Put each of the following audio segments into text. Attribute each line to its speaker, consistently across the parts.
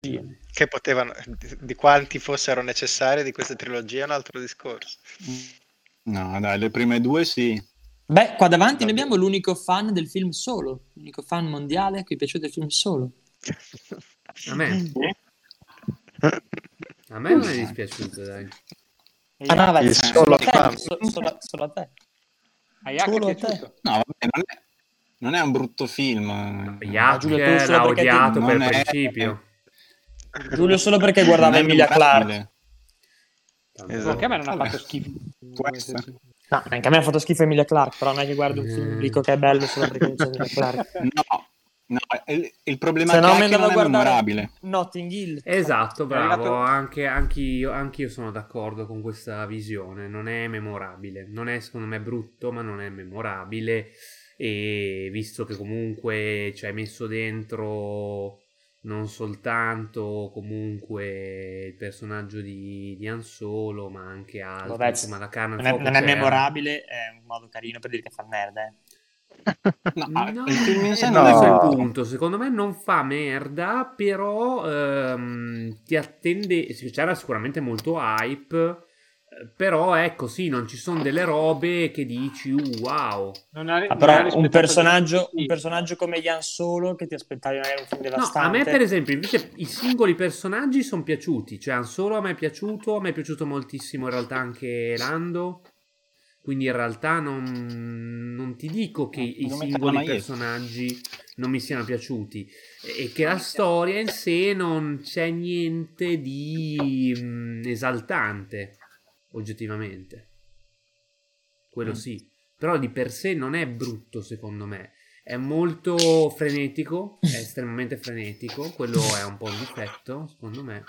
Speaker 1: Sì, che potevano di di quanti fossero necessari di questa trilogia è un altro discorso.
Speaker 2: No, dai, le prime due sì.
Speaker 3: Beh, qua davanti
Speaker 1: Vabbè.
Speaker 3: noi abbiamo l'unico fan del film solo, l'unico fan mondiale a cui è piaciuto il film solo.
Speaker 4: A me, a me non è dispiaciuto, dai.
Speaker 3: Ah no, vabbè,
Speaker 1: Il
Speaker 3: sì,
Speaker 1: solo
Speaker 3: a te,
Speaker 1: fan.
Speaker 3: so- solo a- solo a te.
Speaker 5: A Iac è
Speaker 3: Solo a te.
Speaker 5: piaciuto.
Speaker 2: No, vabbè, non è, non è un brutto film.
Speaker 3: Ma Giulio, tu
Speaker 4: Yacht
Speaker 3: solo
Speaker 4: l'ha
Speaker 3: perché ti-
Speaker 4: odiato per
Speaker 2: non è-
Speaker 4: principio.
Speaker 3: Giulio solo perché guardava
Speaker 2: Non è
Speaker 3: Emilia Clarke.
Speaker 2: memorabile.
Speaker 1: Esatto.
Speaker 5: Perché a me non ha
Speaker 2: Vabbè.
Speaker 5: fatto schifo?
Speaker 2: Può essere.
Speaker 3: No, anche a me ha fatto schifo Emilia Clarke, però non è che guardo un film e dico che è bello solo perché c'è Emilia Clarke.
Speaker 2: No, no, il, il problema
Speaker 3: Se no
Speaker 2: che ha è
Speaker 3: mi
Speaker 2: che non
Speaker 3: andavo a
Speaker 2: è
Speaker 3: guardare
Speaker 2: memorabile.
Speaker 3: Notting Hill.
Speaker 4: Esatto, bravo.
Speaker 5: arrivato-
Speaker 4: Anche, anch'io, anch'io sono d'accordo con questa visione. Non è memorabile. Non è, secondo me, brutto, ma non è memorabile. E visto che comunque ci hai messo dentro non soltanto comunque il personaggio di, di Han Solo, ma anche altro.
Speaker 3: Vabbè,
Speaker 4: insomma, la carne al
Speaker 3: Non è,
Speaker 4: fuoco
Speaker 3: non è
Speaker 4: c'era.
Speaker 3: memorabile, è un modo carino per dire che fa merda. eh.
Speaker 2: No,
Speaker 4: No,
Speaker 2: ah, il film in sé
Speaker 4: no.
Speaker 2: non è
Speaker 4: questo Eh, è
Speaker 1: No.
Speaker 4: il punto. Secondo me non fa merda, però ehm, ti attende. sì, C'era sicuramente molto hype. eh, Però ecco, sì, non ci sono delle robe che dici "Uh, wow.
Speaker 5: Non ha-
Speaker 3: Ah,
Speaker 5: non ha
Speaker 3: però
Speaker 5: rispettato-
Speaker 3: un personaggio,
Speaker 5: Sì.
Speaker 3: un personaggio come Ian Solo che ti aspettavi magari un film
Speaker 4: No,
Speaker 3: devastante.
Speaker 4: a me, per esempio, invece i singoli personaggi sono piaciuti. Cioè, Han Solo a me è piaciuto, a me è piaciuto moltissimo in realtà anche Lando. Quindi in realtà non, non ti dico che i
Speaker 2: Non mi
Speaker 4: singoli
Speaker 2: parla mai.
Speaker 4: personaggi non mi siano piaciuti e che la storia in sé non c'è niente di mm, esaltante, oggettivamente.
Speaker 2: Mm.
Speaker 4: Quello sì. Però di per sé non è brutto, secondo me. È molto frenetico, è estremamente frenetico, quello è un po' un difetto, secondo me.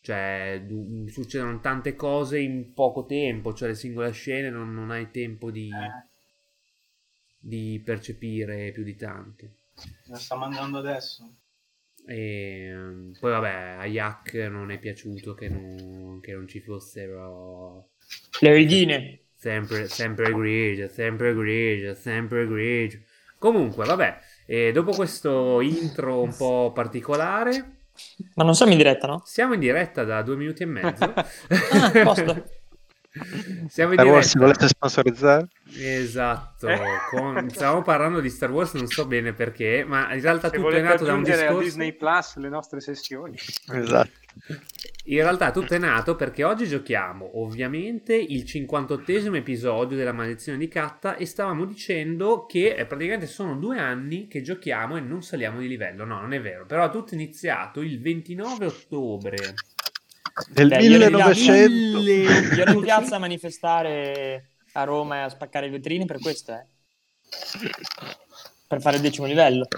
Speaker 4: Cioè, du- succedono tante cose in poco tempo, cioè le singole scene non, non hai tempo di, di percepire più di tanto.
Speaker 6: La sta mangiando adesso.
Speaker 4: E ehm, poi vabbè, a Yak non è piaciuto che non, che non ci fossero
Speaker 3: Le regine.
Speaker 4: Sempre, sempre grigio, sempre grigio, sempre grigio. Comunque, vabbè, eh, dopo questo intro un po' particolare,
Speaker 3: Ma non siamo in diretta, no?
Speaker 4: siamo in diretta da due minuti e mezzo.
Speaker 3: Ah, a posto.
Speaker 4: siamo in
Speaker 1: Star Wars si
Speaker 4: diretta.
Speaker 1: volesse sponsorizzare?
Speaker 4: Esatto, con- stavamo parlando di Star Wars, non so bene perché, ma in realtà
Speaker 5: Se
Speaker 4: tutto è
Speaker 5: volete
Speaker 4: nato da un
Speaker 5: aggiungere a
Speaker 4: discorso...
Speaker 5: Disney Plus le nostre sessioni.
Speaker 1: Esatto.
Speaker 4: In realtà tutto è nato perché oggi giochiamo ovviamente il 58esimo episodio della maledizione di Katta e stavamo dicendo che eh, praticamente sono due anni che giochiamo e non saliamo di livello. No, non è vero, però è tutto iniziato il 29 ottobre.
Speaker 1: Del
Speaker 3: Beh, Cioè, io le ridavo
Speaker 1: 1900.
Speaker 3: Io ero in piazza a manifestare a Roma e a spaccare le vetrine per questo, eh. Per fare il decimo livello.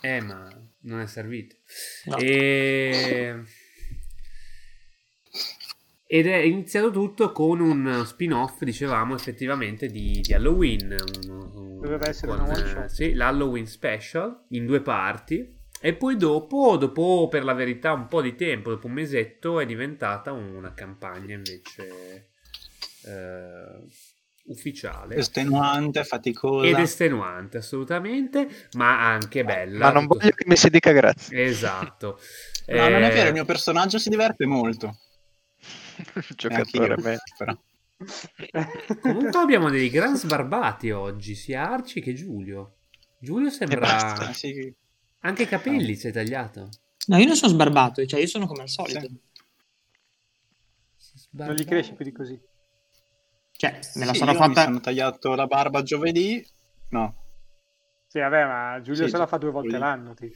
Speaker 4: Eh, ma non è servito.
Speaker 3: No.
Speaker 4: E... Ed è iniziato tutto con un spin-off, dicevamo, effettivamente di, di Halloween. Un- un-
Speaker 5: Doveva essere
Speaker 4: con,
Speaker 5: una one
Speaker 4: eh,
Speaker 5: shot.
Speaker 4: Sì, l'Halloween special, in due parti. E poi dopo, dopo, per la verità, un po' di tempo, dopo un mesetto, è diventata una campagna invece eh, ufficiale.
Speaker 2: estenuante, faticosa.
Speaker 4: Ed estenuante, assolutamente, ma anche bella.
Speaker 1: Ma non
Speaker 4: tutto-
Speaker 1: voglio che mi si dica grazie.
Speaker 4: Esatto.
Speaker 2: No, non è
Speaker 4: Eh,
Speaker 2: vero, il mio personaggio si diverte molto.
Speaker 1: Giocatore
Speaker 2: Neanche io,
Speaker 1: medio.
Speaker 2: però.
Speaker 4: Comunque abbiamo dei gran sbarbati oggi, sia Arci che Giulio. Giulio sembra...
Speaker 2: Ah, sì.
Speaker 4: Anche i
Speaker 5: Ah.
Speaker 4: capelli si è tagliato.
Speaker 3: No, io non sono sbarbato, cioè io sono come al solito.
Speaker 2: Sì.
Speaker 5: Non gli cresce più di così.
Speaker 3: Cioè, me la
Speaker 2: Sì,
Speaker 3: sono
Speaker 2: io
Speaker 3: fatta...
Speaker 2: Mi sono tagliato la barba giovedì. No,
Speaker 5: Sì, vabbè, ma Giulio
Speaker 2: Sì,
Speaker 5: se la fa due
Speaker 2: sì.
Speaker 5: volte l'anno. tipo.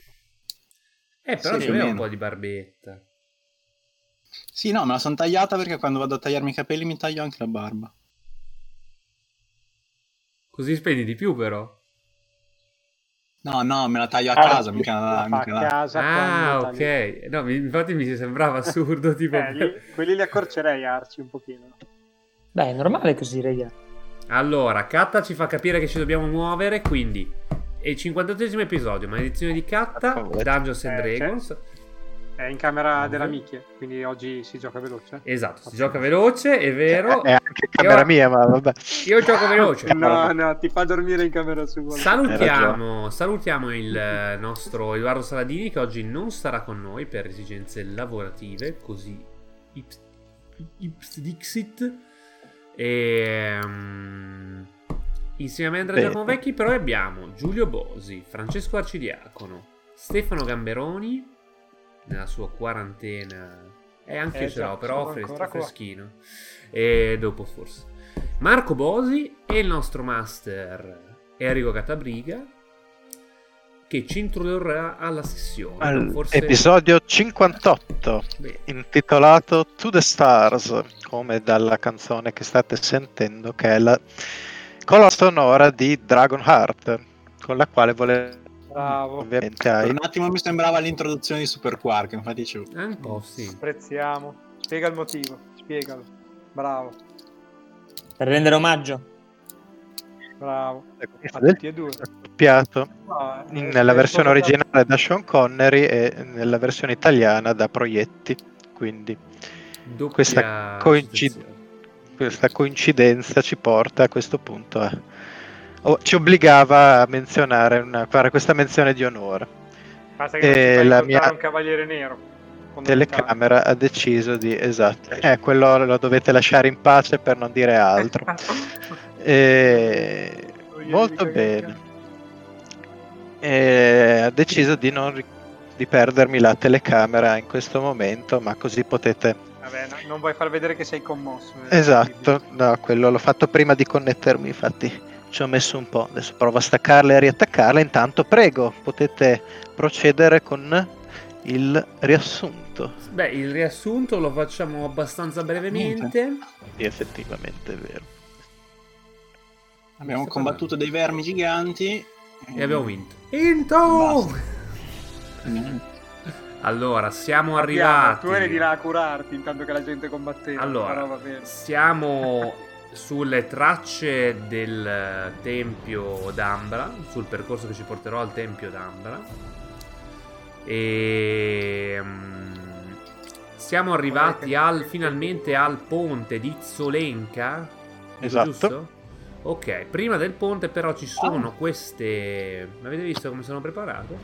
Speaker 4: Eh, però
Speaker 2: Sì,
Speaker 4: sì,
Speaker 2: più o
Speaker 4: un
Speaker 2: meno.
Speaker 4: po' di barbetta.
Speaker 2: sì, no, me la sono tagliata perché quando vado a tagliarmi i capelli mi taglio anche la barba.
Speaker 4: Così spendi di più però.
Speaker 2: No, no, me la taglio a casa,
Speaker 5: Ah,
Speaker 2: mica,
Speaker 5: la fa
Speaker 2: mica
Speaker 5: a
Speaker 2: la...
Speaker 5: casa.
Speaker 4: Ah,
Speaker 5: quando tagli-
Speaker 4: ok. No, mi- infatti mi sembrava assurdo, tipo...
Speaker 5: Eh, lì- quelli li accorcerei, Arci, un pochino.
Speaker 3: Beh, è normale così, raga.
Speaker 4: Allora, Katta ci fa capire che ci dobbiamo muovere, quindi è il 58esimo episodio, maledizione di Katta,
Speaker 1: Per favore.
Speaker 4: Dungeons and
Speaker 5: Eh,
Speaker 4: Dragons.
Speaker 5: È in camera
Speaker 2: Ah,
Speaker 4: Nove.
Speaker 5: della Michie, quindi oggi si gioca veloce.
Speaker 4: Esatto, si gioca veloce, è vero.
Speaker 5: Eh,
Speaker 1: È anche camera
Speaker 4: Io-
Speaker 1: mia, ma vabbè.
Speaker 4: Io gioco veloce.
Speaker 5: No, no, ti fa dormire in camera sua.
Speaker 1: Hai
Speaker 4: Salutiamo, salutiamo il eh, nostro Edoardo Saladini che oggi non sarà con noi per esigenze lavorative, così ips, ips dixit. E, mm, insieme a me Andrea
Speaker 1: Bene.
Speaker 4: Giacomo Vecchi però abbiamo Giulio Bosi, Francesco Arcidiacono, Stefano Gamberoni nella sua quarantena. Eh, anche
Speaker 5: Eh,
Speaker 4: io ce
Speaker 5: già,
Speaker 4: l'ho, però
Speaker 5: sono
Speaker 4: fres-
Speaker 5: ancora qua.
Speaker 4: freschino. E dopo forse. Marco Bosi e il nostro master Enrico Catabriga che ci introdurrà alla sessione.
Speaker 1: Al-
Speaker 4: forse...
Speaker 1: Episodio 58,
Speaker 4: Beh,
Speaker 1: intitolato To the Stars, come dalla canzone che state sentendo, che è la colonna sonora di Dragon Heart, con la quale volevo
Speaker 5: Bravo,
Speaker 1: ovviamente
Speaker 2: Per
Speaker 1: ai
Speaker 2: un attimo mi sembrava l'introduzione di Super Quark, infatti dicevo.
Speaker 4: è un po' sì.
Speaker 5: apprezziamo. Spiega il motivo, spiegalo. Bravo,
Speaker 3: Per rendere omaggio.
Speaker 5: bravo. A
Speaker 1: del
Speaker 5: tutti e due.
Speaker 1: doppiato
Speaker 5: No,
Speaker 1: in-
Speaker 5: eh,
Speaker 1: nella
Speaker 5: eh,
Speaker 1: versione
Speaker 5: sono-
Speaker 1: originale da Sean Connery e nella versione italiana da Proietti, quindi
Speaker 4: Doppia
Speaker 1: Questa coincid-
Speaker 4: situazione.
Speaker 1: questa coincidenza ci porta a questo punto a... o- ci obbligava a menzionare una, fare questa menzione di onore.
Speaker 5: Basta che non ci
Speaker 1: Eh,
Speaker 5: fai
Speaker 1: la
Speaker 5: incontrare
Speaker 1: mia-
Speaker 5: un cavaliere nero. fondamentale.
Speaker 1: telecamera ha deciso di esatto eh, quello lo dovete lasciare in pace per non dire altro E-
Speaker 5: Non gli
Speaker 1: molto
Speaker 5: dico che
Speaker 1: bene E ha deciso di non ri- di perdermi la telecamera in questo momento ma così potete
Speaker 5: Vabbè, no, non vuoi far vedere che sei commosso. eh.
Speaker 1: esatto no quello l'ho fatto prima di connettermi infatti ci ho messo un po' adesso provo a staccarla e a riattaccarla intanto prego potete procedere con il riassunto
Speaker 4: Beh, il riassunto lo facciamo abbastanza brevemente.
Speaker 1: sì effettivamente è vero
Speaker 2: Abbiamo
Speaker 4: Sta
Speaker 2: combattuto dei vermi giganti.
Speaker 4: E abbiamo vinto. Vinto!
Speaker 2: Niente.
Speaker 4: Allora, siamo
Speaker 5: Abbiamo-
Speaker 4: arrivati.
Speaker 5: Tu eri di là a curarti intanto che la gente combatteva. però va
Speaker 4: Allora,
Speaker 5: bene.
Speaker 4: siamo sulle tracce del eh, Tempio d'Ambra, sul percorso che ci porterò al Tempio d'Ambra. E mm, siamo arrivati al, finalmente al ponte di Zolenka. dico
Speaker 1: Esatto.
Speaker 4: Giusto? Ok, prima del ponte però ci sono queste... Avete visto come sono preparato?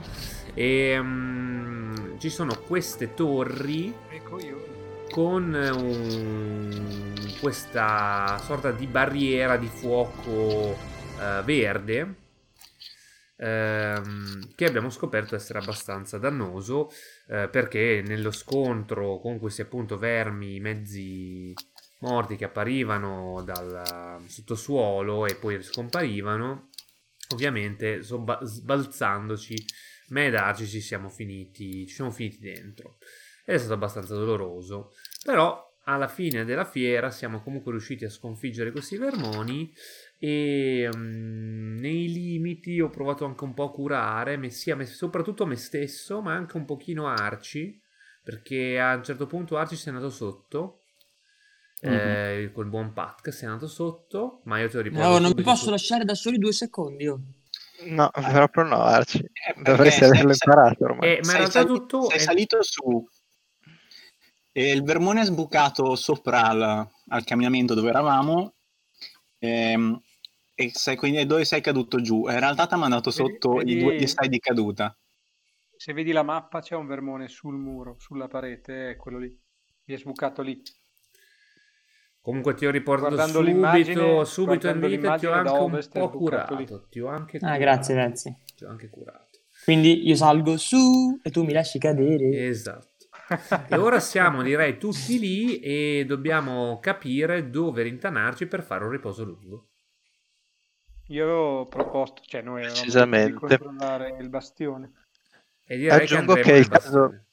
Speaker 4: E, mm, ci sono queste torri
Speaker 5: Ecco io.
Speaker 4: con un- questa sorta di barriera di fuoco eh, verde ehm, che abbiamo scoperto essere abbastanza dannoso eh, perché nello scontro con questi appunto vermi mezzi morti che apparivano dal sottosuolo e poi scomparivano ovviamente sobba- sbalzandoci me ed Arci ah, ci siamo finiti ci siamo finiti dentro ed è stato abbastanza doloroso però alla fine della fiera siamo comunque riusciti a sconfiggere questi vermoni e mm, nei limiti ho provato anche un po' a curare me- sia me- soprattutto me stesso ma anche un pochino Arci perché a un certo punto Arci si è andato sotto
Speaker 2: Mhm.
Speaker 4: eh, col buon Pat si è andato sotto ma io te lo riporto
Speaker 3: Mm-hmm. No, Eh, oh, non mi
Speaker 4: subito
Speaker 3: posso
Speaker 4: su-
Speaker 3: lasciare da soli due secondi. oh. io.
Speaker 1: No, proprio no, Arci.
Speaker 2: Eh, perché
Speaker 1: Dovresti
Speaker 2: sei-
Speaker 1: averlo
Speaker 2: sei-
Speaker 1: imparato ormai.
Speaker 4: Eh, ma in
Speaker 2: sei
Speaker 4: realtà
Speaker 2: salito-
Speaker 4: tutto
Speaker 2: Sei
Speaker 4: è-
Speaker 2: salito su. E il vermone è sbucato sopra al, al cambiamento dove eravamo. ehm, e sei, quindi è dove sei caduto giù. E In realtà ti ha mandato sotto
Speaker 5: Vedi-
Speaker 2: i due
Speaker 5: vedi-
Speaker 2: gli stadi di caduta.
Speaker 5: Se vedi la mappa c'è un vermone sul muro, sulla parete, è quello lì. Mi è sbucato lì.
Speaker 4: Comunque ti ho riportato
Speaker 5: Guardando
Speaker 4: subito,
Speaker 5: l'immagine-
Speaker 4: subito in
Speaker 5: guardando
Speaker 4: vita, ti ho
Speaker 5: l'immagine
Speaker 4: anche
Speaker 5: da
Speaker 4: un
Speaker 5: ovest,
Speaker 4: po'
Speaker 5: è bucato lì.
Speaker 4: curato. Ti ho anche
Speaker 3: Ah,
Speaker 4: curato,
Speaker 3: grazie, grazie.
Speaker 4: Ti ho anche curato.
Speaker 3: Quindi io salgo su e tu mi lasci
Speaker 1: Eh,
Speaker 3: cadere.
Speaker 4: Esatto. E ora siamo direi tutti lì e dobbiamo capire dove rintanarci per fare un riposo lungo.
Speaker 5: Io avevo proposto, cioè noi avevamo
Speaker 1: Precisamente.
Speaker 5: detto di controllare il bastione.
Speaker 4: E direi
Speaker 1: Aggiungo
Speaker 4: andremo
Speaker 1: che
Speaker 4: nel
Speaker 1: il caso-
Speaker 4: bastione.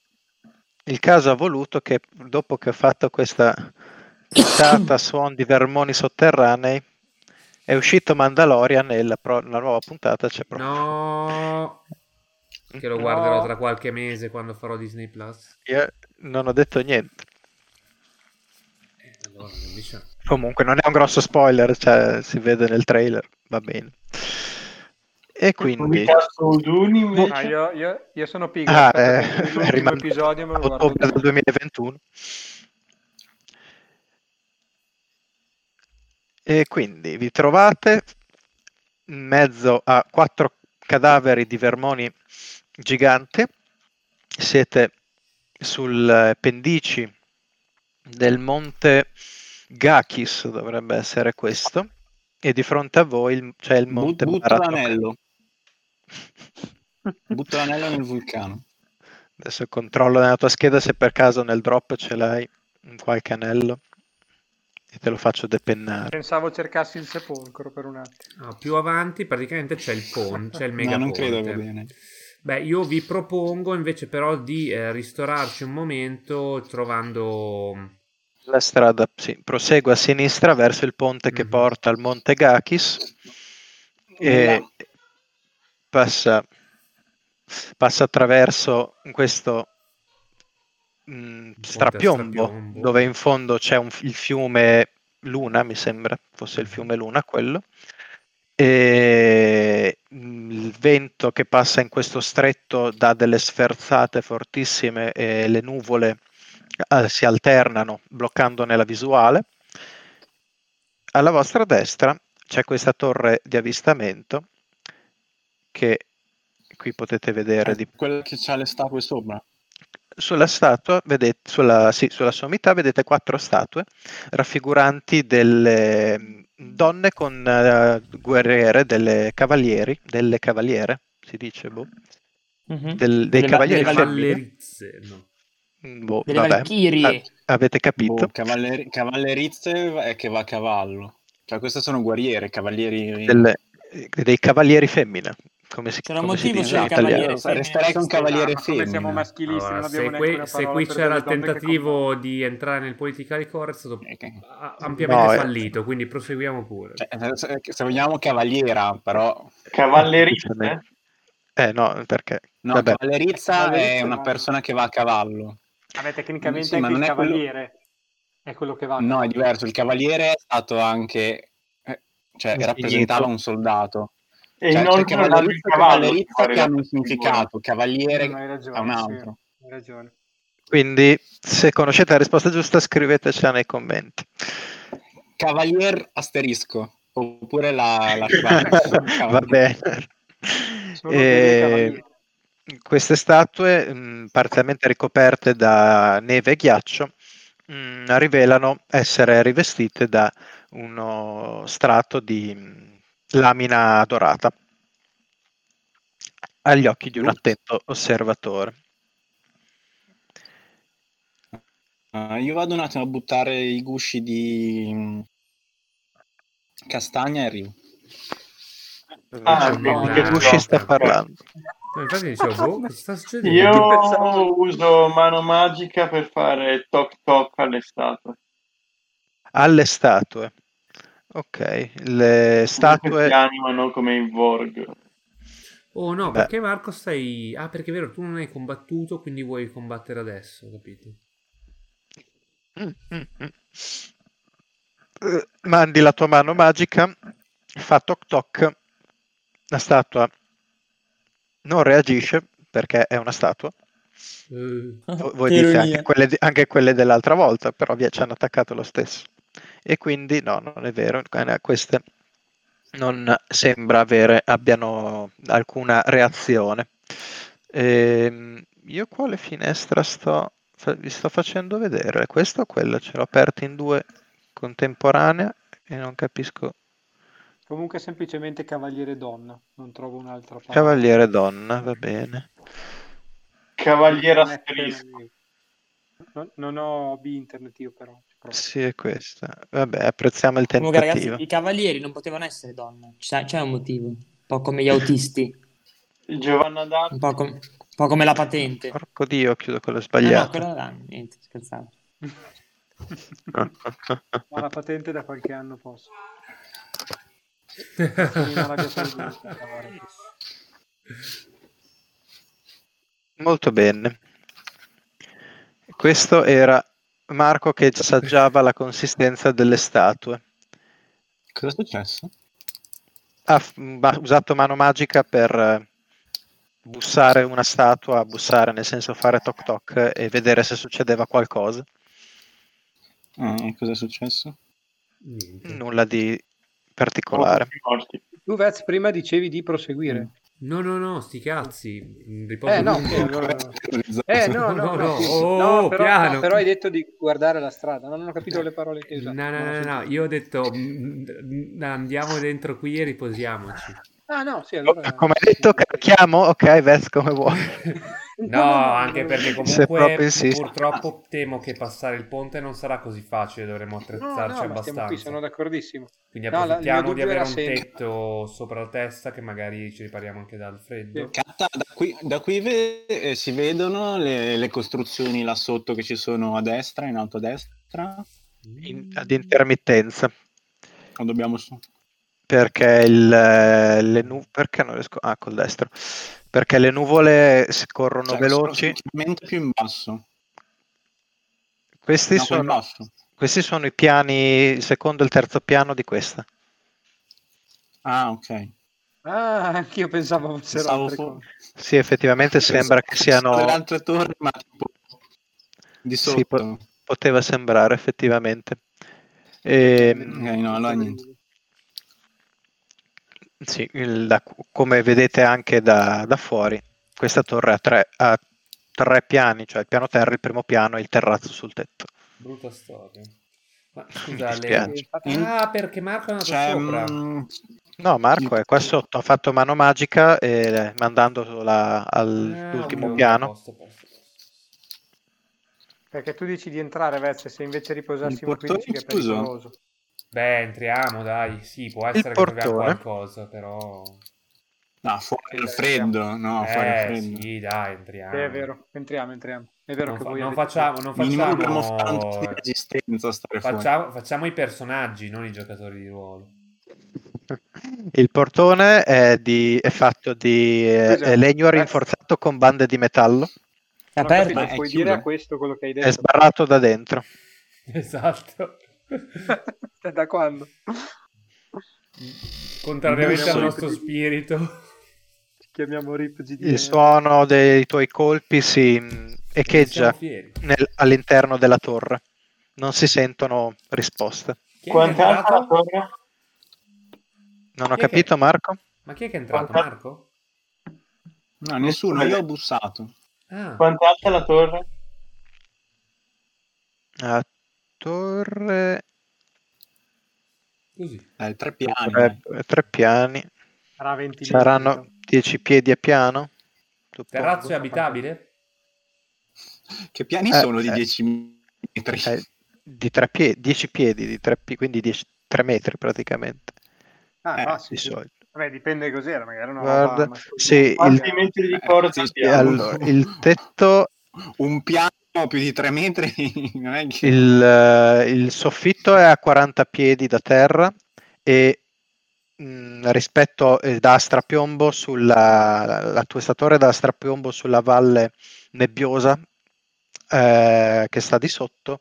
Speaker 1: Il caso ha voluto che dopo che ho fatto questa puntata a suon di vermoni sotterranei, è uscito Mandalorian e la, pro- la nuova puntata c'è proprio.
Speaker 4: No, che lo
Speaker 1: No.
Speaker 4: guarderò tra qualche mese quando farò Disney Plus.
Speaker 1: Io non ho detto niente.
Speaker 4: Eh, allora, non diciamo.
Speaker 1: Comunque non è un grosso spoiler, cioè, si vede nel trailer, va bene. E quindi...
Speaker 7: Solduni invece.
Speaker 5: Ah, io, io- io sono pigra.
Speaker 1: Ah,
Speaker 5: aspetta
Speaker 1: eh,
Speaker 5: che l'ultimo
Speaker 1: è rimasto
Speaker 5: episodio me
Speaker 1: a
Speaker 5: lo guardo
Speaker 1: ottobre del
Speaker 5: tutto.
Speaker 1: 2021. E quindi vi trovate in mezzo a quattro cadaveri di vermoni gigante, siete sul eh, pendici del monte Gakis, dovrebbe essere questo, e di fronte a voi il- c'è il monte
Speaker 2: Bu- butto
Speaker 1: Baratok.
Speaker 2: l'anello. Butto l'anello nel vulcano.
Speaker 1: Adesso controllo nella tua scheda se per caso nel drop ce l'hai in qualche anello e te lo faccio depennare.
Speaker 5: Pensavo cercassi il sepolcro per un attimo.
Speaker 8: No, più avanti praticamente c'è il pon, c'è il
Speaker 2: No,
Speaker 8: mega
Speaker 2: non credo
Speaker 8: ponte.
Speaker 2: va bene.
Speaker 8: Beh, io vi propongo invece però di eh, ristorarci un momento trovando...
Speaker 1: La strada sì, prosegue a sinistra verso il ponte che
Speaker 8: Mhm.
Speaker 1: porta al Monte Gakis e
Speaker 2: Là.
Speaker 1: passa, passa attraverso questo mh, strapiombo,
Speaker 8: strapiombo.
Speaker 1: dove in fondo c'è un- il fiume Luna, mi sembra fosse il fiume Luna quello, e mh, il vento che passa in questo stretto dà delle sferzate fortissime e le nuvole eh, si alternano bloccandone la visuale. Alla vostra destra c'è questa torre di avvistamento che qui potete vedere di
Speaker 2: Quello Eh, che c'ha le statue sopra.
Speaker 1: sulla statua vedete, sulla, sì, sulla sommità vedete quattro statue raffiguranti delle mh, donne con eh, guerriere, delle cavalieri, delle cavaliere, si dice, boh,
Speaker 3: Mhm.
Speaker 1: del- dei
Speaker 3: Delle-
Speaker 1: cavalieri
Speaker 3: delle
Speaker 1: femmine.
Speaker 8: Cavallerizze, no.
Speaker 1: Mm, boh,
Speaker 3: Delle
Speaker 1: vabbè,
Speaker 3: valchirie.
Speaker 1: a- avete capito.
Speaker 2: Boh, cavaller- cavallerizze è che va a cavallo. Cioè, queste sono guerriere, cavalieri.
Speaker 1: Delle- eh, dei cavalieri femmina, come si,
Speaker 3: C'era un
Speaker 1: come si
Speaker 3: motivo
Speaker 1: dice
Speaker 3: se
Speaker 1: in
Speaker 3: il
Speaker 2: Esatto,
Speaker 1: italiano.
Speaker 3: cavaliere
Speaker 2: io
Speaker 3: femmina
Speaker 2: resterei con
Speaker 3: esisteva,
Speaker 2: cavaliere
Speaker 5: Ah, ma come siamo
Speaker 2: femmina.
Speaker 5: maschilisti,
Speaker 8: Allora,
Speaker 5: non
Speaker 8: se,
Speaker 5: abbiamo neanche
Speaker 8: que-
Speaker 5: una
Speaker 8: se
Speaker 5: parola
Speaker 8: qui
Speaker 5: per
Speaker 8: c'era
Speaker 5: delle
Speaker 8: il
Speaker 5: donne che
Speaker 8: tentativo di entrare nel politically correct è stato
Speaker 2: Ok.
Speaker 8: a- ampiamente
Speaker 1: No, eh.
Speaker 8: fallito, quindi proseguiamo pure.
Speaker 2: Eh, Cioè, se- se vogliamo cavaliera, però...
Speaker 7: Cavallerizze?
Speaker 1: Cioè, Eh no, perché
Speaker 2: No,
Speaker 1: Vabbè.
Speaker 2: cavallerizza
Speaker 5: Cavallerizza
Speaker 2: è una
Speaker 5: va-
Speaker 2: persona che va a cavallo.
Speaker 5: Vabbè, tecnicamente
Speaker 2: Sì, ma
Speaker 5: anche il
Speaker 2: non è quello-
Speaker 5: cavaliere è quello che va.
Speaker 2: Ah, No, è diverso. Il cavaliere è stato anche... eh, Cioè,
Speaker 1: Infinito.
Speaker 2: rappresentava un soldato.
Speaker 7: E
Speaker 2: cioè, c'è
Speaker 7: inoltre non ha il
Speaker 2: cavallerizza,
Speaker 7: cavallo.
Speaker 2: cavallerizza che hanno un significato. Cavaliere
Speaker 5: Non hai
Speaker 2: è un
Speaker 5: ragione. sì,
Speaker 2: altro.
Speaker 5: hai ragione.
Speaker 1: quindi se conoscete la risposta giusta scrivetecela nei commenti.
Speaker 2: Cavalier asterisco. Oppure la... la
Speaker 1: Va bene.
Speaker 5: Sono dei cavalieri.
Speaker 1: Eh, queste statue, mh, parzialmente ricoperte da neve e ghiaccio, mh, rivelano essere rivestite da uno strato di mh, lamina dorata agli occhi
Speaker 7: Uh.
Speaker 1: di un attento osservatore.
Speaker 2: Ah, io vado un attimo a buttare i gusci di... mm, Castagna e arrivo.
Speaker 7: Ah,
Speaker 8: C'è
Speaker 7: no,
Speaker 8: una-
Speaker 1: che gusci sta
Speaker 8: No,
Speaker 1: parlando?
Speaker 8: Infatti dicevo, boh, cosa sta succedendo?
Speaker 7: Io uso mano magica per fare toc toc alle statue.
Speaker 1: Alle statue. Ok, le
Speaker 7: Che si
Speaker 1: statue...
Speaker 7: animano come in Vorg.
Speaker 8: Oh no,
Speaker 1: Beh.
Speaker 8: perché Marco stai... Ah, perché è vero, tu non hai combattuto, quindi vuoi combattere adesso, capito?
Speaker 1: Mm, mm, mm. Eh, Mandi la tua mano magica, fa toc toc, la statua non reagisce perché è una statua.
Speaker 8: Eh,
Speaker 1: Ah, Vo-
Speaker 3: Che
Speaker 1: Voi dite
Speaker 3: ironia.
Speaker 1: anche quelle, di- anche quelle dell'altra volta, però via, ci hanno attaccato lo stesso. E quindi no, non è vero, eh, queste non sembra avere, abbiano alcuna reazione. Ehm, io quale finestra sto, fa- vi sto facendo vedere? Questa o quella? Ce l'ho aperta in due contemporanea e non capisco.
Speaker 5: Comunque semplicemente cavaliere donna, non trovo un'altra parola.
Speaker 1: Cavaliere donna, va bene.
Speaker 7: Cavaliere
Speaker 5: Non è
Speaker 7: asterisco.
Speaker 5: appena- Non, non ho B internet io però. ci provo.
Speaker 1: Sì, è questa. Vabbè, apprezziamo il
Speaker 3: Comunque, ragazzi,
Speaker 1: tentativo.
Speaker 3: i cavalieri non potevano essere donne. C'è, c'è un motivo. Un po' come gli autisti,
Speaker 7: Giovanna
Speaker 3: un
Speaker 7: d'Arco.
Speaker 3: po', com- un po' come la patente. Ah,
Speaker 1: Porco Dio, chiudo quello
Speaker 3: No, Eh no,
Speaker 1: sbagliato.
Speaker 3: quello là, niente, scherzavo.
Speaker 5: Ho la patente da qualche anno posso. Prima l'abbia perduta, cavolo.
Speaker 1: Molto bene. Questo era Marco che assaggiava la consistenza delle statue.
Speaker 2: Cosa è successo?
Speaker 1: ha f- ma- usato mano magica per eh, bussare una statua, bussare nel senso fare toc toc e vedere se succedeva qualcosa.
Speaker 2: Eh, cosa è successo?
Speaker 4: Niente.
Speaker 1: Nulla di particolare.
Speaker 7: Morti.
Speaker 5: Tu, Vez, prima dicevi di proseguire.
Speaker 2: Mm.
Speaker 4: No, no, no, sti cazzi. mm, Riposo
Speaker 5: Eh, no,
Speaker 4: tutto.
Speaker 5: ok, allora- Eh, no, no,
Speaker 4: No,
Speaker 5: no,
Speaker 4: no,
Speaker 5: sì, sì.
Speaker 4: oh,
Speaker 5: No, però,
Speaker 4: piano.
Speaker 5: no, però hai detto di guardare la strada. Non ho capito le parole che hai
Speaker 4: No,
Speaker 5: usato.
Speaker 4: no,
Speaker 5: Non ho
Speaker 4: no, no, no,
Speaker 5: sentito.
Speaker 4: io ho detto mm, mm, andiamo dentro qui e riposiamoci.
Speaker 5: Ah, no, sì, allora...
Speaker 1: Come hai detto, chiamo? Ok, Vez come vuoi.
Speaker 4: No, anche perché
Speaker 1: Se proprio
Speaker 4: comunque
Speaker 1: insisti.
Speaker 4: purtroppo temo che passare il ponte non sarà così facile, dovremo
Speaker 5: No,
Speaker 4: attrezzarci
Speaker 5: no, ma
Speaker 4: abbastanza.
Speaker 5: stiamo qui, sono d'accordissimo.
Speaker 4: Quindi
Speaker 5: No, la- il mio
Speaker 4: approfittiamo di
Speaker 5: dubbio
Speaker 4: avere
Speaker 5: era
Speaker 4: un
Speaker 5: se-
Speaker 4: tetto sopra la testa che magari ci ripariamo anche dal freddo.
Speaker 2: Catta, da qui, da qui ve- eh, si vedono le, le costruzioni là sotto che ci sono a destra, in alto a destra.
Speaker 4: Mm,
Speaker 1: In- ad intermittenza.
Speaker 2: O dobbiamo su-
Speaker 1: perché il, eh, le nu- perché non riesco ah col destro perché le nuvole si corrono
Speaker 2: cioè,
Speaker 1: veloci
Speaker 2: sono sicuramente più in basso.
Speaker 1: questi,
Speaker 2: No, qua in
Speaker 1: sono,
Speaker 2: basso.
Speaker 1: questi sono i piani il secondo e il terzo piano di questa
Speaker 2: Ah, ok.
Speaker 5: Ah, anch'io pensavo fossero
Speaker 2: Pensavo
Speaker 5: altre
Speaker 2: fu-
Speaker 5: cose.
Speaker 1: sì effettivamente sembra che
Speaker 2: Sono le
Speaker 1: siano
Speaker 2: altre torri, ma tipo di
Speaker 1: Sì,
Speaker 2: sotto.
Speaker 1: po- poteva sembrare effettivamente Ehm,
Speaker 2: Ok, no, allora niente.
Speaker 1: sì, il- da- come vedete anche da, da fuori questa torre ha tre, ha tre piani cioè il piano terra il primo piano e il terrazzo sul tetto
Speaker 4: Brutta storia. Ma
Speaker 1: Mi
Speaker 4: scusa, le...
Speaker 1: dispiace.
Speaker 2: Eh?
Speaker 4: Ah, perché Marco è andato
Speaker 2: Cioè,
Speaker 4: sopra.
Speaker 2: mm,
Speaker 1: No, Marco è qua sotto, ha fatto mano magica e mandandolo la-
Speaker 4: Ah,
Speaker 1: all'ultimo
Speaker 4: ok, a
Speaker 1: piano.
Speaker 4: posto, a posto, a posto.
Speaker 5: Perché tu dici di entrare, Vez, se invece riposassimo
Speaker 2: Il
Speaker 5: qui dici che è
Speaker 2: portone chiuso?
Speaker 5: pericoloso.
Speaker 4: Beh, entriamo, dai. Sì, può essere che
Speaker 1: portone.
Speaker 4: troviamo qualcosa, però...
Speaker 2: no, fuori il freddo, no, fuori il
Speaker 4: eh,
Speaker 2: freddo.
Speaker 4: sì, dai, entriamo.
Speaker 5: Sì, è vero, Ah. entriamo, entriamo. È vero
Speaker 4: Non,
Speaker 5: che
Speaker 4: fa-
Speaker 5: voi
Speaker 4: non
Speaker 5: avete-
Speaker 4: facciamo, non
Speaker 2: Minimo dobbiamo
Speaker 4: facciamo...
Speaker 2: fare un po' di resistenza a stare fuori.
Speaker 4: Facciamo, facciamo i personaggi, non i giocatori di ruolo.
Speaker 1: Il portone è, di- è fatto di eh,
Speaker 5: Scusa,
Speaker 1: legno
Speaker 5: eh.
Speaker 1: rinforzato con bande di metallo,
Speaker 3: È
Speaker 5: Non ho capito,
Speaker 3: aperto.
Speaker 2: è
Speaker 5: puoi
Speaker 2: chiuso.
Speaker 5: dire a questo quello che hai
Speaker 1: è
Speaker 5: detto.
Speaker 1: sbarrato da dentro.
Speaker 4: Esatto.
Speaker 5: da quando?
Speaker 4: Contrariamente al
Speaker 2: Sono-
Speaker 4: nostro spirito.
Speaker 5: Ci chiamiamo Rip GD.
Speaker 1: Il suono dei tuoi colpi si mh,
Speaker 4: Siamo
Speaker 1: echeggia
Speaker 4: fieri.
Speaker 1: nel- all'interno della torre, non si sentono risposte.
Speaker 4: Chi è che è
Speaker 7: Quant'altro la
Speaker 4: entrato?
Speaker 7: torre?
Speaker 1: Non ho
Speaker 4: Chi è che-
Speaker 1: capito, Marco?
Speaker 4: Ma chi è che è entrato,
Speaker 7: Quanta-
Speaker 4: Marco?
Speaker 2: No, nessuno, io ho bussato.
Speaker 4: Ah,
Speaker 7: Quant'altro la torre?
Speaker 1: La torre,
Speaker 4: così.
Speaker 2: Eh, tre piani.
Speaker 1: tre, tre piani,
Speaker 5: Sarà 20 minuti,
Speaker 1: saranno 10 piedi a piano? suppongo.
Speaker 4: Terrazzo è abitabile?
Speaker 2: Che piani
Speaker 1: Eh,
Speaker 2: sono di
Speaker 1: eh.
Speaker 2: 10 metri?
Speaker 1: Eh, di 10 piedi, dieci piedi di tre pi- quindi 3 metri praticamente
Speaker 5: no? Ah,
Speaker 2: eh,
Speaker 5: ma
Speaker 1: di
Speaker 5: sì, sì.
Speaker 1: solito.
Speaker 5: Vabbè, dipende cos'era, magari una
Speaker 1: Guarda,
Speaker 5: roba- ma-
Speaker 1: sì,
Speaker 7: Quanti
Speaker 1: il-
Speaker 7: metri di
Speaker 2: Eh,
Speaker 7: corda
Speaker 2: sì, sì,
Speaker 1: E
Speaker 7: abbiamo?
Speaker 1: allora, il tetto,
Speaker 2: Un piano più di 3 metri? Non è che...
Speaker 1: il, eh, il soffitto è a 40 piedi da terra e mh, rispetto eh, da strapiombo sulla la, la tua statore da strapiombo sulla valle nebbiosa eh, che sta di sotto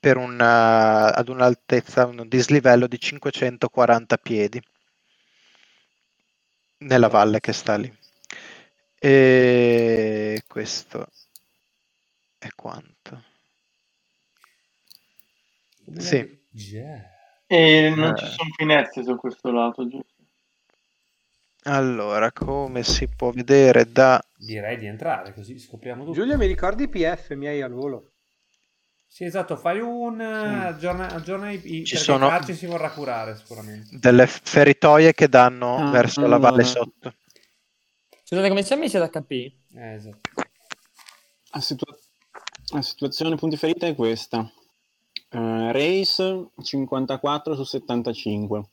Speaker 1: per una, ad un'altezza, un dislivello di 540 piedi nella valle che sta lì. E questo è quanto.
Speaker 4: Come
Speaker 1: Sì.
Speaker 4: l'ha- Già.
Speaker 7: E non
Speaker 1: Eh.
Speaker 7: ci sono finestre su questo lato, giusto?
Speaker 1: Allora, come si può vedere da...
Speaker 4: Direi di entrare, così scopriamo tutto.
Speaker 5: Giulio, mi ricordi i PF miei al volo?
Speaker 4: Sì, esatto, fai un... Aggiorna, aggiorna i... i-
Speaker 1: Ci
Speaker 4: perché
Speaker 1: sono-
Speaker 4: Carci si vorrà curare sicuramente.
Speaker 1: delle feritoie che danno
Speaker 2: Ah,
Speaker 1: verso la valle
Speaker 2: allora.
Speaker 1: sotto.
Speaker 3: Scusate, come si chiama c'è d'HP?
Speaker 4: Eh, esatto.
Speaker 2: La, situa- la situazione punti ferita è questa. Eh, race 54 su 75.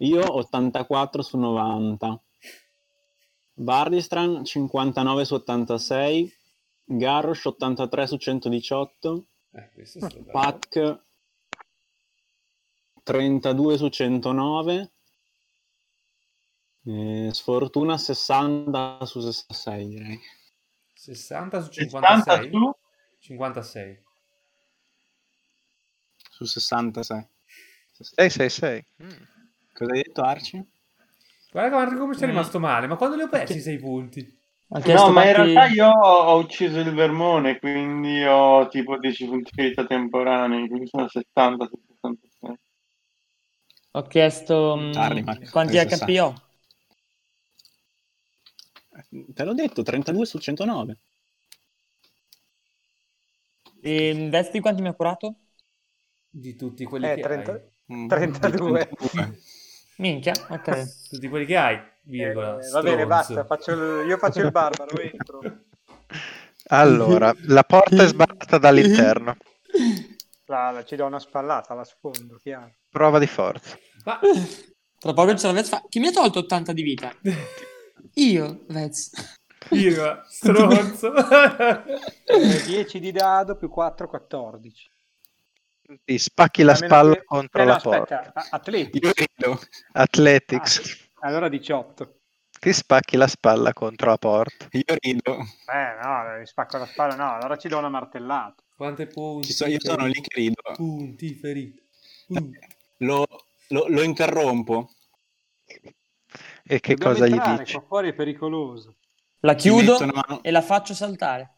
Speaker 2: Io 84 su 90. Bardistran 59 su 86. Garrosh 83 su 118.
Speaker 4: Eh, questo è stato...
Speaker 2: Pac 32 su 109. Eh, sfortuna 60 su 66 direi.
Speaker 4: 60 su
Speaker 7: 60
Speaker 4: 56?
Speaker 7: su?
Speaker 4: 56.
Speaker 2: Su 66.
Speaker 1: 666.
Speaker 2: Cosa hai detto Arci?
Speaker 4: Guarda, guarda come sei
Speaker 3: Mm.
Speaker 4: rimasto male, ma quando li ho persi sei punti?
Speaker 3: Ha chiesto
Speaker 7: No, ma in
Speaker 3: quanti-
Speaker 7: realtà io ho ho ucciso il vermone, quindi ho tipo 10 punti di vita temporanei, quindi sono 70, 76.
Speaker 3: Ho chiesto mm,
Speaker 2: Tardi, Marco,
Speaker 3: quanti
Speaker 2: questo
Speaker 3: HP ho.
Speaker 2: Te l'ho detto, 32 su 109.
Speaker 3: E Ehm, Vesti quanti mi ha curato?
Speaker 4: Di tutti quelli
Speaker 5: Eh,
Speaker 4: che
Speaker 5: 30
Speaker 4: hai.
Speaker 2: Mm,
Speaker 5: 32.
Speaker 2: 32.
Speaker 3: Minchia, ok.
Speaker 4: Tutti quelli che hai,
Speaker 5: Eh,
Speaker 4: virgola.
Speaker 5: va bene,
Speaker 4: stronzo.
Speaker 5: basta. Faccio il- io faccio il barbaro. entro.
Speaker 1: Allora, la porta è sbarrata dall'interno.
Speaker 5: La- la- ci do una spallata, la sfondo, chiaro.
Speaker 1: Prova di forza.
Speaker 4: Ma...
Speaker 3: Tra poco c'è la Vez fa... Chi mi ha tolto 80 di vita? Io, Vez.
Speaker 4: Virgola, stronzo.
Speaker 5: Eh, 10 di dado più 4, 14.
Speaker 1: Ti spacchi la
Speaker 5: A meno
Speaker 1: spalla
Speaker 5: che-
Speaker 1: contro
Speaker 5: eh, no,
Speaker 1: la
Speaker 5: aspetta,
Speaker 1: porta.
Speaker 5: a- atleti.
Speaker 2: Io credo.
Speaker 1: Athletics.
Speaker 5: Allora 18.
Speaker 1: Ti spacchi la spalla contro la porta.
Speaker 2: Io rido,
Speaker 5: Eh no, mi spacco la spalla, no, allora ci do una martellata.
Speaker 4: Quante punti?
Speaker 2: Ci so- io sono lì
Speaker 4: feriti?
Speaker 2: che Eh, rido.
Speaker 4: Punti feriti. Punti.
Speaker 2: Lo, lo- lo interrompo.
Speaker 1: E che
Speaker 5: Dobbiamo
Speaker 1: cosa gli
Speaker 5: entrare, ecco.
Speaker 1: dici?
Speaker 5: Qua fuori è pericoloso.
Speaker 3: La
Speaker 2: Ti
Speaker 3: chiudo
Speaker 2: metto una mano-
Speaker 3: e la faccio saltare.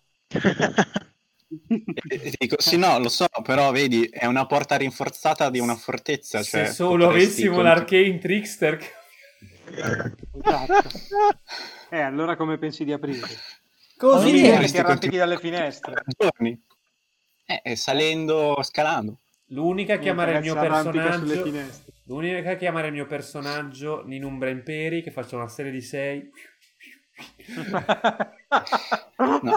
Speaker 2: e- e dico, sì, no, lo so, però vedi, è una porta rinforzata di una fortezza. Cioè,
Speaker 4: Se solo
Speaker 2: potresti
Speaker 4: avessimo
Speaker 2: continu-
Speaker 4: l'arcane trickster che-
Speaker 5: Esatto. Eh, allora come pensi di aprire?
Speaker 3: Così.
Speaker 5: Così
Speaker 2: Potresti
Speaker 5: ti arrampichi
Speaker 2: continuare
Speaker 5: dalle finestre.
Speaker 2: per giorni. Eh, eh, salendo, scalando.
Speaker 4: L'unica a chiamare il mio
Speaker 5: Si arrampica Eh, sulle
Speaker 4: personaggio
Speaker 5: finestre.
Speaker 4: L'unica a chiamare il mio personaggio in Umbra Imperi che faccio una serie di 6
Speaker 2: No,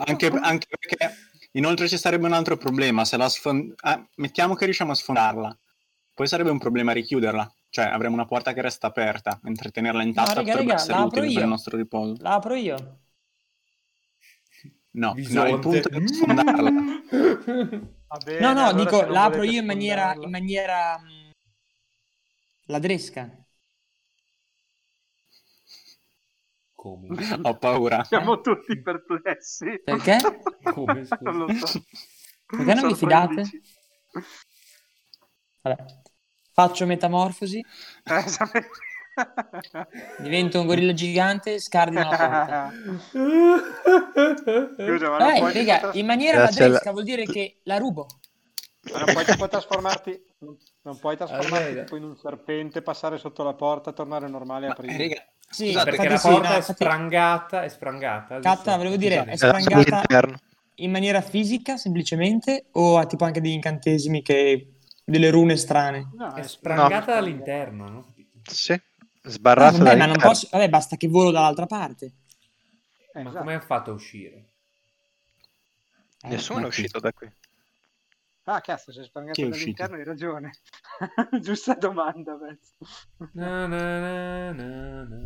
Speaker 2: anche, anche perché inoltre ci sarebbe un altro problema. Se la sfon- ah, mettiamo che riusciamo a sfondarla, poi sarebbe un problema richiuderla. Cioè, avremo una porta che resta aperta, mentre tenerla intatta
Speaker 3: raga,
Speaker 2: potrebbe
Speaker 3: raga,
Speaker 2: essere
Speaker 3: la
Speaker 2: utile
Speaker 3: apro
Speaker 2: per
Speaker 3: io.
Speaker 2: il nostro riposo.
Speaker 3: La apro io.
Speaker 2: No, no,
Speaker 4: Bisonte.
Speaker 2: il punto è sfondarla.
Speaker 5: Va
Speaker 3: No, no,
Speaker 5: bene, Eh, allora se
Speaker 3: dico,
Speaker 5: non
Speaker 3: la apro
Speaker 5: volete
Speaker 3: io in maniera,
Speaker 5: sfondarla.
Speaker 3: in maniera... mm, Ladresca.
Speaker 4: Come?
Speaker 2: Ho paura.
Speaker 5: Siamo tutti perplessi.
Speaker 3: Perché?
Speaker 4: Come, scusa?
Speaker 5: non lo so.
Speaker 2: Eh,
Speaker 3: Perché non vi fidate?
Speaker 5: Sorprendici.
Speaker 3: Vabbè. Faccio metamorfosi,
Speaker 5: Eh, sapete-
Speaker 3: divento un gorilla gigante, scardino la porta.
Speaker 5: Scusa, ma non
Speaker 3: Dai,
Speaker 5: puoi,
Speaker 3: Eh, raga, in maniera
Speaker 1: Grazie alla-
Speaker 3: ladresca vuol dire che la rubo.
Speaker 5: ma non puoi, non puoi trasformarti, non puoi trasformarti
Speaker 4: Allora.
Speaker 5: tipo in un serpente, passare sotto la porta, tornare normale e
Speaker 2: Ma,
Speaker 5: aprire.
Speaker 2: eh, raga,
Speaker 3: Sì,
Speaker 4: Ah,
Speaker 5: Esatto,
Speaker 2: Scusate,
Speaker 4: perché
Speaker 3: infatti
Speaker 4: la
Speaker 3: sì,
Speaker 4: porta
Speaker 3: no,
Speaker 4: è
Speaker 3: infatti-
Speaker 4: sprangata, è sprangata. giusto? Cioè,
Speaker 3: Catta, volevo dire, è
Speaker 1: Era
Speaker 3: sprangata
Speaker 1: all'interno.
Speaker 3: in maniera fisica semplicemente o ha tipo anche degli incantesimi che... delle rune strane?
Speaker 5: No,
Speaker 4: È
Speaker 1: sprangata
Speaker 4: sprangata dall'interno, no?
Speaker 1: Sì.
Speaker 3: Ah,
Speaker 1: Sbarrata
Speaker 3: vabbè, ma non
Speaker 1: dall'interno.
Speaker 3: posso... Vabbè, basta che volo dall'altra parte.
Speaker 5: Eh,
Speaker 4: Ma
Speaker 5: esatto.
Speaker 4: come ha fatto a uscire?
Speaker 3: Eh,
Speaker 1: Nessuno è
Speaker 2: ma-
Speaker 1: uscito da qui.
Speaker 5: Ah, cazzo, sei
Speaker 2: Chi
Speaker 5: spangato
Speaker 2: è uscito?
Speaker 5: dall'interno, hai ragione. Giusta domanda, penso.
Speaker 4: Na, na, na, na, na.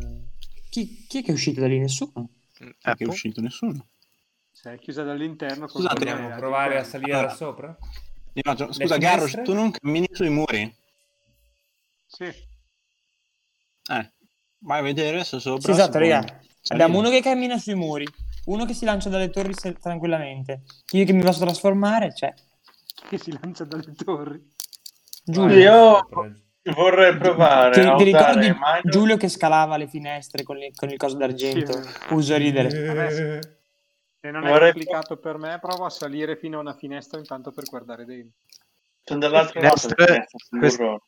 Speaker 3: Chi, chi è che è uscito da lì? Nessuno.
Speaker 2: è che è
Speaker 1: Appunto.
Speaker 2: uscito nessuno.
Speaker 5: Sei Cioè, chiusa dall'interno. con-
Speaker 2: Scusate,
Speaker 4: Vogliamo
Speaker 5: con-
Speaker 4: provare a salire da sopra?
Speaker 2: Io faccio-
Speaker 4: Le
Speaker 2: Scusa,
Speaker 4: finestre?
Speaker 2: Garrosh, tu non cammini sui muri?
Speaker 5: Sì.
Speaker 2: Eh, vai a vedere se sopra.
Speaker 3: Sì, esatto,
Speaker 2: si può
Speaker 3: raga.
Speaker 2: salire.
Speaker 3: Abbiamo uno che cammina sui muri, uno che si lancia dalle torri se- tranquillamente, io che mi posso trasformare, cioè,
Speaker 5: Che si lancia dalle torri.
Speaker 3: Giulio.
Speaker 4: Vai,
Speaker 7: Io-
Speaker 4: sopra, giù.
Speaker 7: Vorrei provare
Speaker 3: Ti,
Speaker 7: a
Speaker 3: ti
Speaker 7: usare
Speaker 3: ricordi
Speaker 7: Minor-
Speaker 3: Giulio che scalava le finestre con, le- con il coso d'argento?
Speaker 5: Sì.
Speaker 3: Uso a ridere.
Speaker 5: Adesso. Se non è
Speaker 7: Vorrei-
Speaker 5: complicato per me, provo a salire fino a una finestra intanto per guardare dentro.
Speaker 7: Sono dall'altra parte
Speaker 1: Finestre,
Speaker 7: della finestra, sul
Speaker 1: quest-
Speaker 7: burro.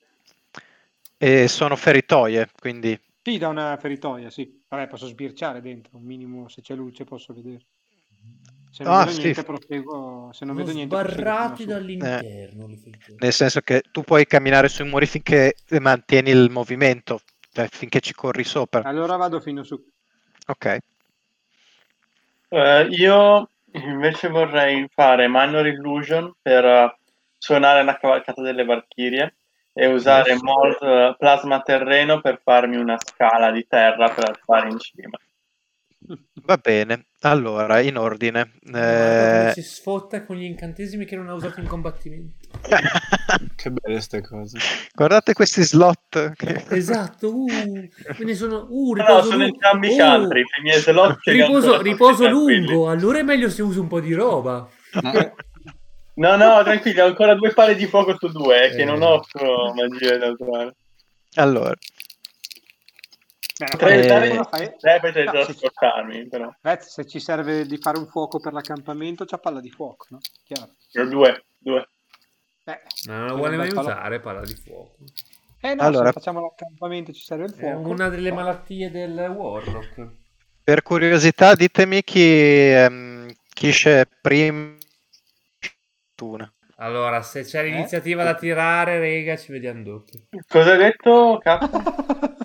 Speaker 1: E sono feritoie, quindi
Speaker 5: Sì, da una feritoia, sì. Vabbè, posso sbirciare dentro, un minimo, se c'è luce posso vedere. Se non
Speaker 1: Ah,
Speaker 5: vedo
Speaker 1: sì.
Speaker 5: niente, proseguo. Se
Speaker 4: Sono
Speaker 5: non vedo niente, proseguo fino a
Speaker 4: sbarrati
Speaker 5: su.
Speaker 4: dall'interno. li fai-
Speaker 1: nel senso che tu puoi camminare sui muri finché mantieni il movimento, cioè finché ci corri sopra.
Speaker 5: Allora vado fino su.
Speaker 1: Ok.
Speaker 7: Eh, io invece vorrei fare Minor Illusion per eh, suonare la cavalcata delle Valchirie e usare Mold eh, Plasma Terreno per farmi una scala di terra per arrivare in cima.
Speaker 1: Va bene. Allora, in ordine.
Speaker 4: Guarda come
Speaker 1: Eh,
Speaker 4: si sfotta con gli incantesimi che non ha usato in combattimento.
Speaker 2: Che belle queste cose.
Speaker 1: Eh, Guardate questi slot. che-
Speaker 4: Esatto, uh, me ne sono uh,
Speaker 7: No,
Speaker 4: riposo
Speaker 7: no, sono
Speaker 4: lungo.
Speaker 7: entrambi
Speaker 4: Uh,
Speaker 7: sciantri, i miei slot ce li ho
Speaker 4: Riposo,
Speaker 7: ancora
Speaker 4: riposo
Speaker 7: tutti tranquilli.
Speaker 4: lungo, allora è meglio se uso un po' di roba.
Speaker 2: Ma, eh,
Speaker 7: No, no, tranquilli, ho ancora due pale di fuoco su due, eh, che non
Speaker 4: Eh.
Speaker 7: offro magia da usare.
Speaker 1: Allora, Eh,
Speaker 7: Potrei usare
Speaker 5: cosa fai?
Speaker 7: Potrebbe
Speaker 5: No,
Speaker 7: Eh, già
Speaker 5: se-
Speaker 7: spostarmi, però.
Speaker 5: Beh, se ci serve di fare un fuoco per l'accampamento, c'ha palla di fuoco, no? Chiaro.
Speaker 7: Ne ho Due, due.
Speaker 5: Beh,
Speaker 4: Cioè,
Speaker 8: Ma non la
Speaker 5: Quindi
Speaker 8: vuole mai
Speaker 5: un bel palo-
Speaker 8: usare palla di fuoco.
Speaker 5: Eh no,
Speaker 1: Allora-
Speaker 5: se facciamo l'accampamento ci serve il
Speaker 4: È
Speaker 5: fuoco.
Speaker 4: Eh, una delle malattie del Warlock.
Speaker 1: Per curiosità, ditemi chi, ehm, chi c'è prima. Fortuna.
Speaker 4: Allora, se c'è l'iniziativa da tirare, rega, ci vediamo dopo.
Speaker 7: Cosa hai detto, K?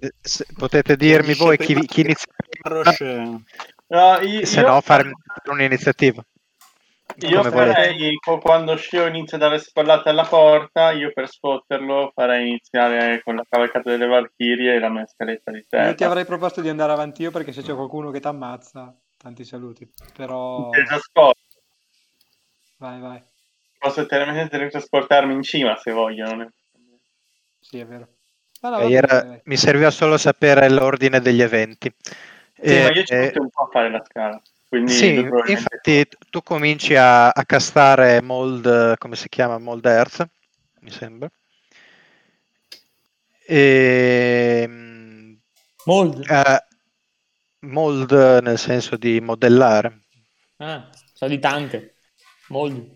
Speaker 1: Eh, se- Potete dirmi voi chi, chi inizia prima,
Speaker 2: Roche-
Speaker 7: No, io,
Speaker 1: se
Speaker 7: io-
Speaker 1: no farmi un'iniziativa.
Speaker 7: io
Speaker 1: come
Speaker 7: farei, co- quando Shio inizia a dare spallate alla porta, io per sfotterlo farei iniziare con la cavalcata delle Valchirie e la mia scaletta di terra.
Speaker 5: Io ti avrei proposto di andare avanti io perché se c'è qualcuno che ti ammazza, tanti saluti. Però
Speaker 7: teletrasporto.
Speaker 5: vai, vai.
Speaker 7: Posso tenermi- teletrasportarmi in cima se voglio. non è-
Speaker 5: Sì, è vero. No, no,
Speaker 1: Eh,
Speaker 5: va bene,
Speaker 1: era-
Speaker 5: vai, vai.
Speaker 1: mi serviva solo sapere l'ordine degli eventi.
Speaker 7: Sì, ma
Speaker 1: Eh,
Speaker 7: io ci
Speaker 1: eh,
Speaker 7: metto un po' a fare la scala. Quindi
Speaker 1: sì,
Speaker 7: probabilmente-
Speaker 1: infatti tu cominci a, a castare Mold, eh, come si chiama? Mold Earth, mi sembra. E,
Speaker 3: Mold.
Speaker 1: eh, Ehm, mold eh, nel senso di modellare.
Speaker 3: Ah, so di tante. Mold.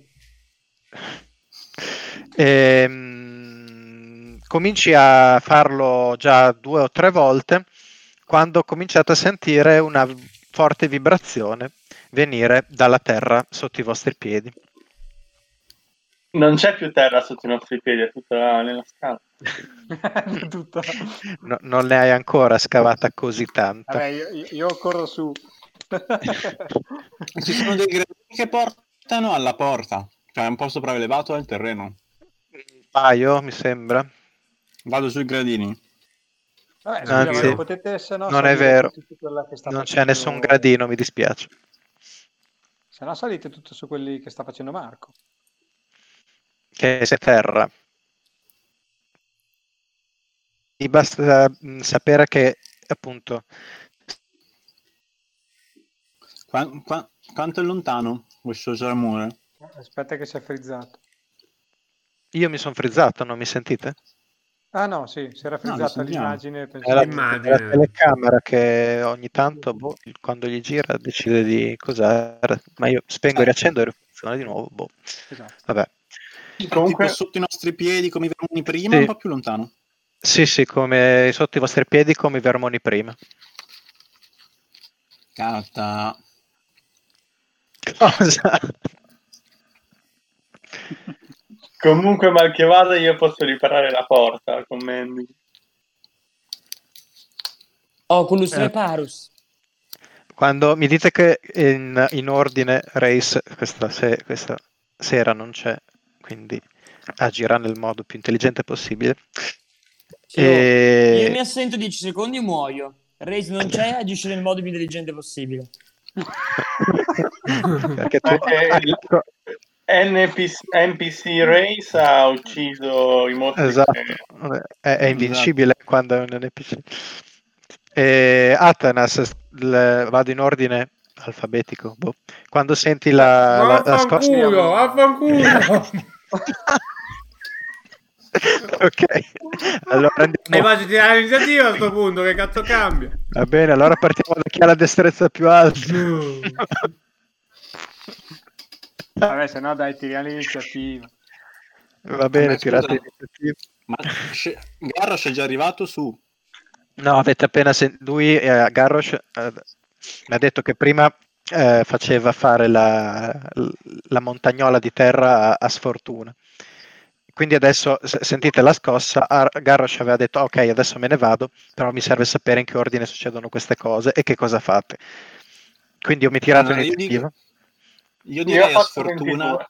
Speaker 1: Ehm, cominci a farlo già due o tre volte quando cominciate a sentire una forte vibrazione venire dalla terra sotto i vostri piedi.
Speaker 7: Non c'è più terra sotto i nostri piedi, è tutta nella scala.
Speaker 5: Tutto.
Speaker 1: No- non ne hai ancora scavata così tanta.
Speaker 5: Vabbè, io, io- io corro su.
Speaker 2: Ci sono dei gradini che portano alla porta, cioè è un po' sopraelevato al terreno.
Speaker 1: Un paio, mi sembra.
Speaker 2: Vado sui gradini.
Speaker 5: Vabbè, scusa,
Speaker 1: Anzi,
Speaker 5: ma potete, se no,
Speaker 1: non è
Speaker 5: salire
Speaker 1: vero.
Speaker 5: su tutti quella che sta
Speaker 1: Non c'è
Speaker 5: facendo-
Speaker 1: nessun gradino, mi dispiace.
Speaker 5: Se no salite tutto su quelli che sta facendo Marco.
Speaker 1: Che se terra. Ti basta mh, sapere che appunto
Speaker 2: Qua- qua- quanto è lontano questo amore?
Speaker 5: Aspetta che si è frizzato.
Speaker 1: io mi sono frizzato, non mi sentite?
Speaker 5: Ah no, sì, si era frizzata
Speaker 2: sentiamo.
Speaker 5: l'immagine.
Speaker 1: È
Speaker 5: pensavo-
Speaker 1: la,
Speaker 8: Immagine.
Speaker 1: è la telecamera che ogni tanto, boh, quando gli gira, decide di cos'era. Ma io spengo e
Speaker 3: Certo.
Speaker 1: riaccendo e funziona di nuovo. Boh.
Speaker 5: Esatto.
Speaker 1: Vabbè.
Speaker 7: Comunque-
Speaker 2: Tipo sotto i nostri piedi come i vermoni prima,
Speaker 1: Sì.
Speaker 2: un po' più lontano.
Speaker 1: Sì, sì, come sotto i vostri piedi, come i vermoni prima.
Speaker 2: Carta.
Speaker 1: Cosa?
Speaker 7: Comunque, mal che vada, io posso riparare la porta con Mandy.
Speaker 3: Oculus
Speaker 1: Eh.
Speaker 3: Reparus.
Speaker 1: Quando mi dite che in, in ordine race questa, se- questa sera non c'è, quindi agirà nel modo più intelligente possibile.
Speaker 3: Sì, oh.
Speaker 1: E-
Speaker 3: Io mi assento 10 secondi e muoio. Race non c'è, agisce nel modo più intelligente possibile.
Speaker 1: Perché tu...
Speaker 7: Ok.
Speaker 3: Eh,
Speaker 1: Ah, ecco,
Speaker 7: NPC, NPC Race ha ucciso i mostri.
Speaker 1: Esatto,
Speaker 7: che-
Speaker 1: è,
Speaker 2: Esatto.
Speaker 1: è invincibile quando è un NPC. E Atanas, l- vado in ordine alfabetico. boh. Quando senti la, la, la scossa-
Speaker 4: Vaffanculo, vaffanculo!
Speaker 1: ok, allora
Speaker 4: Mi
Speaker 1: andiamo.
Speaker 4: faccio tirare l'iniziativa a sto punto, che cazzo cambia?
Speaker 1: Va bene, allora partiamo da chi ha la destrezza più alta.
Speaker 4: No.
Speaker 5: Vabbè, se no dai, tiriamo l'iniziativa.
Speaker 1: Va bene,
Speaker 2: Vabbè,
Speaker 1: tirate
Speaker 2: scusa.
Speaker 1: l'iniziativa.
Speaker 2: Ma sce- Garrosh è già arrivato su.
Speaker 1: No, avete appena sentito. Lui, eh, Garrosh, eh, mi ha detto che prima eh, faceva fare la, la montagnola di terra a, a sfortuna. Quindi adesso se- sentite la scossa. Ar- Garrosh aveva detto: Ok, adesso me ne vado, però mi serve sapere in che ordine succedono queste cose e che cosa fate. Quindi io mi tirate
Speaker 2: Allora, io
Speaker 1: l'iniziativa.
Speaker 2: Io
Speaker 7: Io ho
Speaker 2: direi a
Speaker 7: fatto
Speaker 2: sfortuna.
Speaker 7: 22.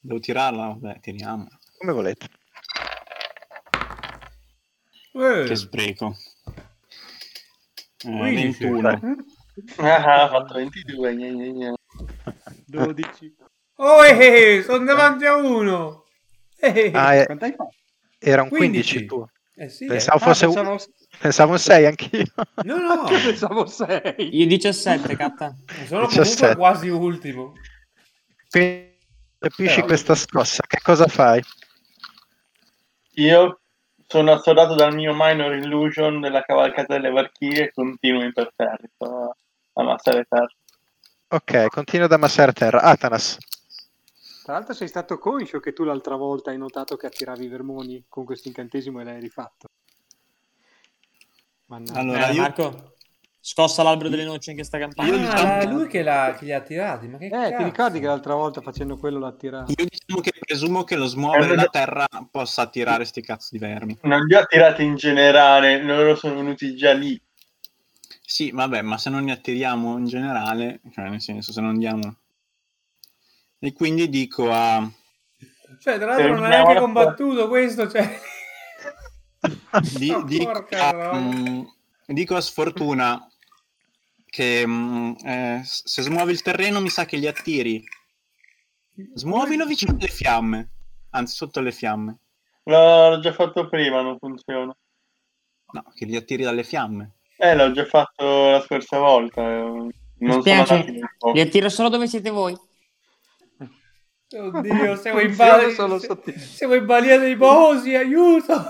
Speaker 2: Devo tirarla? Vabbè, tiriamola.
Speaker 1: Come volete.
Speaker 2: Che
Speaker 4: Eh,
Speaker 2: spreco. Eh,
Speaker 4: Quindici.
Speaker 2: 21.
Speaker 7: Ah, ho fatto 22. gne, gne, gne.
Speaker 5: 12.
Speaker 4: Oh, eh, eh, sono davanti a uno! Eh,
Speaker 1: Ah, eh,
Speaker 5: Quant'hai fatto?
Speaker 1: era un 15,
Speaker 4: 15.
Speaker 1: tu.
Speaker 4: eh sì, eh.
Speaker 1: Pensavo fosse
Speaker 5: ah,
Speaker 1: un-
Speaker 5: pensavo,
Speaker 1: pensavo un 6 anch'io.
Speaker 4: No, no,
Speaker 5: pensavo 6.
Speaker 3: Io 17, catta.
Speaker 4: sono
Speaker 1: 17.
Speaker 4: comunque quasi ultimo.
Speaker 1: Quindi
Speaker 2: Eh,
Speaker 1: capisci
Speaker 4: Però-
Speaker 1: questa scossa, che cosa fai?
Speaker 7: Io Sono assodato dal mio minor illusion della cavalcata delle Valchirie e continuo imperterrito a massare terra.
Speaker 1: Ok, continua ad ammassare terra. Atanas.
Speaker 5: Tra l'altro sei stato conscio che tu l'altra volta hai notato che attiravi i vermoni con questo incantesimo e l'hai rifatto. Mannaggia.
Speaker 2: Allora,
Speaker 3: Eh,
Speaker 2: io-
Speaker 3: Marco, scossa l'albero delle noci anche sta
Speaker 4: Ah,
Speaker 3: campagna.
Speaker 2: Io diciamo-
Speaker 4: è lui che, l'ha- che li ha tirati. Ma che
Speaker 5: Eh, ti
Speaker 4: cazzo?
Speaker 5: ricordi che l'altra volta facendo quello l'ha attirato?
Speaker 2: Io diciamo che presumo che lo smuovere
Speaker 7: Eh,
Speaker 2: la
Speaker 7: no.
Speaker 2: terra possa attirare sti cazzo di vermi.
Speaker 7: Non li ho tirati in generale, loro sono venuti già lì.
Speaker 2: Sì, vabbè, ma se non ne attiriamo in generale, cioè nel senso, se non andiamo... E quindi dico a...
Speaker 4: Cioè, tra l'altro, non ha
Speaker 7: Terminiamo
Speaker 4: neanche
Speaker 7: la-
Speaker 4: combattuto questo. Cioè...
Speaker 2: di-
Speaker 4: Oh,
Speaker 2: dico,
Speaker 4: porca
Speaker 2: a
Speaker 4: roba.
Speaker 2: mm, dico a sfortuna che mm, eh, s- se smuovi il terreno mi sa che li attiri. Smuovilo vicino alle fiamme, anzi sotto le fiamme.
Speaker 7: No, l'ho già fatto prima, non funziona.
Speaker 2: No, che li attiri dalle fiamme.
Speaker 7: Eh, l'ho già fatto la scorsa volta. eh, Non sono
Speaker 3: spiace,
Speaker 7: andati nel fuoco.
Speaker 3: Li attiro solo dove siete voi.
Speaker 4: Oddio, siamo in,
Speaker 5: Funziona
Speaker 4: balia,
Speaker 5: solo
Speaker 4: se-
Speaker 5: sotto-
Speaker 4: siamo in balia dei bosi, aiuto!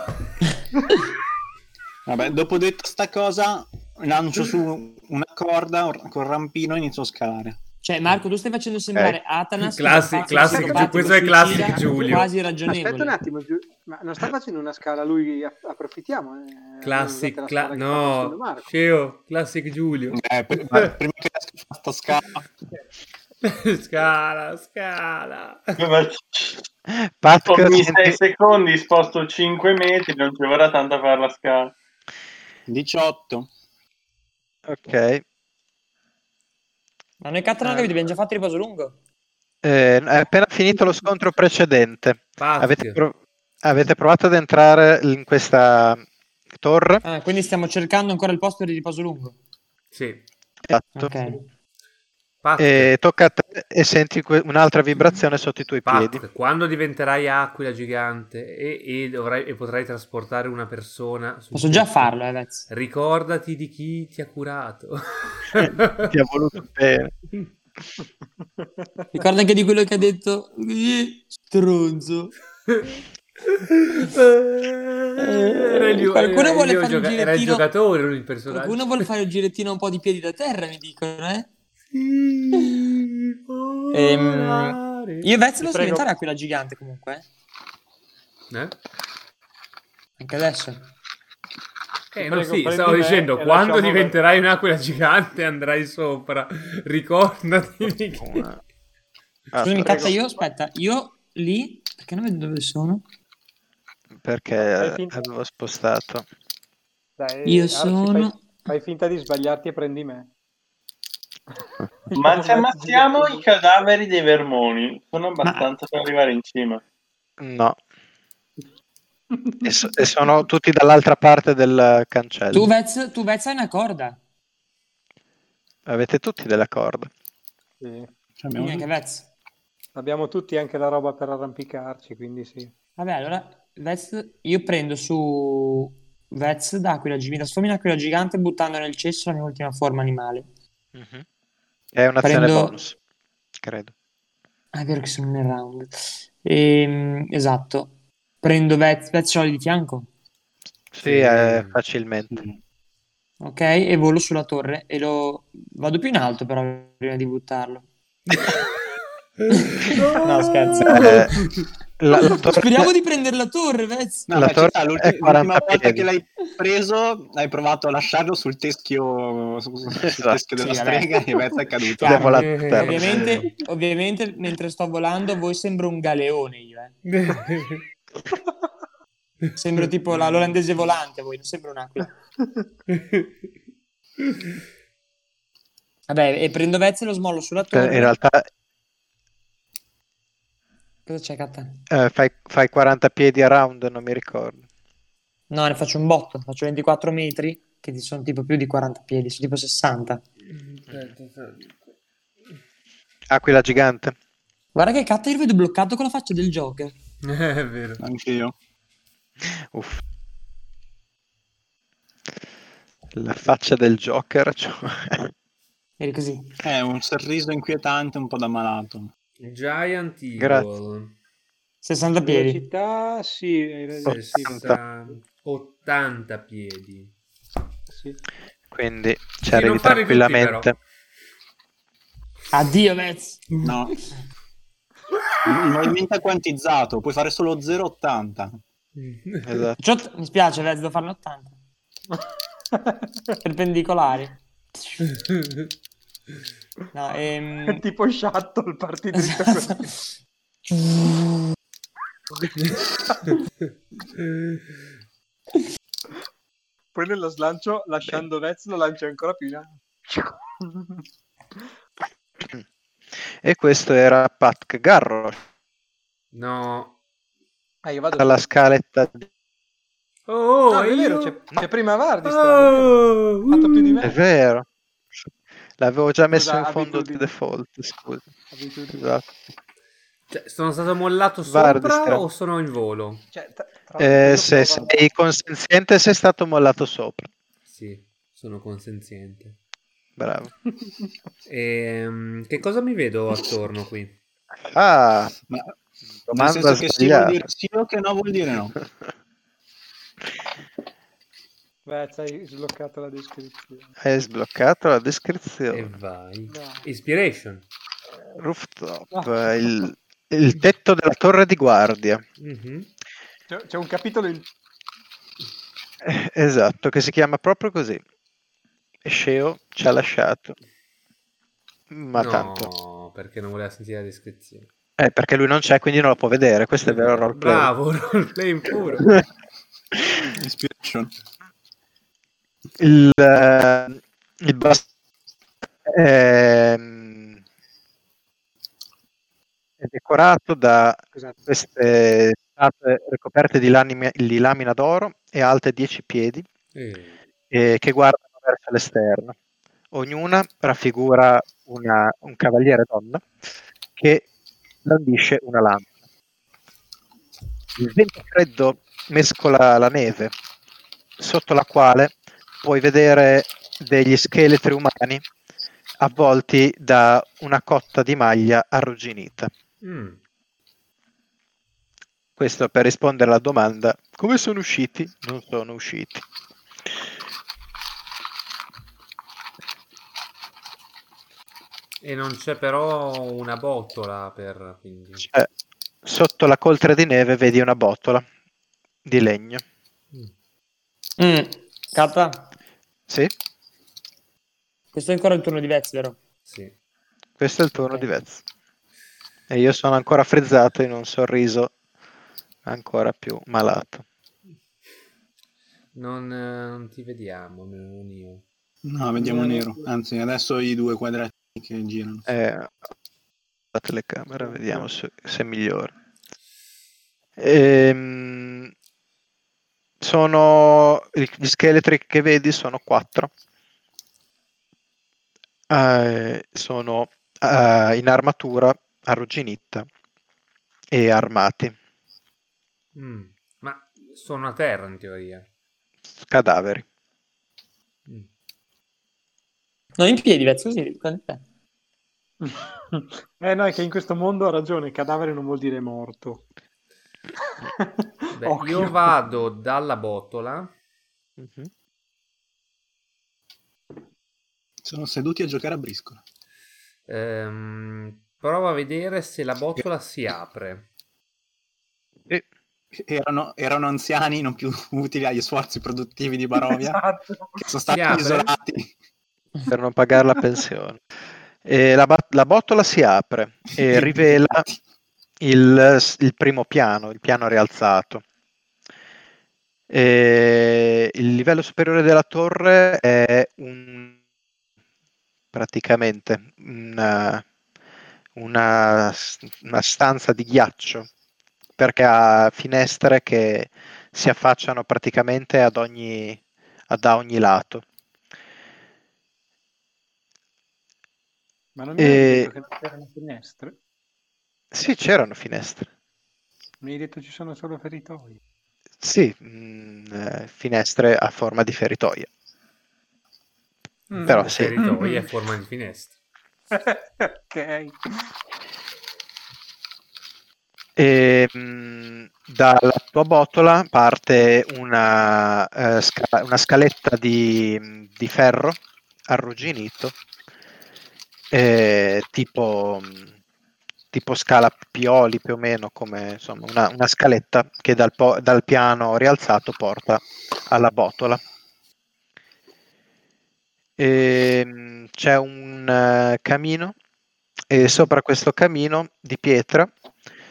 Speaker 2: Vabbè, dopo detto sta cosa, lancio su una corda or- col rampino e inizio a scalare.
Speaker 3: Cioè, Marco, tu stai facendo sembrare Atanas
Speaker 4: Classi-
Speaker 3: che fa-
Speaker 4: Eh, classico,
Speaker 3: che fa-
Speaker 5: Giu- questo
Speaker 3: che
Speaker 4: è classico,
Speaker 3: suicida,
Speaker 4: Giulio.
Speaker 3: Quasi
Speaker 5: Aspetta un
Speaker 3: ragionevole.
Speaker 5: attimo, Giu- ma non sta facendo una scala, lui app- approfittiamo. eh,
Speaker 4: Classic,
Speaker 5: usate la
Speaker 4: cla-
Speaker 5: scala che sta
Speaker 4: no,
Speaker 5: facendo Marco.
Speaker 4: Sceo, classic Giulio.
Speaker 2: Eh, pr- pr- prima che esca fa sta scala,
Speaker 4: scala, scala.
Speaker 7: Ma
Speaker 1: Patker
Speaker 7: ogni 6
Speaker 1: senti-
Speaker 7: secondi sposto 5 metri, non ci vorrà tanto a fare la scala.
Speaker 2: 18.
Speaker 1: Ok.
Speaker 3: Ma noi Catanaga vi abbiamo già fatto il riposo lungo.
Speaker 1: Eh, è appena finito lo scontro precedente.
Speaker 4: Pazzo.
Speaker 1: Avete, prov- avete provato ad entrare in questa torre?
Speaker 3: Ah, quindi stiamo cercando ancora il posto di riposo lungo.
Speaker 4: Sì.
Speaker 1: Esatto.
Speaker 3: Ok.
Speaker 4: Pazzo.
Speaker 1: E tocca a te e senti que- un'altra vibrazione sotto i tuoi
Speaker 4: Pat,
Speaker 1: piedi.
Speaker 4: quando diventerai aquila gigante e, e dovrai, e potrai trasportare una persona, su-
Speaker 3: Posso già farlo, eh, Vez.
Speaker 4: Ricordati di chi ti ha curato.
Speaker 1: Eh, Ti ha voluto bene.
Speaker 3: Ricorda anche di quello che ha detto. "Eh, Stronzo.
Speaker 4: Eh, Era il-
Speaker 3: Qualcuno
Speaker 4: era
Speaker 3: vuole
Speaker 4: il
Speaker 3: fare un
Speaker 4: gioca- era il
Speaker 3: girettino?
Speaker 4: giocatore, non il personaggio.
Speaker 3: Qualcuno vuole fare il girettino un po' di piedi da terra, mi dicono, eh?
Speaker 4: Sì, volare.
Speaker 3: Ehm, Io Vez lo so
Speaker 5: prego.
Speaker 3: diventare aquila gigante comunque, eh?
Speaker 4: Eh?
Speaker 3: Anche adesso.
Speaker 4: Eh,
Speaker 5: Ti
Speaker 4: no,
Speaker 5: prego,
Speaker 4: sì,
Speaker 5: prendi
Speaker 4: stavo
Speaker 5: me
Speaker 4: dicendo,
Speaker 5: e
Speaker 4: quando
Speaker 5: lasciamo
Speaker 4: diventerai un'aquila gigante andrai sopra. Ricordati di chi...
Speaker 1: Ah, prego.
Speaker 3: Scusami, cazzo, io aspetta, io lì perché non vedo dove sono?
Speaker 1: Perché
Speaker 5: Hai
Speaker 1: eh,
Speaker 5: finito?
Speaker 1: avevo spostato.
Speaker 5: Dai,
Speaker 3: Io
Speaker 5: Arci,
Speaker 3: sono-
Speaker 5: Fai, fai finta di sbagliarti e prendi me.
Speaker 7: Ma se ammazziamo i cadaveri dei vermoni, sono abbastanza per arrivare in cima.
Speaker 1: No. E, so- e sono tutti dall'altra parte del cancello.
Speaker 3: Tu Vez, tu Vez hai una corda.
Speaker 1: Avete tutti delle corde.
Speaker 5: Sì.
Speaker 3: Quindi anche Vez.
Speaker 5: Abbiamo tutti anche la roba per arrampicarci, quindi sì.
Speaker 3: Vabbè, allora Vez io prendo su Vez d'aquila gi- mi trasformo in aquila gigante buttando nel cesso la mia ultima forma animale.
Speaker 4: Mhm.
Speaker 1: È un'azione
Speaker 3: Prendo-
Speaker 1: bonus, credo.
Speaker 3: Ah, è vero che sono nel round. Ehm, esatto. Prendo Vez, Vez ce l'ho lì di fianco.
Speaker 1: Sì,
Speaker 4: Sì.
Speaker 1: eh, facilmente.
Speaker 3: Ok, e volo sulla torre e lo vado più in alto però prima di buttarlo. No, scherzo.
Speaker 1: Eh, la, la torre-
Speaker 3: Speriamo di prendere la torre, Vez.
Speaker 2: No,
Speaker 1: La
Speaker 2: ma ci
Speaker 1: torre
Speaker 2: sta,
Speaker 1: è
Speaker 2: l'ulti-
Speaker 1: 40
Speaker 2: l'ultima volta
Speaker 1: piedi.
Speaker 2: che l'hai preso, hai provato a lasciarlo sul teschio, su- sul
Speaker 1: Esatto.
Speaker 2: teschio della
Speaker 3: Sì, vabbè.
Speaker 2: strega e Beth è caduto.
Speaker 1: Ed è volato
Speaker 4: Eh,
Speaker 1: a terra.
Speaker 3: Ovviamente, ovviamente, mentre sto volando, a voi sembro un galeone io, eh. Sembro tipo la l'olandese volante a voi, non sembro un'acqua. Vabbè, e prendo Vez e lo smollo sulla
Speaker 1: Eh,
Speaker 3: torre.
Speaker 1: In realtà
Speaker 3: Cosa c'è, Catta?
Speaker 1: eh, fai, fai 40 piedi a round, non mi ricordo.
Speaker 3: No, ne faccio un botto, faccio 24 metri, che ti sono tipo più di 40 piedi, sono tipo 60.
Speaker 1: Aquila gigante.
Speaker 3: Guarda che Catta io lo vedo bloccato con la faccia del Joker.
Speaker 4: Eh, È vero.
Speaker 2: Anche io.
Speaker 1: Uff. La faccia del Joker. cioè.
Speaker 3: Vedi così.
Speaker 2: Eh, È un sorriso inquietante, un po' da malato.
Speaker 4: Giant Eagle.
Speaker 1: Grazie.
Speaker 3: 60 piedi.
Speaker 5: Velocità, sì, hai ragione, sì,
Speaker 4: 60, 80 piedi.
Speaker 5: sì.
Speaker 1: Quindi ci
Speaker 4: non
Speaker 1: arrivi
Speaker 4: farli tutti,
Speaker 1: tranquillamente.
Speaker 3: Addio, Vez.
Speaker 2: No. Il movimento è quantizzato, puoi fare solo 0,80.
Speaker 1: Esatto.
Speaker 3: Ciot- Mi spiace, Vez, devo farne 80. Perpendicolari. No, ehm...
Speaker 5: tipo shuttle parti dritto
Speaker 3: esatto.
Speaker 5: poi nello slancio lasciando Vez lo lancia ancora più in alto
Speaker 1: E questo era Pat Garro
Speaker 4: No.
Speaker 5: ah io vado
Speaker 1: dalla scaletta. di-
Speaker 4: Oh, oh,
Speaker 5: no, è
Speaker 4: e io?
Speaker 5: vero
Speaker 4: Ah.
Speaker 5: c'è, c'è prima Vardi strano,
Speaker 4: Oh,
Speaker 5: ha fatto più di me
Speaker 1: È vero. L'avevo già messo
Speaker 5: Scusa,
Speaker 1: in fondo di
Speaker 5: abitudini.
Speaker 1: default, scusa.
Speaker 5: Abitudini.
Speaker 1: Esatto.
Speaker 4: Cioè, sono stato mollato
Speaker 1: Guarda,
Speaker 4: sopra
Speaker 1: stra-
Speaker 4: o sono in volo?
Speaker 5: Cioè, tra- tra-
Speaker 1: Eh,
Speaker 5: io
Speaker 1: se
Speaker 5: provo-
Speaker 1: sei consenziente sei stato mollato sopra.
Speaker 4: Sì, sono consenziente.
Speaker 1: Bravo.
Speaker 4: Ehm, che cosa mi vedo attorno qui?
Speaker 1: Ah,
Speaker 2: Ma nel
Speaker 1: domanda
Speaker 2: senso che sì vuol
Speaker 1: sbagliata.
Speaker 2: dire sì o che no vuol dire no.
Speaker 5: Beh, ci hai sbloccato la descrizione.
Speaker 1: Hai sbloccato la
Speaker 4: E
Speaker 1: descrizione.
Speaker 4: vai.
Speaker 5: No.
Speaker 4: Ispiration.
Speaker 1: Rooftop, eh,
Speaker 5: Ah.
Speaker 1: il, il tetto della torre di guardia.
Speaker 4: Mhm.
Speaker 5: C'è, c'è un capitolo in...
Speaker 1: Eh, Esatto, che si chiama proprio così. E Sceo ci ha lasciato. Ma
Speaker 4: no,
Speaker 1: tanto.
Speaker 4: perché non voleva sentire la descrizione.
Speaker 1: Eh, perché lui non c'è, quindi non lo può vedere. Questo è vero roleplay.
Speaker 4: Bravo, roleplay in puro.
Speaker 2: Inspiration.
Speaker 1: il, eh, il bas- ehm, è decorato da
Speaker 5: Scusate.
Speaker 1: queste statue ricoperte di, lanime- di lamina d'oro e alte 10 piedi
Speaker 4: Eh,
Speaker 1: eh, che guardano verso l'esterno. Ognuna raffigura una- un cavaliere donna che brandisce una lancia. Il vento freddo mescola la neve, sotto la quale puoi vedere degli scheletri umani avvolti da una cotta di maglia arrugginita.
Speaker 4: mm.
Speaker 1: Questo per rispondere alla domanda: come sono usciti? Non sono usciti.
Speaker 4: E non c'è però una botola per... Quindi.
Speaker 1: Cioè, sotto la coltre di neve vedi una botola di legno.
Speaker 3: Mm. Cata,
Speaker 1: Sì,
Speaker 3: questo è ancora il turno di Vez, vero?
Speaker 4: Sì.
Speaker 1: questo è il turno
Speaker 3: Ok.
Speaker 1: di Vez. E io sono ancora frizzato in un sorriso ancora più malato.
Speaker 4: Non, eh, non ti vediamo, almeno non io.
Speaker 2: No, vediamo
Speaker 5: Eh.
Speaker 2: nero. Anzi, adesso i due quadrati che girano.
Speaker 1: Eh, la telecamera, vediamo se, se migliora. Ehm, sono gli scheletri che vedi sono quattro. Eh, sono eh, in armatura arrugginita e armati,
Speaker 4: Mm. Ma sono a terra in teoria.
Speaker 1: cadaveri.
Speaker 4: Mm.
Speaker 3: No, in piedi, Vez, così. ricordi te.
Speaker 5: eh no, è che in questo mondo ha ragione, cadavere non vuol dire morto.
Speaker 4: Beh,
Speaker 5: Occhio.
Speaker 4: io vado dalla botola.
Speaker 2: Sono seduti a giocare a briscola.
Speaker 4: Ehm, provo a vedere se la botola si apre.
Speaker 1: Sì.
Speaker 2: Erano, erano anziani non più utili agli sforzi produttivi di Barovia,
Speaker 5: Esatto.
Speaker 2: che sono stati
Speaker 4: Si apre?
Speaker 2: isolati.
Speaker 1: per non pagare la pensione. E la, bat- la botola si apre e rivela il, il primo piano, il piano rialzato. E il livello superiore della torre è un, praticamente una, una s- una stanza di ghiaccio perché ha finestre che si affacciano praticamente ad ogni, ad a ogni lato.
Speaker 5: Ma non mi
Speaker 1: Eh.
Speaker 5: hai detto che non c'erano finestre?
Speaker 1: Sì, c'erano finestre.
Speaker 5: Mi hai detto ci sono solo feritoie.
Speaker 1: Sì, mm, eh, finestre a forma di feritoia.
Speaker 5: Mm. Ah,
Speaker 1: Però sì.
Speaker 4: Territorio a forma di finestra.
Speaker 5: ok.
Speaker 1: E, mm, dalla tua botola parte una, eh, sca- una scaletta di, di ferro arrugginito, eh, tipo, mm, tipo scala pioli più o meno, come insomma, una, una scaletta che dal, po- dal piano rialzato porta alla botola. E, mm, c'è un eh, camino e sopra questo camino di pietra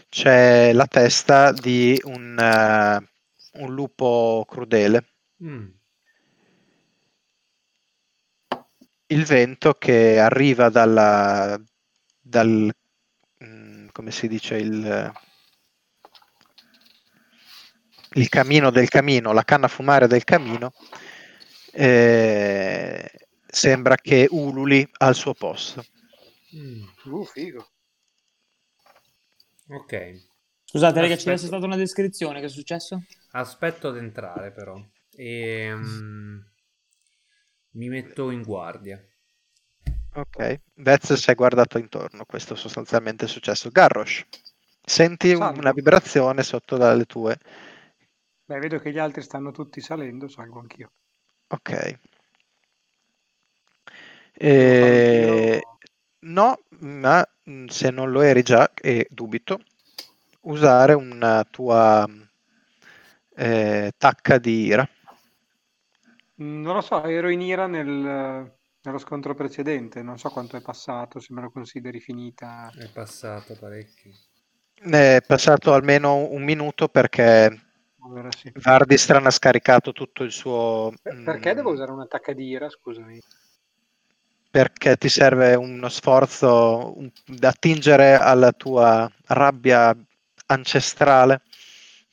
Speaker 1: c'è la testa di un, eh, un lupo crudele.
Speaker 8: Mm.
Speaker 1: Il vento che arriva dalla, dal, mm, come si dice, il, il camino del camino, la canna fumare del camino, eh, sembra che ululi al suo posto.
Speaker 8: Mm.
Speaker 5: Uh, figo.
Speaker 8: Ok.
Speaker 3: Scusate, raga,
Speaker 8: Aspetta.
Speaker 3: ci deve essere stata una descrizione. Che è successo?
Speaker 8: Aspetto ad entrare, però. E, mm,
Speaker 4: Ehm,
Speaker 8: mi metto in guardia.
Speaker 1: Ok, Vez si è guardato intorno, questo sostanzialmente è successo. Garrosh, senti un-
Speaker 5: Salgo.
Speaker 1: una vibrazione sotto dalle tue.
Speaker 5: Beh, vedo che gli altri stanno tutti salendo, salgo anch'io.
Speaker 1: Ok. E- Eh, No, ma mh, se non lo eri già, e dubito, usare una tua mh, eh, tacca di ira.
Speaker 5: Mm, Non lo so, ero in ira nel- nello scontro precedente, non so quanto è passato, se me lo consideri finita.
Speaker 8: È passato parecchio.
Speaker 1: È passato almeno un minuto perché
Speaker 5: Allora sì.
Speaker 1: Vardistran ha scaricato tutto il suo... mm,
Speaker 5: Per- Perché
Speaker 1: mh,
Speaker 5: devo usare un'attacca di ira, scusami?
Speaker 1: perché ti serve uno sforzo un- da attingere alla tua rabbia ancestrale,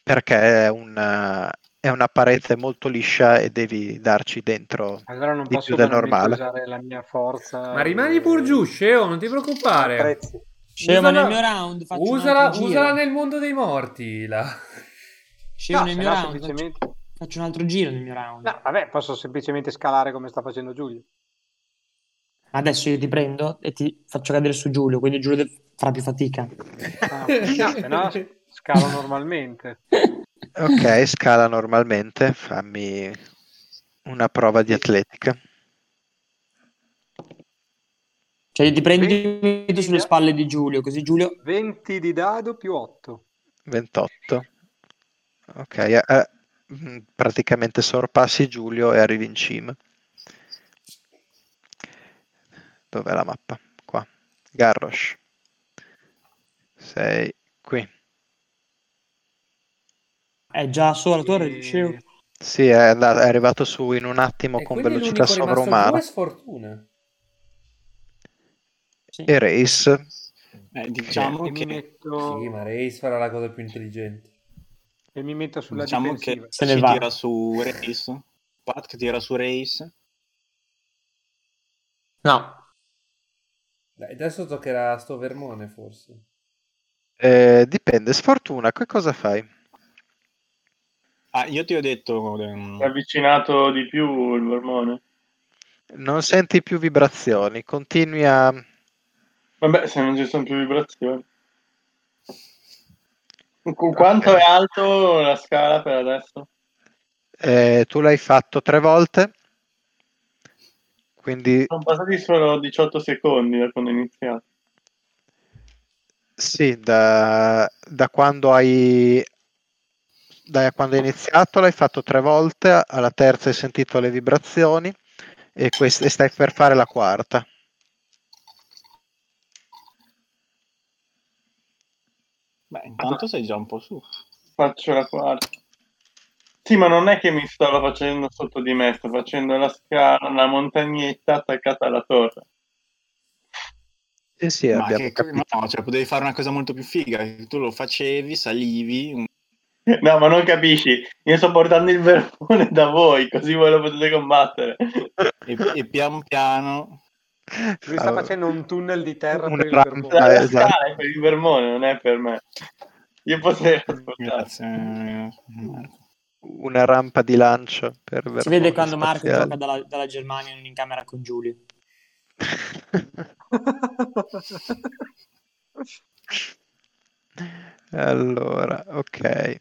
Speaker 1: perché è una, è una parete molto liscia e devi darci dentro.
Speaker 5: Allora non
Speaker 1: Di
Speaker 5: posso
Speaker 1: più del
Speaker 5: banalmente
Speaker 1: normale.
Speaker 5: usare la mia forza.
Speaker 8: Ma rimani pur giù, Sceo, non ti preoccupare.
Speaker 5: Prezzi.
Speaker 3: Scemo
Speaker 8: Usala-
Speaker 3: nel mio round. Faccio un
Speaker 8: Usala,
Speaker 3: altro
Speaker 8: usala
Speaker 3: giro.
Speaker 8: nel mondo dei morti. La...
Speaker 3: Scemo
Speaker 5: No,
Speaker 3: nel
Speaker 5: se
Speaker 3: mio
Speaker 5: no,
Speaker 3: round. Faccio,
Speaker 5: semplicemente...
Speaker 3: faccio un altro giro nel mio round.
Speaker 5: No, vabbè, posso semplicemente scalare come sta facendo Giulio.
Speaker 3: Adesso io ti prendo e ti faccio cadere su Giulio. Quindi Giulio de- farà più fatica.
Speaker 5: Ah, no, se no scalo normalmente.
Speaker 1: Ok, scala normalmente, fammi una prova di atletica.
Speaker 3: Cioè, io ti prendo e ti
Speaker 5: Venti
Speaker 3: metto sulle
Speaker 5: di-
Speaker 3: spalle di Giulio. Così Giulio.
Speaker 5: 20 di dado più 8.
Speaker 1: 28. Ok, eh, eh, mh, praticamente sorpassi Giulio e arrivi in cima. Dov'è la mappa? Qua. Garrosh. Sei qui.
Speaker 3: È già sopra la torre di Scemo.
Speaker 1: Sì, è, andato- è arrivato su in un attimo
Speaker 8: E
Speaker 1: con
Speaker 8: quindi
Speaker 1: velocità
Speaker 8: l'unico rimasto giù
Speaker 1: sovraumana.
Speaker 8: è sfortuna.
Speaker 3: Sì.
Speaker 1: E Race.
Speaker 2: Eh, diciamo
Speaker 5: E, mi
Speaker 2: che,
Speaker 5: metto,
Speaker 8: Sì, ma Reis farà la cosa più intelligente.
Speaker 5: e mi metto sulla
Speaker 2: diciamo che
Speaker 5: difensiva.
Speaker 3: Se ne
Speaker 2: si
Speaker 3: va.
Speaker 2: tira su Race. Quad che tira su Race.
Speaker 3: No,
Speaker 8: Dai, adesso toccherà a sto vermone, forse.
Speaker 1: Eh, dipende. Sfortuna, che cosa fai?
Speaker 2: Ah, io ti ho detto... ehm,
Speaker 7: Si è avvicinato di più il vermone.
Speaker 1: Non senti più vibrazioni. Continui a...
Speaker 7: Vabbè, se non ci sono più vibrazioni. Qu- Quanto è alto la scala per adesso?
Speaker 1: eh, tu l'hai fatto tre volte. Quindi
Speaker 7: Sono passati solo 18 secondi da quando è iniziato.
Speaker 1: Sì, da, da quando hai da quando hai iniziato l'hai fatto tre volte, alla terza hai sentito le vibrazioni e, quest- e stai per fare la quarta.
Speaker 2: Beh, intanto sei già un po' su.
Speaker 7: Faccio la quarta. Sì, ma non è che mi stava facendo sotto di me, sto facendo la scala, la montagnetta attaccata alla torre.
Speaker 1: Sì, sì,
Speaker 2: Ma
Speaker 1: abbiamo
Speaker 2: che-
Speaker 1: capito.
Speaker 2: no, cioè potevi fare una cosa molto più figa. che Tu lo facevi, salivi.
Speaker 7: No, ma non capisci, io sto portando il vermone da voi, così voi lo potete combattere.
Speaker 2: E, e pian piano...
Speaker 5: Lui sta
Speaker 1: Ah,
Speaker 5: facendo un tunnel di terra
Speaker 1: Una
Speaker 5: per il
Speaker 1: rampa.
Speaker 5: vermone.
Speaker 1: Ah,
Speaker 7: La
Speaker 1: esatto.
Speaker 7: scala è per il vermone, non è per me. Io potrei trasportare.
Speaker 2: Grazie. eh, Marco.
Speaker 1: Una rampa di lancio per
Speaker 3: si vede
Speaker 1: vermoni
Speaker 3: quando Marco
Speaker 1: spaziali.
Speaker 3: gioca dalla, dalla Germania in camera con Giulio.
Speaker 1: Allora, ok.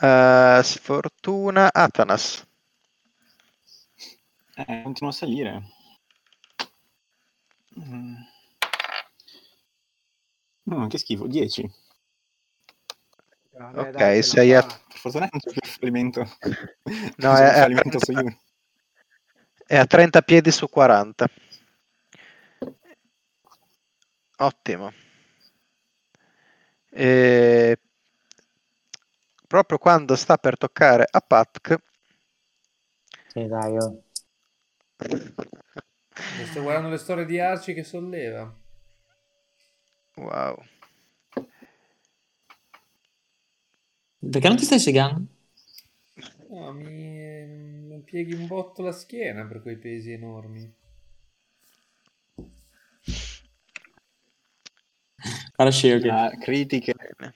Speaker 1: Eh, sfortuna Atanas.
Speaker 2: Eh, continua a salire. Mm. Mm, che schifo, 10.
Speaker 5: Vabbè,
Speaker 1: Ok,
Speaker 5: Eh, dai, che
Speaker 1: sei
Speaker 5: non
Speaker 1: a-
Speaker 5: fa.
Speaker 2: Per fortuna non c'è più fallimento.
Speaker 1: No, eh, è-
Speaker 2: C'è un
Speaker 1: è-
Speaker 2: fallimento su Juve.
Speaker 1: È a 30 piedi su 40. Ottimo. E proprio quando sta per toccare a Patk,
Speaker 3: Sì, dai, oh.
Speaker 4: Sto guardando le storie di Arci che solleva.
Speaker 1: wow.
Speaker 3: Perché non ti stai segando?
Speaker 4: No, mi ehm, pieghi un botto la schiena per quei pesi enormi.
Speaker 3: Guarda Shiro che...
Speaker 2: Ah, critiche.
Speaker 1: Bene.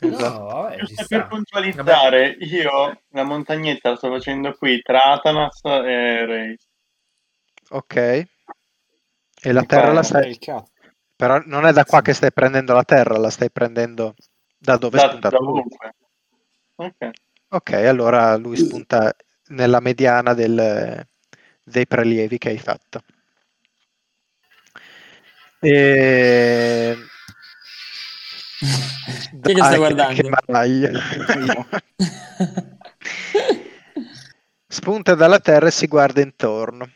Speaker 4: No,
Speaker 1: Esatto.
Speaker 4: vabbè, Eh, ci
Speaker 7: per
Speaker 4: sta.
Speaker 7: puntualizzare, io la montagnetta la sto facendo qui tra Atanas e Reis.
Speaker 1: Ok. E la
Speaker 7: Di
Speaker 1: terra
Speaker 7: qua,
Speaker 1: la
Speaker 7: no?
Speaker 1: stai...
Speaker 2: Il cazzo.
Speaker 1: Però non è da qua che stai prendendo la terra, la stai prendendo da dove
Speaker 7: Da,
Speaker 1: spunta
Speaker 7: da
Speaker 1: tu.
Speaker 7: ovunque. Ok.
Speaker 1: Ok, allora lui spunta nella mediana del- dei prelievi che hai fatto. E...
Speaker 3: Chi è che
Speaker 1: Dai,
Speaker 3: sta guardando?
Speaker 1: Ah, Che baraglia.
Speaker 2: Io.
Speaker 1: Spunta dalla terra e si guarda intorno.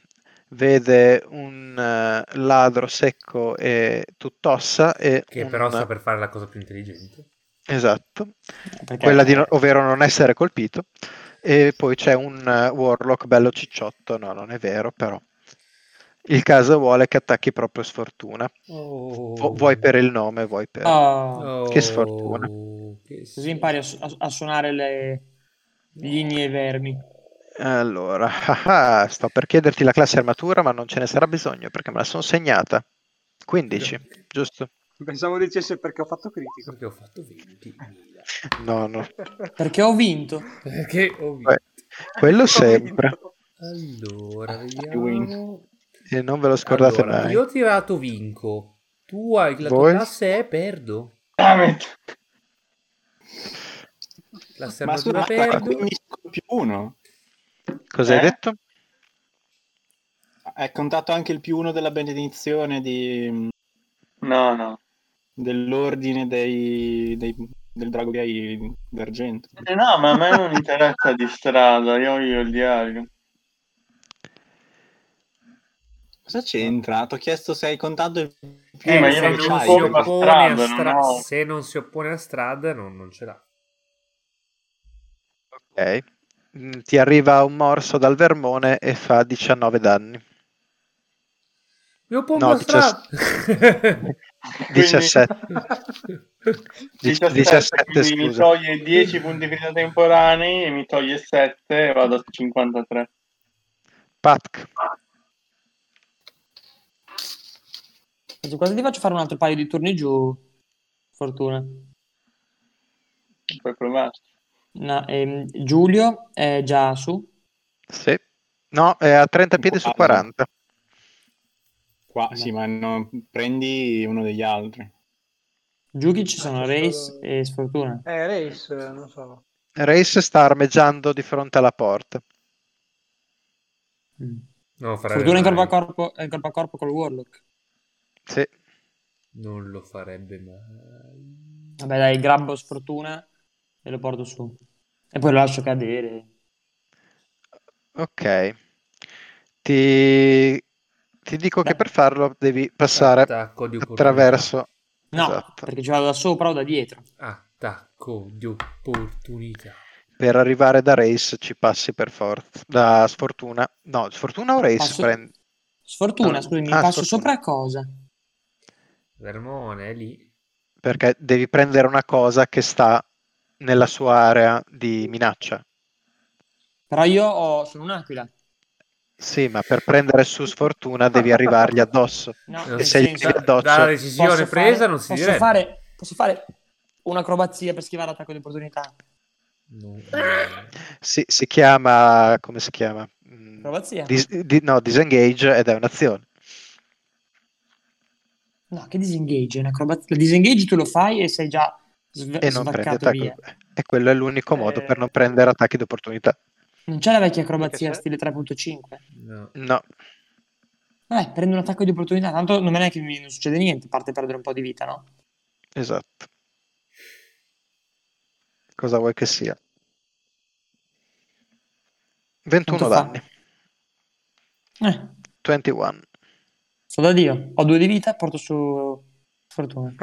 Speaker 1: Vede un eh, ladro secco e tutt'ossa e
Speaker 4: Che
Speaker 1: un-
Speaker 4: però sta per fare la cosa più intelligente.
Speaker 1: Esatto.
Speaker 3: Perché-
Speaker 1: quella di no- ovvero non essere colpito e poi c'è un eh, warlock bello cicciotto no non è vero però il caso vuole che attacchi proprio sfortuna
Speaker 4: Oh.
Speaker 1: Vu- vuoi per il nome vuoi per
Speaker 3: Oh,
Speaker 4: Oh,
Speaker 1: Che sfortuna.
Speaker 4: che
Speaker 3: così impari a, su- a- a suonare le linee e i vermi.
Speaker 1: allora ah ah, sto per chiederti la classe armatura ma non ce ne sarà bisogno perché me la sono segnata 15 giusto
Speaker 5: Pensavo dicesse perché ho fatto critico.
Speaker 4: Perché ho fatto 20.000.
Speaker 1: no no
Speaker 3: Perché ho vinto.
Speaker 4: Perché ho vinto.
Speaker 1: Beh, quello
Speaker 5: Ho
Speaker 1: sempre
Speaker 5: vinto.
Speaker 4: Allora,
Speaker 2: win.
Speaker 4: vediamo.
Speaker 1: e non ve lo scordate
Speaker 4: Ah, Allora,
Speaker 1: mai
Speaker 4: Io ho tirato vinco. Tu hai la
Speaker 1: Voi?
Speaker 4: tua classe è perdo.
Speaker 7: Damn it.
Speaker 4: Classe
Speaker 2: Ah, Ma scusa,
Speaker 4: armatura
Speaker 2: ma
Speaker 4: perdo. Eh,
Speaker 2: quindi sono più uno.
Speaker 1: cosa hai
Speaker 7: Eh?
Speaker 1: detto?
Speaker 2: È contato anche il più uno della benedizione di-
Speaker 7: No, no.
Speaker 2: dell'ordine dei, dei- del drago gay d'argento.
Speaker 7: Eh, no, ma a me non interessa di strada, io voglio il diario.
Speaker 2: Cosa c'entra? Ti ho chiesto se hai contato il più
Speaker 7: Eh,
Speaker 2: uno
Speaker 7: ma io
Speaker 4: se,
Speaker 2: che
Speaker 7: non
Speaker 4: non
Speaker 2: c'hai.
Speaker 4: si
Speaker 7: sono-
Speaker 4: oppone a
Speaker 7: Strada,
Speaker 4: stra-
Speaker 7: non ho-
Speaker 4: se non si oppone a strada, non, non ce l'ha.
Speaker 1: ok Mm, ti arriva un morso dal vermone e fa 19 danni
Speaker 4: Mi oppongo
Speaker 1: No,
Speaker 4: a strada.
Speaker 1: 17
Speaker 7: 17,
Speaker 1: 17,
Speaker 7: quindi mi
Speaker 1: scusa.
Speaker 7: toglie 10 punti di vita temporanei e mi toglie 7 e vado a 53.
Speaker 1: Patk
Speaker 3: Quasi quasi ti faccio fare un altro paio di turni giù. Fortuna.
Speaker 7: Puoi provarci.
Speaker 3: No, ehm, Giulio è già su.
Speaker 1: Sì. No, è a 30 piedi su 40.
Speaker 2: Qua, sì, ma no, prendi uno degli altri.
Speaker 3: Giughi ci sono
Speaker 5: Ah, ci
Speaker 3: Race
Speaker 5: sono-
Speaker 3: e Sfortuna.
Speaker 5: Eh, Race, non so.
Speaker 1: Race sta armeggiando di fronte alla porta.
Speaker 3: Mm.
Speaker 4: Non farebbe
Speaker 3: Fortuna in corpo a
Speaker 4: mai.
Speaker 3: corpo, in corpo a corpo col Warlock.
Speaker 1: Sì.
Speaker 4: Non lo farebbe mai.
Speaker 3: Vabbè, dai, grabbo Sfortuna e lo porto su. E poi lo lascio cadere.
Speaker 1: Ok. Ti, ti dico
Speaker 3: Beh.
Speaker 1: che per farlo devi passare
Speaker 4: Attacco di opportunità.
Speaker 1: attraverso.
Speaker 3: No,
Speaker 1: Esatto.
Speaker 3: perché ci vado da sopra o da dietro.
Speaker 4: Attacco di opportunità.
Speaker 1: Per arrivare da Race ci passi per forza. Da sfortuna. No, sfortuna o Race?
Speaker 3: Passo-
Speaker 1: prendi-
Speaker 3: Sfortuna,
Speaker 1: Ah,
Speaker 3: scusami,
Speaker 1: ah,
Speaker 3: passo
Speaker 1: sfortuna.
Speaker 3: sopra a cosa?
Speaker 4: Vermone è lì.
Speaker 1: Perché devi prendere una cosa che sta nella sua area di minaccia.
Speaker 3: Però io ho- sono un'aquila.
Speaker 1: Sì, ma per prendere su sfortuna devi arrivargli addosso.
Speaker 3: No,
Speaker 4: Non
Speaker 3: nel
Speaker 1: E se gli
Speaker 3: senso,
Speaker 1: tiri addosso-
Speaker 4: Dalla decisione
Speaker 3: posso
Speaker 4: presa
Speaker 3: fare-
Speaker 4: non si
Speaker 3: posso
Speaker 4: direbbe.
Speaker 3: fare, posso fare un'acrobazia per schivare l'attacco di opportunità.
Speaker 4: No.
Speaker 1: Si, si chiama, come si chiama? Mm,
Speaker 3: Acrobazia?
Speaker 1: dis- di- no, disengage ed è un'azione.
Speaker 3: No, che disengage? è un acrobat- Il disengage tu lo fai e sei già sve-
Speaker 1: e non prende
Speaker 3: svaccato
Speaker 1: attacco.
Speaker 3: via.
Speaker 1: E quello è l'unico modo
Speaker 5: Eh.
Speaker 1: per non prendere attacchi d'opportunità.
Speaker 3: Non c'è la vecchia acrobazia
Speaker 5: Perché
Speaker 3: stile 3.5?
Speaker 4: No.
Speaker 1: No,
Speaker 3: Vabbè, prendo un attacco di opportunità, tanto non è che mi non succede niente, a parte perdere un po' di vita, no?
Speaker 1: esatto. Cosa vuoi che sia? 21
Speaker 3: Quanto fa?
Speaker 1: danni.
Speaker 3: Eh,
Speaker 1: 21.
Speaker 3: sto da Dio. Ho due di vita, porto su fortuna.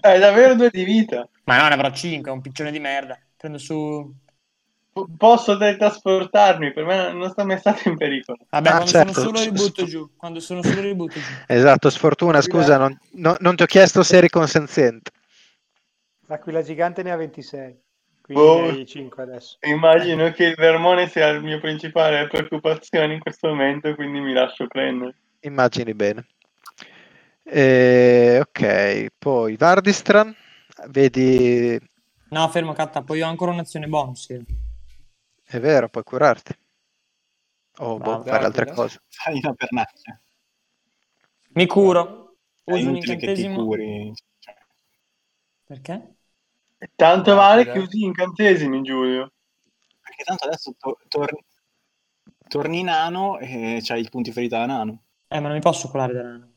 Speaker 7: Hai davvero due di vita.
Speaker 3: Ma no, ne avrò 5, è un piccione di merda. Prendo su...
Speaker 7: P- posso teletrasportarmi, per me non- non sto mai stato in pericolo.
Speaker 3: Vabbè,
Speaker 1: Ah,
Speaker 3: quando
Speaker 1: certo.
Speaker 3: sono solo ributto giù. Quando sono solo ributto giù.
Speaker 1: Esatto, sfortuna, scusa, non, no- non ti ho chiesto se eri consenziente.
Speaker 5: L'aquila gigante ne ha 26, quindi
Speaker 7: Boh.
Speaker 5: ne hai 5 adesso.
Speaker 7: Immagino che il vermone sia il mio principale preoccupazione in questo momento, quindi mi lascio prendere.
Speaker 1: Immagini bene. Eh, ok, poi Vardistran, vedi,
Speaker 3: No, fermo, catta, poi ho ancora un'azione bonus. io.
Speaker 1: è vero, puoi curarti. O boh,
Speaker 3: Bravo,
Speaker 1: fare altre
Speaker 4: Vardistran.
Speaker 1: cose.
Speaker 2: Fai una pernacchia.
Speaker 3: Mi curo.
Speaker 2: È
Speaker 3: Uso un
Speaker 2: inutile che ti
Speaker 3: incantesimo.
Speaker 2: curi. Cioè,
Speaker 3: Perché?
Speaker 7: Tanto vale
Speaker 4: dai.
Speaker 7: che usi incantesimi, Giulio.
Speaker 2: Perché tanto adesso to- torni, torni nano e c'hai i punti ferita da nano.
Speaker 3: Eh, ma non mi posso colare da rana.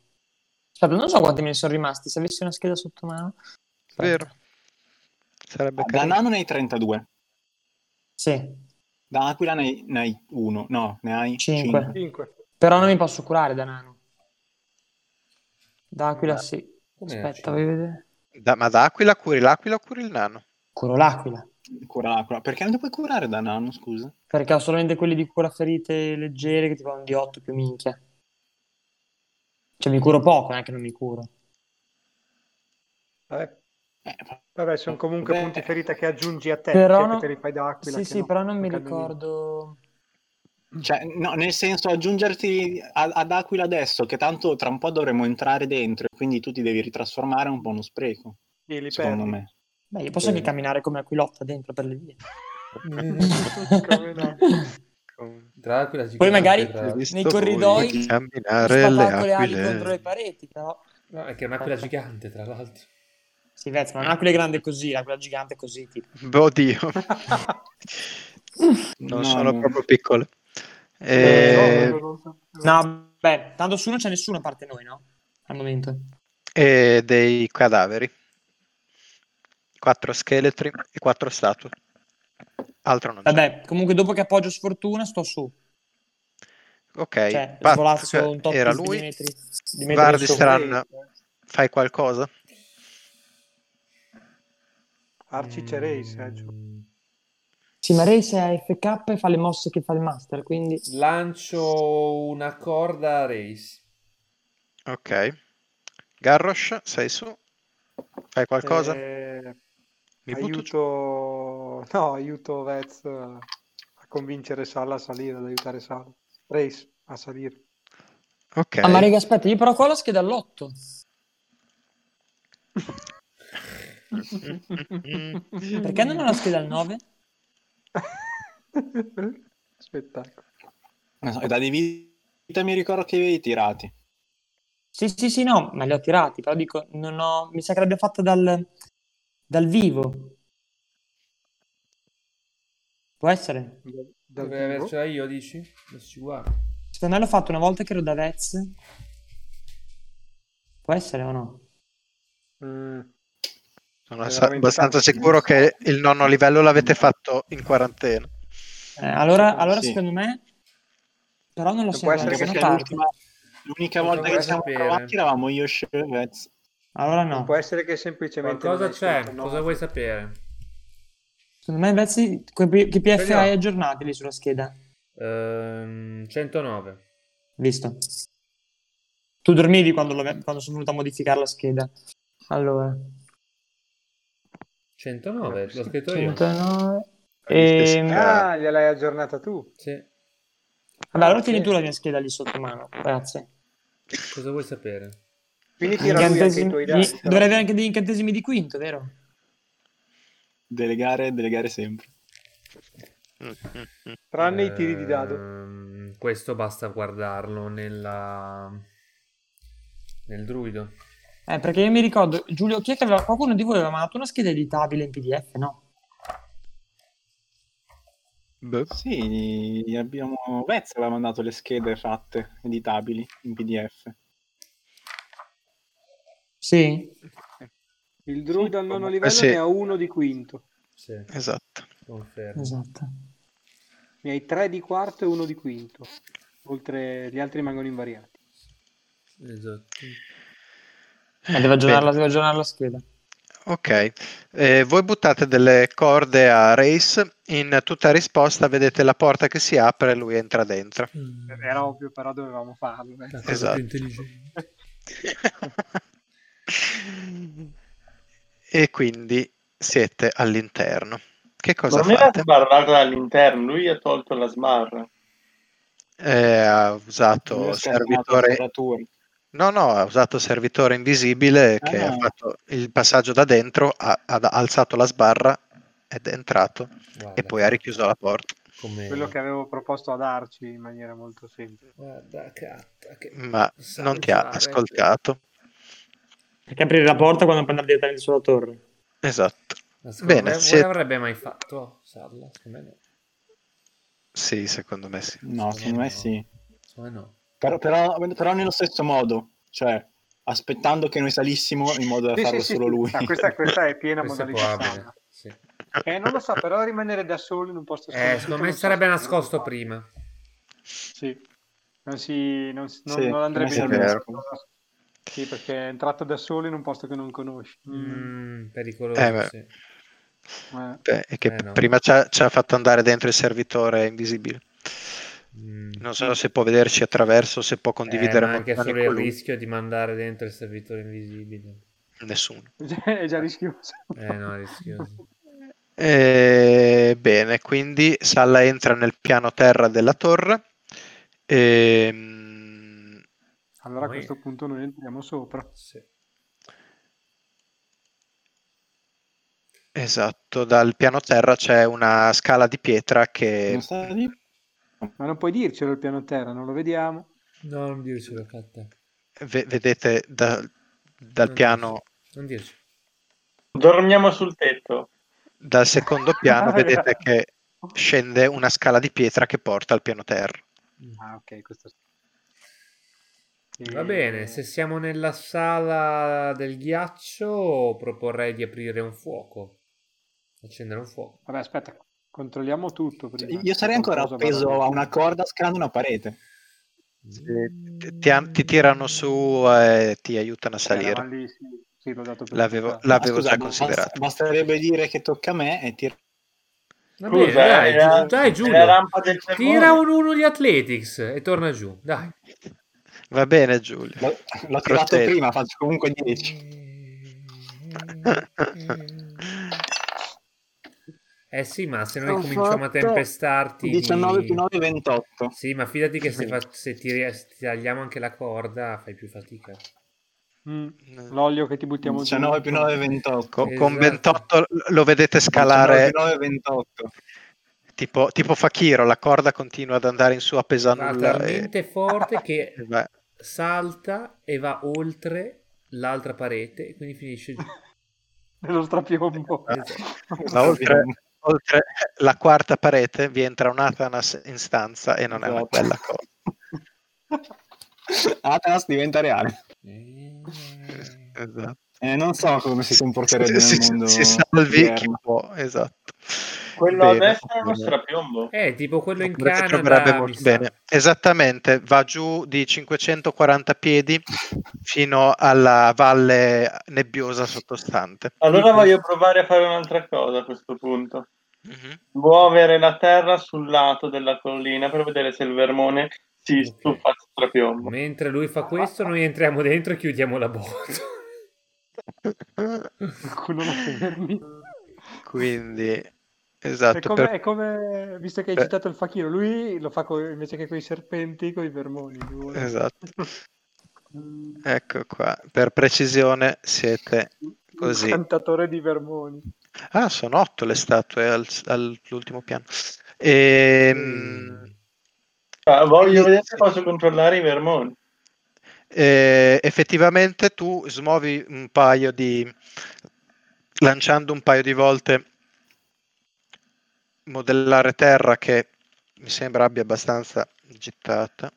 Speaker 3: Aspetta, non so quanti me ne sono rimasti. Se avessi una scheda sotto mano. Aspetta.
Speaker 1: Vero. Sarebbe
Speaker 2: Da
Speaker 1: carino.
Speaker 2: nano ne hai 32.
Speaker 3: Sì,
Speaker 2: Da aquila ne hai- ne hai 1. No, ne hai
Speaker 3: Cinque.
Speaker 2: 5.
Speaker 5: 5.
Speaker 3: però non mi posso curare da nano. Da aquila
Speaker 4: Ma-
Speaker 3: sì.
Speaker 4: Come
Speaker 3: Aspetta,
Speaker 4: nasce?
Speaker 3: voglio vedere.
Speaker 1: Da- ma d'aquila curi l'aquila o curi il nano?
Speaker 3: Curo l'aquila.
Speaker 2: Cura l'aquila. Perché non ti puoi curare da nano, scusa?
Speaker 3: Perché ho solamente quelli di cura ferite leggere che ti fanno di 8 più minchia. Cioè mi curo poco, non è che non mi curo.
Speaker 5: Vabbè,
Speaker 2: Eh,
Speaker 5: vabbè, sono comunque
Speaker 2: Beh.
Speaker 5: punti ferita che aggiungi a te,
Speaker 3: Però
Speaker 5: sia
Speaker 3: non-
Speaker 5: che te li fai da aquila.
Speaker 3: sì,
Speaker 5: che
Speaker 3: sì,
Speaker 5: no,
Speaker 3: però non mi
Speaker 5: cambia niente.
Speaker 3: ricordo.
Speaker 2: Cioè, no, nel senso aggiungerti a- ad Aquila adesso, che tanto tra un po' dovremo entrare dentro, quindi tu ti devi ritrasformare, è un po' uno spreco,
Speaker 5: Sì, li
Speaker 2: secondo
Speaker 5: perdi.
Speaker 2: me.
Speaker 3: Beh, io posso
Speaker 2: Sì.
Speaker 3: anche camminare come Aquilotta dentro per le vie. Mm.
Speaker 5: Come no?
Speaker 4: Tra quella gigante,
Speaker 3: Poi magari-
Speaker 4: tra-
Speaker 1: Visto
Speaker 3: Nei
Speaker 1: voi
Speaker 3: corridoi
Speaker 1: camminare le
Speaker 3: Spaccato le ali
Speaker 1: aquile.
Speaker 3: contro le pareti, però.
Speaker 4: No, è che è un'aquila gigante, tra l'altro.
Speaker 3: Sì, Vez, ma un'aquila grande è così, l'aquila gigante è così, tipo.
Speaker 1: Oddio, Boh, non
Speaker 2: No,
Speaker 1: sono
Speaker 2: no.
Speaker 1: proprio piccole.
Speaker 5: Eh,
Speaker 1: Eh,
Speaker 5: no, non so.
Speaker 3: No, beh, tanto su non c'è nessuno a parte noi, no? Al momento.
Speaker 1: e dei cadaveri. Quattro scheletri e quattro statue. Altro non c'è.
Speaker 3: Vabbè, comunque dopo che appoggio sfortuna sto su.
Speaker 1: ok,
Speaker 3: Cioè,
Speaker 1: Bat-
Speaker 3: svolazzo un tot
Speaker 1: era
Speaker 3: di
Speaker 1: lui.
Speaker 3: metri. Di metri
Speaker 1: Guardi
Speaker 3: sopra.
Speaker 1: strano, fai qualcosa?
Speaker 5: Arcice Race, eh, giù.
Speaker 4: Mm.
Speaker 3: Sì, ma Race è AFK e fa le mosse che fa il master, quindi...
Speaker 4: Lancio una corda a race.
Speaker 1: Ok. Garrosh, sei su? Fai qualcosa?
Speaker 5: Eh,
Speaker 1: Mi butto giù.
Speaker 5: aiuto... No, aiuto Vez a convincere Sala a salire, ad aiutare Sala. Race a salire.
Speaker 1: Ok.
Speaker 3: Ah, ma raga, aspetta, io però qua ho la scheda all'8.
Speaker 1: Mm,
Speaker 3: Perché non ho la scheda al 9?
Speaker 5: Spettacolo.
Speaker 2: Non so, e da di vita mi ricordo che li avevi tirati.
Speaker 3: Sì, sì, sì, no, ma li ho tirati, però dico, non ho... Mi sa che l'abbia fatta dal... dal vivo. Può essere?
Speaker 5: Dal- dal
Speaker 4: Dovrei
Speaker 5: vivo?
Speaker 4: avercela io, dici? Adesso ci guardo.
Speaker 3: Secondo me l'ho fatto una volta che ero da Vez. Può essere o no?
Speaker 5: Mm,
Speaker 1: Sono
Speaker 5: Veramente
Speaker 1: assa- abbastanza
Speaker 5: tanti,
Speaker 1: sicuro
Speaker 5: non so.
Speaker 1: che il nonno livello l'avete fatto in quarantena.
Speaker 3: Eh, allora, allora
Speaker 2: Sì.
Speaker 3: secondo me... Però non lo
Speaker 5: Non
Speaker 3: so,
Speaker 5: può
Speaker 3: guarda,
Speaker 5: essere
Speaker 3: sono
Speaker 2: Perché
Speaker 3: tardi.
Speaker 5: perché
Speaker 2: l'ultima- l'unica
Speaker 4: Potremmo
Speaker 2: volta che siamo
Speaker 4: sapere.
Speaker 2: provati eravamo io, Shiro e Vez.
Speaker 3: Allora no.
Speaker 5: Può essere che semplicemente...
Speaker 4: Qualcosa
Speaker 5: non hai
Speaker 4: c'è?
Speaker 5: scritto
Speaker 4: Cosa
Speaker 5: no.
Speaker 4: vuoi sapere?
Speaker 3: Secondo me invece que- che PF
Speaker 4: Vediamo.
Speaker 3: hai aggiornati lì sulla scheda.
Speaker 4: Ehm, 109.
Speaker 3: Visto. Tu dormivi quando, l'ho- quando sono venuto a modificare la scheda. Allora,
Speaker 4: 109, l'ho scritto io.
Speaker 3: 109.
Speaker 1: Stessa-
Speaker 3: Ehm,
Speaker 5: Ah, gliel'hai aggiornata tu.
Speaker 4: Sì.
Speaker 3: Vabbè, allora
Speaker 5: ok.
Speaker 3: tieni tu la mia scheda lì sotto mano. Grazie.
Speaker 4: Cosa vuoi sapere?
Speaker 5: Quindi tira lui anche i
Speaker 3: Incantesimi-
Speaker 5: tuoi
Speaker 3: gli-
Speaker 5: dadi. però.
Speaker 3: Dovrei avere anche degli incantesimi di quinto, vero?
Speaker 2: Delegare, delegare sempre.
Speaker 5: Tranne i
Speaker 4: Eh,
Speaker 5: tiri di dado.
Speaker 4: Ehm, questo basta guardarlo nella... nel druido.
Speaker 3: Eh, perché io mi ricordo, Giulio, chi è che aveva, qualcuno di voi aveva mandato una scheda editabile in PDF, no?
Speaker 1: Beh,
Speaker 2: Sì, gli abbiamo... Vez aveva mandato le schede fatte, editabili, in PDF.
Speaker 3: Sì.
Speaker 5: Il druida al nono
Speaker 2: Eh,
Speaker 5: livello
Speaker 1: sì.
Speaker 5: ne ha uno di quinto.
Speaker 4: Sì,
Speaker 1: esatto.
Speaker 4: confermo.
Speaker 3: Esatto.
Speaker 5: Ne hai tre di quarto e uno di quinto. Oltre gli altri rimangono invariati.
Speaker 4: Esatto.
Speaker 3: Eh, devo aggiornare, la, devo aggiornare la scheda.
Speaker 1: Ok, Eh, voi buttate delle corde a Race, in tutta risposta vedete la porta che si apre e lui entra dentro.
Speaker 5: Era ovvio, però dovevamo farlo. eh.
Speaker 4: La cosa
Speaker 1: Esatto.
Speaker 4: più intelligente.
Speaker 1: e quindi siete all'interno. Che cosa
Speaker 7: non era
Speaker 1: fate?
Speaker 7: sbarrata dall'interno, lui ha tolto la sbarra.
Speaker 1: Eh, ha
Speaker 2: Lui
Speaker 1: usato
Speaker 2: ha schermato la
Speaker 1: servitore...
Speaker 2: quadratura.
Speaker 1: No, no, ha usato servitore invisibile
Speaker 2: Ah,
Speaker 1: che
Speaker 2: no.
Speaker 1: ha fatto il passaggio da dentro, ha, ha alzato la sbarra ed è entrato
Speaker 4: Guarda,
Speaker 1: e poi ha richiuso la porta.
Speaker 4: come...
Speaker 5: Quello che avevo proposto ad Arci in maniera molto semplice.
Speaker 4: Guarda, catta, che...
Speaker 1: Ma
Speaker 4: sa
Speaker 1: non ti ha
Speaker 4: usare.
Speaker 1: ascoltato.
Speaker 3: Perché aprire la porta quando puoi andare direttamente sulla torre?
Speaker 1: Esatto.
Speaker 4: Ma secondo
Speaker 1: Bene,
Speaker 4: me, vuoi
Speaker 1: siete-
Speaker 4: avrebbe mai fatto Sarla? Secondo me no.
Speaker 1: Sì, secondo me sì.
Speaker 2: No, secondo me sì.
Speaker 4: Secondo me no.
Speaker 2: Però, però, però nello stesso modo, cioè aspettando che noi salissimo in modo da
Speaker 5: Sì, sì,
Speaker 2: farlo
Speaker 5: sì,
Speaker 2: solo
Speaker 5: sì.
Speaker 2: lui.
Speaker 5: Ah, questa, questa è piena
Speaker 4: Questo è
Speaker 5: modalità.
Speaker 4: probabile.
Speaker 5: sana.
Speaker 4: Sì.
Speaker 5: Eh, non lo so, però rimanere da solo in un posto
Speaker 4: Eh,
Speaker 5: sconosciuto
Speaker 4: secondo me
Speaker 5: non so
Speaker 4: sarebbe
Speaker 5: se-
Speaker 4: nascosto prima.
Speaker 5: Sì. Non, si, non, si- non-
Speaker 2: Sì,
Speaker 5: non andrebbe
Speaker 2: come
Speaker 1: si
Speaker 5: bene.
Speaker 1: vede.
Speaker 5: Sì, perché è entrato da solo in un posto che non conosci.
Speaker 4: Mm, pericoloso,
Speaker 1: Eh, beh.
Speaker 4: sì.
Speaker 5: Eh.
Speaker 1: Beh, è che
Speaker 4: Eh, no.
Speaker 1: prima ci ha, ci ha fatto andare dentro il servitore invisibile.
Speaker 4: Mm.
Speaker 1: Non so se può vederci attraverso, se può
Speaker 4: Eh,
Speaker 1: condividere
Speaker 4: ma anche
Speaker 1: lontani
Speaker 4: solo il
Speaker 1: con lui.
Speaker 4: rischio di mandare dentro il servitore invisibile.
Speaker 1: Nessuno.
Speaker 5: Già- Cioè, è già rischioso.
Speaker 4: Eh no, è rischioso.
Speaker 1: Eh, bene, quindi Salla entra nel piano terra della torre. Ehm,
Speaker 5: Allora a
Speaker 4: Noi-
Speaker 5: questo punto noi entriamo sopra.
Speaker 4: Sì.
Speaker 1: esatto, dal piano terra c'è una scala di pietra che
Speaker 2: Non sta lì?
Speaker 5: Ma non puoi dircelo il piano terra, non lo vediamo.
Speaker 4: No, non dircelo, Catta.
Speaker 1: ve- vedete da- dal
Speaker 5: Mm.
Speaker 4: Non
Speaker 1: piano,
Speaker 4: Non dirci.
Speaker 7: Dormiamo sul tetto.
Speaker 1: dal secondo piano,
Speaker 5: Ah,
Speaker 1: vedete
Speaker 5: ragazzi.
Speaker 1: che scende una scala di pietra che porta al piano terra.
Speaker 5: Ah, ok, questo
Speaker 4: Mm. Va bene, se siamo nella sala del ghiaccio proporrei di aprire un fuoco. Accendere un fuoco.
Speaker 5: Vabbè, aspetta, controlliamo tutto prima.
Speaker 2: Cioè, Io sarei ancora appeso a
Speaker 5: Eh,
Speaker 2: una corda scalando una parete.
Speaker 1: Ti, ti- ti tirano su e ti aiutano a salire.
Speaker 5: lì, sì, sì, l'ho dato per
Speaker 1: L'avevo,
Speaker 5: scontato.
Speaker 1: l'avevo
Speaker 2: Ma scusa,
Speaker 1: già
Speaker 2: bas-
Speaker 1: Ah, considerato.
Speaker 2: basterebbe dire che tocca a me e tirare
Speaker 4: Va
Speaker 7: Scusa,
Speaker 4: bene, dai,
Speaker 7: è la-
Speaker 4: Giu- dai,
Speaker 7: è
Speaker 4: Giulio.
Speaker 7: la rampa del terrore.
Speaker 4: Tira un uno di Athletics e torna giù, dai.
Speaker 1: Va bene, Giulio.
Speaker 2: L'ho, l'ho tirato
Speaker 1: Procedi.
Speaker 2: prima, faccio comunque 10.
Speaker 5: Mm.
Speaker 4: Eh sì, ma se
Speaker 2: Ho
Speaker 4: noi cominciamo a
Speaker 2: fatto
Speaker 4: tempestarti... di-
Speaker 2: 19 più 9, 28.
Speaker 4: Sì, ma fidati che se,
Speaker 2: Sì.
Speaker 4: fa- se tiri- se tagliamo anche la corda fai più fatica.
Speaker 5: Mm, l'olio che ti buttiamo giù.
Speaker 2: 19 Cioè, più 9, 28.
Speaker 1: Co- con
Speaker 4: Esatto.
Speaker 1: 28 lo vedete scalare
Speaker 2: 19 più 9, 28.
Speaker 1: tipo, tipo Fakiro, la corda continua ad andare in su a pesa
Speaker 4: Va
Speaker 1: nulla. E,
Speaker 4: talmente forte che
Speaker 1: e va-
Speaker 4: salta e va oltre l'altra parete e quindi finisce giù.
Speaker 5: Nello strapiombo.
Speaker 4: Esatto.
Speaker 1: va oltre, oltre la quarta parete vi entra un Atanas in stanza e non è una
Speaker 2: Esatto.
Speaker 1: bella cosa.
Speaker 2: Atlas diventa reale.
Speaker 4: Mm.
Speaker 1: Esatto.
Speaker 2: Eh, non so come si comporterebbe
Speaker 1: Si,
Speaker 2: nel mondo.
Speaker 1: si salvi chi
Speaker 2: moderno.
Speaker 1: può, esatto.
Speaker 7: Quello a
Speaker 1: Bene.
Speaker 7: destra è uno strapiombo.
Speaker 4: Eh, tipo quello in
Speaker 1: Oppure si
Speaker 4: Canada.
Speaker 1: troverebbe
Speaker 4: mi
Speaker 1: molto
Speaker 4: sa.
Speaker 1: bene. Esattamente, va giù di 540 piedi fino alla valle nebbiosa sottostante.
Speaker 7: Allora voglio provare a fare un'altra cosa a questo punto. Mhm. Muovere la terra sul lato della collina per vedere se il vermone si
Speaker 4: Ok.
Speaker 7: stufa a strapiombo.
Speaker 4: Mentre lui fa questo, noi entriamo dentro e chiudiamo la botta.
Speaker 5: Qualcuno lo fermi.
Speaker 1: Quindi,
Speaker 5: È
Speaker 1: esatto,
Speaker 5: come,
Speaker 1: per-
Speaker 5: è come- visto che hai
Speaker 1: per-
Speaker 5: citato il fakiro, lui lo fa co- invece che con i serpenti, con i vermoni. lui vuole-
Speaker 1: esatto. Ecco qua, per precisione siete così.
Speaker 5: Il cantatore di vermoni.
Speaker 1: Ah, sono otto le statue al- all'ultimo piano. Ehm,
Speaker 5: Mm.
Speaker 7: Ah, voglio vedere se posso controllare i vermoni.
Speaker 1: Eh, effettivamente tu smuovi un paio di lanciando un paio di volte modellare terra che mi sembra abbia abbastanza gittata.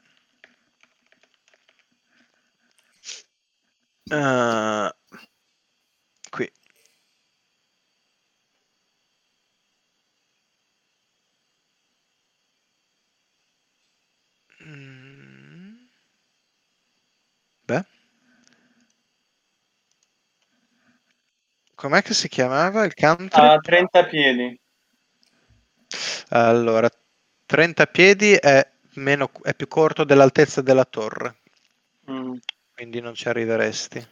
Speaker 1: Ah, qui. Mm. Beh. Com'è che si chiamava il country?
Speaker 7: A 30 piedi.
Speaker 1: Allora, 30 piedi è, meno, è più corto dell'altezza della torre,
Speaker 7: Mm.
Speaker 1: quindi non ci arriveresti.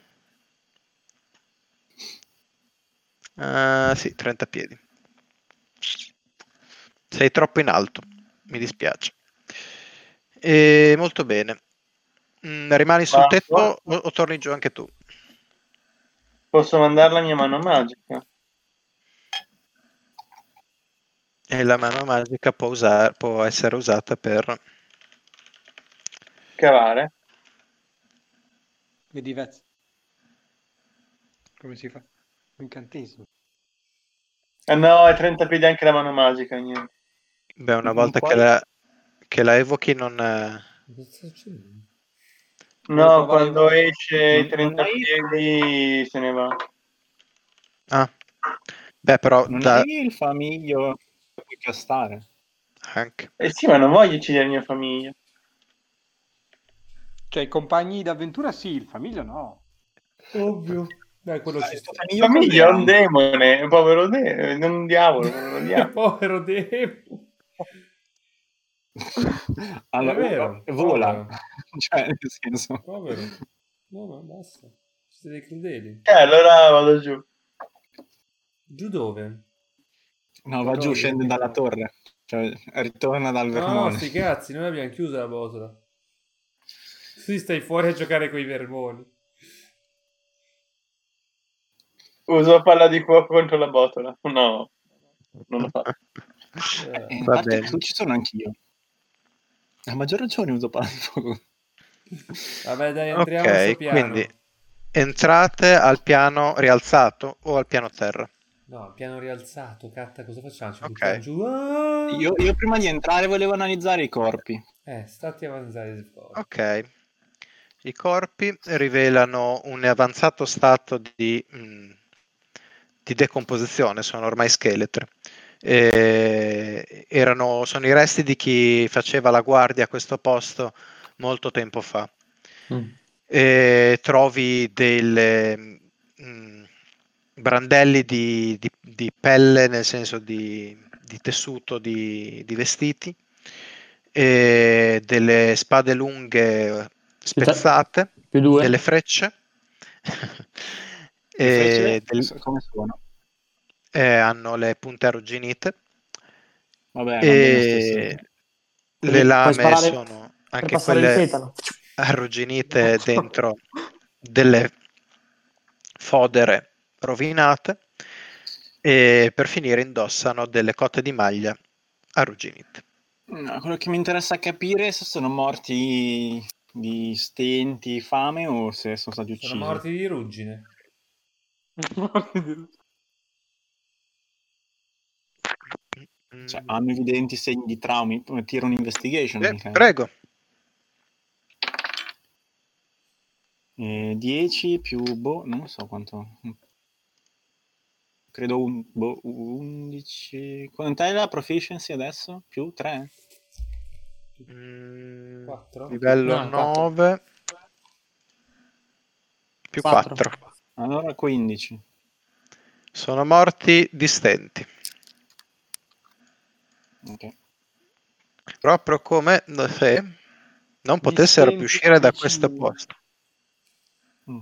Speaker 1: Ah, sì, 30 piedi. Sei troppo in alto, mi dispiace. E molto bene. Mm, rimani sul
Speaker 7: Ma-
Speaker 1: tetto o, o torni giù anche tu?
Speaker 7: Posso mandare la mia mano magica?
Speaker 1: E la mano magica può, usar- può essere usata per...
Speaker 7: Cavare?
Speaker 5: Vedi Vez. Come si fa? Un incantesimo.
Speaker 7: Eh no, è 30 piedi anche la mano magica. Niente.
Speaker 1: Beh, una
Speaker 2: Non
Speaker 1: volta che
Speaker 2: puoi-
Speaker 1: la, che la evochi non... eh,
Speaker 4: Cosa sta succedendo?
Speaker 7: No,
Speaker 5: Devo provare-
Speaker 7: quando esce i
Speaker 2: Non-
Speaker 7: 30
Speaker 2: non hai-
Speaker 7: piedi se ne va.
Speaker 1: Ah. Beh, però
Speaker 2: Non
Speaker 1: da-
Speaker 2: hai il famiglio che puoi castare.
Speaker 1: anche.
Speaker 7: Eh sì, ma non voglio uccidere la mia famiglia.
Speaker 5: Cioè, i compagni d'avventura sì, il famiglio no.
Speaker 4: Ovvio. Dai, quello ci
Speaker 2: Il tuo
Speaker 4: sta.
Speaker 7: La
Speaker 2: famiglio
Speaker 7: famiglia è un
Speaker 2: cos'era?
Speaker 7: demone, un povero demone, non un diavolo, povero diavolo.
Speaker 4: Povero Demo.
Speaker 2: Allora,
Speaker 4: È vero,
Speaker 2: uno vola.
Speaker 4: povero.
Speaker 2: cioè, nel senso...
Speaker 4: Povero. No, no, basta. Siete dei crudeli.
Speaker 7: Eh, allora vado giù.
Speaker 4: Giù dove?
Speaker 2: No, va giù,
Speaker 4: Torri,
Speaker 2: scende
Speaker 4: dico.
Speaker 2: dalla torre. Cioè, ritorna dal
Speaker 4: No,
Speaker 2: vermone.
Speaker 4: sti cazzi, noi abbiamo chiuso la botola. Sì, stai fuori a giocare con i vermoni.
Speaker 7: Uso palla di fuoco contro la botola. No, non lo faccio.
Speaker 4: Eh,
Speaker 2: Eh,
Speaker 1: Va
Speaker 2: infatti,
Speaker 1: bene.
Speaker 2: tu- ci sono anch'io. A maggior ragione uso palla di fuoco.
Speaker 4: Vabbè, dai, entriamo al suo
Speaker 1: Ok,
Speaker 4: piano.
Speaker 1: quindi entrate al piano rialzato o al piano terra.
Speaker 4: No, piano rialzato, catta, cosa facciamo? Ci
Speaker 1: Ok.
Speaker 4: buttiamo giù. Ah!
Speaker 2: Io, io prima di entrare volevo analizzare i corpi.
Speaker 4: Eh, stati avanzati fuori.
Speaker 1: Ok. I corpi rivelano un avanzato stato di, mh, di decomposizione, sono ormai scheletri. Eh, erano, sono i resti di chi faceva la guardia a questo posto molto tempo fa. e Eh, trovi delle mm, brandelli di, di- di pelle, nel senso di, di tessuto di, di vestiti, e delle spade lunghe spezzate,
Speaker 3: Più due.
Speaker 1: delle frecce.
Speaker 2: Le frecce
Speaker 1: e Eh, del-
Speaker 2: come sono?
Speaker 1: eh, hanno le punte arrugginite
Speaker 2: Vabbè, va bene Eh,
Speaker 1: e
Speaker 2: lo stesso.
Speaker 3: Quindi
Speaker 1: le
Speaker 3: puoi
Speaker 1: lame
Speaker 3: sparare
Speaker 1: sono
Speaker 3: Per
Speaker 1: anche
Speaker 3: passare il
Speaker 1: quelle
Speaker 3: tetano.
Speaker 1: arrugginite dentro delle fodere rovinate e per finire indossano delle cotte di maglia arrugginite.
Speaker 2: No, quello che mi interessa capire è se sono morti di stenti, fame o se sono stati uccisi.
Speaker 4: Sono morti di ruggine.
Speaker 2: Cioè,
Speaker 1: Mm.
Speaker 2: hanno evidenti segni di traumi. Tiro un'investigation.
Speaker 1: Eh,
Speaker 2: mica.
Speaker 1: prego,
Speaker 2: Eh, 10 più, boh, non lo so quanto. Credo un, boh, 11. Quant'è la proficiency adesso? Più 3?
Speaker 1: Mm,
Speaker 4: Quattro?
Speaker 1: livello
Speaker 3: No, quattro.
Speaker 1: 9 più
Speaker 3: Quattro.
Speaker 1: 4.
Speaker 2: Allora 15.
Speaker 1: Sono morti di stenti,
Speaker 2: Ok.
Speaker 1: proprio come se non potessero più
Speaker 5: stenti
Speaker 1: uscire da
Speaker 5: dici-
Speaker 1: questo posto.
Speaker 2: Mm.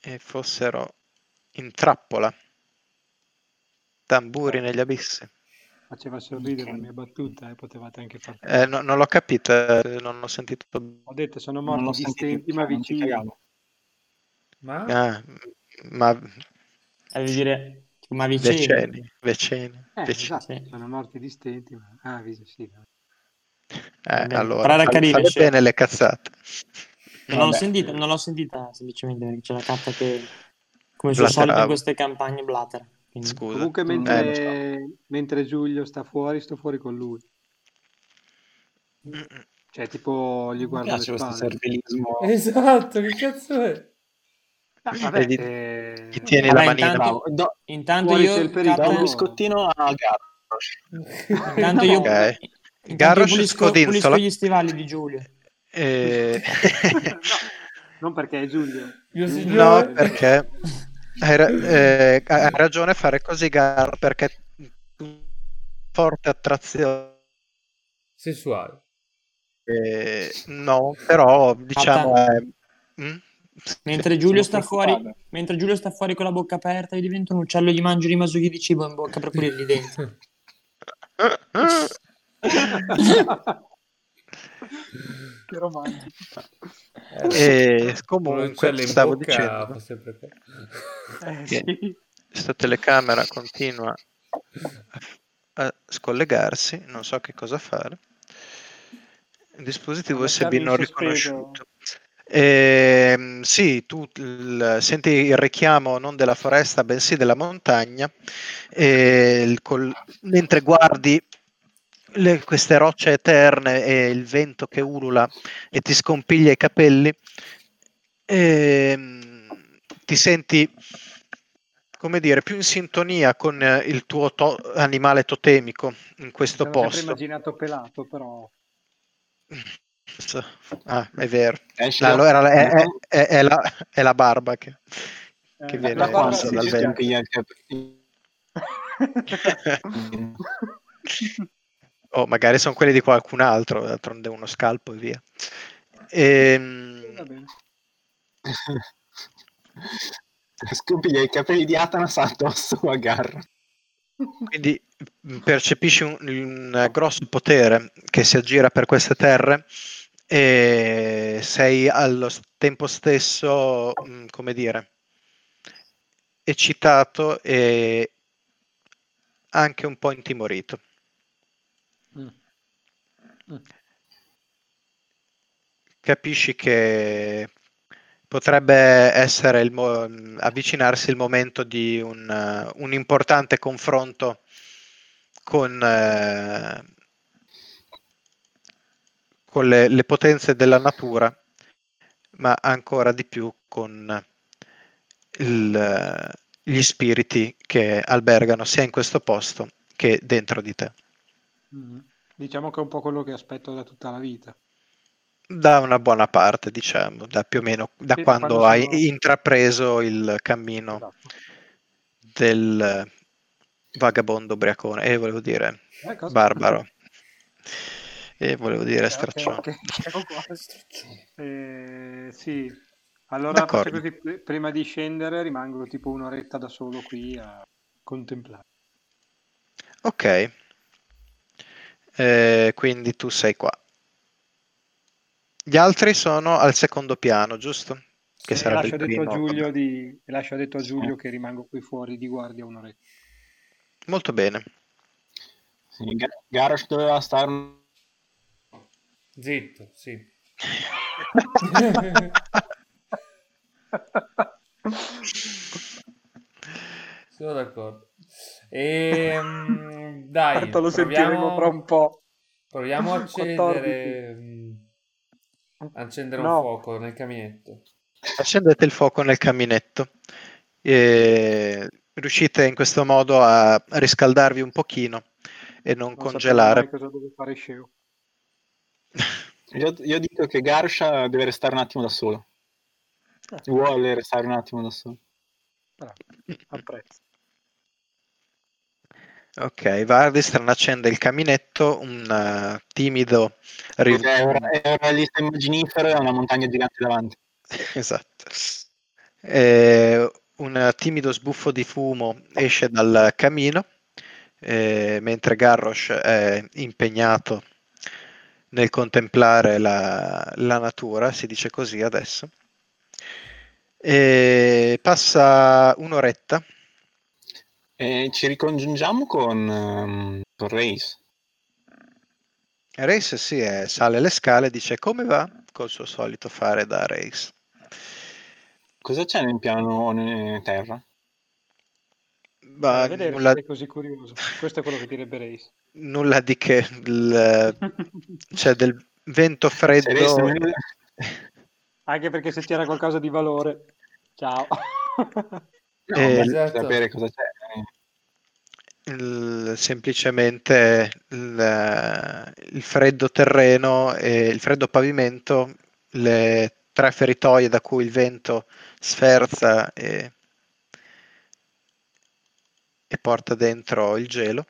Speaker 1: e fossero in trappola, tamburi negli abissi.
Speaker 5: Faceva sorridere
Speaker 2: Ok.
Speaker 5: la mia battuta e potevate anche farlo.
Speaker 1: Eh, no- non l'ho capita, eh, non ho sentito.
Speaker 5: Ho detto sono
Speaker 2: Non l'ho
Speaker 5: morti di stenti
Speaker 2: sentito,
Speaker 5: ma
Speaker 2: non ti
Speaker 5: vicini.
Speaker 2: cagavo.
Speaker 4: Ma
Speaker 1: Ah, ma
Speaker 3: Eh, Devi dire, tipo, ma vicino.
Speaker 1: certo, veceni, veceni,
Speaker 5: Eh,
Speaker 1: veceni.
Speaker 5: esatto,
Speaker 3: Sì.
Speaker 5: sono morti di stenti ma... Ah, viso, sì.
Speaker 1: Eh,
Speaker 3: Bene.
Speaker 1: allora,
Speaker 3: Imparare a
Speaker 1: fate-
Speaker 3: carire,
Speaker 1: fate
Speaker 3: chef.
Speaker 1: bene le cazzate.
Speaker 3: Non l'ho
Speaker 2: Vabbè.
Speaker 3: sentita, non l'ho sentita semplicemente perché c'è la carta che, come suo solito
Speaker 1: Blatterava.
Speaker 3: in queste campagne, blatter. Quindi,
Speaker 1: Scusa.
Speaker 5: Comunque,
Speaker 1: Eh, lo so.
Speaker 5: mentre, mentre Giulio sta fuori, sto fuori con lui. Cioè, tipo, gli
Speaker 2: Mi
Speaker 5: guardo le
Speaker 2: piace questo
Speaker 5: spalle. Eh,
Speaker 2: servilismo.
Speaker 4: Esatto, che cazzo è?
Speaker 5: Ah, vabbè,
Speaker 1: E gli-
Speaker 5: eh,
Speaker 1: Ti tieni
Speaker 3: Vabbè,
Speaker 1: la manina.
Speaker 3: intanto-
Speaker 2: Bravo. Do,
Speaker 3: Intanto
Speaker 5: Fuori
Speaker 3: io,
Speaker 5: c'è il pericolo.
Speaker 2: do un
Speaker 3: Gatta-
Speaker 2: biscottino a Garrosh.
Speaker 3: intanto io,
Speaker 1: Ok.
Speaker 3: intanto io
Speaker 1: Garrosh
Speaker 3: pulisco,
Speaker 1: scodinzola.
Speaker 3: pulisco gli stivali di Giulio.
Speaker 1: Eh,
Speaker 5: non perché è Giulio.
Speaker 4: Mio signore.
Speaker 1: no, perché hai, ra- eh, hai ragione a fare così, Gar, perché forte attrazione.
Speaker 4: Sessuale.
Speaker 1: eh, no, però diciamo... eh, mm?
Speaker 3: Mentre Giulio, sta
Speaker 2: sono
Speaker 3: fuori,
Speaker 2: preoccupato.
Speaker 3: mentre Giulio sta fuori con la bocca aperta, io divento un uccello e gli mangio i masughi di cibo in bocca per pulirgli i denti.
Speaker 1: Eh,
Speaker 5: che romantico.
Speaker 1: Eh,
Speaker 4: Con
Speaker 1: comunque
Speaker 4: l'uccello in
Speaker 1: stavo
Speaker 4: bocca
Speaker 1: dicendo
Speaker 4: fa sempre ca-
Speaker 5: Eh,
Speaker 1: Sì.
Speaker 5: sì.
Speaker 1: questa telecamera continua a scollegarsi non so che cosa fare il dispositivo
Speaker 5: A
Speaker 1: USB
Speaker 5: mettermi in
Speaker 1: non
Speaker 5: sospeso.
Speaker 1: riconosciuto Ehm, sì, tu il- senti il richiamo non della foresta bensì della montagna e il col- mentre guardi le- queste rocce eterne e il vento che ulula e ti scompiglia i capelli ehm, ti senti come dire più in sintonia con eh, il tuo to- animale totemico in questo
Speaker 5: Sono sempre
Speaker 1: posto
Speaker 5: immaginato pelato, però.
Speaker 1: ah è vero
Speaker 2: Esce
Speaker 1: No,
Speaker 2: da-
Speaker 1: allora è, è- è- è la, è la barba che, che
Speaker 5: Eh,
Speaker 1: viene
Speaker 5: la barba
Speaker 1: presa
Speaker 5: sì,
Speaker 1: dal
Speaker 5: sì,
Speaker 1: vento.
Speaker 2: Gli altri-
Speaker 1: O magari sono quelli di qualcun altro, d'altronde uno scalpo e via. Ehm,
Speaker 5: Va bene.
Speaker 2: Scompiglia i capelli di Atanas addosso a Garra.
Speaker 1: quindi percepisci un, un grosso potere che si aggira per queste terre e sei allo s- tempo stesso, mh, come dire, eccitato e anche un po' intimorito. capisci che potrebbe essere il mo- avvicinarsi il momento di un, eh, un importante confronto con, eh, con le, le potenze della natura, ma ancora di più con il, eh, gli spiriti che albergano sia in questo posto che dentro di te.
Speaker 5: Mm. Diciamo che è un po' quello che aspetto da tutta la vita.
Speaker 1: Da una buona parte, diciamo, da più o meno da
Speaker 5: Sì, da
Speaker 1: quando,
Speaker 5: quando
Speaker 1: hai
Speaker 5: sono-
Speaker 1: intrapreso il cammino
Speaker 5: Esatto.
Speaker 1: del vagabondo ubriacone. E volevo dire
Speaker 5: Eh, cosa?
Speaker 1: barbaro. E volevo dire
Speaker 5: Ok,
Speaker 1: straccione.
Speaker 5: ok, siamo qua. Eh, sì, allora
Speaker 1: D'accordo.
Speaker 5: faccio così, pr- prima di scendere rimango tipo un'oretta da solo qui a contemplare.
Speaker 1: Ok. Eh, quindi tu sei qua. Gli altri sono al secondo piano, giusto? Che
Speaker 5: E
Speaker 1: sarebbe
Speaker 5: lascio,
Speaker 1: il
Speaker 5: detto a
Speaker 1: primo.
Speaker 5: Giulio di, e lascio detto a Giulio che rimango qui fuori di guardia un'oretta.
Speaker 1: Molto bene.
Speaker 2: Sì, Ga- Garrosh doveva stare
Speaker 4: Zitto, sì.
Speaker 8: Sono
Speaker 4: Sono d'accordo. Ehm, dai,
Speaker 5: Tanto Certo, lo sentiremo
Speaker 4: proviamo,
Speaker 5: fra un po'.
Speaker 4: proviamo a
Speaker 5: 14.
Speaker 4: accendere, mm, accendere un
Speaker 5: No.
Speaker 4: fuoco nel caminetto.
Speaker 1: Accendete il fuoco nel caminetto. E riuscite in questo modo a riscaldarvi un pochino e non,
Speaker 5: Non
Speaker 1: congelare.
Speaker 5: sapremo mai cosa deve fare Sceo.
Speaker 2: Io, io dico che Garsh deve restare un attimo da solo.
Speaker 5: Ah.
Speaker 2: Vuole restare un attimo da solo.
Speaker 5: Bravo, apprezzo.
Speaker 1: Ok, Vardistran accende il caminetto, un eh, timido riv-
Speaker 2: È ora, è ora lì sta immaginifero e ha una montagna gigante davanti.
Speaker 1: esatto. Eh, un timido sbuffo di fumo esce dal camino, eh, mentre Garrosh è impegnato nel contemplare la, la natura, si dice così adesso. E passa un'oretta.
Speaker 2: E ci ricongiungiamo con, ehm, con Reis.
Speaker 1: Race sì, eh, sale le scale e dice come va col suo solito fare da Race.
Speaker 2: Cosa c'è nel piano eh, terra?
Speaker 1: Ma
Speaker 5: a Eh, vedere
Speaker 1: nulla,
Speaker 5: se sei così curioso. Questo è quello che direbbe Reis.
Speaker 1: nulla di che, il- c'è del vento
Speaker 2: Se avessi-
Speaker 1: freddo.
Speaker 5: Anche perché se c'era qualcosa di valore, ciao.
Speaker 2: No,
Speaker 1: Eh,
Speaker 2: ma
Speaker 4: esatto.
Speaker 2: Ah, sapere cosa c'è. eh.
Speaker 1: il- semplicemente il, il freddo terreno e il freddo pavimento, le tre feritoie da cui il vento sferza e, e porta dentro il gelo,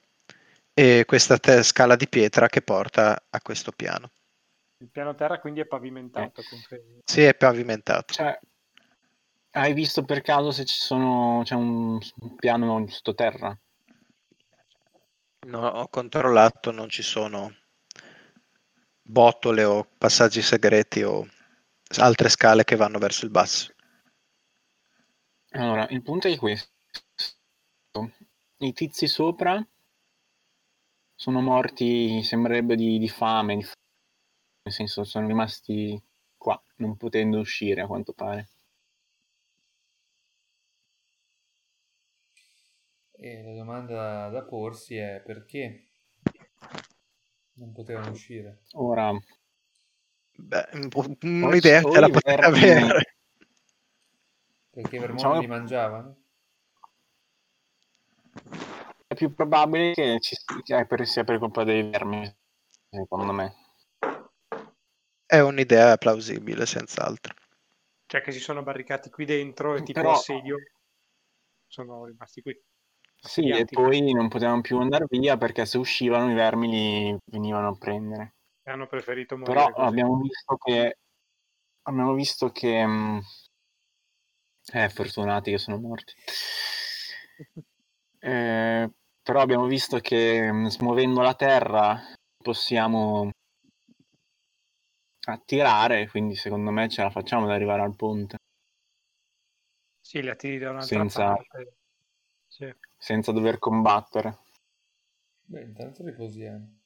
Speaker 1: e questa te- scala di pietra che porta a questo piano.
Speaker 5: Il piano terra quindi è pavimentato. comprendo.
Speaker 1: Sì, è pavimentato.
Speaker 2: Cioè, hai visto per caso se ci sono, c'è un, un piano sottoterra?
Speaker 1: No, ho controllato, non ci sono botole o passaggi segreti o altre scale che vanno verso il basso.
Speaker 2: Allora, il punto è questo. I tizi sopra sono morti, sembrerebbe di, di fame, di fame, nel senso sono rimasti qua, non potendo uscire a quanto pare.
Speaker 4: E la domanda da porsi è perché non potevano uscire.
Speaker 2: Ora,
Speaker 1: Beh, un po- un'idea te la
Speaker 2: Oliver-
Speaker 1: potete avere.
Speaker 4: Perché Vermont
Speaker 2: Diciamo-
Speaker 4: li mangiavano?
Speaker 2: è più probabile che ci sia per, sia per colpa dei vermi, secondo me.
Speaker 1: È un'idea plausibile, senz'altro.
Speaker 5: Cioè che si sono barricati qui dentro e tipo
Speaker 2: Però-
Speaker 5: assedio sono rimasti qui.
Speaker 2: Sì, e
Speaker 5: Assediati.
Speaker 2: poi non potevano più andare via perché se uscivano i vermi li venivano a prendere.
Speaker 5: E hanno preferito morire
Speaker 2: Però
Speaker 5: così.
Speaker 2: abbiamo visto che abbiamo visto che mh, eh, fortunati che sono morti. Eh, però abbiamo visto che mh, smuovendo la terra possiamo attirare, quindi secondo me ce la facciamo ad arrivare al ponte
Speaker 5: Sì, li attiri da un'altra
Speaker 2: Senza-
Speaker 5: parte. Sì.
Speaker 2: senza dover combattere.
Speaker 4: Beh, intanto riposiamo.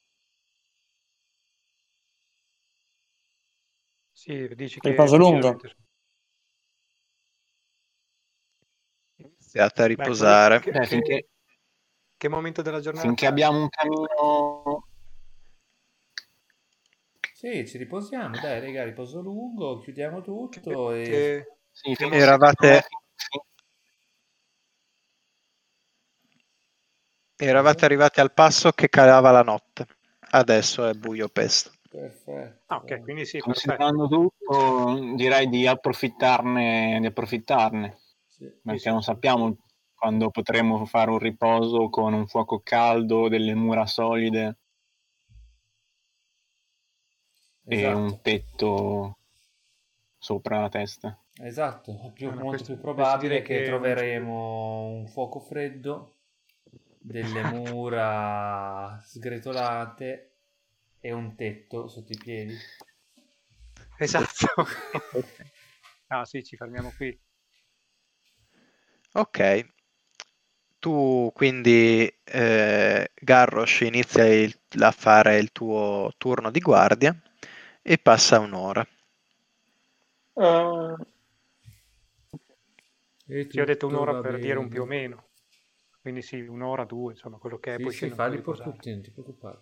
Speaker 5: Sì, dici che...
Speaker 3: Riposo lungo.
Speaker 5: effettivamente-
Speaker 1: Iniziate a
Speaker 5: Beh, quello-
Speaker 1: riposare.
Speaker 5: che-
Speaker 2: Beh,
Speaker 5: che-
Speaker 2: Eh, finché-
Speaker 5: Che momento della giornata?
Speaker 2: Finché abbiamo un cammino
Speaker 4: Sì, ci riposiamo, dai, raga, riposo lungo, chiudiamo
Speaker 5: Che-
Speaker 4: tutto e...
Speaker 5: che-
Speaker 2: Sì, fin-
Speaker 1: Eravate- Eravate arrivati al passo che calava la notte. Adesso è buio pesto.
Speaker 4: Perfetto.
Speaker 5: Ah, ok, quindi sì, perfetto.
Speaker 2: considerando tutto, direi di approfittarne, di approfittarne,
Speaker 4: Sì.
Speaker 2: perché non sappiamo quando potremo fare un riposo con un fuoco caldo, delle mura solide e un
Speaker 4: Esatto,
Speaker 2: tetto sopra la testa.
Speaker 4: esatto. È più-
Speaker 5: Allora,
Speaker 4: molto
Speaker 5: questo-
Speaker 4: più probabile
Speaker 5: questo direi
Speaker 4: che,
Speaker 5: che-
Speaker 4: troveremo un fuoco freddo, delle mura sgretolate e un tetto sotto i piedi.
Speaker 5: Esatto. ah, sì, ci fermiamo qui.
Speaker 1: Ok, tu quindi eh, Garrosh inizia il- a fare il tuo turno di guardia e passa un'ora.
Speaker 7: Eh,
Speaker 5: Ti ho detto un'ora per dire un più o meno. Quindi sì, un'ora, due, insomma, quello che è.
Speaker 4: Sì,
Speaker 5: poi
Speaker 4: sì,
Speaker 5: scendono
Speaker 4: falli
Speaker 5: per
Speaker 4: per
Speaker 5: riposare.
Speaker 4: tutti, non ti preoccupare.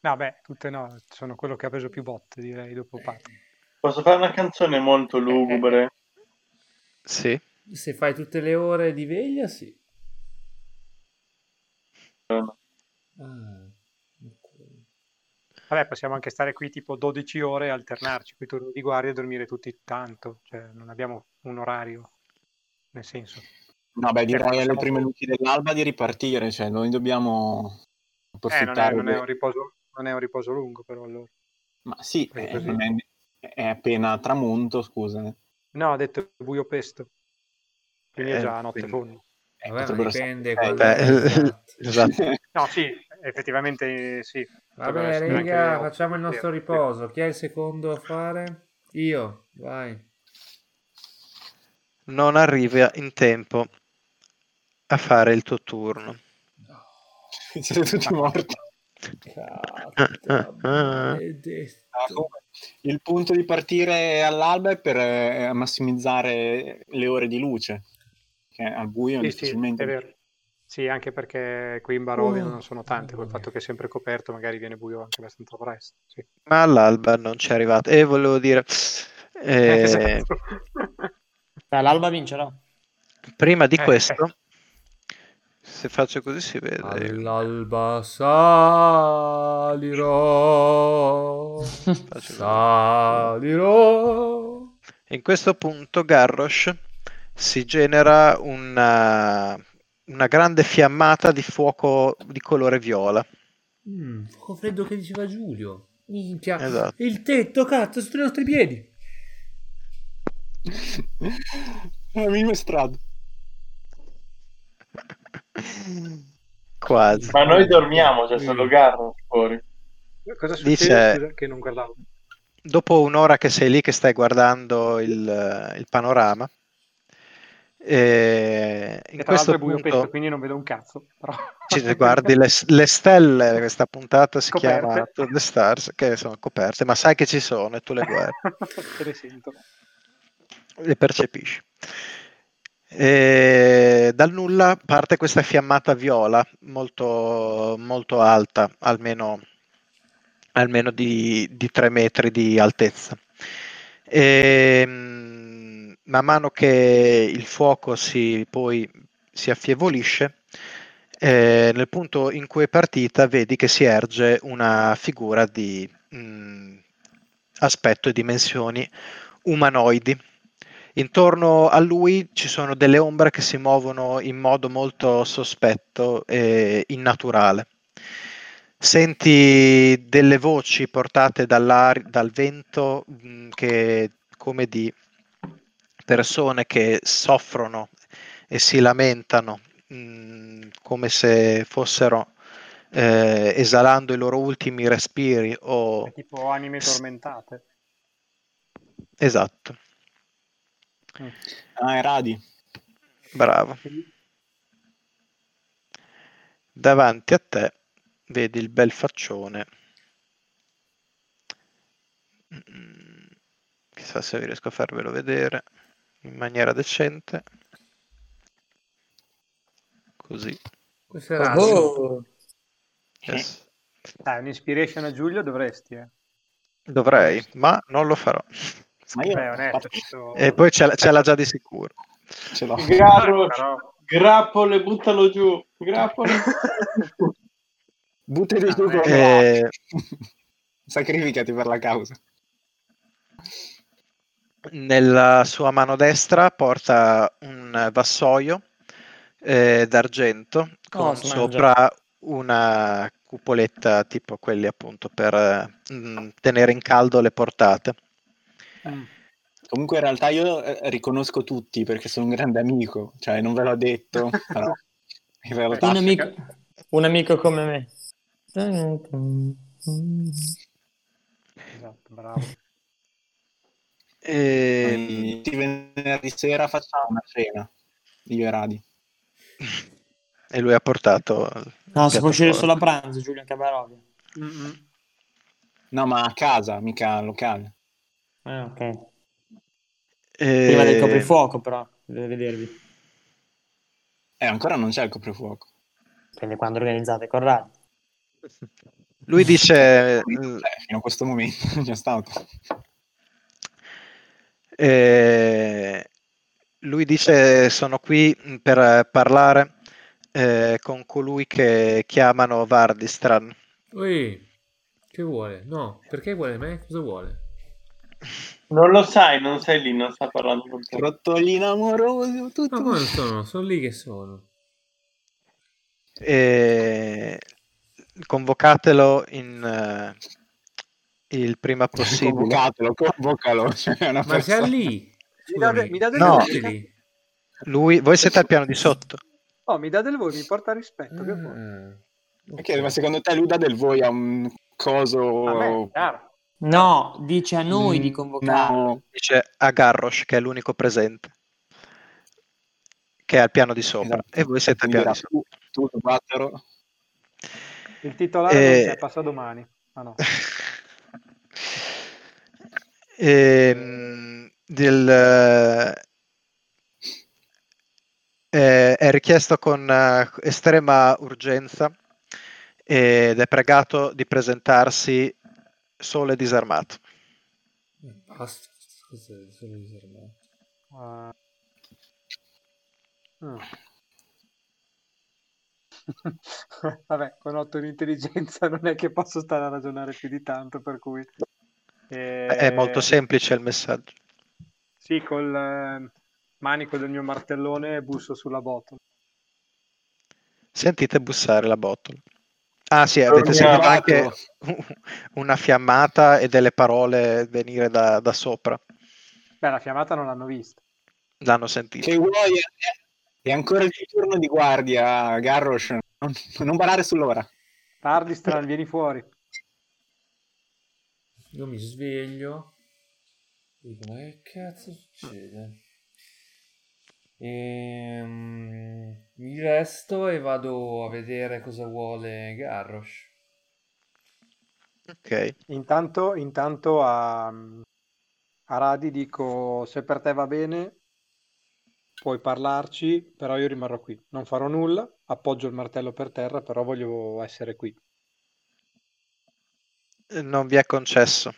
Speaker 5: No, beh, tutte no, sono quello che ha preso più botte, direi,
Speaker 4: Eh.
Speaker 5: dopo Pat.
Speaker 7: posso fare una canzone molto lugubre?
Speaker 1: Sì,
Speaker 4: Se fai tutte le ore di veglia, sì. Ah, ok.
Speaker 5: Vabbè, possiamo anche stare qui tipo 12 ore e alternarci, qui turni di guardia e dormire tutti tanto, cioè non abbiamo un orario, nel senso.
Speaker 2: No, beh, direi alle
Speaker 5: facciamo-
Speaker 2: prime luci dell'alba di ripartire, cioè noi dobbiamo
Speaker 5: Eh, non è,
Speaker 2: approfittare.
Speaker 5: non è
Speaker 2: del-
Speaker 5: un, riposo, non è un riposo lungo però allora.
Speaker 2: Ma sì,
Speaker 5: Perché
Speaker 2: eh,
Speaker 5: così-
Speaker 2: non è, è appena tramonto, scusa. Eh,
Speaker 5: No, ha detto buio pesto, quindi è
Speaker 1: Eh,
Speaker 5: già notte
Speaker 1: quindi-
Speaker 5: fondo.
Speaker 4: Vabbè, ma
Speaker 2: potrebbero essere-
Speaker 4: dipende.
Speaker 2: eh,
Speaker 4: quando-
Speaker 1: beh, esatto.
Speaker 5: No, sì, effettivamente sì. Potrebbe
Speaker 4: Vabbè,
Speaker 5: essere
Speaker 4: raga,
Speaker 5: anche-
Speaker 4: facciamo il nostro riposo. Chi è il secondo a fare? Io, vai.
Speaker 1: Non arrivi a- in tempo a fare il tuo turno.
Speaker 2: Siete tutti morti.
Speaker 4: Catta maledetta.
Speaker 5: Esatto.
Speaker 2: Ah, comunque, Il punto di partire all'alba è per eh, massimizzare le ore di luce, che al buio
Speaker 5: Sì, sì,
Speaker 2: difficilmente...
Speaker 5: è vero. Sì, anche perché qui in Barovia
Speaker 1: Mm.
Speaker 4: Oh.
Speaker 5: non sono tante, col fatto che è sempre coperto magari viene buio anche abbastanza presto. Sì.
Speaker 1: Ma all'alba non ci è arrivato. E volevo dire, eh,
Speaker 5: Esatto.
Speaker 3: Dai, l'alba vincerà.
Speaker 1: prima di
Speaker 5: Eh,
Speaker 1: questo, se faccio così si vede.
Speaker 4: All'alba salirò,
Speaker 1: Faccio-
Speaker 4: salirò.
Speaker 1: In questo punto Garrosh si genera una, una grande fiammata di fuoco di colore viola.
Speaker 4: Mm, fuoco freddo che diceva Giulio. Minchia.
Speaker 5: Eh.
Speaker 1: Esatto.
Speaker 4: Il tetto, cazzo, sotto i nostri piedi.
Speaker 2: La minima strada.
Speaker 1: Quasi.
Speaker 7: Ma noi dormiamo, c'è solo
Speaker 4: Mm.
Speaker 7: Garro fuori.
Speaker 5: Cosa succede?
Speaker 1: Dice-
Speaker 5: Scusa, che non guardavo.
Speaker 1: Dopo un'ora che sei lì che stai guardando il, il panorama, eh, in
Speaker 5: E tra
Speaker 1: questo
Speaker 5: l'altro è buio
Speaker 1: punto
Speaker 5: pesto, quindi non vedo un cazzo. Però...
Speaker 1: ci guardi le, le stelle, questa puntata si
Speaker 5: Coperte.
Speaker 1: chiama After The Stars, che sono coperte, ma sai che ci sono e tu le guardi.
Speaker 5: Te le sento.
Speaker 1: le percepisci. E dal nulla parte questa fiammata viola molto, molto alta, almeno, almeno di, di 3 metri di altezza. E, mm, man mano che il fuoco si, poi si affievolisce, eh, nel punto in cui è partita vedi che si erge una figura di mm, aspetto e dimensioni umanoidi. Intorno a lui ci sono delle ombre che si muovono in modo molto sospetto e innaturale. Senti delle voci portate dall'ar- dal vento mh, che come di persone che soffrono e si lamentano mh, come se fossero eh, esalando i loro ultimi respiri o
Speaker 5: È tipo anime tormentate.
Speaker 1: esatto,
Speaker 2: Ah, è Radi.
Speaker 1: bravo. davanti a te vedi il bel faccione. Mm, Chissà se riesco a farvelo vedere in maniera decente. Così.
Speaker 4: Questo è
Speaker 2: Ah,
Speaker 4: Razzo.
Speaker 3: Oh,
Speaker 1: yes.
Speaker 5: Dai, un'inspiration a Giulio dovresti, eh.
Speaker 1: Dovrei, ma non lo farò.
Speaker 2: Ma io
Speaker 5: Beh, onesto, adesso-
Speaker 1: E poi ce, l'ha- ce l'ha già di sicuro.
Speaker 2: ce l'ho.
Speaker 7: Garro,
Speaker 5: Però-
Speaker 7: grappole, buttalo giù. Grappole.
Speaker 2: Buttati giù con
Speaker 1: Eh.
Speaker 2: Ah, Sacrificati per la causa.
Speaker 1: Nella sua mano destra porta un vassoio eh, d'argento con
Speaker 3: si mangia.
Speaker 1: sopra una cupoletta tipo quelli appunto per eh, mm, tenere in caldo le portate.
Speaker 2: Comunque in realtà io eh, riconosco tutti perché sono un grande amico, cioè non ve l'ho detto, però in realtà...
Speaker 5: Classica.
Speaker 3: un, amico, un amico come me.
Speaker 5: Esatto, bravo.
Speaker 1: E,
Speaker 2: Ehm, Tutti venerdì sera facciamo una cena, io e Radi.
Speaker 1: e lui ha portato... il
Speaker 3: No,
Speaker 1: piatto
Speaker 3: si può uscire
Speaker 1: forte.
Speaker 3: solo a pranzo, Giulio, anche a Barovia.
Speaker 5: Mm-mm.
Speaker 2: No, ma a casa, mica al locale.
Speaker 3: Ah, ok.
Speaker 1: E-
Speaker 3: Prima del coprifuoco, però, deve vedervi.
Speaker 2: Eh, ancora non c'è il coprifuoco.
Speaker 3: Quindi quando organizzate con Radi.
Speaker 1: Lui dice...
Speaker 4: Mm.
Speaker 2: Cioè, fino a questo momento non c'è stato.
Speaker 1: Eh, lui dice: Sono qui mh, per eh, parlare eh, con colui che chiamano Vardistran.
Speaker 4: Ui, che vuole? No, perché vuole me? Cosa vuole?
Speaker 7: Non lo sai, non sei lì, non sta parlando con te.
Speaker 2: Trottolino amoroso, tutto.
Speaker 4: No, come non sono? Sono lì che sono.
Speaker 1: Eh, convocatelo in, eh, il prima possibile.
Speaker 2: Convocatelo, convocalo. cioè, è una
Speaker 4: Ma
Speaker 2: persona-
Speaker 4: sei lì?
Speaker 5: Mi dà de-
Speaker 4: Scusami,
Speaker 5: mi dà delle
Speaker 1: No.
Speaker 4: sei
Speaker 5: voci?
Speaker 4: lì?
Speaker 1: Lui, voi siete al piano di sotto.
Speaker 5: Oh, mi dà del voi, mi porta rispetto. Che vuoi?
Speaker 4: Ah.
Speaker 2: Ok, ma secondo te lui dà del voi a un coso...
Speaker 1: Ah,
Speaker 5: A me, è chiaro.
Speaker 3: No, dice a noi
Speaker 2: Mm,
Speaker 3: di convocarlo.
Speaker 2: no.
Speaker 1: Dice a Garrosh, che è l'unico presente, che è al piano di sopra.
Speaker 2: Esatto.
Speaker 1: ah, E voi siete al
Speaker 2: Quindi
Speaker 1: piano di
Speaker 2: era
Speaker 1: sopra.
Speaker 2: tu, tu, il battero.
Speaker 5: Il titolare
Speaker 1: Eh.
Speaker 5: non c'è, passa domani. Ma no.
Speaker 1: Ehm, del, eh, eh, è richiesto con eh, estrema urgenza ed è pregato di presentarsi solo e disarmato.
Speaker 4: Basta. Scusa, sono riservato.
Speaker 5: Eh. Mm. Vabbè, con 8 in intelligenza non è che posso stare a ragionare più di tanto, per cui... Eh,
Speaker 1: È molto semplice il messaggio.
Speaker 5: Sì, col eh, manico del mio martellone busso sulla botola.
Speaker 1: Sentite bussare la botola. Ah sì, avete
Speaker 7: Torniamo.
Speaker 1: sentito anche una fiammata e delle parole venire da, da sopra.
Speaker 5: Beh, la fiammata non l'hanno vista.
Speaker 1: L'hanno sentito.
Speaker 2: Che vuoi? eh? È ancora il tuo turno di guardia, Garrosh. Non, non barare sull'ora.
Speaker 5: Parli,
Speaker 1: Eh.
Speaker 5: Stran, vieni fuori.
Speaker 4: Io mi sveglio. Dico, ma che cazzo succede? Ehm, mi resto e vado a vedere cosa vuole Garrosh.
Speaker 1: Ok.
Speaker 5: Intanto, intanto a, a Radi dico: se per te va bene, puoi parlarci, però io rimarrò qui. Non farò nulla, appoggio il martello per terra, però voglio essere qui.
Speaker 1: eh, Non vi è concesso.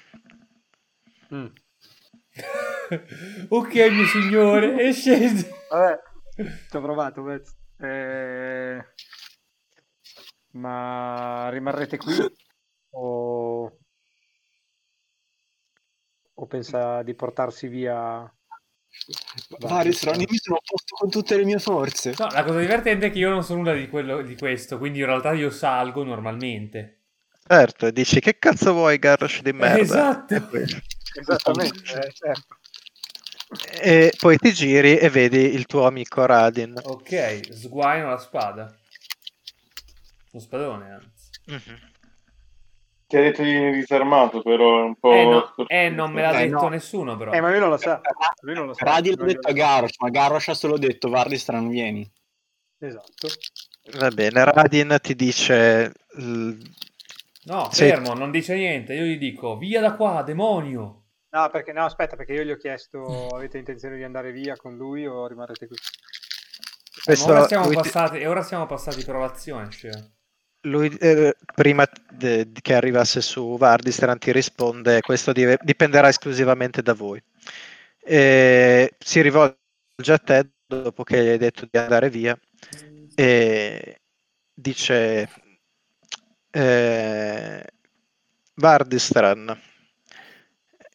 Speaker 5: Mm.
Speaker 4: ok, mio signore, e scendi.
Speaker 5: Vabbè, ci ho provato. Vez. Eh, Ma rimarrete qui? O... o pensa di portarsi via?
Speaker 2: Varys, Ron, io mi sono opposto con tutte le mie forze.
Speaker 4: No, la cosa divertente è che io non so nulla di, quello, di questo, quindi in realtà io salgo normalmente.
Speaker 1: Certo, e dici che cazzo vuoi Garrosh di merda?
Speaker 4: Esatto.
Speaker 1: È quello.
Speaker 5: Esattamente, eh, certo.
Speaker 1: E poi ti giri e vedi il tuo amico Radin.
Speaker 4: Ok, sguaino la spada. Lo spadone, anzi.
Speaker 1: Mhm.
Speaker 7: Ti ha detto di disarmato, però è un po'...
Speaker 4: Eh, no, eh, non me l'ha
Speaker 2: Eh,
Speaker 4: detto
Speaker 2: no.
Speaker 4: nessuno, però.
Speaker 5: Eh, ma lui non lo sa. Lui non lo sa.
Speaker 2: Radi l'ha
Speaker 5: Non glielo
Speaker 2: detto a
Speaker 5: sa.
Speaker 2: Garrosh, ma Garrosh ha solo detto Varlistran vieni.
Speaker 5: Esatto.
Speaker 1: Va bene, Radin ti dice... l-
Speaker 4: No,
Speaker 1: Sì.
Speaker 4: fermo, non dice niente. Io gli dico, via da qua, demonio.
Speaker 5: No, perché no, aspetta, perché io gli ho chiesto avete intenzione di andare via con lui o rimarrete qui?
Speaker 4: Eh, ma ora
Speaker 1: questo
Speaker 4: siamo
Speaker 1: lui ti-
Speaker 4: passati, E ora siamo passati per l'azione, cioè.
Speaker 1: Lui, eh, prima de- che arrivasse su Vardistran, ti risponde: Questo di- dipenderà esclusivamente da voi. E si rivolge a te dopo che gli hai detto di andare via e dice: eh, Vardistran,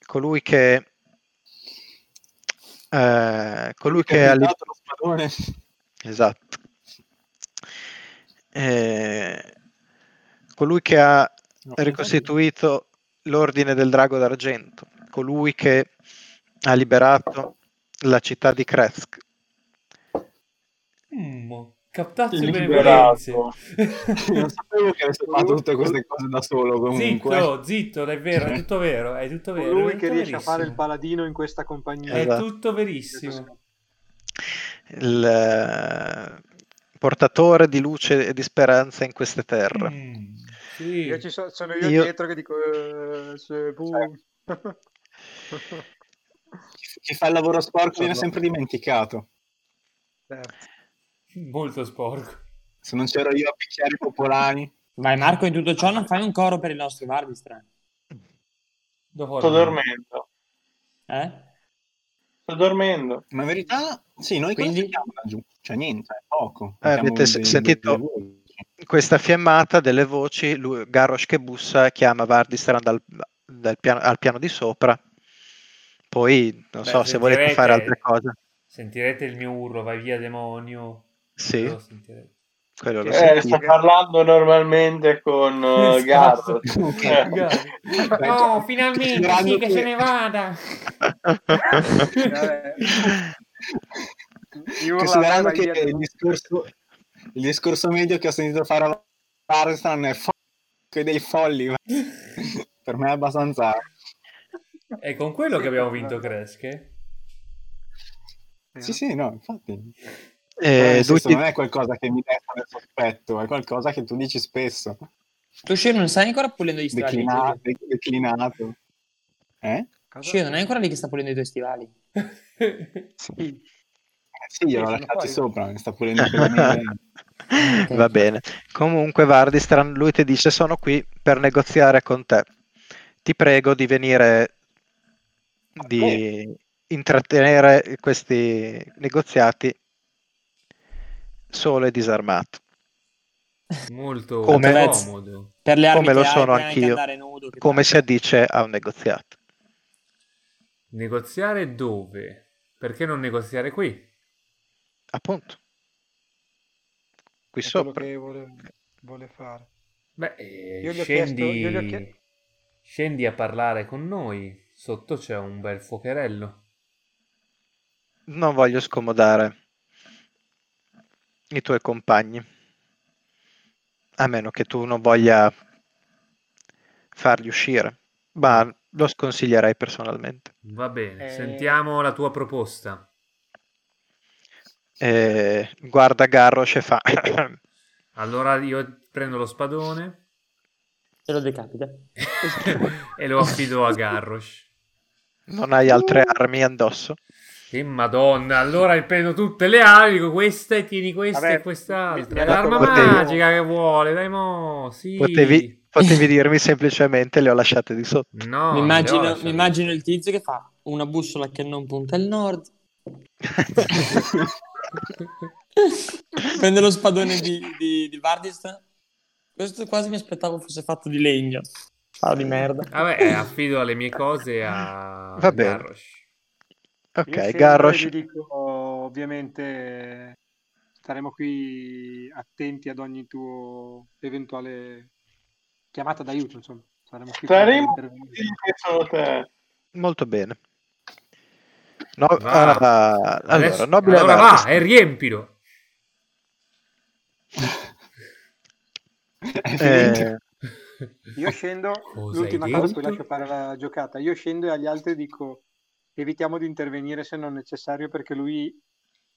Speaker 1: colui che. eh, colui che
Speaker 2: ha
Speaker 1: all'in-
Speaker 2: dato lo spadone.
Speaker 1: Esatto. Eh, colui che ha ricostituito l'ordine del drago d'argento, colui che ha liberato la città di Kresk,
Speaker 4: Mm, captato le benevolenze.
Speaker 7: Liberato.
Speaker 2: non sapevo che avesse fatto tutte queste cose da solo comunque.
Speaker 4: Zitto, zitto, è vero, è tutto vero, è tutto vero.
Speaker 5: Lui
Speaker 4: è
Speaker 5: che
Speaker 4: tutto
Speaker 5: riesce a fare il
Speaker 4: verissimo.
Speaker 5: paladino in questa compagnia.
Speaker 1: Eh,
Speaker 4: È
Speaker 1: Esatto.
Speaker 4: tutto verissimo.
Speaker 1: il eh, portatore di luce e di speranza in queste terre.
Speaker 4: Mm, sì.
Speaker 5: Io ci so- sono io,
Speaker 1: Io-
Speaker 5: dietro che dico eh, se- bu-
Speaker 2: Chi fa il lavoro sporco viene sempre dimenticato.
Speaker 5: Certo.
Speaker 4: Molto sporco.
Speaker 2: Se non c'ero io a picchiare i popolani.
Speaker 3: Vai Marco, in tutto ciò non fai un coro per il nostro Vardistran.
Speaker 4: Dopo
Speaker 7: Sto dormendo.
Speaker 3: Eh?
Speaker 7: Sto dormendo.
Speaker 2: Ma in verità, sì, noi
Speaker 3: Quindi-
Speaker 2: Quindi... cosa sentiamo laggiù? Cioè niente, è poco.
Speaker 1: Eh, avete se- sentito- Questa fiammata delle voci, lui, Garrosh che bussa, chiama Vardistran dal, dal piano, al piano di sopra. Poi, non
Speaker 4: Beh,
Speaker 1: so, se volete
Speaker 4: sentirete-
Speaker 1: fare altre cose.
Speaker 4: Sentirete il mio urlo, vai via demonio.
Speaker 1: Sì,
Speaker 4: Lo sentirete.
Speaker 1: quello lo
Speaker 5: Eh,
Speaker 7: Eh, sta
Speaker 1: sentite.
Speaker 7: parlando normalmente con eh,
Speaker 4: Esatto.
Speaker 7: Garro. Eh,
Speaker 4: Garro. No, Oh,
Speaker 2: Cioè,
Speaker 4: finalmente, sì, che se ne vada.
Speaker 5: Vabbè, mi urla,
Speaker 2: Considerando
Speaker 5: vai
Speaker 2: che
Speaker 5: via,
Speaker 2: il discorso, il discorso medio che ho sentito fare a Parson è fo- che dei folli. per me è abbastanza...
Speaker 4: È con quello che abbiamo vinto
Speaker 5: esatto.
Speaker 4: Cresche?
Speaker 2: Sì, sì, no, infatti. Però
Speaker 1: Eh,
Speaker 2: nel
Speaker 1: lui
Speaker 2: senso,
Speaker 1: ti-
Speaker 2: non è qualcosa che mi desta nel sospetto, è qualcosa che tu dici spesso.
Speaker 3: Tu Shiro non sai ancora pulendo gli stivali.
Speaker 2: Declinato, declinato. Eh?
Speaker 5: Cosa?
Speaker 3: Shiro non è ancora lì che sta pulendo i tuoi stivali.
Speaker 2: Sì. Sì, gliel'ho
Speaker 5: sono
Speaker 2: lasciati
Speaker 5: fuori.
Speaker 2: sopra, mi sta pulendo bene.
Speaker 1: Va bene. Comunque, Vardistran, lui ti dice: Sono qui per negoziare con te. Ti prego di venire, di intrattenere questi negoziati solo e disarmato.
Speaker 4: Molto
Speaker 1: Come-
Speaker 4: comodo.
Speaker 3: Per le armi
Speaker 1: Come lo
Speaker 3: che hai,
Speaker 1: sono
Speaker 3: puoi anche
Speaker 1: anch'io.
Speaker 3: andare nudo, che
Speaker 1: Come
Speaker 3: tanto-
Speaker 1: si addice a un negoziato.
Speaker 4: Negoziare dove? Perché non negoziare qui?
Speaker 1: Appunto. Qui
Speaker 5: È quello
Speaker 1: sopra.
Speaker 5: che vuole, vuole fare.
Speaker 4: Beh, eh,
Speaker 5: Io gli ho
Speaker 4: scendi,
Speaker 5: chiesto- io gli ho chie-
Speaker 4: scendi a parlare con noi. Sotto c'è un bel fuocherello.
Speaker 1: Non voglio scomodare i tuoi compagni. A meno che tu non voglia farli uscire. Ma lo sconsiglierei personalmente.
Speaker 4: Va bene,
Speaker 3: Eh.
Speaker 4: sentiamo la tua proposta.
Speaker 1: Eh, guarda Garrosh e fa.
Speaker 4: Allora io prendo lo spadone
Speaker 3: Te lo decapita.
Speaker 4: e lo affido a Garrosh.
Speaker 1: non hai altre armi addosso?
Speaker 4: Che madonna, allora prendo tutte le armi, dico questa e tieni questa
Speaker 5: Vabbè,
Speaker 4: e quest'altra.
Speaker 5: mi- mi
Speaker 4: È
Speaker 5: ha dato
Speaker 4: l'arma
Speaker 1: potevi-
Speaker 4: magica che vuole, dai mo, sì.
Speaker 1: Potevi, potevi dirmi semplicemente le ho lasciate di sotto.
Speaker 4: No,
Speaker 3: mi,
Speaker 4: le
Speaker 3: immagino,
Speaker 4: ho lasciate.
Speaker 3: mi immagino il tizio che fa una bussola che non punta al nord. Prende lo spadone di, di, di Vardistan. Questo quasi mi aspettavo fosse fatto di legno.
Speaker 1: Ah,
Speaker 3: Fa Ah, di merda.
Speaker 4: Vabbè, eh, affido le mie cose a
Speaker 1: Va bene.
Speaker 4: Garrosh.
Speaker 5: Io
Speaker 1: Ok,
Speaker 5: scendo
Speaker 1: Garrosh.
Speaker 5: e gli dico, ovviamente staremo qui attenti ad ogni tuo eventuale chiamata d'aiuto, insomma. Saremo qui per
Speaker 7: Saremo
Speaker 5: intervenire.
Speaker 7: Sì, che sono te.
Speaker 1: Molto bene. No,
Speaker 4: Va.
Speaker 1: ah, allora,
Speaker 4: Adesso-
Speaker 1: nobile Eh,
Speaker 4: allora va
Speaker 1: Vardis-
Speaker 4: e riempilo.
Speaker 2: È finito.
Speaker 1: eh,
Speaker 5: Io scendo,
Speaker 4: Cosa
Speaker 5: l'ultima
Speaker 4: hai
Speaker 5: cosa,
Speaker 4: detto?
Speaker 5: poi lascio fare la giocata. Io scendo e agli altri dico evitiamo di intervenire se non necessario perché lui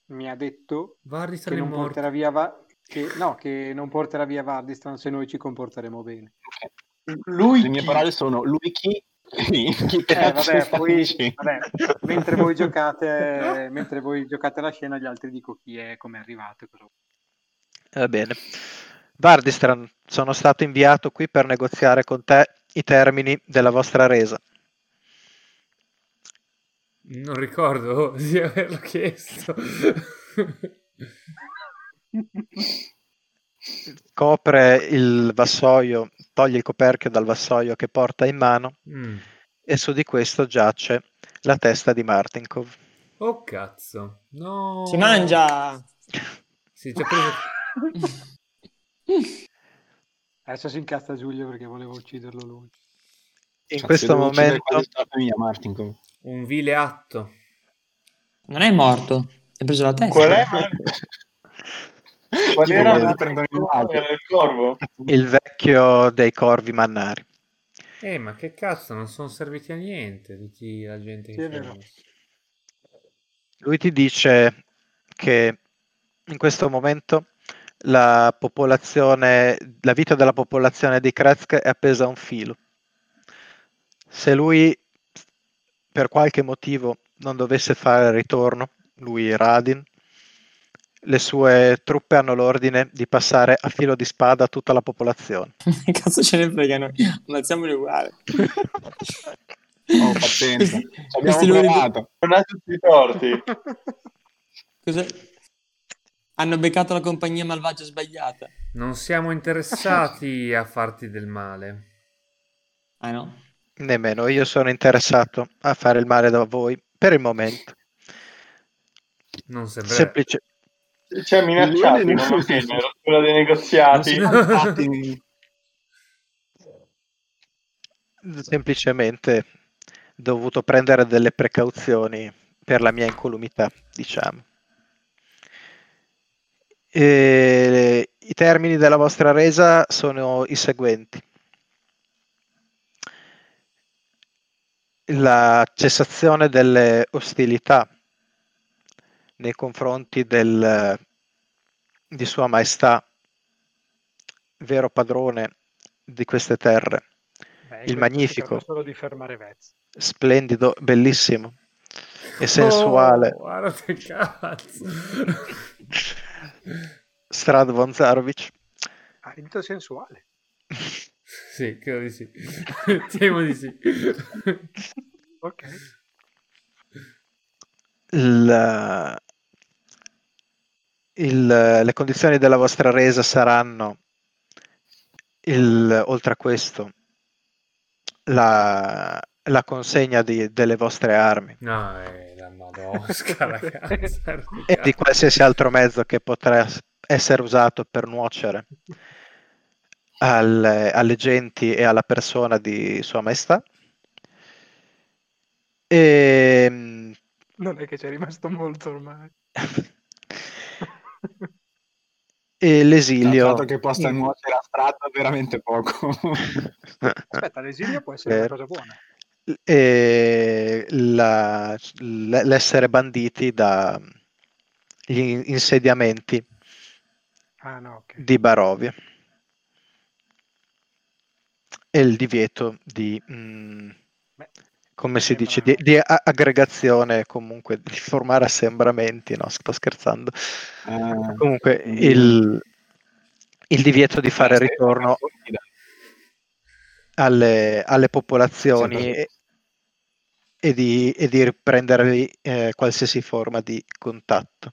Speaker 5: mi ha detto che
Speaker 4: Varristan è
Speaker 5: non
Speaker 4: morto.
Speaker 5: porterà via Va- che, no, che non porterà via Vardistan se noi ci comporteremo bene.
Speaker 7: Lui
Speaker 2: Le mie
Speaker 7: chi?
Speaker 2: parole sono lui chi? chi
Speaker 5: Eh,
Speaker 2: cazzo
Speaker 5: vabbè,
Speaker 2: sta
Speaker 5: poi,
Speaker 2: dicendo?
Speaker 5: vabbè, mentre voi giocate mentre voi giocate la scena, gli altri dico chi è, come è arrivato. e cosa-
Speaker 1: Va Eh, bene. Vardistran, sono stato inviato qui per negoziare con te i termini della vostra resa.
Speaker 4: Non ricordo di averlo chiesto.
Speaker 2: Cioè,
Speaker 1: Copre il vassoio, toglie il coperchio dal vassoio che porta in mano
Speaker 4: Mm.
Speaker 1: e su di questo giace la testa di Martinkov.
Speaker 4: Oh cazzo. No.
Speaker 3: Si mangia!
Speaker 4: Si, ci ha preso...
Speaker 5: Adesso si incazza Giulio perché volevo ucciderlo lui.
Speaker 1: In
Speaker 2: Cazzo,
Speaker 1: questo
Speaker 2: devo uccidere
Speaker 1: momento
Speaker 2: quasi tutta la famiglia Martin.
Speaker 4: Un vile atto.
Speaker 3: Non è morto. È preso la testa.
Speaker 7: Qual è? Qual
Speaker 2: Io
Speaker 7: era
Speaker 2: volevo
Speaker 7: la-
Speaker 2: prendere il
Speaker 7: Era il corvo?
Speaker 1: il vecchio dei corvi mannari.
Speaker 4: Eh, ma che cazzo, non sono serviti a niente tutti la gente
Speaker 5: Sì,
Speaker 4: che
Speaker 5: è
Speaker 4: c'era.
Speaker 5: vero.
Speaker 1: Lui ti dice che in questo momento la popolazione, la vita della popolazione di Kretsk è appesa a un filo. Se lui per qualche motivo non dovesse fare il ritorno, lui Radin, le sue truppe hanno l'ordine di passare a filo di spada a tutta la popolazione.
Speaker 3: Che cazzo ce ne frega noi? Ammazziamoli uguale.
Speaker 2: Oh, pazienza. Ci abbiamo
Speaker 3: Questi lunghi-
Speaker 2: provato.
Speaker 7: Non ha tutti i torti.
Speaker 3: Cos'è? Hanno beccato la compagnia malvagia sbagliata.
Speaker 4: Non siamo interessati a farti del male.
Speaker 3: Ah no?
Speaker 1: Nemmeno io sono interessato a fare il male da voi per il momento.
Speaker 4: Non sembra.
Speaker 1: Semplice,
Speaker 7: Ci ha Cioè, minacciato, non lo temero, quella dei negoziati.
Speaker 2: Infatti,
Speaker 1: semplicemente dovuto prendere delle precauzioni per la mia incolumità, diciamo. E Eh, I termini della vostra resa sono i seguenti. La cessazione delle ostilità nei confronti del, di Sua Maestà, vero padrone di queste terre.
Speaker 5: Beh,
Speaker 1: Il
Speaker 5: Eh, questo
Speaker 1: magnifico.
Speaker 5: cerco Solo di fermare Vez.
Speaker 1: Splendido, bellissimo e sensuale.
Speaker 4: Oh, guarda che cazzo.
Speaker 1: Strad von Zarovic.
Speaker 5: Ah, il dito sensuale.
Speaker 4: sì, credo di sì. Temo di sì.
Speaker 5: Ok.
Speaker 1: Il- il- le condizioni della vostra resa saranno, il- oltre a questo, la, la consegna di- delle vostre armi
Speaker 4: No, è la madosca, ragazzi.
Speaker 1: e di qualsiasi altro mezzo che potrà s- essere usato per nuocere alle, alle genti e alla persona di Sua Maestà. E,
Speaker 5: Non è che c'è rimasto molto ormai.
Speaker 1: Eh. e
Speaker 2: Tra
Speaker 1: l'esilio.
Speaker 2: l'altro che possa
Speaker 1: Mm.
Speaker 2: nuocere a strada veramente poco.
Speaker 5: Aspetta, l'esilio può essere una
Speaker 1: Eh.
Speaker 5: cosa buona.
Speaker 1: e la- l- l'essere banditi dagli insediamenti
Speaker 5: Ah, no, ok.
Speaker 1: di Barovia e il divieto di, mm,
Speaker 5: Beh,
Speaker 1: come si
Speaker 5: sembra-
Speaker 1: dice, di, di a- aggregazione, comunque di formare assembramenti, no, sto scherzando.
Speaker 2: Eh,
Speaker 1: Comunque il, il divieto di fare
Speaker 2: sì,
Speaker 1: ritorno
Speaker 2: sì, dai.
Speaker 1: alle, alle popolazioni
Speaker 2: Sempre.
Speaker 1: e, e di, e di riprendervi eh, qualsiasi forma di contatto.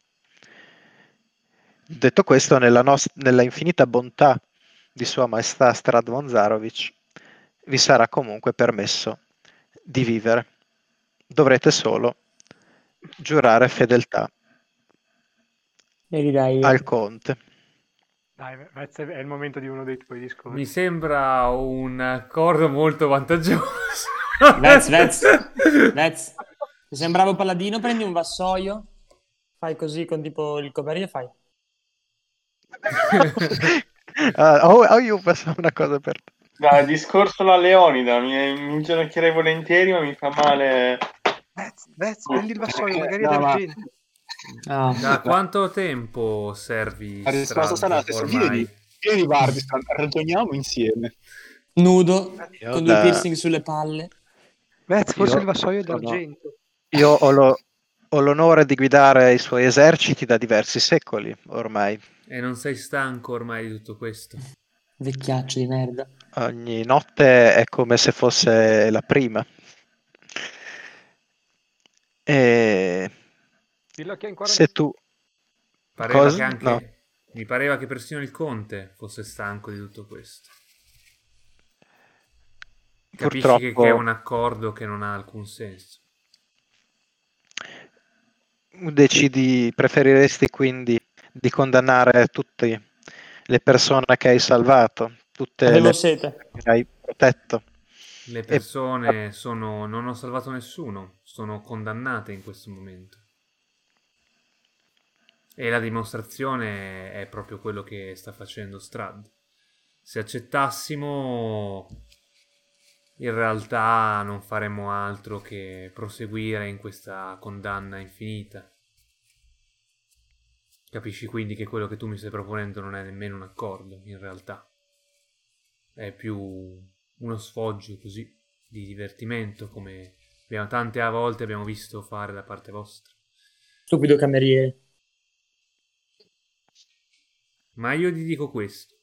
Speaker 1: Detto questo, nella, nos- nella infinita bontà di Sua Maestà Strad Monzarovic vi sarà comunque permesso di vivere. Dovrete solo giurare fedeltà
Speaker 3: E ridai
Speaker 1: al conte.
Speaker 5: Dai, Vez, è il momento di uno dei tuoi discorsi.
Speaker 4: Mi sembra un accordo molto vantaggioso.
Speaker 3: Vez, Vez, Vez. Ti sei un bravo paladino, prendi un vassoio, fai così con tipo il coperchio e fai.
Speaker 1: Ah, oh, oh, io passo una cosa per te.
Speaker 7: Dai, discorso la Leonida, mi, mi inginocchierei volentieri, ma mi fa male.
Speaker 5: Vez, Vez, prendi il vassoio,
Speaker 2: Eh,
Speaker 5: magari
Speaker 2: no,
Speaker 5: è del
Speaker 2: ma-
Speaker 5: genio.
Speaker 3: Ah,
Speaker 4: Da quanto tempo servi?
Speaker 2: La risposta
Speaker 4: Strad,
Speaker 2: sarà la stessa.
Speaker 4: ormai?
Speaker 2: Vieni, vieni Bardi, Strad, ragioniamo insieme.
Speaker 3: Nudo,
Speaker 1: Io
Speaker 3: con due
Speaker 1: da-
Speaker 3: piercing sulle palle.
Speaker 5: Vez, forse
Speaker 1: Io-
Speaker 5: il vassoio è
Speaker 1: no, no.
Speaker 5: d'argento.
Speaker 1: Io ho, lo- ho l'onore di guidare i suoi eserciti da diversi secoli ormai.
Speaker 4: E non sei stanco ormai di tutto questo?
Speaker 3: Vecchiaccio di merda.
Speaker 1: Ogni notte è come se fosse la prima. E
Speaker 5: Dillo che è in
Speaker 1: se tu...
Speaker 4: Pareva
Speaker 1: Cosa?
Speaker 4: che anche-
Speaker 1: No.
Speaker 4: Mi pareva che persino il conte fosse stanco di tutto questo. Capisci che-
Speaker 1: Purtroppo-
Speaker 4: che è un accordo che non ha alcun senso.
Speaker 1: decidi, preferiresti quindi di condannare tutte le persone che hai salvato, tutte
Speaker 3: Avevo
Speaker 1: le
Speaker 3: sete.
Speaker 1: che hai protetto.
Speaker 4: Le persone sono... non ho salvato nessuno, sono condannate in questo momento. E la dimostrazione è proprio quello che sta facendo Strad. Se accettassimo, in realtà non faremmo altro che proseguire in questa condanna infinita. Capisci quindi che quello che tu mi stai proponendo non è nemmeno un accordo, in realtà. È più uno sfoggio così di divertimento, come abbiamo- tante volte abbiamo visto fare da parte vostra.
Speaker 3: Stupido cameriere.
Speaker 4: Ma io ti dico questo.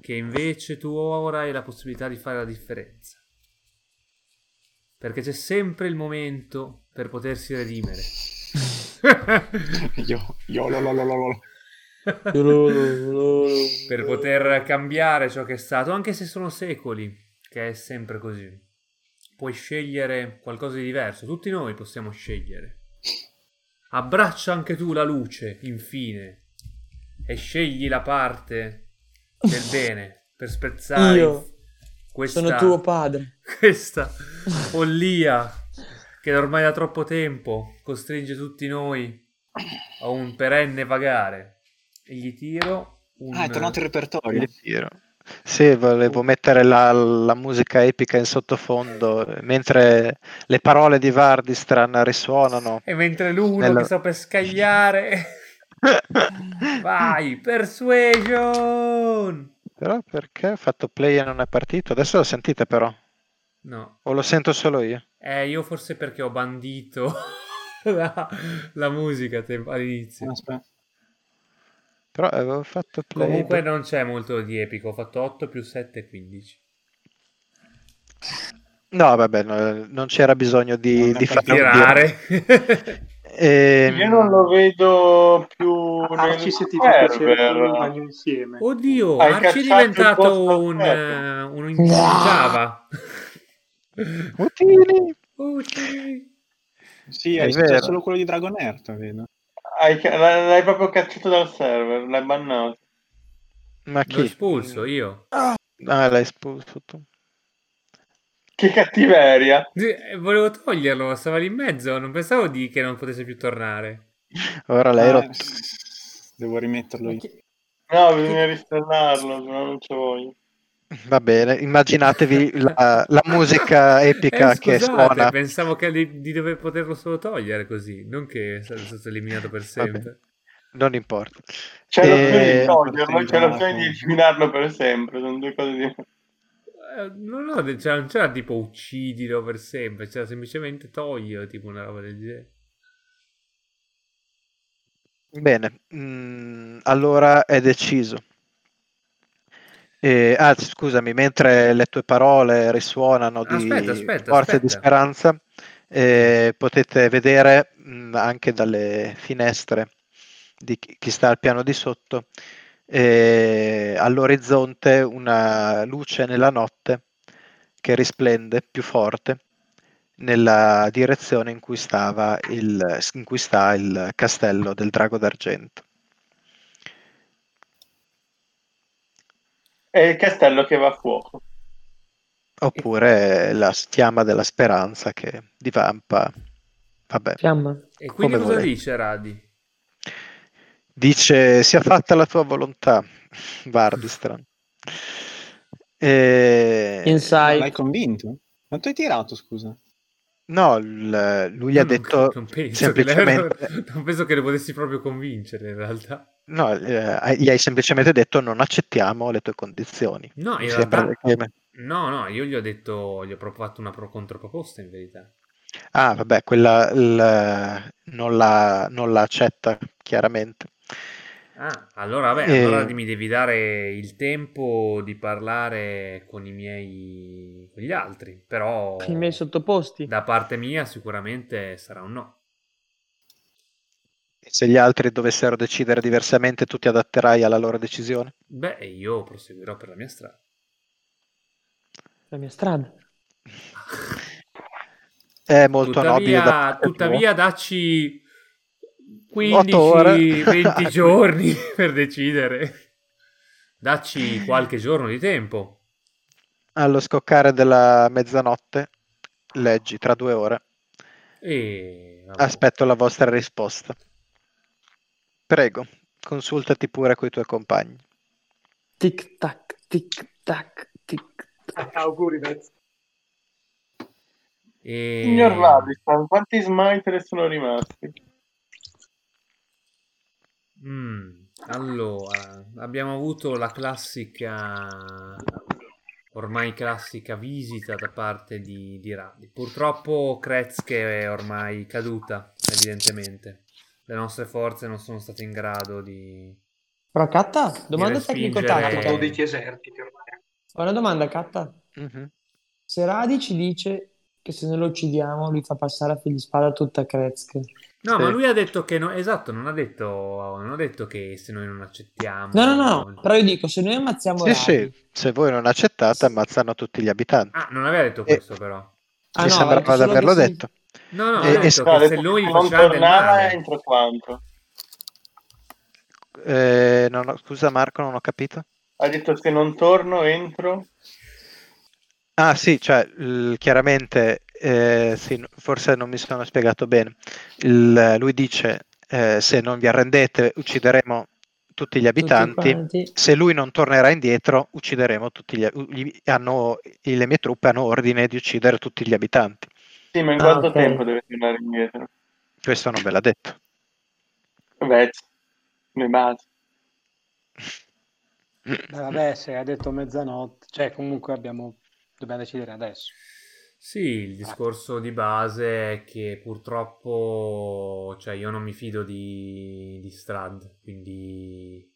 Speaker 4: Che invece tu ora hai la possibilità di fare la differenza. Perché c'è sempre il momento per potersi redimere.
Speaker 2: Io, io, lo, lo, lo, lo, lo.
Speaker 4: per poter cambiare ciò che è stato, anche se sono secoli, che è sempre così. Puoi scegliere qualcosa di diverso, tutti noi possiamo scegliere. Abbraccia anche tu la luce, infine, e scegli la parte del bene per spezzare
Speaker 3: Io
Speaker 4: questa,
Speaker 3: Sono tuo padre.
Speaker 4: questa follia che ormai da troppo tempo costringe tutti noi a un perenne vagare. E gli tiro un...
Speaker 2: Ah, è tornato il repertorio.
Speaker 1: Gli tiro. Sì, volevo mettere la, la musica epica in sottofondo eh, mentre le parole di Vardistran risuonano.
Speaker 4: E mentre l'uno
Speaker 1: Nella-
Speaker 4: che sta per scagliare Vai, persuasion!
Speaker 1: Però perché ho fatto play e non è partito? Adesso lo sentite però.
Speaker 4: No,
Speaker 1: O lo sento solo io?
Speaker 4: eh, io forse perché ho bandito la, la musica a tempo- all'inizio.
Speaker 2: Aspetta.
Speaker 1: Però avevo fatto play.
Speaker 4: Comunque non c'è molto di epico, ho fatto 8 più 7, 15.
Speaker 1: No, vabbè, no, non c'era bisogno di,
Speaker 2: Non è
Speaker 1: di
Speaker 2: per
Speaker 1: farlo
Speaker 4: Tirare.
Speaker 1: dire. Ehm,
Speaker 7: Io non lo vedo più
Speaker 2: Ah, eh,
Speaker 5: Arci se ti fa piacere
Speaker 7: server.
Speaker 5: il bagno insieme.
Speaker 4: Oddio,
Speaker 7: Hai
Speaker 4: Arci è
Speaker 7: cacciato il
Speaker 4: diventato
Speaker 7: vostro
Speaker 4: un,
Speaker 7: oggetto.
Speaker 4: eh, un in- Java.
Speaker 1: Utili!
Speaker 4: Utili.
Speaker 2: Sì,
Speaker 1: È
Speaker 2: hai
Speaker 1: vero.
Speaker 2: c'è solo quello di Dragonheart, vedo.
Speaker 7: Hai ca- l'hai l'hai proprio cacciato dal server, l'hai bannato.
Speaker 1: Ma
Speaker 4: L'ho
Speaker 1: chi?
Speaker 4: espulso io.
Speaker 1: Ah, l'hai espulso tu.
Speaker 7: Che cattiveria.
Speaker 4: Sì, eh, Volevo toglierlo, ma stava lì in mezzo. Non pensavo di che non potesse più tornare.
Speaker 1: Ora l'hai
Speaker 2: Ah,
Speaker 4: eh.
Speaker 1: rotto.
Speaker 2: Devo rimetterlo io.
Speaker 3: Chi-
Speaker 7: No, bisogna risternarlo, se no non ce voglio.
Speaker 1: Va bene, immaginatevi la, la musica epica
Speaker 4: Eh,
Speaker 1: che
Speaker 4: scusate,
Speaker 1: suona.
Speaker 4: Pensavo che di, di dover poterlo solo togliere così. Non che sono stato eliminato per sempre.
Speaker 1: Non importa.
Speaker 7: C'è
Speaker 1: Eh,
Speaker 7: l'opzione di toglierlo, c'è
Speaker 2: partita,
Speaker 7: l'opzione di
Speaker 2: eh.
Speaker 7: eliminarlo per sempre, sono due cose diverse.
Speaker 4: Eh, Non, ho, de- cioè, non c'era tipo uccidilo per sempre, c'era semplicemente toglilo, tipo una roba del genere.
Speaker 1: Bene, mm, allora è deciso. Eh, ah, scusami, mentre le tue parole risuonano di
Speaker 4: Aspetta, aspetta,
Speaker 1: forza e di
Speaker 4: aspetta.
Speaker 1: speranza, eh, potete vedere mm, anche dalle finestre di chi chi sta al piano di sotto, eh, all'orizzonte una luce nella notte che risplende più forte nella direzione in cui, stava il, in cui sta il castello del drago d'argento.
Speaker 7: È il castello che va a fuoco.
Speaker 1: Oppure la fiamma della speranza che divampa. Vabbè,
Speaker 3: Fiamma.
Speaker 4: E quindi
Speaker 1: Come
Speaker 4: cosa
Speaker 1: volete.
Speaker 4: dice Radi?
Speaker 1: dice: Sia fatta la tua volontà, Vardistran. Eh, E...
Speaker 3: Inside.
Speaker 2: L'hai convinto? Quanto hai tirato, scusa?
Speaker 1: No, il- lui
Speaker 4: Io
Speaker 1: ha
Speaker 4: non-
Speaker 1: detto
Speaker 4: non penso che lei-
Speaker 1: semplicemente.
Speaker 4: non penso che le potessi proprio convincere in realtà.
Speaker 1: No, eh, gli hai semplicemente detto: Non accettiamo le tue condizioni.
Speaker 4: No, in
Speaker 1: Sia
Speaker 4: realtà
Speaker 1: per-
Speaker 4: no, no, io gli ho detto, gli ho proprio fatto una pro- controproposta in verità.
Speaker 1: Ah, vabbè, quella il- non, la, non la accetta chiaramente.
Speaker 4: Ah, allora vabbè,
Speaker 1: Eh.
Speaker 4: allora mi devi dare il tempo di parlare con i miei con gli altri, però
Speaker 3: I miei sottoposti.
Speaker 4: da parte mia sicuramente sarà un no.
Speaker 1: Se gli altri dovessero decidere diversamente, tu ti adatterai alla loro decisione?
Speaker 4: Beh, e io proseguirò per la mia strada.
Speaker 3: La mia strada.
Speaker 1: È molto nobile. da
Speaker 4: tuttavia,
Speaker 1: parte tua.
Speaker 4: tuttavia dacci
Speaker 1: Otto ore.
Speaker 4: 15-20 giorni per decidere. Dacci qualche giorno di tempo.
Speaker 1: Allo scoccare della mezzanotte, leggi tra due ore.
Speaker 4: E... vabbè.
Speaker 1: Aspetto la vostra risposta. Prego, consultati pure coi tuoi compagni.
Speaker 3: Tic tac, tic tac, tic tac.
Speaker 5: Ah, auguri, Vez.
Speaker 4: E-
Speaker 7: Signor Radistan, quanti smite le sono rimasti?
Speaker 4: Mm, allora, abbiamo avuto la classica, ormai classica visita da parte di, di Radi. Purtroppo Kretz che è ormai caduta, evidentemente. Le nostre forze non sono state in grado di...
Speaker 3: Però Katta, domanda
Speaker 4: respingere-
Speaker 5: Sono
Speaker 3: tecnico-tattica.
Speaker 5: dei eserciti ormai.
Speaker 3: Una domanda, Katta.
Speaker 1: Mhm.
Speaker 3: Se Radi ci dice che se noi lo uccidiamo lui fa passare a figli spada tutta Kretzke.
Speaker 4: No,
Speaker 1: Sì.
Speaker 4: ma lui ha detto che... no- esatto, non ha detto, non ha detto che se noi non accettiamo...
Speaker 3: No, no, no, però io dico, se noi ammazziamo
Speaker 1: Ah. Sì,
Speaker 3: Radi...
Speaker 1: sì, se voi non accettate, ammazzano tutti gli abitanti.
Speaker 4: Ah, non aveva detto questo però.
Speaker 3: Ah,
Speaker 1: Mi
Speaker 3: no,
Speaker 1: sembrava
Speaker 3: aveva detto
Speaker 1: di
Speaker 3: solo
Speaker 1: averlo
Speaker 3: che se-
Speaker 1: detto.
Speaker 4: No, no,
Speaker 1: Eh,
Speaker 4: ha detto
Speaker 1: eh,
Speaker 4: che
Speaker 1: no,
Speaker 7: ha
Speaker 4: se
Speaker 7: detto
Speaker 4: lui
Speaker 7: che non
Speaker 4: faceva del
Speaker 7: tornava
Speaker 4: male...
Speaker 7: entro quanto.
Speaker 1: Eh, non ho- scusa Marco, non ho capito.
Speaker 7: Ha detto se non torno entro...
Speaker 1: Ah sì, cioè il- chiaramente, eh, sì, no- forse non mi sono spiegato bene. Il- lui dice, eh, se non vi arrendete, uccideremo tutti gli
Speaker 3: tutti
Speaker 1: abitanti.
Speaker 3: quanti.
Speaker 1: Se lui non tornerà indietro, uccideremo tutti gli, u- gli- hanno, i- le mie truppe hanno ordine di uccidere tutti gli abitanti.
Speaker 7: Sì, ma in
Speaker 3: Ah,
Speaker 7: quanto
Speaker 3: ok.
Speaker 7: tempo deve tornare indietro?
Speaker 1: Questo non ve l'ha detto.
Speaker 7: Vabbè, le basi.
Speaker 5: Eh, Vabbè, se ha detto mezzanotte, cioè comunque abbiamo, dobbiamo decidere adesso.
Speaker 4: Sì, il discorso di base è che purtroppo, cioè io non mi fido di, di Strad, quindi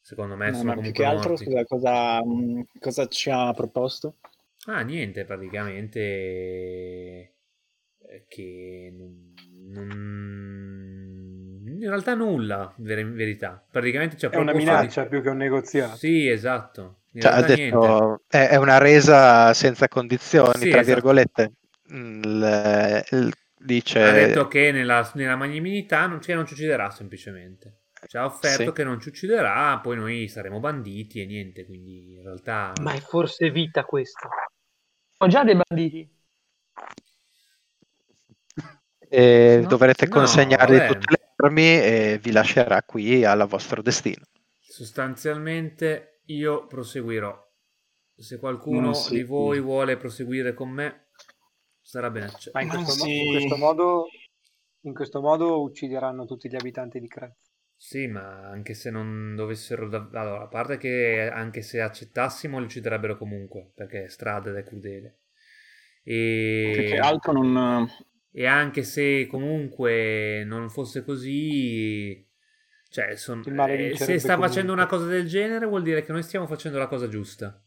Speaker 4: secondo me
Speaker 2: No,
Speaker 4: Eh, sono
Speaker 2: ma più
Speaker 4: comunque
Speaker 2: che altro,
Speaker 4: morti.
Speaker 2: scusa, cosa, mh, cosa ci ha proposto?
Speaker 4: Ah, niente, praticamente eh, che non, non- in realtà nulla, ver- in verità. Praticamente cioè, c'è
Speaker 5: È una minaccia più che un negoziato.
Speaker 4: Sì, esatto. In
Speaker 1: Cioè, ha
Speaker 4: realtà niente.
Speaker 1: detto, è, è una resa senza condizioni,
Speaker 4: Sì,
Speaker 1: tra
Speaker 4: esatto.
Speaker 1: virgolette. Il- il- dice,
Speaker 4: Ha detto che nella, nella magnanimità non, cioè, non ci ucciderà semplicemente. Ci ha offerto
Speaker 1: Sì.
Speaker 4: che non ci ucciderà, poi noi saremo banditi e niente, quindi in realtà...
Speaker 9: Ma è forse vita questa? Ho già dei banditi.
Speaker 1: eh,
Speaker 4: No,
Speaker 1: dovrete
Speaker 4: no,
Speaker 1: consegnargli
Speaker 4: vabbè.
Speaker 1: tutte le armi e vi lascerà qui al vostro destino.
Speaker 4: Sostanzialmente io proseguirò. Se qualcuno
Speaker 2: Non si-
Speaker 4: di voi vuole proseguire con me, sarà Cioè, ben accetto.
Speaker 5: Ma in
Speaker 2: Ma
Speaker 5: questo, mo-
Speaker 2: sì.
Speaker 5: in questo modo, in questo modo uccideranno tutti gli abitanti di Kratz.
Speaker 4: Sì, ma anche se non dovessero... dav- allora, a parte che anche se accettassimo li ucciderebbero comunque, perché è strada ed è crudele. E...
Speaker 2: Più che altro non...
Speaker 4: E anche se comunque non fosse così, cioè, son-
Speaker 5: Il male
Speaker 4: eh, se
Speaker 5: vincerebbe
Speaker 4: sta
Speaker 5: comunque.
Speaker 4: facendo una cosa del genere, vuol dire che noi stiamo facendo la cosa giusta.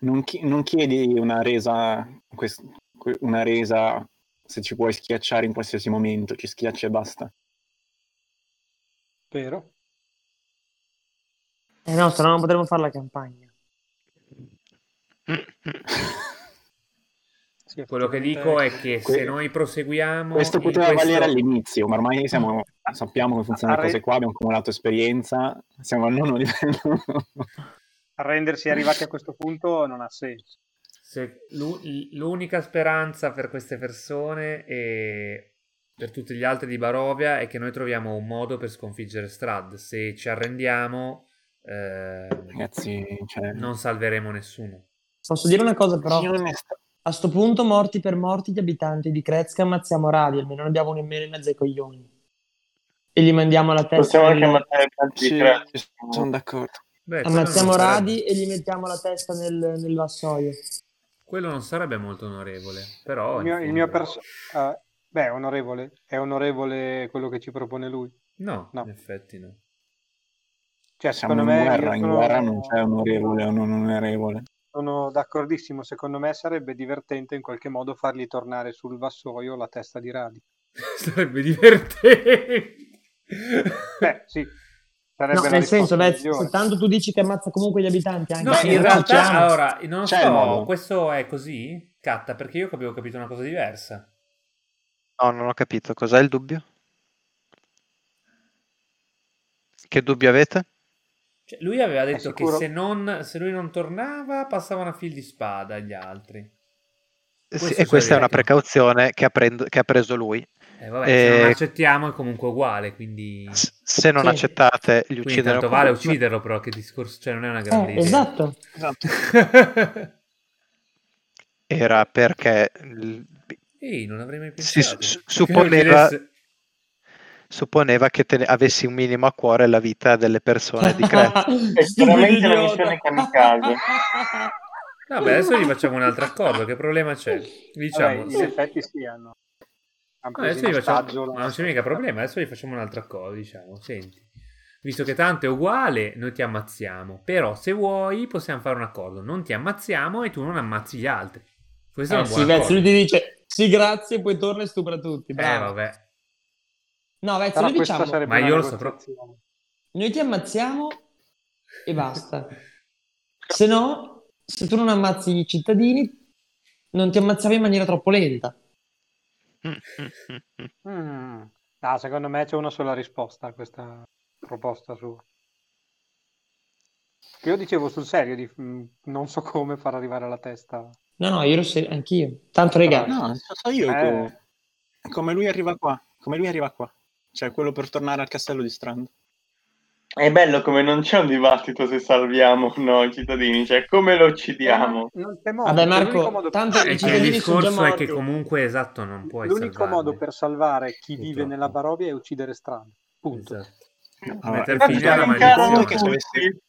Speaker 2: Non, chi- non chiedi una resa, quest- que- una resa se ci puoi schiacciare in qualsiasi momento, ci schiacci e basta.
Speaker 5: Vero?
Speaker 9: Eh no, se no non potremmo fare la campagna.
Speaker 5: Sì,
Speaker 4: Quello che dico è che se noi proseguiamo,
Speaker 2: Questo
Speaker 4: in
Speaker 2: poteva valere
Speaker 4: questo-
Speaker 2: all'inizio, ma ormai siamo- sappiamo come funzionano le
Speaker 5: Arre-
Speaker 2: cose qua, abbiamo accumulato esperienza, siamo al nono livello.
Speaker 5: Arrendersi arrivati a questo punto non ha senso.
Speaker 4: se l'u- l'unica speranza per queste persone e per tutti gli altri di Barovia è che noi troviamo un modo per sconfiggere Strad. Se ci arrendiamo, eh,
Speaker 2: Ragazzi, cioè...
Speaker 4: non salveremo nessuno.
Speaker 9: Posso dire una cosa però?
Speaker 2: Io onest-
Speaker 9: A sto punto, morti per morti, gli abitanti di Crezca ammazziamo Radi, almeno ne abbiamo nemmeno in mezzo ai coglioni. E gli mandiamo la testa.
Speaker 7: Possiamo anche
Speaker 9: nel-
Speaker 7: mandare tanti
Speaker 2: Sì,
Speaker 7: crack.
Speaker 2: sono d'accordo.
Speaker 4: Beh, quello non
Speaker 9: Ammazziamo
Speaker 4: sarebbe-
Speaker 9: Radi e gli mettiamo la testa nel, nel vassoio.
Speaker 4: Quello non sarebbe molto onorevole, però...
Speaker 2: Oh,
Speaker 5: Il mio,
Speaker 4: in
Speaker 5: il mio
Speaker 4: fondo-
Speaker 5: perso- eh, beh, onorevole, è onorevole quello che ci propone lui.
Speaker 4: No,
Speaker 5: No.
Speaker 4: in effetti no.
Speaker 5: Cioè,
Speaker 2: Siamo
Speaker 5: secondo
Speaker 2: in
Speaker 5: me io
Speaker 2: guerra, in
Speaker 5: sono-
Speaker 2: guerra non c'è onorevole o non onorevole.
Speaker 5: Sono d'accordissimo, secondo me sarebbe divertente in qualche modo fargli tornare sul vassoio la testa di Radi.
Speaker 4: sarebbe divertente.
Speaker 5: Beh, sì, sarebbe
Speaker 9: No,
Speaker 5: la
Speaker 9: nel
Speaker 5: risposta
Speaker 9: senso, Vez,
Speaker 5: migliore.
Speaker 9: se tanto tu dici che ammazza comunque gli abitanti, anche
Speaker 4: No,
Speaker 9: se
Speaker 4: in
Speaker 9: non
Speaker 4: realtà,
Speaker 9: facciamo.
Speaker 4: allora, non
Speaker 2: C'è il
Speaker 4: so,
Speaker 2: modo.
Speaker 4: questo è così? Catta, perché io avevo capito una cosa diversa.
Speaker 1: No, non ho capito. Cos'è il dubbio? Che dubbio avete?
Speaker 4: Cioè, lui aveva detto che
Speaker 5: sicuro?
Speaker 4: se, non, se lui non tornava, passavano a fil di spada agli altri.
Speaker 1: Sì,
Speaker 4: Questo
Speaker 1: e questa è
Speaker 4: direi
Speaker 1: una
Speaker 4: che-
Speaker 1: precauzione che ha, prendo- che ha preso lui.
Speaker 4: Eh, vabbè, se non
Speaker 1: Eh,
Speaker 4: accettiamo è comunque uguale, quindi...
Speaker 1: S- Se non
Speaker 9: Sì.
Speaker 1: accettate, li
Speaker 4: Mm. Quindi
Speaker 1: uccidono.
Speaker 4: tanto vale
Speaker 1: comunque.
Speaker 4: ucciderlo, però che discorso... Cioè, non è una grande
Speaker 9: Eh,
Speaker 4: idea.
Speaker 9: esatto.
Speaker 1: Era perché il-
Speaker 4: Ehi, non avrei mai
Speaker 1: si
Speaker 4: pensato.
Speaker 1: su-
Speaker 4: Che non
Speaker 1: supponeva,
Speaker 4: chiedesse-
Speaker 1: supponeva che te ne- avessi un minimo a cuore la vita delle persone di Creta.
Speaker 7: È veramente
Speaker 9: Stupido
Speaker 7: una missione
Speaker 9: idiota.
Speaker 7: kamikaze.
Speaker 4: Vabbè, adesso gli facciamo un altro accordo. Che problema c'è? Diciamo,
Speaker 5: Vabbè,
Speaker 4: se-
Speaker 5: in effetti sì, hanno, hanno
Speaker 4: Ah, adesso
Speaker 5: preso
Speaker 4: gli
Speaker 5: in
Speaker 4: facciamo-
Speaker 5: ostaggio la-
Speaker 4: ma non c'è mica problema. Adesso gli facciamo un altro accordo. Diciamo, senti, visto che tanto è uguale, noi ti ammazziamo. Però, se vuoi, possiamo fare un accordo. Non ti ammazziamo e tu non ammazzi gli altri. Questo è
Speaker 9: Eh,
Speaker 4: un
Speaker 9: sì,
Speaker 4: buon
Speaker 9: Vez, lui
Speaker 4: accordo.
Speaker 9: ti dice sì, grazie, poi torna e stupra tutti.
Speaker 4: Eh,
Speaker 9: bravo.
Speaker 4: vabbè.
Speaker 9: No, Vez,
Speaker 5: Però
Speaker 9: noi
Speaker 5: questa
Speaker 9: diciamo,
Speaker 5: sarebbe
Speaker 4: Ma
Speaker 5: una
Speaker 4: io lo saprò.
Speaker 5: negoziazione.
Speaker 9: noi ti ammazziamo e basta. Se no, se tu non ammazzi i cittadini, non ti ammazziamo in maniera troppo lenta.
Speaker 5: Mm. No, secondo me c'è una sola risposta a questa proposta sua. Io dicevo sul serio, di, mm, non so come far arrivare alla testa.
Speaker 9: No, no, io lo so, anch'io. Tanto, regà,
Speaker 2: No, so, so io
Speaker 5: Eh.
Speaker 2: che- come lui arriva qua, come lui arriva qua. Cioè quello per tornare al castello di Strand.
Speaker 7: È bello come non c'è un dibattito se salviamo o no i cittadini, cioè come lo uccidiamo.
Speaker 5: Eh, Non c'è modo,
Speaker 9: Vabbè,
Speaker 5: è l'unico
Speaker 9: Marco,
Speaker 5: modo-
Speaker 9: tanto
Speaker 4: Ah,
Speaker 9: i
Speaker 4: è che il
Speaker 9: cittadini sono già
Speaker 4: discorso è
Speaker 9: morti.
Speaker 4: che comunque esatto non puoi
Speaker 5: L'unico
Speaker 4: salvarli.
Speaker 5: modo per salvare chi vive
Speaker 4: Purtroppo.
Speaker 5: nella Barovia è uccidere strano. Punto.
Speaker 4: Esatto.
Speaker 7: Allora,
Speaker 4: metter
Speaker 7: faccio
Speaker 4: fine alla
Speaker 7: un caro
Speaker 4: maledizione.
Speaker 7: a
Speaker 2: Che se
Speaker 7: tutti.
Speaker 2: avessi-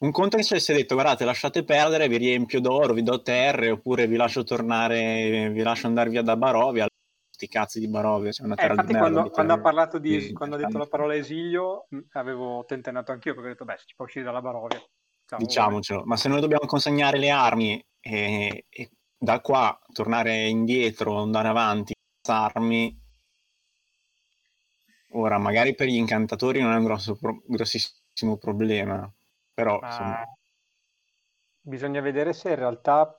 Speaker 2: Un conto è che se avesse detto guardate lasciate perdere, vi riempio d'oro, vi do terre, oppure vi lascio tornare, vi lascio andare via da Barovia. Sti cazzi di Barovia, c'è una
Speaker 5: Eh,
Speaker 2: terra
Speaker 5: infatti,
Speaker 2: di merda.
Speaker 5: quando,
Speaker 2: abitare.
Speaker 5: quando ha parlato di
Speaker 2: Sì, esatto.
Speaker 5: quando ha detto la parola esilio, mh, avevo tentennato anch'io perché ho detto, beh, si può uscire dalla Barovia.
Speaker 4: diciamo,
Speaker 5: Ciao,
Speaker 2: Diciamocelo, ma se noi dobbiamo consegnare le armi e, e da qua tornare indietro, andare avanti, armi. Ora, magari per gli incantatori non è un grosso pro- grossissimo problema, però
Speaker 5: Ma
Speaker 2: insomma,
Speaker 5: bisogna vedere se in realtà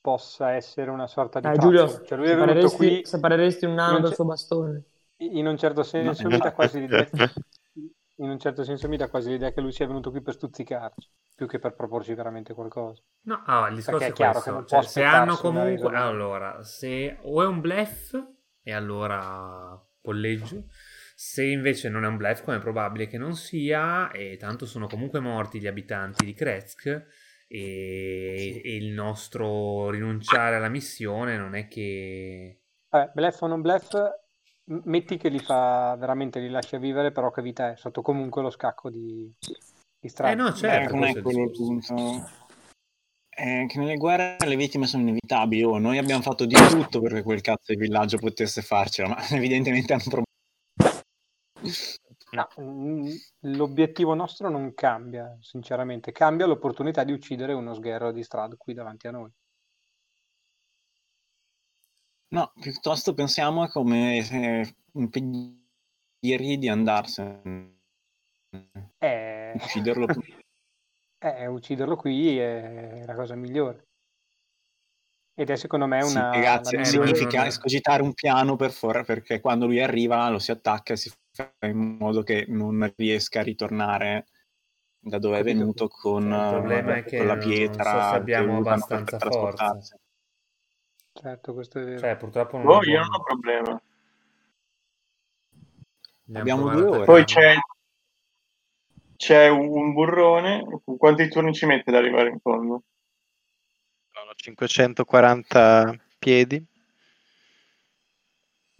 Speaker 5: possa essere una sorta di
Speaker 3: Eh,
Speaker 9: Dai,
Speaker 5: pazzo.
Speaker 9: Giulio,
Speaker 5: Cioè, lui è venuto
Speaker 9: separeresti,
Speaker 5: qui
Speaker 9: separeresti un nano
Speaker 5: non
Speaker 9: dal
Speaker 5: c'è-
Speaker 9: suo bastone.
Speaker 5: in un certo senso,
Speaker 2: No,
Speaker 5: mi dà quasi l'idea, in un certo senso mi dà quasi l'idea che lui sia venuto qui per stuzzicarci, più che per proporci veramente qualcosa.
Speaker 4: No, ah, il discorso
Speaker 5: Perché è
Speaker 4: è,
Speaker 5: chiaro
Speaker 4: questo.
Speaker 5: che non può
Speaker 4: Cioè, se hanno
Speaker 5: aspettarsi una
Speaker 4: comunque...
Speaker 5: resa.
Speaker 4: Allora, se o è un bluff, e allora polleggio. Se invece non è un bluff, come è probabile che non sia, e tanto sono comunque morti gli abitanti di Kretsk, e, e il nostro rinunciare alla missione non è che...
Speaker 5: Eh, bluff o non bluff, m- metti che li fa veramente, li lascia vivere, però che vita è sotto comunque lo scacco di, di strada.
Speaker 4: Eh no,
Speaker 2: Beh,
Speaker 4: certo.
Speaker 2: non
Speaker 4: questo
Speaker 2: è
Speaker 4: il
Speaker 2: quello il
Speaker 4: discorso.
Speaker 2: punto. È che nelle guerre le vittime sono inevitabili. Oh, noi abbiamo fatto di tutto perché quel cazzo di villaggio potesse farcela, ma evidentemente è un problema.
Speaker 5: No, mm, l'obiettivo nostro non cambia, sinceramente, cambia l'opportunità di uccidere uno sgherro di strada qui davanti a noi.
Speaker 2: No, piuttosto pensiamo a come eh, impedirgli di andarsene,
Speaker 5: Eh,
Speaker 2: ucciderlo.
Speaker 5: eh, ucciderlo qui è la cosa migliore. Ed è secondo me
Speaker 2: Sì,
Speaker 5: una...
Speaker 2: ragazzi,
Speaker 5: la
Speaker 4: eh,
Speaker 5: migliore-
Speaker 2: significa
Speaker 4: non-
Speaker 2: escogitare un piano per for- perché quando lui arriva lo si attacca e si fa in modo che non riesca a ritornare da dove è
Speaker 5: Capito.
Speaker 2: venuto con,
Speaker 4: Cioè, il problema è
Speaker 2: eh,
Speaker 4: che
Speaker 2: con la
Speaker 4: non-
Speaker 2: pietra
Speaker 4: non so se abbiamo
Speaker 2: che usano per
Speaker 4: abbastanza
Speaker 2: trasportarsi.
Speaker 4: forza.
Speaker 5: Certo, questo è vero.
Speaker 4: Cioè, purtroppo non
Speaker 7: Boh, io
Speaker 4: abbiamo-
Speaker 7: non ho problema.
Speaker 4: ne
Speaker 2: Abbiamo
Speaker 4: ancora
Speaker 2: due ore.
Speaker 4: attaccato.
Speaker 7: Poi c'è, c'è un burrone. Quanti turni ci mette ad arrivare in fondo?
Speaker 1: Sono 540 piedi.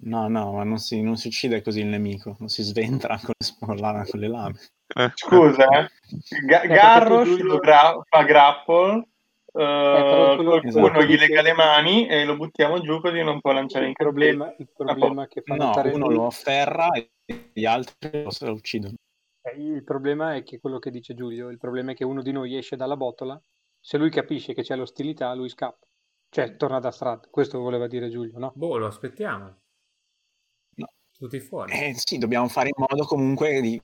Speaker 2: No, no, ma non si, non si uccide così il nemico, non si sventra con le spallate, con le lame.
Speaker 7: Scusa, eh. Ga-
Speaker 5: Eh, perché
Speaker 7: Garrosh
Speaker 5: tu, Giulio-
Speaker 7: lo gra- fa grapple. eh,
Speaker 5: però quello-
Speaker 7: qualcuno
Speaker 2: Esatto.
Speaker 7: gli lega le mani e lo buttiamo giù così non può lanciare in
Speaker 5: Cioè, Il problema, il problema che fa
Speaker 2: No,
Speaker 5: notare
Speaker 2: uno
Speaker 5: lui-
Speaker 2: lo afferra e gli altri lo, lo uccidono.
Speaker 5: eh, il problema è che quello che dice Giulio, il problema è che uno di noi esce dalla botola, se lui capisce che c'è l'ostilità, lui scappa. Cioè, torna da strada. Questo voleva dire Giulio, no?
Speaker 4: Boh, lo aspettiamo.
Speaker 2: No.
Speaker 4: Tutti fuori.
Speaker 2: Eh sì, dobbiamo fare in modo comunque di...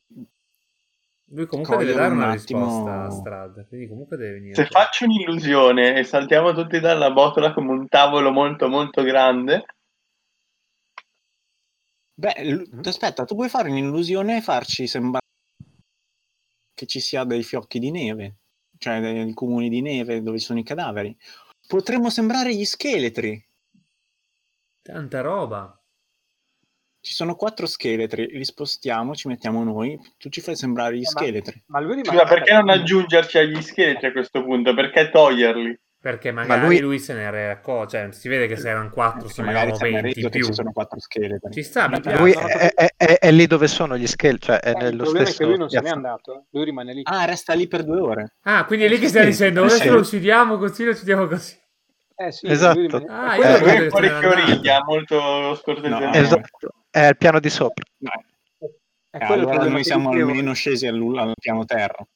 Speaker 4: Lui comunque deve
Speaker 2: cogliere
Speaker 4: dare
Speaker 2: un
Speaker 4: una
Speaker 2: attimo-
Speaker 4: risposta a Strad, quindi comunque deve venire.
Speaker 7: Se
Speaker 4: qua.
Speaker 7: faccio un'illusione e saltiamo tutti dalla botola come un tavolo molto molto grande,
Speaker 2: Beh, l-
Speaker 4: Mm.
Speaker 2: aspetta, tu puoi fare un'illusione e farci sembrare che ci sia dei fiocchi di neve, cioè dei, dei cumuli di neve dove ci sono i cadaveri. Potremmo sembrare gli scheletri.
Speaker 4: Tanta roba.
Speaker 2: Ci sono quattro scheletri, li spostiamo, ci mettiamo noi, tu ci fai sembrare gli
Speaker 5: Eh, ma-
Speaker 2: scheletri.
Speaker 5: Ma lui rimane...
Speaker 7: scusa, perché non
Speaker 5: aspetta,
Speaker 7: aggiungerci agli scheletri a questo punto? Perché toglierli?
Speaker 4: Perché magari
Speaker 1: lui-
Speaker 4: lui... se ne era accorto. Cioè, si vede che se erano quattro,
Speaker 2: Perché
Speaker 4: sono
Speaker 2: magari siamo in
Speaker 4: 20
Speaker 2: reso che
Speaker 4: più.
Speaker 2: ci sono quattro scheletri.
Speaker 4: Ci sta, mi
Speaker 5: Ma
Speaker 4: piace.
Speaker 1: Lui
Speaker 5: no,
Speaker 1: è, è- è- è lì dove sono gli scheletri, cioè è
Speaker 5: eh, il
Speaker 1: nello
Speaker 5: problema
Speaker 1: stesso
Speaker 5: è che lui non se n'è
Speaker 1: piazza.
Speaker 5: andato, eh. lui rimane lì.
Speaker 2: Ah, resta lì per due ore.
Speaker 4: Ah, quindi è lì che stai
Speaker 2: Sì,
Speaker 4: dicendo,
Speaker 2: sì.
Speaker 4: adesso lo uccidiamo così, lo uccidiamo così.
Speaker 5: Eh sì,
Speaker 1: Esatto.
Speaker 5: lui rimane...
Speaker 4: Ah, io
Speaker 5: quello è-
Speaker 7: Eh,
Speaker 4: credo
Speaker 7: lui
Speaker 4: che
Speaker 7: è fuori
Speaker 4: se n'era andato.
Speaker 7: fioriglia, molto scortesemente.
Speaker 2: No, eh.
Speaker 1: Esatto, è al piano di sopra.
Speaker 2: No,
Speaker 5: è
Speaker 2: eh,
Speaker 5: quello il
Speaker 2: allora
Speaker 5: problema
Speaker 2: noi
Speaker 5: che
Speaker 2: siamo
Speaker 5: dicevo.
Speaker 2: almeno scesi al, al piano terra.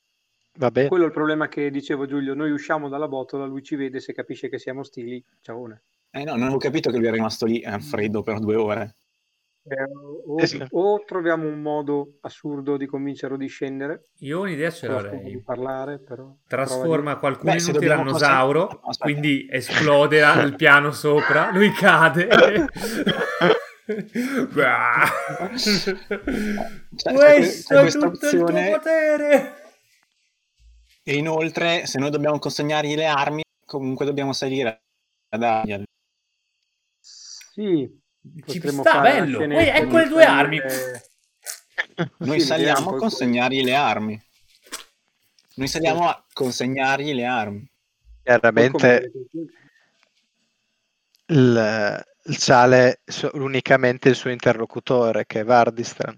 Speaker 1: Va bene.
Speaker 5: Quello è il problema che dicevo Giulio, noi usciamo dalla botola, lui ci vede, se capisce che siamo stili, ciaone.
Speaker 2: Eh no, non avevo capito che lui era rimasto lì a freddo per due ore.
Speaker 5: Eh, o,
Speaker 1: Sì, sì.
Speaker 5: o troviamo un modo assurdo di convincerlo di scendere,
Speaker 4: Io un'idea ce
Speaker 5: con la scusa di
Speaker 4: l'avrei.
Speaker 5: parlare, però...
Speaker 4: Trasforma qualcuno
Speaker 2: Beh,
Speaker 4: in
Speaker 2: se
Speaker 4: un
Speaker 2: dobbiamo
Speaker 4: tirannosauro,
Speaker 2: conseg- Aspetta.
Speaker 4: quindi esplode al piano sopra, lui cade.
Speaker 2: Cioè,
Speaker 4: Bah.
Speaker 2: c'è
Speaker 4: Questo è
Speaker 2: questa
Speaker 4: tutto il tuo
Speaker 2: opzione.
Speaker 4: potere.
Speaker 2: E inoltre, se noi dobbiamo consegnargli le armi, comunque dobbiamo salire a dargli.
Speaker 5: Sì,
Speaker 4: Ci
Speaker 5: Potremmo
Speaker 4: sta,
Speaker 5: fare una
Speaker 4: bello.
Speaker 5: scenetta
Speaker 4: Poi ecco
Speaker 5: di
Speaker 4: le due
Speaker 5: salire-
Speaker 4: armi.
Speaker 2: Noi
Speaker 5: Sì, l'idea è un
Speaker 2: saliamo
Speaker 5: po'
Speaker 2: a consegnargli le armi. Noi saliamo a consegnargli le armi.
Speaker 5: Poi come-
Speaker 1: Chiaramente il, il sale so- unicamente il suo interlocutore che è Vardistran.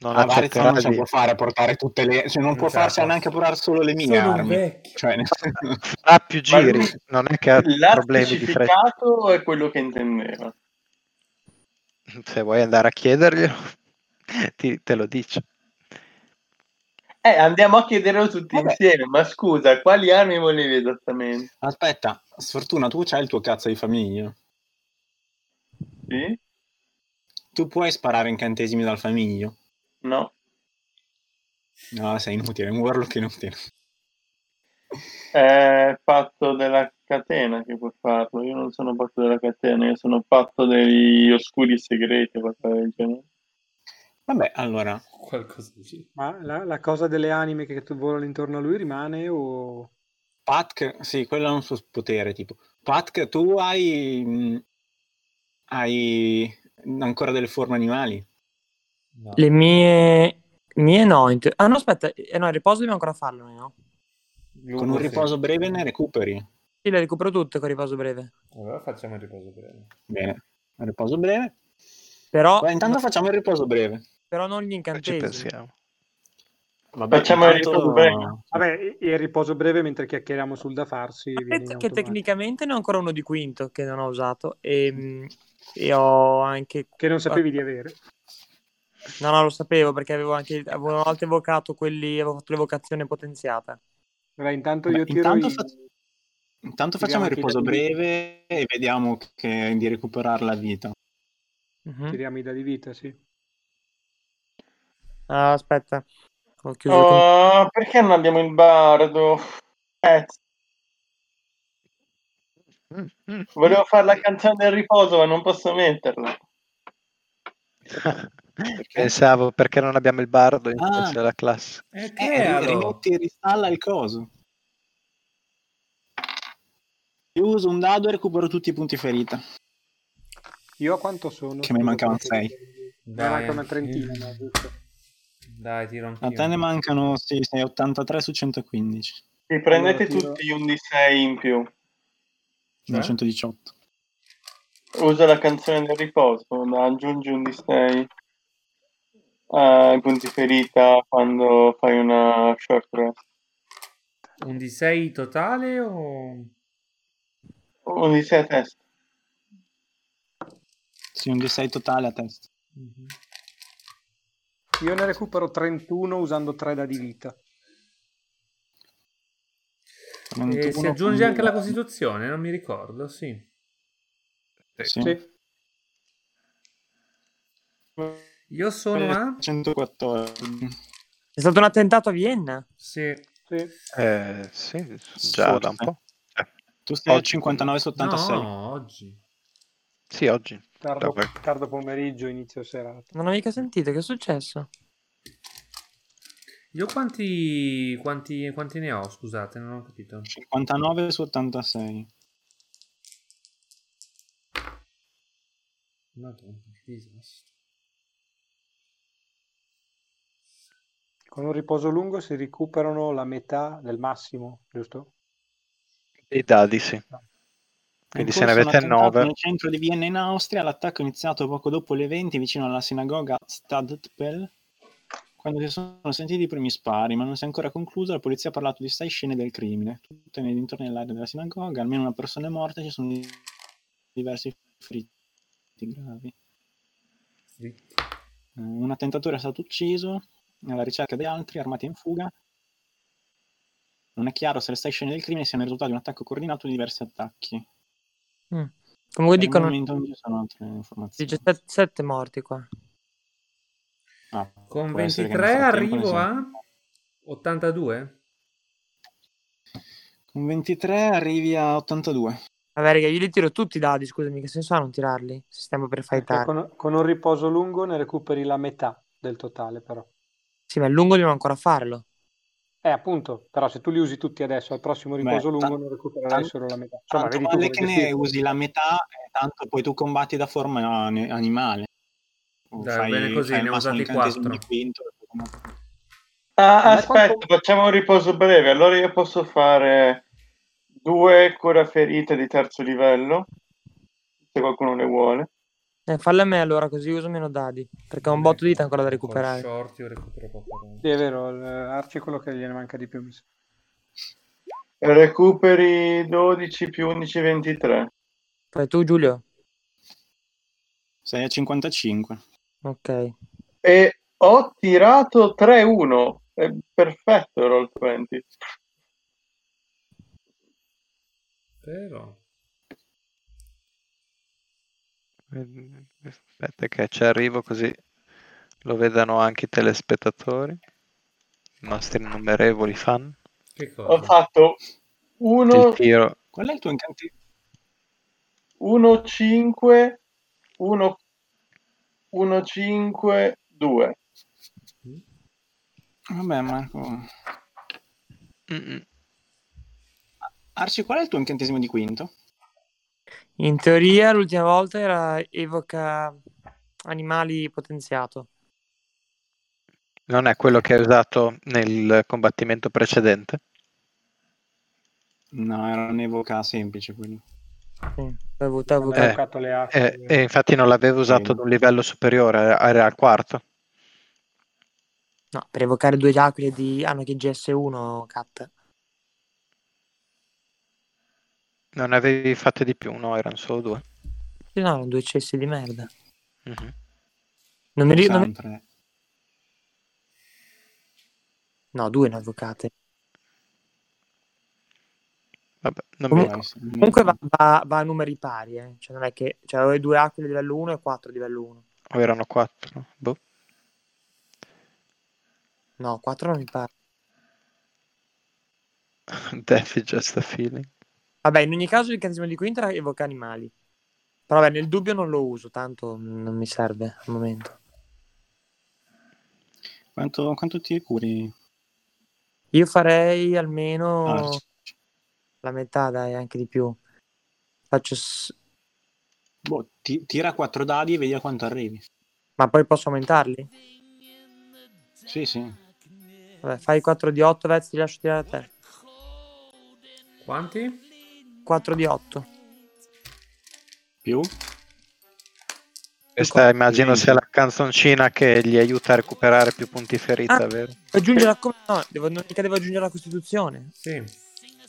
Speaker 1: Non
Speaker 2: Avarezza
Speaker 1: accetterà
Speaker 2: Ah, non si
Speaker 1: di-
Speaker 2: può fare a portare tutte le... Cioè, non può
Speaker 4: ce la
Speaker 2: farsi
Speaker 4: posso.
Speaker 2: neanche portare solo le mie
Speaker 4: Sono un
Speaker 2: armi.
Speaker 4: vecchio.
Speaker 2: Cioè, nel senso-
Speaker 1: farà più giri,
Speaker 7: Ma lui-
Speaker 1: non è che ha problemi di fretta.
Speaker 7: L'artificato è quello che intendeva.
Speaker 1: Se vuoi andare a chiederglielo, ti- te lo dice.
Speaker 7: Eh, andiamo a chiederlo tutti
Speaker 2: Vabbè.
Speaker 7: insieme, ma scusa, quali armi volevi esattamente?
Speaker 2: Aspetta, sfortuna, tu c'hai il tuo cazzo di famiglia.
Speaker 7: Sì?
Speaker 2: Tu puoi sparare incantesimi dal famiglio?
Speaker 7: No?
Speaker 2: No, sei inutile, un warlock inutile.
Speaker 7: È patto della catena che può farlo. Io non sono patto della catena, io sono patto degli oscuri segreti. qualcosa del genere.
Speaker 2: Vabbè, allora,
Speaker 4: Qualcosa di...
Speaker 5: Ma la, la cosa delle anime che tu volano intorno a lui rimane o...
Speaker 2: Patk, sì, quello è un suo potere, tipo. Patk, tu hai... mh, hai ancora delle forme animali?
Speaker 4: No.
Speaker 3: Le mie... Mie no. in te- Ah no, aspetta. Eh, no, il riposo dobbiamo ancora farlo, noi, no?
Speaker 2: Con un riposo breve ne recuperi.
Speaker 3: Sì, le recupero tutte con riposo breve.
Speaker 4: Allora facciamo il riposo breve.
Speaker 2: Bene, un riposo breve.
Speaker 3: Però,
Speaker 2: Beh, intanto facciamo il riposo breve.
Speaker 3: però non gli
Speaker 1: Ci
Speaker 3: incantesimi.
Speaker 1: pensiamo.
Speaker 2: Vabbè,
Speaker 7: Facciamo il riposo breve.
Speaker 5: Vabbè, il riposo breve mentre chiacchieriamo sul da farsi
Speaker 3: Ma
Speaker 5: viene in
Speaker 3: pensa che
Speaker 5: automatico.
Speaker 3: tecnicamente ne ho ancora uno di quinto che non ho usato. E, mm, e ho anche...
Speaker 5: Che non sapevi di avere.
Speaker 3: No, no, lo sapevo perché avevo anche... Avevo una volta evocato quelli... Avevo fatto l'evocazione potenziata.
Speaker 5: Vabbè, intanto
Speaker 2: Beh,
Speaker 5: io tiro
Speaker 2: intanto Mm.
Speaker 5: i-
Speaker 2: fa- Intanto facciamo il
Speaker 5: Tiriamo
Speaker 2: riposo
Speaker 5: i dadi.
Speaker 2: breve e vediamo che- di recuperare la vita.
Speaker 3: Mhm.
Speaker 5: tiriamo i dadi vita, sì.
Speaker 3: Ah, aspetta. Ho chiuso il computer.
Speaker 7: Oh, perché non abbiamo il bardo? Eh,
Speaker 1: Mm, mm.
Speaker 7: volevo fare la canzone del riposo, ma non posso metterla.
Speaker 1: Pensavo perché non abbiamo il bardo in
Speaker 2: Ah.
Speaker 1: c'è la classe.
Speaker 4: Eh,
Speaker 2: Eh,
Speaker 4: crealo.
Speaker 2: rimetti, ristalla il coso. Io uso un dado e recupero tutti i punti ferita.
Speaker 5: Io a quanto sono?
Speaker 2: Che mi mancavano sei.
Speaker 5: Mi
Speaker 4: Dai,
Speaker 5: manca una
Speaker 4: anch'io.
Speaker 5: trentina, ma giusto.
Speaker 4: Dai, tiro anch'io.
Speaker 2: A te ne mancano sì, sei 83 su 115.
Speaker 7: Sì,
Speaker 5: Allora,
Speaker 7: prendete
Speaker 5: tiro-
Speaker 7: tutti un di 6 in più.
Speaker 2: No,
Speaker 4: Cioè?
Speaker 2: 118.
Speaker 7: Usa la canzone del riposo, ma aggiungi un di 6 ai punti ferita quando fai una short rest.
Speaker 4: Un di 6 totale o...
Speaker 7: Un di 6 a testa.
Speaker 2: Sì, un D6 totale a testa.
Speaker 4: Mhm.
Speaker 5: Io ne recupero 31 usando 3 dadi vita.
Speaker 4: Eh,
Speaker 2: 31
Speaker 4: si aggiunge anche la
Speaker 2: con-
Speaker 4: Costituzione, non mi ricordo, sì.
Speaker 2: Sì.
Speaker 5: Sì.
Speaker 4: Io sono a...
Speaker 2: 114.
Speaker 3: C'è stato un attentato a Vienna.
Speaker 4: Sì.
Speaker 5: sì.
Speaker 1: Eh, sì, già da un po'.
Speaker 2: Tu sei a
Speaker 1: Oggi-
Speaker 2: 59 su 86.
Speaker 4: No, oggi.
Speaker 1: Sì, oggi.
Speaker 5: Tardo,
Speaker 1: Vabbè.
Speaker 5: tardo pomeriggio, inizio serata.
Speaker 3: Non ho mica sentito. Che è successo?
Speaker 4: Io quanti, quanti, quanti ne ho? Scusate, non ho capito.
Speaker 2: 59 su 86.
Speaker 4: Madonna, che disastro.
Speaker 5: Con un riposo lungo si recuperano la metà del massimo, giusto?
Speaker 1: I dadi, sì. Quindi
Speaker 2: In
Speaker 1: se ne
Speaker 2: corso un
Speaker 1: avete
Speaker 2: attentato
Speaker 1: 9,
Speaker 2: Nel centro di Vienna in Austria l'attacco è iniziato poco dopo le 20 vicino alla sinagoga Stadtpel. Quando si sono sentiti i primi spari, ma non si è ancora conclusa, la polizia ha parlato di sei scene del crimine, tutte nei dintorni dell'area della sinagoga, almeno una persona è morta, ci sono diversi feriti gravi.
Speaker 4: Fritti.
Speaker 2: Eh, Un attentatore è stato ucciso, alla ricerca di altri, armati in fuga. Non è chiaro se le sei scene del crimine siano il risultato di un attacco coordinato di diversi attacchi.
Speaker 3: Comunque
Speaker 2: Per il
Speaker 3: dicono
Speaker 2: momento non ci sono altre informazioni.
Speaker 3: 17 morti qua.
Speaker 2: Ah,
Speaker 4: Con
Speaker 2: può essere che
Speaker 4: 23
Speaker 2: nel frattempo
Speaker 4: arrivo eh?
Speaker 2: ne sia-
Speaker 4: a 82?
Speaker 2: Con 23 arrivi a 82.
Speaker 3: Vabbè, raga, io li tiro tutti i dadi, scusami, che senso ha non tirarli? Se stiamo per
Speaker 5: Perché
Speaker 3: fightare.
Speaker 5: Cioè, Con, con un riposo lungo ne recuperi la metà del totale, però.
Speaker 3: Sì, ma il lungo dobbiamo ancora farlo.
Speaker 5: Eh, appunto, però se tu li usi tutti adesso, al prossimo
Speaker 2: Beh,
Speaker 5: riposo lungo
Speaker 2: ta-
Speaker 5: ne recupererai
Speaker 2: tan-
Speaker 5: solo la metà. Insomma,
Speaker 2: Tanto
Speaker 5: vedi tu
Speaker 2: vale
Speaker 5: come
Speaker 2: che ne
Speaker 5: gestirti.
Speaker 2: usi la metà, eh, tanto poi tu combatti da forma ani- animale. O
Speaker 4: Dai, bene così,
Speaker 2: fai il
Speaker 4: ne ho
Speaker 2: massimo
Speaker 4: usati
Speaker 2: incantesimo
Speaker 4: quattro.
Speaker 2: di quinto e poi combatti.
Speaker 7: Ah,
Speaker 5: Ma
Speaker 7: aspetta,
Speaker 5: quanto-
Speaker 7: facciamo un riposo breve. Allora io posso fare due cura ferite di terzo livello, se qualcuno le vuole.
Speaker 3: Eh, falla a me allora, così uso meno dadi. Perché ho un botto di vita ancora da recuperare.
Speaker 4: Col short io recupero poco.
Speaker 5: Sì, è vero, il- Arci è quello che gliene manca di più. mi sa.
Speaker 7: Recuperi 12 più 11, 23.
Speaker 3: Poi tu, Giulio.
Speaker 2: Sei a 55.
Speaker 3: Ok.
Speaker 7: E ho tirato 3-1. È perfetto il roll 20.
Speaker 4: Però...
Speaker 1: eh, Aspetta che ci arrivo così lo vedano anche i telespettatori, i nostri innumerevoli fan.
Speaker 4: Che cosa?
Speaker 7: Ho fatto
Speaker 1: Il
Speaker 7: 1,
Speaker 1: tiro
Speaker 2: Qual è il tuo incantesimo?
Speaker 7: 1, 5, 1, 1, 5, 2.
Speaker 2: Vabbè, oh. Marco.
Speaker 1: Mm, mm.
Speaker 2: Arci, qual è il tuo incantesimo di quinto?
Speaker 3: In teoria l'ultima volta era evoca animali potenziato.
Speaker 1: non è quello che hai usato nel combattimento precedente.
Speaker 2: No, era un'evoca semplice quello.
Speaker 3: Sì, avevo- avevo-
Speaker 5: Ha
Speaker 1: Eh,
Speaker 5: toccato le acque.
Speaker 1: E, e infatti non l'avevo usato ad un livello superiore, era- era al quarto.
Speaker 3: No, per evocare due aquile di... Ah no, che GS1, cat.
Speaker 1: Non ne avevi fatte di più, no, erano solo due.
Speaker 3: Sì, no, erano due cessi di merda.
Speaker 1: Mhm.
Speaker 3: Non mi ri- non mi-
Speaker 2: Sempre.
Speaker 3: No, due ne ho evocate.
Speaker 1: Vabbè, non mi
Speaker 3: Comu-
Speaker 1: ricordo.
Speaker 3: Comunque va, va- va a numeri pari, eh. Cioè non è che... Cioè avevo due aquile livello 1 e quattro livello 1.
Speaker 1: O erano quattro. Boh.
Speaker 3: No, quattro non mi pare.
Speaker 1: Death is just a feeling.
Speaker 3: Vabbè, in ogni caso il incantesimo di quinta era evoca animali. Però vabbè, nel dubbio non lo uso, tanto non mi serve al momento.
Speaker 2: Quanto, quanto ti curi,
Speaker 3: Io farei almeno...
Speaker 2: Arci?
Speaker 3: la metà dai anche di più faccio s-
Speaker 2: Boh, ti- tira quattro dadi e vedi a quanto arrivi.
Speaker 3: ma poi posso aumentarli?
Speaker 2: Sì, sì.
Speaker 3: Vabbè, fai 4 di 8 Vez ti lascio tirare a te
Speaker 4: Quanti?
Speaker 3: 4 di 8
Speaker 2: Più?
Speaker 1: Questa immagino sia
Speaker 2: Venti.
Speaker 1: la canzoncina che gli aiuta a recuperare più punti ferita,
Speaker 3: Ah.
Speaker 1: vero?
Speaker 3: aggiungere la come no devo, non mica devo aggiungere la costituzione
Speaker 4: Sì.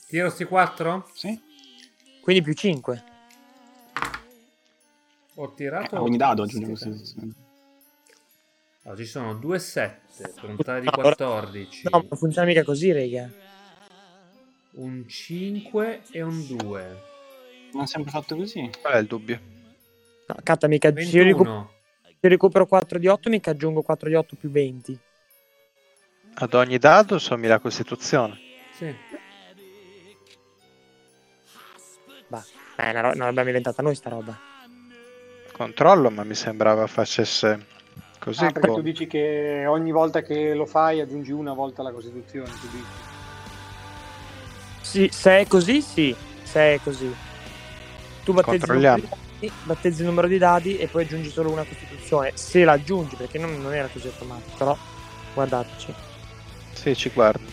Speaker 4: Tiro sti 4?
Speaker 2: Sì.
Speaker 3: quindi più 5
Speaker 4: Ho
Speaker 2: Eh,
Speaker 4: tirato...
Speaker 2: a ogni dado aggiunge
Speaker 4: Certo. Sì,
Speaker 2: costituzione.
Speaker 4: Allora, ci sono 2 7 per un totale di
Speaker 3: No, ora-
Speaker 4: 14.
Speaker 3: no non funziona mica così raga
Speaker 4: Un 5 e un 2.
Speaker 2: Non è sempre fatto così.
Speaker 1: Qual è il dubbio?
Speaker 3: no catta mica se io, recupero,
Speaker 4: 21.
Speaker 3: se io recupero 4 di 8 mica aggiungo 4 di 8 più 20
Speaker 1: Ad ogni dado sommi la costituzione.
Speaker 4: Sì.
Speaker 3: bah eh, una, ro- una roba inventata noi sta roba
Speaker 1: Controllo, ma mi sembrava facesse così. boh.
Speaker 5: Ah, perché
Speaker 1: con-
Speaker 5: tu dici che ogni volta che lo fai aggiungi una volta la Costituzione. tu dici.
Speaker 3: sì, se è così sì se è così tu battezzi il
Speaker 1: Controlliamo.
Speaker 3: Sì, battezzi il numero di dadi e poi aggiungi solo una costituzione. Se la aggiungi, perché non, non era così automatico, però guardateci.
Speaker 1: Sì, ci guardo.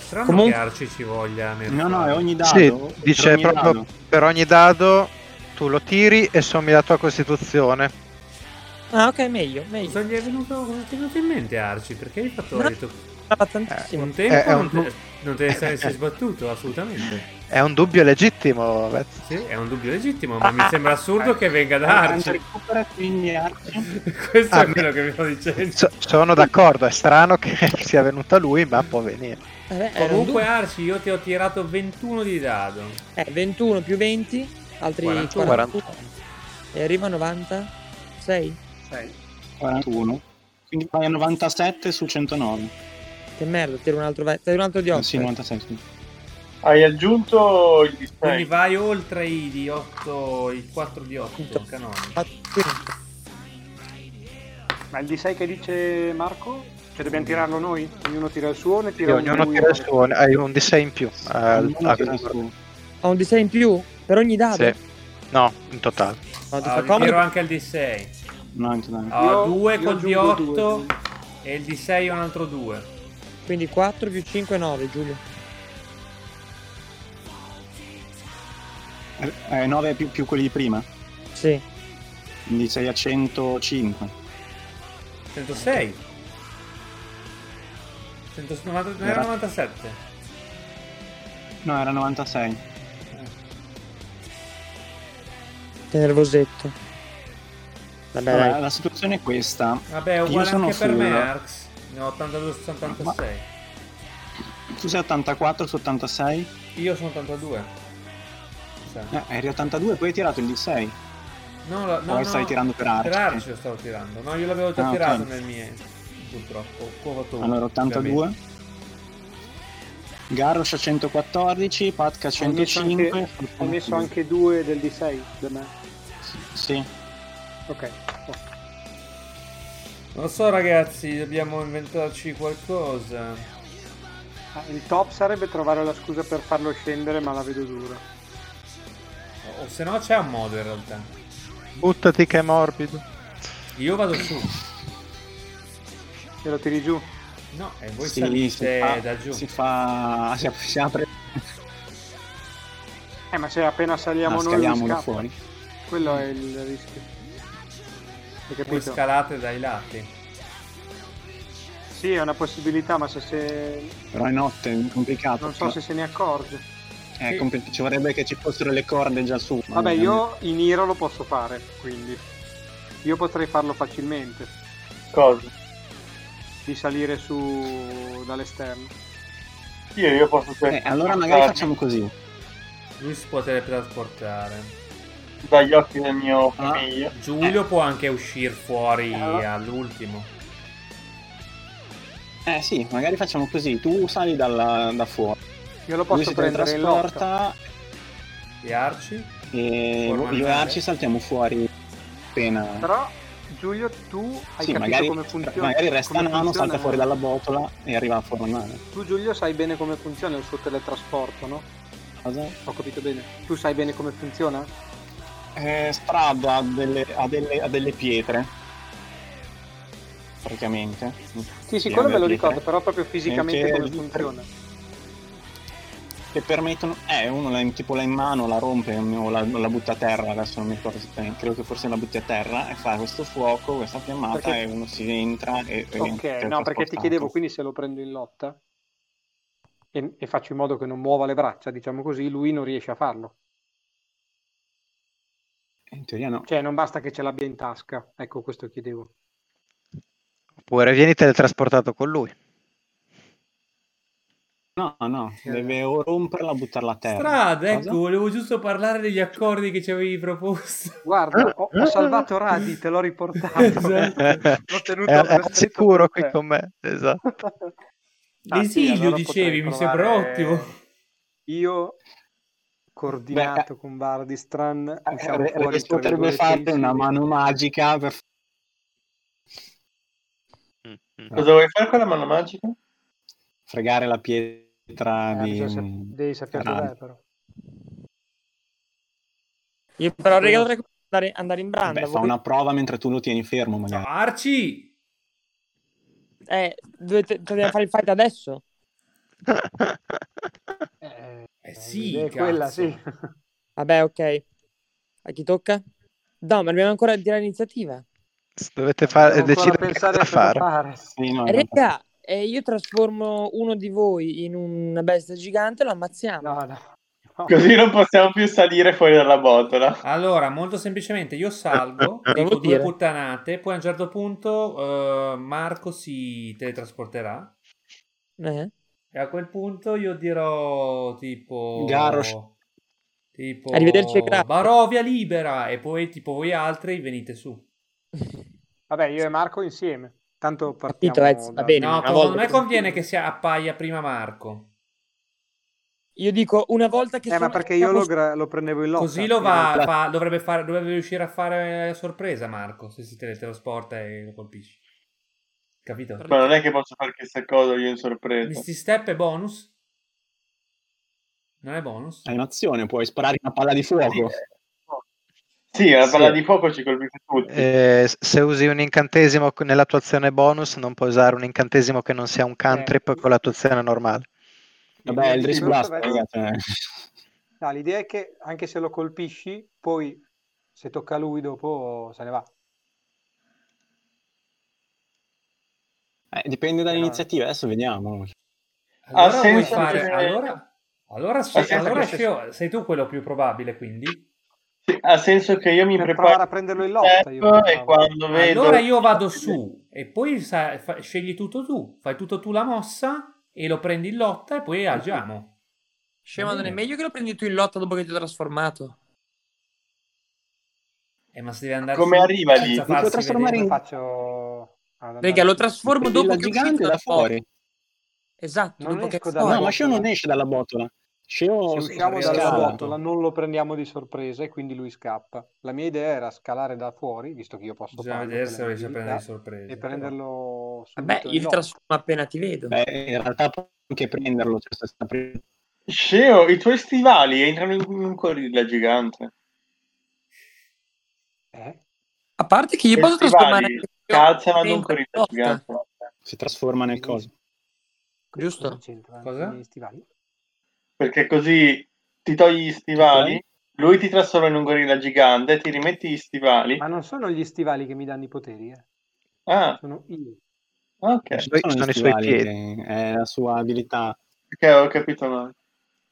Speaker 4: Strano
Speaker 3: Comunque-
Speaker 4: che Arci ci voglia nel
Speaker 2: No, no, è ogni
Speaker 1: Sì,
Speaker 2: dado.
Speaker 1: dice
Speaker 2: per ogni
Speaker 1: proprio
Speaker 2: dado.
Speaker 1: per ogni dado tu lo tiri e sommi la tua costituzione.
Speaker 3: Ah, ok, meglio,
Speaker 4: Non
Speaker 3: meglio.
Speaker 4: so, gli è venuto, cosa ti è venuto in mente Arci? Perché hai fatto
Speaker 3: No.
Speaker 4: hai detto,
Speaker 3: Stava tantissimo.
Speaker 4: un tempo
Speaker 1: Eh, è
Speaker 4: non,
Speaker 1: un
Speaker 4: te, non te ne saresti sbattuto, assolutamente.
Speaker 1: È un dubbio legittimo, Vez.
Speaker 4: Sì, è un dubbio legittimo, ma mi sembra assurdo che venga da
Speaker 2: Quanto
Speaker 4: Arci.
Speaker 2: recupera quindi Arci?
Speaker 4: Questo
Speaker 1: Ah,
Speaker 4: è quello che mi sto dicendo.
Speaker 1: So- sono d'accordo, è strano che sia venuta lui, ma può venire.
Speaker 3: Eh, beh, era un
Speaker 4: Comunque Arci, io ti ho tirato 21 di dado.
Speaker 3: du- eh, 21 più 20, altri
Speaker 4: 41.
Speaker 3: 41.
Speaker 1: 41.
Speaker 3: E arriva a 96.
Speaker 5: Sei.
Speaker 2: 41. Quindi vai a 97 su 109.
Speaker 3: Che merda, tiro un altro, ve- tiro un altro di 8.
Speaker 2: Eh, Sì, 97. scusa.
Speaker 7: Hai aggiunto il
Speaker 4: Quindi
Speaker 7: 16.
Speaker 4: vai oltre i di 8, i 4 di 8
Speaker 10: Ah,
Speaker 4: canonico.
Speaker 5: Ma il D6 che dice Marco? Cioè dobbiamo tirarlo noi? Ognuno tira il suo, ne
Speaker 1: Sì,
Speaker 5: tira
Speaker 1: ognuno
Speaker 5: lui?
Speaker 1: tira il suo, hai un D6 in più. al-
Speaker 2: Ognuno
Speaker 1: al-
Speaker 2: tira su.
Speaker 3: Ho un disegno in più per ogni dado.
Speaker 1: sì. No, in totale.
Speaker 3: No, ti
Speaker 4: Ah,
Speaker 3: fa
Speaker 4: mi tiro
Speaker 3: comodo.
Speaker 4: anche il D6.
Speaker 2: No, anche dai.
Speaker 4: Ho
Speaker 5: Io-
Speaker 4: 2
Speaker 5: io
Speaker 4: col
Speaker 5: aggiungo
Speaker 4: D8
Speaker 5: due.
Speaker 4: e il D6 un altro 2.
Speaker 3: Quindi 4 più 5 9, Giulio.
Speaker 2: Eh, 9 più, più quelli di prima.
Speaker 3: Sì.
Speaker 2: Quindi sei a 105.
Speaker 4: 106. 190 non era
Speaker 2: Era-
Speaker 4: 97.
Speaker 2: No, era 96.
Speaker 10: Che nervosetto. Vabbè,
Speaker 5: Ah.
Speaker 2: Vabbè,
Speaker 10: dai.
Speaker 2: la situazione è questa.
Speaker 4: Vabbè, è
Speaker 2: Io
Speaker 4: uguale
Speaker 2: sono
Speaker 4: anche per me,
Speaker 2: full.
Speaker 4: Arx. Ne ho 82 su 86.
Speaker 2: Tu sei 84 su 86?
Speaker 4: Io sono 82. Sì.
Speaker 2: Eh, eri 82, poi hai tirato il D6.
Speaker 4: No, la- no,
Speaker 2: Ora
Speaker 4: no,
Speaker 2: stai tirando per
Speaker 4: Per
Speaker 2: Arce.
Speaker 4: Arce lo stavo tirando. No, io l'avevo già
Speaker 2: Ah, ok.
Speaker 4: tirato nel mio. Purtroppo. Ho fatto uno,
Speaker 2: Allora 82.
Speaker 4: ovviamente.
Speaker 2: Garrosh a 114, Patka a
Speaker 5: Ho messo anche-
Speaker 2: 105.
Speaker 5: Ho messo anche due del D6 da me.
Speaker 2: Sì.
Speaker 5: Ok. Oh.
Speaker 4: Non lo so, ragazzi, dobbiamo inventarci qualcosa.
Speaker 5: Ah, Il top sarebbe trovare la scusa per farlo scendere, ma la vedo dura.
Speaker 4: O- O se no c'è un modo in realtà.
Speaker 1: Buttati che è morbido.
Speaker 4: Io vado su.
Speaker 5: E lo tiri giù.
Speaker 4: No, e voi
Speaker 2: Sì,
Speaker 4: salite
Speaker 2: si fa-
Speaker 4: da giù.
Speaker 2: Si fa. Si, ap- si apre.
Speaker 5: Eh, ma se appena saliamo
Speaker 2: Ah,
Speaker 5: noi lui
Speaker 2: scaliamo da
Speaker 5: scappa.
Speaker 2: fuori.
Speaker 5: Quello è il rischio. Hai
Speaker 4: Voi
Speaker 5: capito?
Speaker 4: scalate dai lati.
Speaker 5: Sì, è una possibilità, ma se, se...
Speaker 2: Però è notte, è complicato.
Speaker 5: non so se se ne accorge.
Speaker 2: È compl- ci vorrebbe che ci fossero le corde già su. Eh, ma
Speaker 5: Vabbè,
Speaker 2: non-
Speaker 5: io in Iro lo posso fare, quindi io potrei farlo facilmente,
Speaker 7: Cosa?
Speaker 5: di salire su dall'esterno.
Speaker 7: Io, io posso
Speaker 2: Eh, allora magari facciamo così.
Speaker 4: Lui si può teletrasportare.
Speaker 7: dagli occhi del mio figlio.
Speaker 4: Giulio può anche uscire fuori
Speaker 2: Allora-
Speaker 4: all'ultimo.
Speaker 2: Eh sì, magari facciamo così. Tu sali dalla- da fuori.
Speaker 5: Io lo
Speaker 2: Lui
Speaker 5: posso
Speaker 2: si
Speaker 5: prendere in lotta.
Speaker 2: teletrasporta
Speaker 4: E Arci?
Speaker 2: e
Speaker 4: Forma
Speaker 2: io e
Speaker 4: legale.
Speaker 2: Arci saltiamo fuori appena.
Speaker 5: Però Giulio, tu hai
Speaker 2: Sì,
Speaker 5: capito
Speaker 2: magari, cioè,
Speaker 5: come funziona.
Speaker 2: magari resta
Speaker 5: come
Speaker 2: nano,
Speaker 5: funziona-
Speaker 2: salta fuori dalla botola e arriva a forma nano.
Speaker 5: Tu Giulio sai bene come funziona il suo teletrasporto, no?
Speaker 2: Cosa?
Speaker 5: Ho capito bene. Tu sai bene come funziona?
Speaker 2: Eh, Strad ha delle, ha delle- ha delle pietre. Praticamente.
Speaker 5: Sì, sì,
Speaker 2: Sì,
Speaker 5: quello
Speaker 2: vabbè,
Speaker 5: me
Speaker 2: pietre.
Speaker 5: lo
Speaker 2: Eh,
Speaker 5: ricordo, però proprio fisicamente
Speaker 2: Anche
Speaker 5: come
Speaker 2: il-
Speaker 5: funziona.
Speaker 2: Che permettono. Eh, uno la, tipo la in mano, la rompe o la, la butta a terra. Adesso non mi ricordo esattamente. Credo che forse la butti a terra e fa questo fuoco, questa fiammata
Speaker 5: Perché-
Speaker 2: e uno si entra e. e
Speaker 5: Ok,
Speaker 2: viene
Speaker 5: no, perché ti
Speaker 2: trasportato.
Speaker 5: chiedevo quindi se lo prendo in lotta e, e faccio in modo che non muova le braccia, diciamo così, lui non riesce a farlo.
Speaker 2: In teoria no.
Speaker 5: Cioè, non basta che ce l'abbia in tasca. Ecco, questo chiedevo.
Speaker 1: Oppure vieni teletrasportato con lui.
Speaker 2: No, no, deve o romperla o buttarla a terra.
Speaker 4: Strada,
Speaker 2: Cosa?
Speaker 4: ecco, volevo giusto parlare degli accordi che ci avevi proposto.
Speaker 5: Guarda, ho, ho salvato Radi, te l'ho riportato.
Speaker 4: Eh? Esatto.
Speaker 5: L'ho tenuto
Speaker 1: è, è
Speaker 5: per
Speaker 1: al
Speaker 5: stretto
Speaker 1: sicuro
Speaker 5: per
Speaker 1: qui
Speaker 5: te.
Speaker 1: con me. Esatto.
Speaker 5: Ah, sì,
Speaker 4: L'esilio,
Speaker 5: allora
Speaker 4: dicevi,
Speaker 5: potrei
Speaker 4: mi
Speaker 5: provare-
Speaker 4: sembra ottimo.
Speaker 5: Io, coordinato con Vardistran, usciamo
Speaker 2: Eh,
Speaker 5: fuori,
Speaker 2: Rex
Speaker 5: tra
Speaker 2: potrebbe
Speaker 5: virgolette,
Speaker 2: fare una
Speaker 5: insieme.
Speaker 2: mano magica per
Speaker 1: Mm, mm.
Speaker 7: Cosa vuoi fare con la mano magica?
Speaker 2: fregare la pietra
Speaker 5: Eh,
Speaker 2: di...
Speaker 5: bisogna sap- devi sapere
Speaker 2: Radi.
Speaker 5: dov'è, però.
Speaker 10: Io però, raga, dovrei andare, andare in branda.
Speaker 2: Vabbè, fa
Speaker 10: voi-
Speaker 2: una prova mentre tu lo tieni fermo
Speaker 4: No,
Speaker 2: magari.
Speaker 4: Arci!
Speaker 10: Eh, dovete, dobbiamo fare il fight adesso?
Speaker 5: Eh,
Speaker 4: Eh sì,
Speaker 5: l'idea è
Speaker 4: cazzo.
Speaker 5: quella, sì.
Speaker 10: Vabbè, ok. A chi tocca? No, ma dobbiamo ancora tirare l'iniziativa.
Speaker 1: Dovete fare,
Speaker 5: Devo ancora
Speaker 1: decidere che
Speaker 5: pensare
Speaker 1: cosa
Speaker 5: a cosa
Speaker 1: fare.
Speaker 5: fare.
Speaker 2: Sì, no, in realtà-
Speaker 10: Raga, eh, io trasformo uno di voi in una bestia gigante e lo ammazziamo.
Speaker 5: No, no. No.
Speaker 7: Così non possiamo più salire fuori dalla botola.
Speaker 4: Allora, molto semplicemente, io salgo,
Speaker 10: Devo
Speaker 4: dico due
Speaker 10: dire.
Speaker 4: puttanate, poi a un certo punto eh, Marco si teletrasporterà.
Speaker 10: Eh?
Speaker 4: E a quel punto io dirò tipo...
Speaker 2: Garrosh.
Speaker 4: Tipo...
Speaker 10: Arrivederci, grazie.
Speaker 4: Barovia libera! E poi tipo voi altri venite su.
Speaker 5: Vabbè, io e Marco insieme. Tanto partiamo
Speaker 10: Capito, Ezio, va
Speaker 5: da- Eh,
Speaker 10: bene.
Speaker 4: No,
Speaker 10: una
Speaker 4: secondo
Speaker 10: volta
Speaker 4: me
Speaker 10: che-
Speaker 4: conviene che sia appaia prima Marco.
Speaker 10: Io dico una volta che
Speaker 5: Eh, ma
Speaker 10: sono-
Speaker 5: perché io lo, gra- lo prendevo in lotta.
Speaker 4: Così lo
Speaker 5: Eh,
Speaker 4: va, fa- dovrebbe, fare, dovrebbe riuscire a fare sorpresa Marco, se si teletrasporta e lo colpisci. Capito?
Speaker 7: Ma non è che posso fare questa cosa io in sorpresa.
Speaker 4: Misty Step è bonus? Non è bonus?
Speaker 5: Eh,
Speaker 2: Hai un'azione, puoi sparare una palla di fuoco.
Speaker 7: Sì, la palla
Speaker 2: Sì.
Speaker 7: di fuoco ci colpisce tutti.
Speaker 1: Eh, se usi un incantesimo nella tua azione bonus, non puoi usare un incantesimo che non sia un cantrip
Speaker 5: Eh.
Speaker 1: con la tua azione normale.
Speaker 2: Vabbè, il Driss
Speaker 5: discorso
Speaker 2: Blast,
Speaker 5: va-
Speaker 2: ragazzi. eh.
Speaker 5: No, l'idea è che anche se lo colpisci, poi se tocca a lui dopo se ne va.
Speaker 2: Eh, dipende dall'iniziativa, adesso vediamo.
Speaker 7: Ha
Speaker 4: Allora vuoi
Speaker 7: senso
Speaker 4: fare...
Speaker 7: che-
Speaker 4: Allora, allora,
Speaker 7: Ha senso
Speaker 4: allora
Speaker 7: che-
Speaker 4: Sceo, sei tu quello più probabile, quindi?
Speaker 7: Sì, ha senso che io mi
Speaker 5: Per
Speaker 7: preparo
Speaker 5: provare a prenderlo in
Speaker 7: il
Speaker 5: lotta.
Speaker 7: step
Speaker 5: io pensavo.
Speaker 7: e quando vedo
Speaker 4: Allora io vado su e poi sa- fa- scegli tutto tu, fai tutto tu la mossa e lo prendi in lotta e poi agiamo.
Speaker 10: Scema, non è
Speaker 4: Bene.
Speaker 10: meglio che lo prendi tu in lotta dopo che ti ho trasformato.
Speaker 4: Eh, ma se deve andare
Speaker 7: Come
Speaker 4: su
Speaker 7: arriva lì?
Speaker 4: senza
Speaker 7: Mi
Speaker 4: farsi
Speaker 2: può trasformare
Speaker 4: vedere.
Speaker 5: Come
Speaker 2: in-
Speaker 5: faccio ad
Speaker 10: Raga,
Speaker 5: andare
Speaker 10: lo
Speaker 5: su?
Speaker 10: trasformo
Speaker 2: Quindi
Speaker 10: dopo
Speaker 2: la
Speaker 10: che è
Speaker 2: gigante
Speaker 10: uscito
Speaker 2: da fuori.
Speaker 10: Esatto,
Speaker 5: Non
Speaker 10: dopo che è
Speaker 5: esco da
Speaker 10: fuori.
Speaker 5: là.
Speaker 2: No, ma Sceo
Speaker 5: botola.
Speaker 2: non esce dalla botola.
Speaker 5: Se
Speaker 2: Sceo
Speaker 5: usciamo
Speaker 4: Arriva
Speaker 5: dalla
Speaker 4: scala.
Speaker 5: botola non lo prendiamo di sorpresa e quindi lui scappa. La mia idea era scalare da fuori, visto che io posso
Speaker 4: Bisogna
Speaker 5: farlo
Speaker 4: vedere
Speaker 5: con
Speaker 4: se
Speaker 5: le
Speaker 4: riesce a
Speaker 5: mie
Speaker 4: prendere di
Speaker 5: abilità,
Speaker 4: sorpresa.
Speaker 5: e
Speaker 4: però.
Speaker 5: prenderlo
Speaker 10: Vabbè,
Speaker 5: subito eh? in
Speaker 10: io
Speaker 5: lotta.
Speaker 10: trasformo appena ti vedo.
Speaker 2: Beh, in realtà può anche prenderlo. Cioè, sta- sta prendendo-
Speaker 7: Sceo, i tuoi stivali entrano in un corrida gigante.
Speaker 5: Eh?
Speaker 10: A parte che io
Speaker 7: I
Speaker 10: posso trasformare
Speaker 7: stivali
Speaker 10: anche io
Speaker 7: calzano ad un
Speaker 10: dentro in
Speaker 7: corrida
Speaker 10: lotta,
Speaker 7: gigante.
Speaker 2: si trasforma nel
Speaker 5: Quindi-
Speaker 2: coso.
Speaker 5: Co- Cosa
Speaker 10: giusto?
Speaker 5: c'entra?
Speaker 4: Cosa?
Speaker 5: eh, Gli stivali?
Speaker 7: Perché così ti togli gli stivali, lui ti trasforma in un gorilla gigante, ti rimetti gli stivali.
Speaker 5: Ma non sono gli stivali che mi danno i poteri, eh.
Speaker 7: Ah,
Speaker 5: sono io.
Speaker 7: ok.
Speaker 2: Non
Speaker 1: Eh, Poi
Speaker 2: sono
Speaker 1: sono
Speaker 2: gli
Speaker 1: i suoi
Speaker 2: stivali, che eh, è la sua abilità.
Speaker 7: Ok, ho capito male.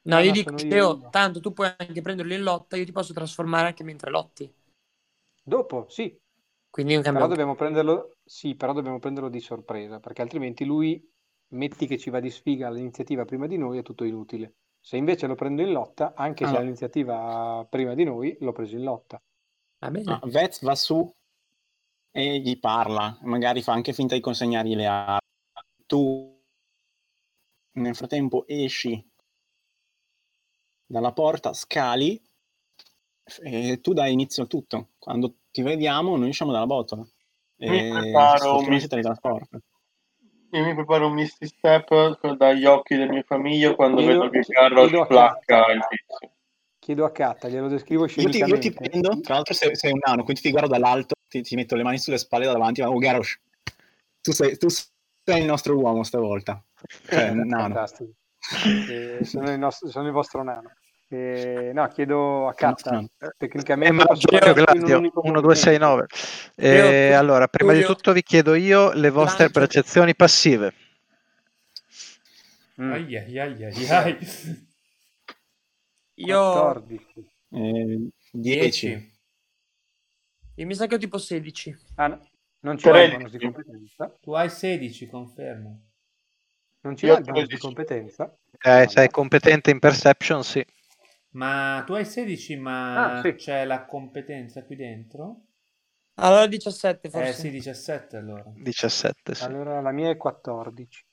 Speaker 10: No,
Speaker 5: No,
Speaker 10: io
Speaker 5: no,
Speaker 10: dico,
Speaker 5: sono io,
Speaker 10: Teo,
Speaker 5: io.
Speaker 10: tanto tu puoi anche prenderlo in lotta, io ti posso trasformare anche mentre lotti.
Speaker 5: Dopo, sì,
Speaker 10: Quindi non cambia
Speaker 5: però
Speaker 10: un cazzo.
Speaker 5: dobbiamo prenderlo, sì, però dobbiamo prenderlo di sorpresa, perché altrimenti lui, metti che ci va di sfiga l'iniziativa prima di noi, è tutto inutile. Se invece lo prendo in lotta, anche se
Speaker 2: Allora.
Speaker 5: ha l'iniziativa prima di noi, l'ho preso in lotta.
Speaker 10: Va bene.
Speaker 2: No, Vez va su e gli parla, magari fa anche finta di consegnargli le armi. Tu nel frattempo esci dalla porta, scali e tu dai inizio a tutto. Quando ti vediamo noi usciamo dalla botola.
Speaker 7: Mi
Speaker 2: E
Speaker 7: preparo, mi-
Speaker 2: sfortunatamente te la trasporta.
Speaker 7: Io mi preparo un misty step con- dagli occhi del mio famiglio quando
Speaker 5: Glielo-
Speaker 7: vedo che Carlos
Speaker 5: glielo
Speaker 7: placca
Speaker 5: acchiappa.
Speaker 7: il tizio.
Speaker 5: Chiedo a Katta, glielo descrivo
Speaker 2: Io ti, io ti
Speaker 5: scenicamente.
Speaker 2: prendo, tra l'altro sei, sei un nano, quindi ti guardo dall'alto, ti, ti metto le mani sulle spalle da davanti, ma oh Garrosh, tu sei, tu sei il nostro uomo stavolta. Cioè, nano.
Speaker 5: Fantastico. Eh, sono, il nostro- sono il vostro nano. Eh, no, chiedo a
Speaker 2: Sono il nostro
Speaker 5: Katta,
Speaker 2: nano. Eh,
Speaker 1: È
Speaker 5: Eh, tecnicamente posso
Speaker 1: Maggio,
Speaker 5: fare tutto in un
Speaker 1: Eh, Gladio,
Speaker 5: unico
Speaker 1: 1, 2, 6,
Speaker 5: movimento.
Speaker 1: 9. Eh,
Speaker 10: Teo,
Speaker 1: allora, prima di
Speaker 10: Giulio,
Speaker 1: tutto vi chiedo io le vostre
Speaker 10: Gladio.
Speaker 1: percezioni passive.
Speaker 5: Mm,
Speaker 4: Ai, ai, ai, ai, ai.
Speaker 10: Io,
Speaker 5: 14.
Speaker 2: Eh, 10.
Speaker 4: 10.
Speaker 10: io mi sa che ho tipo 16.
Speaker 5: Ah, no, non ci va il
Speaker 7: Tredici.
Speaker 5: bonus di competenza.
Speaker 4: Tu hai 16, confermo.
Speaker 5: Non ci
Speaker 7: Io
Speaker 5: va il bonus di
Speaker 7: tredici.
Speaker 5: competenza.
Speaker 1: Eh, sei
Speaker 5: Mannaggia.
Speaker 1: competente in perception, sì.
Speaker 4: Ma tu hai 16, ma
Speaker 5: Ah, sì.
Speaker 4: c'è la competenza qui dentro?
Speaker 10: Allora 17
Speaker 4: Eh
Speaker 10: forse.
Speaker 4: sì, 17 allora.
Speaker 5: Ecco,
Speaker 1: 17, sì.
Speaker 5: Allora la mia è 14.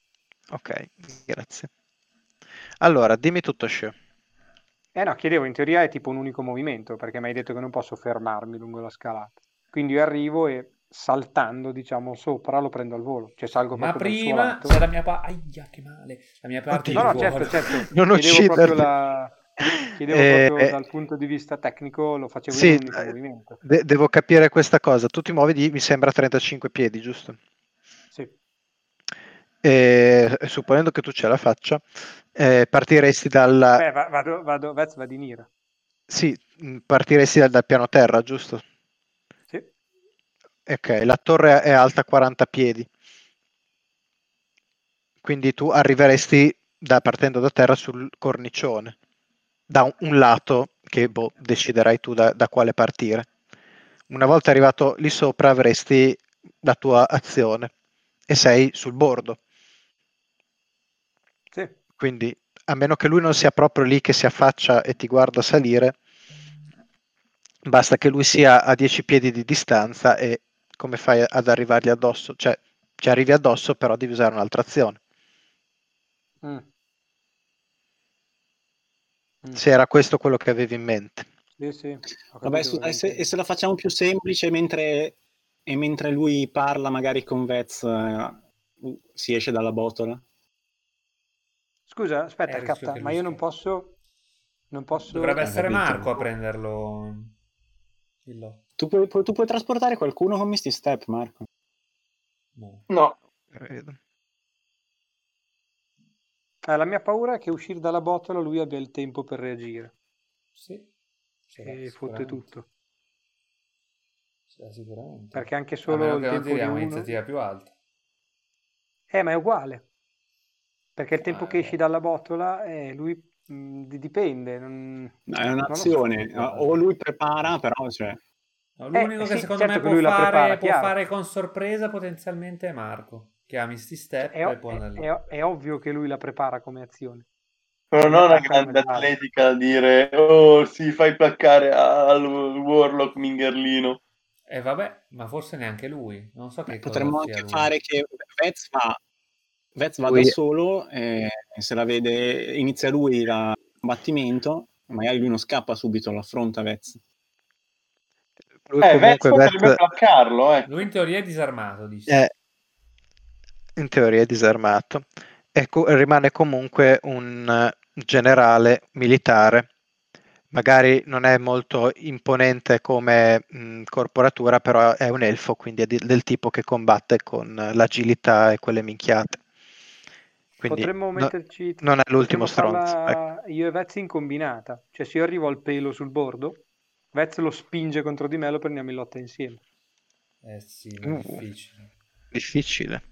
Speaker 1: Ok, grazie. Allora, dimmi tutto, Scio.
Speaker 5: Eh no, chiedevo, in teoria è tipo un unico movimento, perché mi hai detto che non posso fermarmi lungo la scalata. Quindi io arrivo e saltando, diciamo, sopra lo prendo al volo. Cioè salgo
Speaker 4: Ma
Speaker 5: proprio dal suo
Speaker 4: prima
Speaker 5: lato.
Speaker 4: c'è la mia parte. Aia, che male! La mia parte
Speaker 1: Oddio.
Speaker 5: No,
Speaker 4: di
Speaker 5: no,
Speaker 4: volo.
Speaker 5: certo, certo.
Speaker 1: Non
Speaker 5: Chiedevo proprio,
Speaker 1: ucciderti.
Speaker 5: la... Chiedevo
Speaker 1: Eh,
Speaker 5: proprio dal punto di vista tecnico, lo facevo in
Speaker 1: sì,
Speaker 5: un unico
Speaker 1: eh,
Speaker 5: movimento.
Speaker 1: de- devo capire questa cosa. Tu ti muovi di, mi sembra, 35 piedi, giusto?
Speaker 5: Sì.
Speaker 1: E, supponendo che tu ce la faccia, eh, partiresti dal,
Speaker 5: Beh, Eh, va- vado, vado, Vez va di nera.
Speaker 1: sì, mh, partiresti dal, dal piano terra, giusto?
Speaker 5: Sì.
Speaker 1: Ok, la torre è alta 40 piedi, quindi tu arriveresti da- partendo da terra sul cornicione, da un, un lato che boh, deciderai tu da, da quale partire. Una volta arrivato lì sopra avresti la tua azione e sei sul bordo,
Speaker 5: Sì.
Speaker 1: quindi a meno che lui non sia proprio lì che si affaccia e ti guarda salire, basta che lui sia a 10 piedi di distanza e come fai ad arrivargli addosso? Cioè, ci arrivi addosso, però devi usare un'altra azione.
Speaker 5: Mm. Mm.
Speaker 1: Se era questo quello che avevi in mente.
Speaker 5: Sì, sì, ho
Speaker 2: Vabbè,
Speaker 5: capito
Speaker 2: scusa,
Speaker 5: cosa
Speaker 2: e se, e
Speaker 5: intendi.
Speaker 2: se la facciamo più semplice mentre, e mentre lui parla magari con Vez, eh, uh, si esce dalla botola?
Speaker 5: Scusa,
Speaker 4: È
Speaker 5: aspetta,
Speaker 4: Eh, il rischio
Speaker 5: Katta,
Speaker 4: che
Speaker 5: ma
Speaker 4: lui
Speaker 5: io non
Speaker 4: scappa.
Speaker 5: posso... Non posso...
Speaker 4: Dovrebbe
Speaker 2: Eh,
Speaker 4: essere
Speaker 2: capito.
Speaker 4: Marco a prenderlo. Dillo.
Speaker 2: Tu puoi, puoi- tu puoi trasportare qualcuno con Misty Step, Marco.
Speaker 4: No.
Speaker 7: No,
Speaker 5: Eh, la mia paura è che uscire dalla botola lui abbia il tempo per reagire.
Speaker 4: Sì. Sarà
Speaker 5: E fotte
Speaker 4: Eh, sicuramente.
Speaker 5: tutto.
Speaker 4: sicuramente.
Speaker 5: Perché anche
Speaker 4: A meno
Speaker 5: solo il
Speaker 4: che non
Speaker 5: tempo di
Speaker 4: tiriamo
Speaker 5: uno...
Speaker 4: un'iniziativa più alta.
Speaker 5: Eh, ma è uguale. Perché il tempo
Speaker 4: Ah,
Speaker 5: che esci
Speaker 4: vabbè.
Speaker 5: dalla botola, eh, lui mh, di- dipende. non-
Speaker 2: No, è
Speaker 5: lo so.
Speaker 2: un'azione, o lui prepara, però cioè,
Speaker 4: No, l'unico
Speaker 5: eh,
Speaker 4: che
Speaker 5: sì,
Speaker 4: secondo
Speaker 5: certo
Speaker 4: me
Speaker 5: che
Speaker 4: può,
Speaker 5: lui la
Speaker 4: fare,
Speaker 5: prepara,
Speaker 4: può
Speaker 5: chiaro.
Speaker 4: fare con sorpresa potenzialmente è Marco, che ha Misty Step
Speaker 5: Cioè, È,
Speaker 4: e
Speaker 5: o-
Speaker 4: può
Speaker 5: è-
Speaker 4: andare lì.
Speaker 5: è- è ovvio che lui la prepara come azione.
Speaker 7: Però non una
Speaker 5: Attacca
Speaker 7: grande
Speaker 5: mentale.
Speaker 7: atletica a dire oh si fai placcare al Warlock Mingerlino.
Speaker 4: E Eh, vabbè, ma forse neanche lui. Non so che cosa
Speaker 2: potremmo
Speaker 4: sia
Speaker 2: anche
Speaker 4: lui.
Speaker 2: fare che Vez va, Vez va
Speaker 1: Lui-
Speaker 2: da solo e se la vede inizia lui la- il combattimento, magari lui non scappa subito, l'affronta Vez.
Speaker 1: Lui
Speaker 7: Eh, Vez
Speaker 1: comunque
Speaker 7: potrebbe
Speaker 1: Vez-
Speaker 7: placcarlo, eh.
Speaker 4: Lui in teoria è disarmato, dice.
Speaker 2: Eh.
Speaker 1: è- in teoria è disarmato. E co- rimane comunque un eh, generale militare. Magari non è molto imponente come mh, corporatura, però è un elfo, quindi è di- del tipo che combatte con eh, l'agilità e quelle minchiate. Quindi
Speaker 5: Potremmo
Speaker 1: no-
Speaker 5: metterci...
Speaker 1: non è l'ultimo
Speaker 5: potremmo farla
Speaker 1: stronzo. ecco.
Speaker 5: io e Vez in combinata. Cioè, se io arrivo al pelo sul bordo, Vez lo spinge contro di me e lo prendiamo in lotta insieme.
Speaker 4: Eh sì, ma è
Speaker 2: Mm.
Speaker 1: Uh.
Speaker 4: difficile.
Speaker 1: Difficile.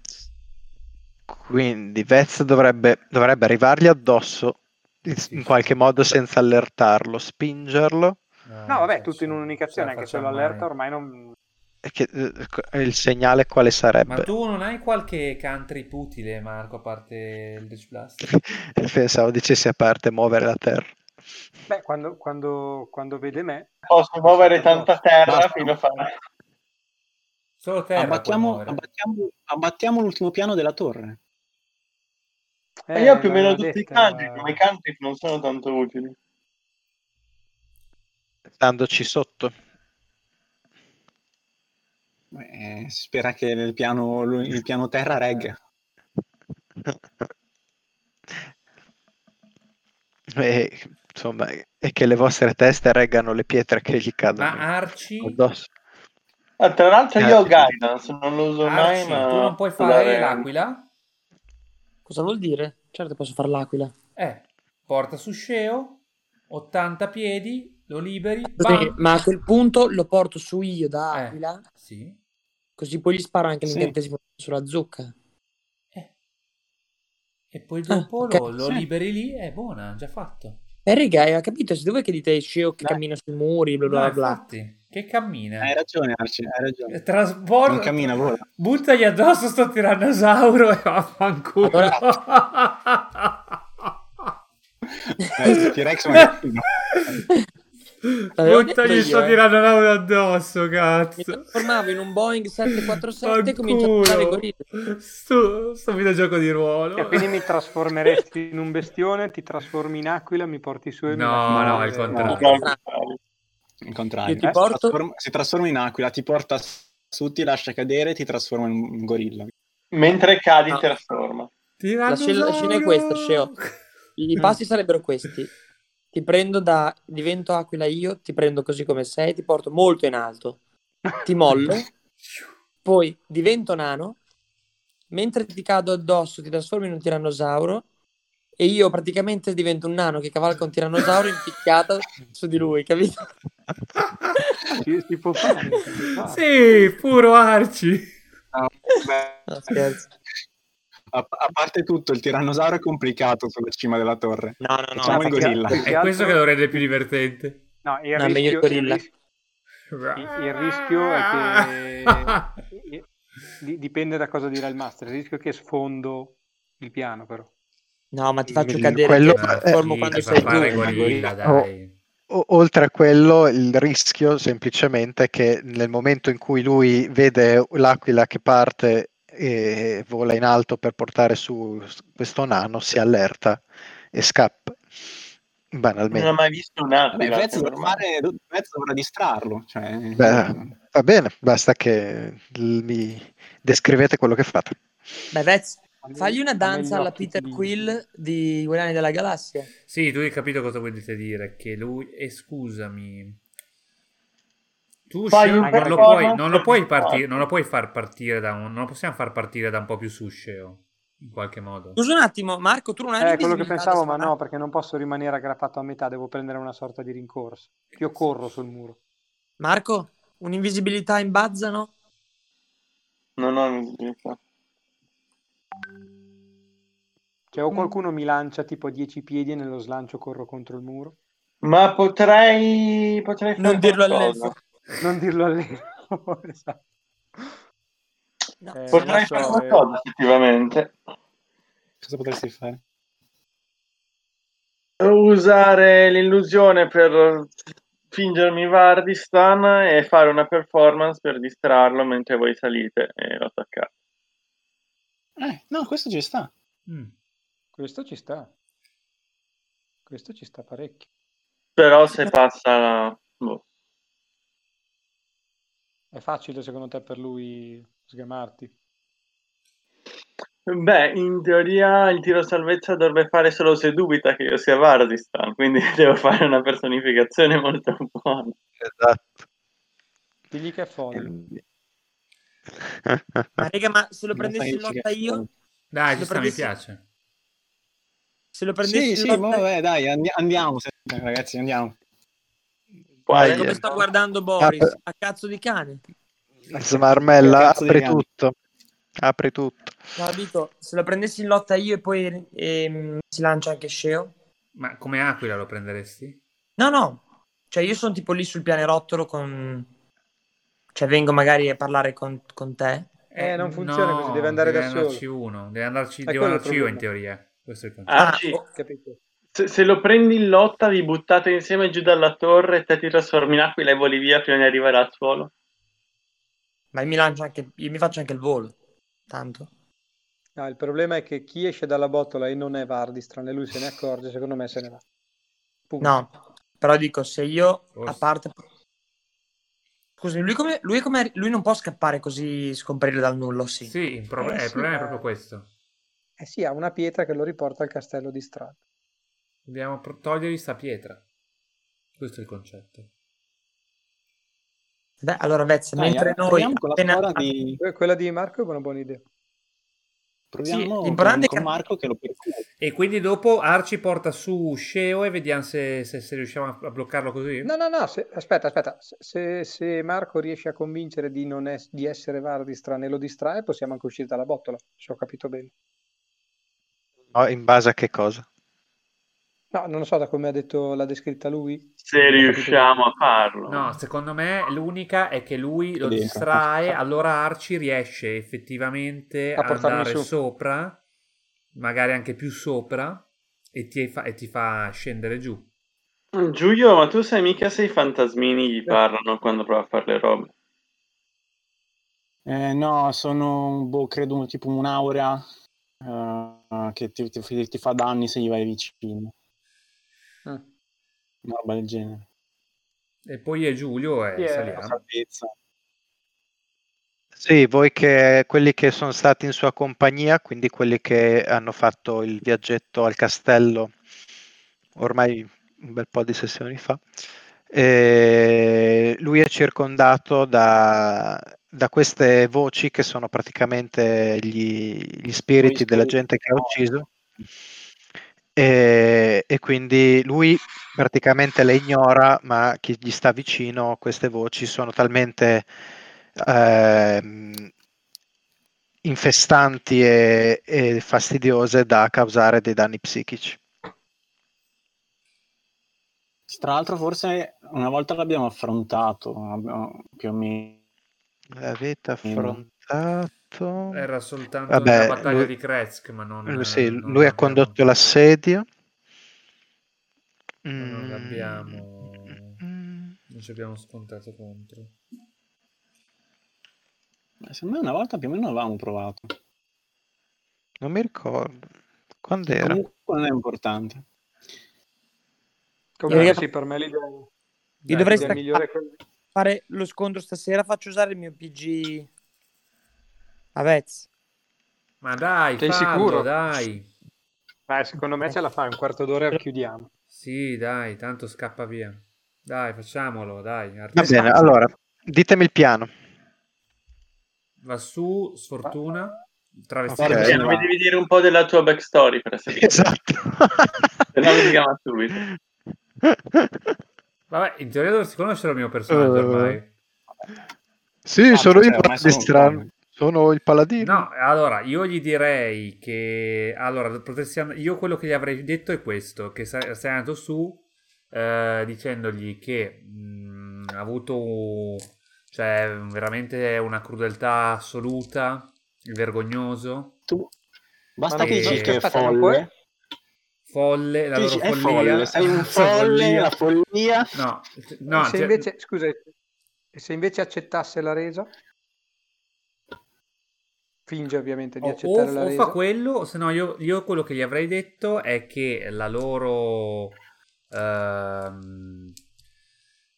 Speaker 1: Quindi Vez dovrebbe, dovrebbe arrivargli addosso in, in qualche modo senza allertarlo, spingerlo.
Speaker 5: No, vabbè, tutto in un'unica azione, anche se
Speaker 4: solo
Speaker 5: l'allerta ormai non...
Speaker 1: E che- eh, co- il segnale quale
Speaker 4: Ma
Speaker 1: sarebbe?
Speaker 4: tu non hai qualche cantrip utile, Marco, a parte il Dutch Blast?
Speaker 1: Pensavo dicessi a parte muovere la terra.
Speaker 5: Beh, quando, quando- quando vede me...
Speaker 7: Posso muovere tanta terra
Speaker 2: Basta.
Speaker 7: fino a fare...
Speaker 4: Solo terra puoi
Speaker 2: Abbattiamo,
Speaker 4: muovere.
Speaker 2: abbattiamo- abbattiamo l'ultimo piano della torre.
Speaker 7: Ma io ho più o
Speaker 5: Eh,
Speaker 7: meno
Speaker 5: l'aveva
Speaker 7: tutti i
Speaker 5: detta.
Speaker 7: cantrip, ma i cantrip non sono tanto utili.
Speaker 1: Standoci sotto.
Speaker 2: Eh, si spera che il piano, il piano terra regga.
Speaker 1: E, insomma, e che le vostre teste reggano le pietre che gli cadono
Speaker 4: Ma Arci,
Speaker 1: addosso.
Speaker 7: Ah, tra l'altro io ho
Speaker 1: Grazie.
Speaker 7: guidance, non lo uso mai,
Speaker 4: Arci,
Speaker 7: ma...
Speaker 4: Ah, tu non puoi
Speaker 7: dare-
Speaker 4: fare l'aquila?
Speaker 3: Cosa vuol dire? Certo, posso far l'aquila.
Speaker 4: Eh, porta su Sceo, 80 piedi, lo liberi,
Speaker 3: Scusami,
Speaker 4: bam!
Speaker 3: ma a quel punto lo porto su io da
Speaker 4: Eh,
Speaker 3: aquila,
Speaker 4: sì.
Speaker 3: così poi gli sparo anche
Speaker 2: Sì.
Speaker 3: l'incantesimo sulla zucca.
Speaker 4: Eh. E poi
Speaker 3: Ah,
Speaker 4: dopo
Speaker 3: ok,
Speaker 4: lo, lo
Speaker 3: sì.
Speaker 4: liberi lì, è buona, già fatto.
Speaker 3: Eh, raga, eh, ha capito? Se dov'è che dite Sceo che
Speaker 2: Dai.
Speaker 3: cammina sui muri, bla
Speaker 4: No,
Speaker 3: bla bla.
Speaker 4: infatti, che
Speaker 10: Eh.
Speaker 4: cammina.
Speaker 2: Hai ragione, Arci, hai ragione.
Speaker 4: Trasporta...
Speaker 2: Eh, Non cammina, vola.
Speaker 4: Buttagli addosso sto tirannosauro e vaffanculo.
Speaker 2: Eh, T-Rex magari no.
Speaker 3: L'avevo
Speaker 4: Buttagli
Speaker 3: detto
Speaker 4: sto
Speaker 3: io, eh.
Speaker 4: tirannosauro addosso,
Speaker 3: Mi
Speaker 4: cazzo.
Speaker 3: trasformavo in un Boeing 747 e cominciavo a fare gorilla.
Speaker 4: Fanculo. Sto, sto videogioco di ruolo.
Speaker 3: Eh,
Speaker 5: Cioè, quindi mi trasformeresti in un bestione, ti trasformi in aquila, mi porti su e mi eh,
Speaker 4: No,
Speaker 5: lasci
Speaker 4: no,
Speaker 5: morire.
Speaker 4: al contrario.
Speaker 7: No,
Speaker 3: No.
Speaker 2: Il contrario.
Speaker 3: Io ti
Speaker 2: eh,
Speaker 3: porto-
Speaker 2: Si, trasforma, si trasforma in aquila, ti porta su, ti lascia cadere, ti trasforma in un gorilla.
Speaker 7: Mentre cadi
Speaker 3: No.
Speaker 7: trasforma.
Speaker 3: La
Speaker 4: Tirannosauro.
Speaker 3: scena, la scena è questa, Sceo. I passi sarebbero questi. Ti prendo da... divento aquila io, ti prendo così come sei, ti porto molto in alto. Ti mollo, poi divento nano, mentre ti cado addosso ti trasformi in un tirannosauro e io praticamente divento un nano che cavalca un tirannosauro impicciata su di lui, capito?
Speaker 5: Si, si può fare, si può fare.
Speaker 4: Sì, puro Arci.
Speaker 2: Ah, beh.
Speaker 3: No, scherzo.
Speaker 2: a, a parte tutto, il tirannosauro è complicato sulla cima della torre.
Speaker 3: No, no, no.
Speaker 2: Facciamo il
Speaker 5: perché-
Speaker 2: gorilla.
Speaker 5: perché-
Speaker 4: È questo che lo rende più divertente.
Speaker 5: No, il
Speaker 3: No, meglio il
Speaker 5: rischio,
Speaker 3: gorilla.
Speaker 5: il ris- il- il rischio è che di- dipende da cosa dirà il master. Il rischio è che sfondo il piano, però.
Speaker 3: No, ma ti faccio
Speaker 1: Il-
Speaker 3: cadere
Speaker 1: quello-
Speaker 3: quello...
Speaker 1: eh,
Speaker 3: trasformo quando
Speaker 4: fa
Speaker 3: sei
Speaker 4: fare
Speaker 3: giù.
Speaker 4: gorilla,
Speaker 1: Oh.
Speaker 4: dai.
Speaker 1: O- oltre a quello, il rischio semplicemente è che nel momento in cui lui vede l'aquila che parte e vola in alto per portare su questo nano, si allerta e scappa.
Speaker 7: Non ho
Speaker 1: Banalmente.
Speaker 7: mai visto
Speaker 2: Vabbè,
Speaker 7: un'aquila.
Speaker 2: Vez dovrà,
Speaker 7: come mai.
Speaker 2: fare- Vez dovrà distrarlo. Cioè,
Speaker 1: Beh, va bene, basta che l- mi descrivete quello che fate.
Speaker 3: Beh, Vez,
Speaker 10: Mm,
Speaker 5: Hanno-
Speaker 3: fagli una
Speaker 5: hanno gli
Speaker 3: danza alla
Speaker 5: occhi
Speaker 3: Peter
Speaker 5: puliti.
Speaker 3: Quill di Guardiani della Galassia.
Speaker 4: Sì, tu hai capito cosa volete dire. Che lui. E scusami. Tu
Speaker 7: Fai
Speaker 4: Sceo,
Speaker 7: un
Speaker 4: non lo
Speaker 5: performance
Speaker 4: puoi, non lo
Speaker 7: per
Speaker 4: puoi
Speaker 7: distrarlo.
Speaker 4: partire, non lo puoi far partire da un. Non lo possiamo far partire da un po' più su Sceo. In qualche modo.
Speaker 3: Scusa un attimo, Marco, tu non hai
Speaker 5: Eh, quello che
Speaker 3: l'invisibilità
Speaker 5: pensavo,
Speaker 3: adesso,
Speaker 5: ma
Speaker 3: eh?
Speaker 5: no, perché non posso rimanere aggrappato a metà, devo prendere una sorta di rincorso. Io corro sul muro.
Speaker 3: Marco,
Speaker 10: Un'invisibilità in bazza, no?
Speaker 7: Non ho invisibilità.
Speaker 5: Cioè, o qualcuno mi lancia tipo a 10 piedi e nello slancio corro contro il muro.
Speaker 7: Ma potrei. potrei fare
Speaker 10: Non dirlo
Speaker 7: qualcosa.
Speaker 10: all'elfo.
Speaker 5: Non dirlo all'elfo. esatto.
Speaker 10: No,
Speaker 5: Eh,
Speaker 10: se no-
Speaker 7: Potrei
Speaker 5: so,
Speaker 7: fare
Speaker 5: eh.
Speaker 7: qualcosa, effettivamente.
Speaker 2: Cosa potresti fare?
Speaker 7: Usare l'illusione per fingermi Vardistan e fare una performance per distrarlo mentre voi salite e lo attaccate.
Speaker 2: Eh, no, questo ci sta.
Speaker 4: Mm.
Speaker 5: Questo ci sta. Questo ci sta parecchio.
Speaker 7: Però se passa. boh.
Speaker 5: È facile secondo te per lui sgamarti?
Speaker 7: Beh, in teoria il tiro salvezza dovrebbe fare solo se dubita che io sia Vardistan, quindi devo fare una personificazione molto buona.
Speaker 1: Esatto.
Speaker 5: Digli che è folle.
Speaker 10: Ma raga, ma se lo
Speaker 2: Non
Speaker 10: prendessi in
Speaker 2: fai- ci-
Speaker 10: lotta io,
Speaker 4: Dai, ci
Speaker 10: Lo
Speaker 4: sta, mi
Speaker 10: prendessi-
Speaker 4: piace.
Speaker 10: se lo prendessi
Speaker 2: Sì,
Speaker 10: in
Speaker 2: sì,
Speaker 10: lotta-
Speaker 2: vabbè, dai, andi- andiamo, senta, ragazzi, andiamo.
Speaker 7: Quale?
Speaker 10: come sto
Speaker 7: guardando
Speaker 10: guardando Boris,
Speaker 1: Ah,
Speaker 10: a cazzo di cane.
Speaker 1: Smarmella,
Speaker 2: Cazzo di
Speaker 1: apri
Speaker 2: cane.
Speaker 1: tutto. Apri tutto.
Speaker 10: No, dico, se lo prendessi in lotta io e poi ehm, si lancia anche Sceo.
Speaker 4: Ma come Aquila lo prenderesti?
Speaker 10: No, no, cioè io sono tipo lì sul pianerottolo con... Cioè vengo magari a parlare con, con te.
Speaker 5: Eh, non funziona così, deve andare da solo.
Speaker 4: andarci uno, deve andarci,
Speaker 5: È
Speaker 4: devo
Speaker 5: quello il
Speaker 4: andarci io in
Speaker 5: problema.
Speaker 4: teoria. Questo è il concetto.
Speaker 10: Ah,
Speaker 7: Arci,
Speaker 10: oh,
Speaker 5: Capito?
Speaker 7: se, se lo prendi in lotta, vi buttate insieme giù dalla torre, te ti trasformi in aquila e voli via prima di arrivare al suolo.
Speaker 10: ma io mi lancio anche... Io mi faccio anche il volo, tanto.
Speaker 5: No, il problema è che chi esce dalla botola e non è Vardistran e lui se ne accorge, secondo me se ne va.
Speaker 2: Uh.
Speaker 5: Punto.
Speaker 10: No, però dico, se io a
Speaker 4: Forse.
Speaker 10: parte... Scusami, lui come... Lui, come... lui non può scappare così, scomparire dal nulla, sì.
Speaker 4: Sì, il, pro-
Speaker 5: Eh,
Speaker 4: eh, il
Speaker 5: sì,
Speaker 4: problema è
Speaker 5: ma-
Speaker 4: proprio questo.
Speaker 5: Eh sì, ha una pietra che lo riporta al castello di strada.
Speaker 4: Dobbiamo pro- togliergli sta pietra. Questo è il concetto.
Speaker 10: Beh, allora Vez,
Speaker 2: Dai, eh,
Speaker 10: mentre noi
Speaker 2: proviamo con la
Speaker 10: appena-
Speaker 2: scuola di...
Speaker 5: Que- Eh, Quella di Marco è una buona idea.
Speaker 10: Sì,
Speaker 2: Proviamo con,
Speaker 10: l'importante è
Speaker 2: con
Speaker 10: che-
Speaker 2: Marco che lo percute.
Speaker 4: E quindi dopo Arci porta su Sceo e vediamo se, se- se riusciamo a a bloccarlo così.
Speaker 5: No, no, no, se- aspetta, aspetta. Se- Se, se Marco riesce a convincere di, non es- di essere Vardistran e lo distrae, possiamo anche uscire dalla botola, se ho capito bene.
Speaker 1: No, in base a che cosa?
Speaker 5: No, non lo so da come ha detto, l'ha descritta lui.
Speaker 7: Se riusciamo a farlo.
Speaker 4: No, secondo me l'unica è che lui lo
Speaker 2: Sì.
Speaker 4: distrae, allora Arci riesce effettivamente
Speaker 5: A
Speaker 4: a
Speaker 5: portarmi
Speaker 4: andare
Speaker 5: su.
Speaker 4: sopra, magari anche più sopra, e ti fa, e ti fa scendere giù.
Speaker 7: Giulio, ma tu sai mica se i fantasmini gli parlano quando prova a fare le robe.
Speaker 2: Eh, no, sono, boh, credo un- tipo un'aura eh, che ti, ti- ti fa danni se gli vai vicino.
Speaker 5: Ah.
Speaker 2: Una roba del genere.
Speaker 4: E poi è Giulio e
Speaker 5: Sì, è-
Speaker 2: La
Speaker 4: saliamo.
Speaker 2: salvezza.
Speaker 1: Sì, voi che quelli che sono stati in sua compagnia, quindi quelli che hanno fatto il viaggetto al castello ormai un bel po' di sessioni fa, eh, lui è circondato da, da queste voci che sono praticamente gli, gli spiriti della
Speaker 2: spiriti
Speaker 1: gente che ha
Speaker 2: morti.
Speaker 1: ucciso e, e quindi lui praticamente le ignora, ma chi gli sta vicino, queste voci sono talmente ehm, infestanti e, e fastidiose da causare dei danni psichici.
Speaker 2: Tra l'altro, forse una volta l'abbiamo affrontato, abbiamo- più o meno.
Speaker 1: Avete affrontato...
Speaker 4: Era soltanto
Speaker 1: Vabbè,
Speaker 4: nella battaglia
Speaker 1: lui-
Speaker 4: di Kresk, ma non...
Speaker 1: Lui, sì,
Speaker 4: eh, non
Speaker 1: lui ha
Speaker 4: abbiamo-
Speaker 1: condotto l'assedio.
Speaker 4: ma non abbiamo...
Speaker 1: Mm.
Speaker 4: non ci abbiamo scontato contro.
Speaker 2: eh, Secondo me una volta più o meno l'avevamo provato.
Speaker 1: Non mi ricordo. Quando era?
Speaker 2: Comunque non è importante.
Speaker 5: Comunque
Speaker 10: Io-
Speaker 5: sì, per me l'idea,
Speaker 10: Io
Speaker 4: Dai,
Speaker 10: dovrei
Speaker 5: l'idea
Speaker 10: staccare-
Speaker 5: migliore è quella.
Speaker 10: fare lo scontro stasera, faccio usare il mio PG a Vez.
Speaker 4: Ma dai,
Speaker 5: Sei
Speaker 4: fallo,
Speaker 5: sicuro?
Speaker 4: dai.
Speaker 5: Beh, secondo me ce la fai, un quarto d'ora e chiudiamo.
Speaker 4: Sì, dai, tanto scappa via. Dai, facciamolo, dai.
Speaker 1: Va
Speaker 4: Arteta
Speaker 1: bene, allora, ditemi il piano.
Speaker 4: va su, sfortuna, travestito.
Speaker 1: Ah. Ok.
Speaker 7: Eh, non mi devi dire un po' della tua backstory per essere
Speaker 1: Esatto.
Speaker 7: Se no mi chiama subito.
Speaker 4: Vabbè, in teoria dovresti conoscere il mio personaggio
Speaker 1: Eh.
Speaker 4: ormai.
Speaker 1: Sì,
Speaker 2: Ah,
Speaker 1: sono
Speaker 2: cioè,
Speaker 1: io
Speaker 2: ormai sono
Speaker 1: Paladistran,
Speaker 2: uguali.
Speaker 1: sono il paladino.
Speaker 4: No, allora io gli direi che allora potresti and- io quello che gli avrei detto è questo, che sa- sei andato su eh, dicendogli che mh, ha avuto cioè veramente una crudeltà assoluta, vergognoso,
Speaker 2: Tu... Basta
Speaker 5: Ma
Speaker 2: che
Speaker 4: non-
Speaker 2: dici
Speaker 4: eh,
Speaker 2: che è
Speaker 5: aspetta, non
Speaker 2: folle.
Speaker 4: folle, la
Speaker 2: Tu
Speaker 4: loro
Speaker 2: dici, è
Speaker 4: follia.
Speaker 2: folle, sei un folle, la follia.
Speaker 4: No, no,
Speaker 5: e se
Speaker 4: cioè-
Speaker 5: invece, scusa, e se invece accettasse la resa? Finge ovviamente di
Speaker 4: O-
Speaker 5: accettare
Speaker 4: o,
Speaker 5: la
Speaker 4: o
Speaker 5: resa.
Speaker 4: fa quello, o se no io, io quello che gli avrei detto è che la loro, ehm,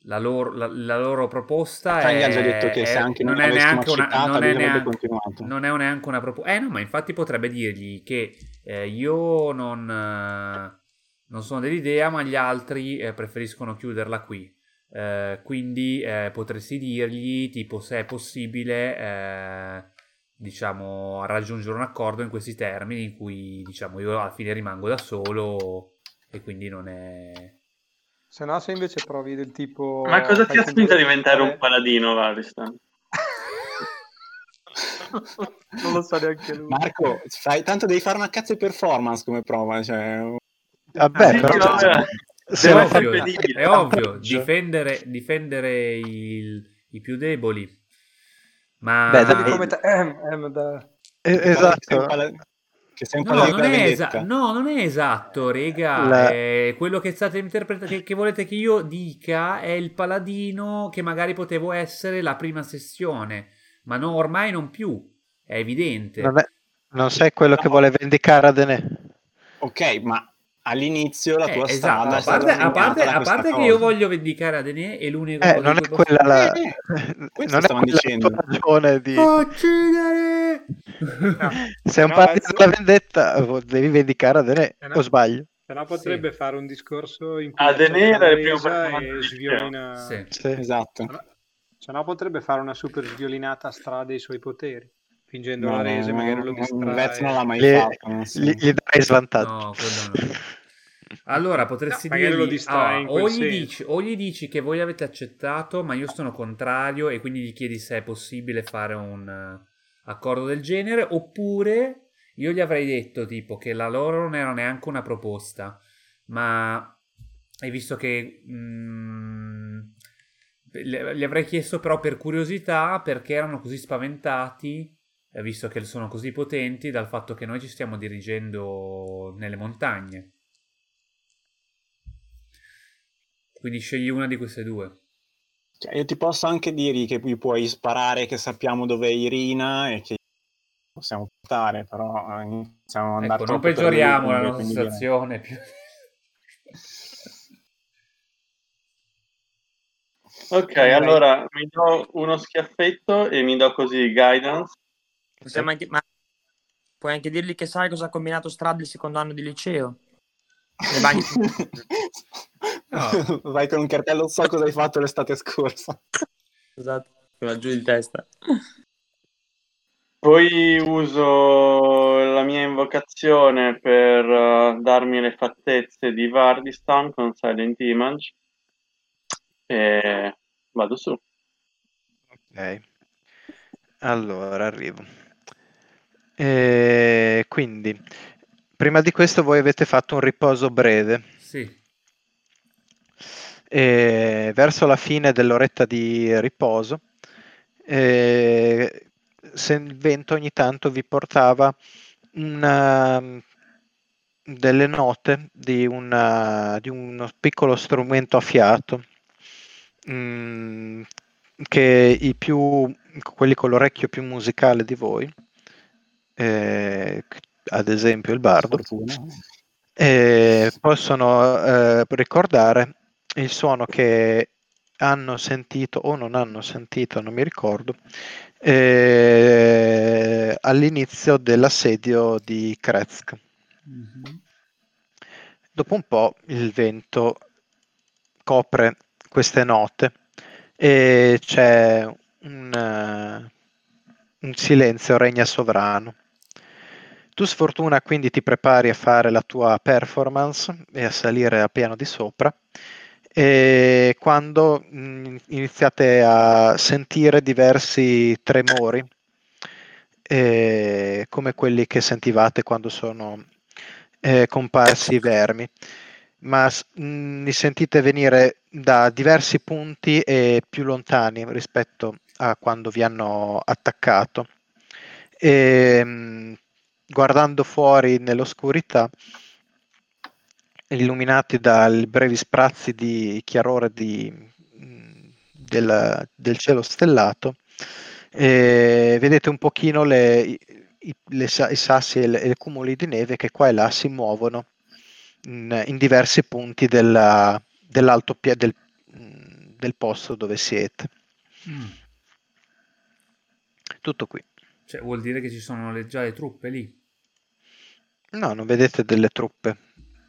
Speaker 4: la loro, la, la loro proposta
Speaker 2: Fran gli
Speaker 4: è,
Speaker 2: ha già detto che se
Speaker 4: è-
Speaker 2: anche
Speaker 4: Eh, non
Speaker 2: noi
Speaker 4: è
Speaker 2: l'avessimo
Speaker 4: neanche una,
Speaker 2: accettata,
Speaker 4: non
Speaker 2: lui
Speaker 4: è
Speaker 2: avrebbe
Speaker 4: neanche,
Speaker 1: Esatto.
Speaker 2: continuato.
Speaker 4: non è neanche una proposta. Eh no, ma infatti potrebbe dirgli che eh, io non, eh, non sono dell'idea, ma gli altri eh, preferiscono chiuderla qui. Eh, quindi eh, potresti dirgli, tipo, se è possibile, eh, diciamo, raggiungere un accordo in questi termini, in cui, diciamo, io alla fine rimango da solo e quindi non è...
Speaker 5: Se no, se invece provi del tipo...
Speaker 7: Ma cosa ti
Speaker 5: Oh, fai
Speaker 7: ha spinto a
Speaker 5: finta di
Speaker 7: diventare un
Speaker 5: fare-
Speaker 7: paladino, Varistan?
Speaker 11: non lo sa neanche lui.
Speaker 2: Marco, fai- tanto devi fare una cazzo di performance come prova, cioè...
Speaker 1: Vabbè,
Speaker 7: Sì,
Speaker 1: Ah, però
Speaker 7: vabbè.
Speaker 1: se Eh,
Speaker 7: Devo
Speaker 1: la
Speaker 4: è
Speaker 1: fa-
Speaker 7: essere
Speaker 4: ovvio,
Speaker 7: fedeli.
Speaker 4: è ovvio,
Speaker 1: Peggio.
Speaker 4: difendere, difendere il- i più deboli, ma...
Speaker 1: Beh,
Speaker 5: Vedi
Speaker 1: dai,
Speaker 5: come... te- ehm, ehm, da-
Speaker 1: eh,
Speaker 2: guarda Che sei un
Speaker 1: esatto.
Speaker 2: pala- che sei un
Speaker 4: No,
Speaker 2: paladino
Speaker 4: non
Speaker 2: della
Speaker 4: è,
Speaker 2: vendetta.
Speaker 4: esa- no, non è esatto, rega.
Speaker 1: La-
Speaker 4: Eh, quello che state interpretando, che, che volete che io dica è il paladino che magari potevo essere la prima sessione, ma no, ormai non più. È evidente.
Speaker 1: Non, è- non sei quello che
Speaker 2: No.
Speaker 1: vuole vendicare Adenè.
Speaker 2: Ok, ma all'inizio la
Speaker 4: Eh,
Speaker 2: tua
Speaker 4: esatto,
Speaker 2: strada
Speaker 4: a
Speaker 2: è stata
Speaker 4: parte, a parte-
Speaker 2: bloccata da
Speaker 4: a
Speaker 2: questa
Speaker 4: parte che
Speaker 2: cosa.
Speaker 4: io voglio vendicare Adenè e l'unico
Speaker 1: Eh,
Speaker 4: modo in
Speaker 1: non è
Speaker 4: cui posso-
Speaker 1: quella la,
Speaker 2: Eh, eh, questo
Speaker 1: non è
Speaker 2: stavamo
Speaker 1: quella la tua
Speaker 2: dicendo.
Speaker 1: ragione di...
Speaker 4: Uccidere!
Speaker 1: Se è un
Speaker 11: No,
Speaker 1: partito
Speaker 11: adesso-
Speaker 1: della vendetta, vo- devi vendicare Adenè,
Speaker 5: Eh, no.
Speaker 1: o sbaglio?
Speaker 5: Se no potrebbe fare un discorso in cui
Speaker 7: Adenè
Speaker 5: accetta
Speaker 7: era
Speaker 5: la
Speaker 7: il primo
Speaker 5: resa
Speaker 7: personaggio
Speaker 5: e
Speaker 7: del
Speaker 5: sviolina...
Speaker 4: Sì.
Speaker 1: Ah. Sì.
Speaker 2: Esatto.
Speaker 5: Se no potrebbe fare una super sviolinata a strada dei suoi poteri, fingendo
Speaker 2: No,
Speaker 5: la resa, magari
Speaker 2: no,
Speaker 5: lo
Speaker 2: no, Vez non
Speaker 5: distrae.
Speaker 2: l'ha mai
Speaker 1: Gli,
Speaker 2: fatto. non so.
Speaker 1: gli- gli dai svantaggio.
Speaker 4: No, quello no. Allora, potresti
Speaker 5: No, magari lo
Speaker 4: dirgli,
Speaker 5: distrae in
Speaker 4: ah,
Speaker 5: quel
Speaker 4: o, gli
Speaker 5: senso.
Speaker 4: dici, o gli dici che voi avete accettato, ma io sono contrario e quindi gli chiedi se è possibile fare un eh, accordo del genere, oppure io gli avrei detto tipo che la loro non era neanche una proposta, ma hai visto che mm, le- gli avrei chiesto però per curiosità perché erano così spaventati eh, visto che sono così potenti dal fatto che noi ci stiamo dirigendo nelle montagne. Quindi scegli una di queste due.
Speaker 2: Cioè, io ti posso anche dirgli che gli puoi sparare, che sappiamo dove è Irina e che possiamo portare, però eh, iniziamo a andare
Speaker 4: Ecco, non
Speaker 2: troppo per le
Speaker 4: peggioriamo
Speaker 2: lunghe,
Speaker 4: la nostra
Speaker 2: quindi direi-
Speaker 4: situazione. più-
Speaker 7: Ok,
Speaker 2: Direi-
Speaker 7: allora mi do uno schiaffetto e mi do così guidance.
Speaker 10: Possiamo anche- ma puoi anche dirgli che sai cosa ha combinato Strad il secondo anno di liceo. Le bagni-
Speaker 4: No.
Speaker 2: Vai con un cartello, so cosa hai fatto l'estate scorsa.
Speaker 10: Esatto, me va giù di testa.
Speaker 7: Poi uso la mia invocazione per eh, darmi le fattezze di Vardistan con Silent Image e vado su.
Speaker 1: Ok. Allora, arrivo. Eh, quindi, prima di questo voi avete fatto un riposo breve.
Speaker 4: Sì,
Speaker 1: E verso la fine dell'oretta di riposo, eh, se il vento ogni tanto vi portava una- delle note di, una- di uno piccolo strumento a fiato, mm, che i più, quelli con l'orecchio più musicale di voi, eh, ad esempio il bardo,
Speaker 2: Fortuna.
Speaker 1: eh, possono eh, ricordare il suono che hanno sentito o non hanno sentito, non mi ricordo, eh, all'inizio dell'assedio di Kresk. Dopo un po' il vento copre queste note e c'è un, eh, un silenzio regna sovrano. Tu sfortuna quindi ti prepari a fare la tua performance e a salire al piano di sopra e quando mh, iniziate a sentire diversi tremori, eh, come quelli che sentivate quando sono eh, comparsi i vermi, ma s- mh, li sentite venire da diversi punti e più lontani rispetto a quando vi hanno attaccato. E, mh, guardando fuori nell'oscurità, illuminati dai brevi sprazzi di chiarore di- mh, del, del cielo stellato, eh, vedete un pochino le- i, i- le sa- i sassi e le- e i cumuli di neve che qua e là si muovono in, in diversi punti della- dell'alto pia- del, mh, del posto dove siete.
Speaker 2: Mm.
Speaker 1: Tutto qui.
Speaker 4: Cioè, vuol dire che ci sono le- già le truppe lì.
Speaker 1: No, non vedete delle truppe.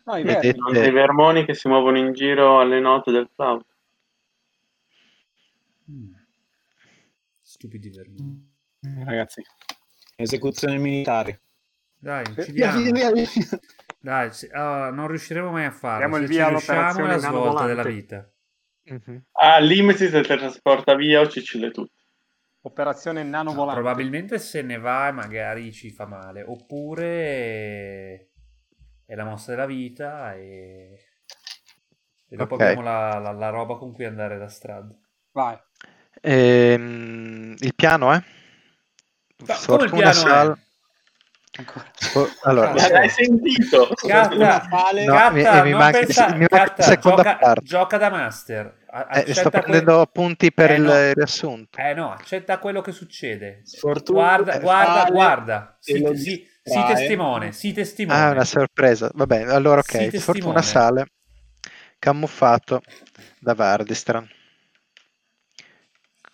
Speaker 5: No, i
Speaker 1: Vedete-
Speaker 5: vermi.
Speaker 7: Dei vermoni che si muovono in giro alle note del flauto.
Speaker 2: Mm.
Speaker 4: Stupidi vermi.
Speaker 2: Ragazzi, esecuzioni militari.
Speaker 4: Dai,
Speaker 2: Via,
Speaker 4: uccidiamo.
Speaker 2: via, via, via.
Speaker 4: Dai, se- ah, non riusciremo mai a farlo.
Speaker 11: Diamo il
Speaker 4: Se
Speaker 11: via
Speaker 4: ci riusciamo è
Speaker 11: all'operazione
Speaker 4: la
Speaker 11: nano
Speaker 4: svolta
Speaker 11: volante.
Speaker 4: della vita.
Speaker 1: Mhm.
Speaker 7: Ah, Limesis se te trasporta via o ci cile tutti.
Speaker 5: Operazione nano
Speaker 4: No,
Speaker 5: volante.
Speaker 4: probabilmente se ne va e magari ci fa male. Oppure è la mossa della vita e, e dopo
Speaker 1: Ok.
Speaker 4: abbiamo la, la- la roba con cui andare da strada.
Speaker 5: Vai.
Speaker 1: Ehm, il piano è?
Speaker 4: Ma come il piano
Speaker 1: sal-
Speaker 4: è?
Speaker 5: Ancora.
Speaker 1: sfo- Allora,
Speaker 4: Cazzo.
Speaker 7: L'hai sentito?
Speaker 4: Catta,
Speaker 2: Una sale.
Speaker 1: No, mi-
Speaker 4: Catta,
Speaker 1: mi
Speaker 4: non
Speaker 1: manca-
Speaker 4: pensa-
Speaker 1: mi manca la
Speaker 4: Catta,
Speaker 1: seconda
Speaker 4: gioca,
Speaker 1: parte.
Speaker 4: gioca da master. A-
Speaker 1: Eh, sto
Speaker 4: accetta que-
Speaker 1: prendendo appunti per
Speaker 4: Eh,
Speaker 1: il
Speaker 4: no.
Speaker 1: riassunto.
Speaker 4: Eh no, accetta quello che succede.
Speaker 2: Sfortuna,
Speaker 4: Guarda,
Speaker 2: eh,
Speaker 4: guarda,
Speaker 2: sale,
Speaker 4: guarda.
Speaker 2: e lo
Speaker 4: Si, si, si
Speaker 2: distrae.
Speaker 4: testimone, si testimone.
Speaker 1: Ah, è una sorpresa. Va bene, allora ok.
Speaker 4: Sì,
Speaker 1: Fortuna
Speaker 4: testimone.
Speaker 1: sale camuffato da Vardistran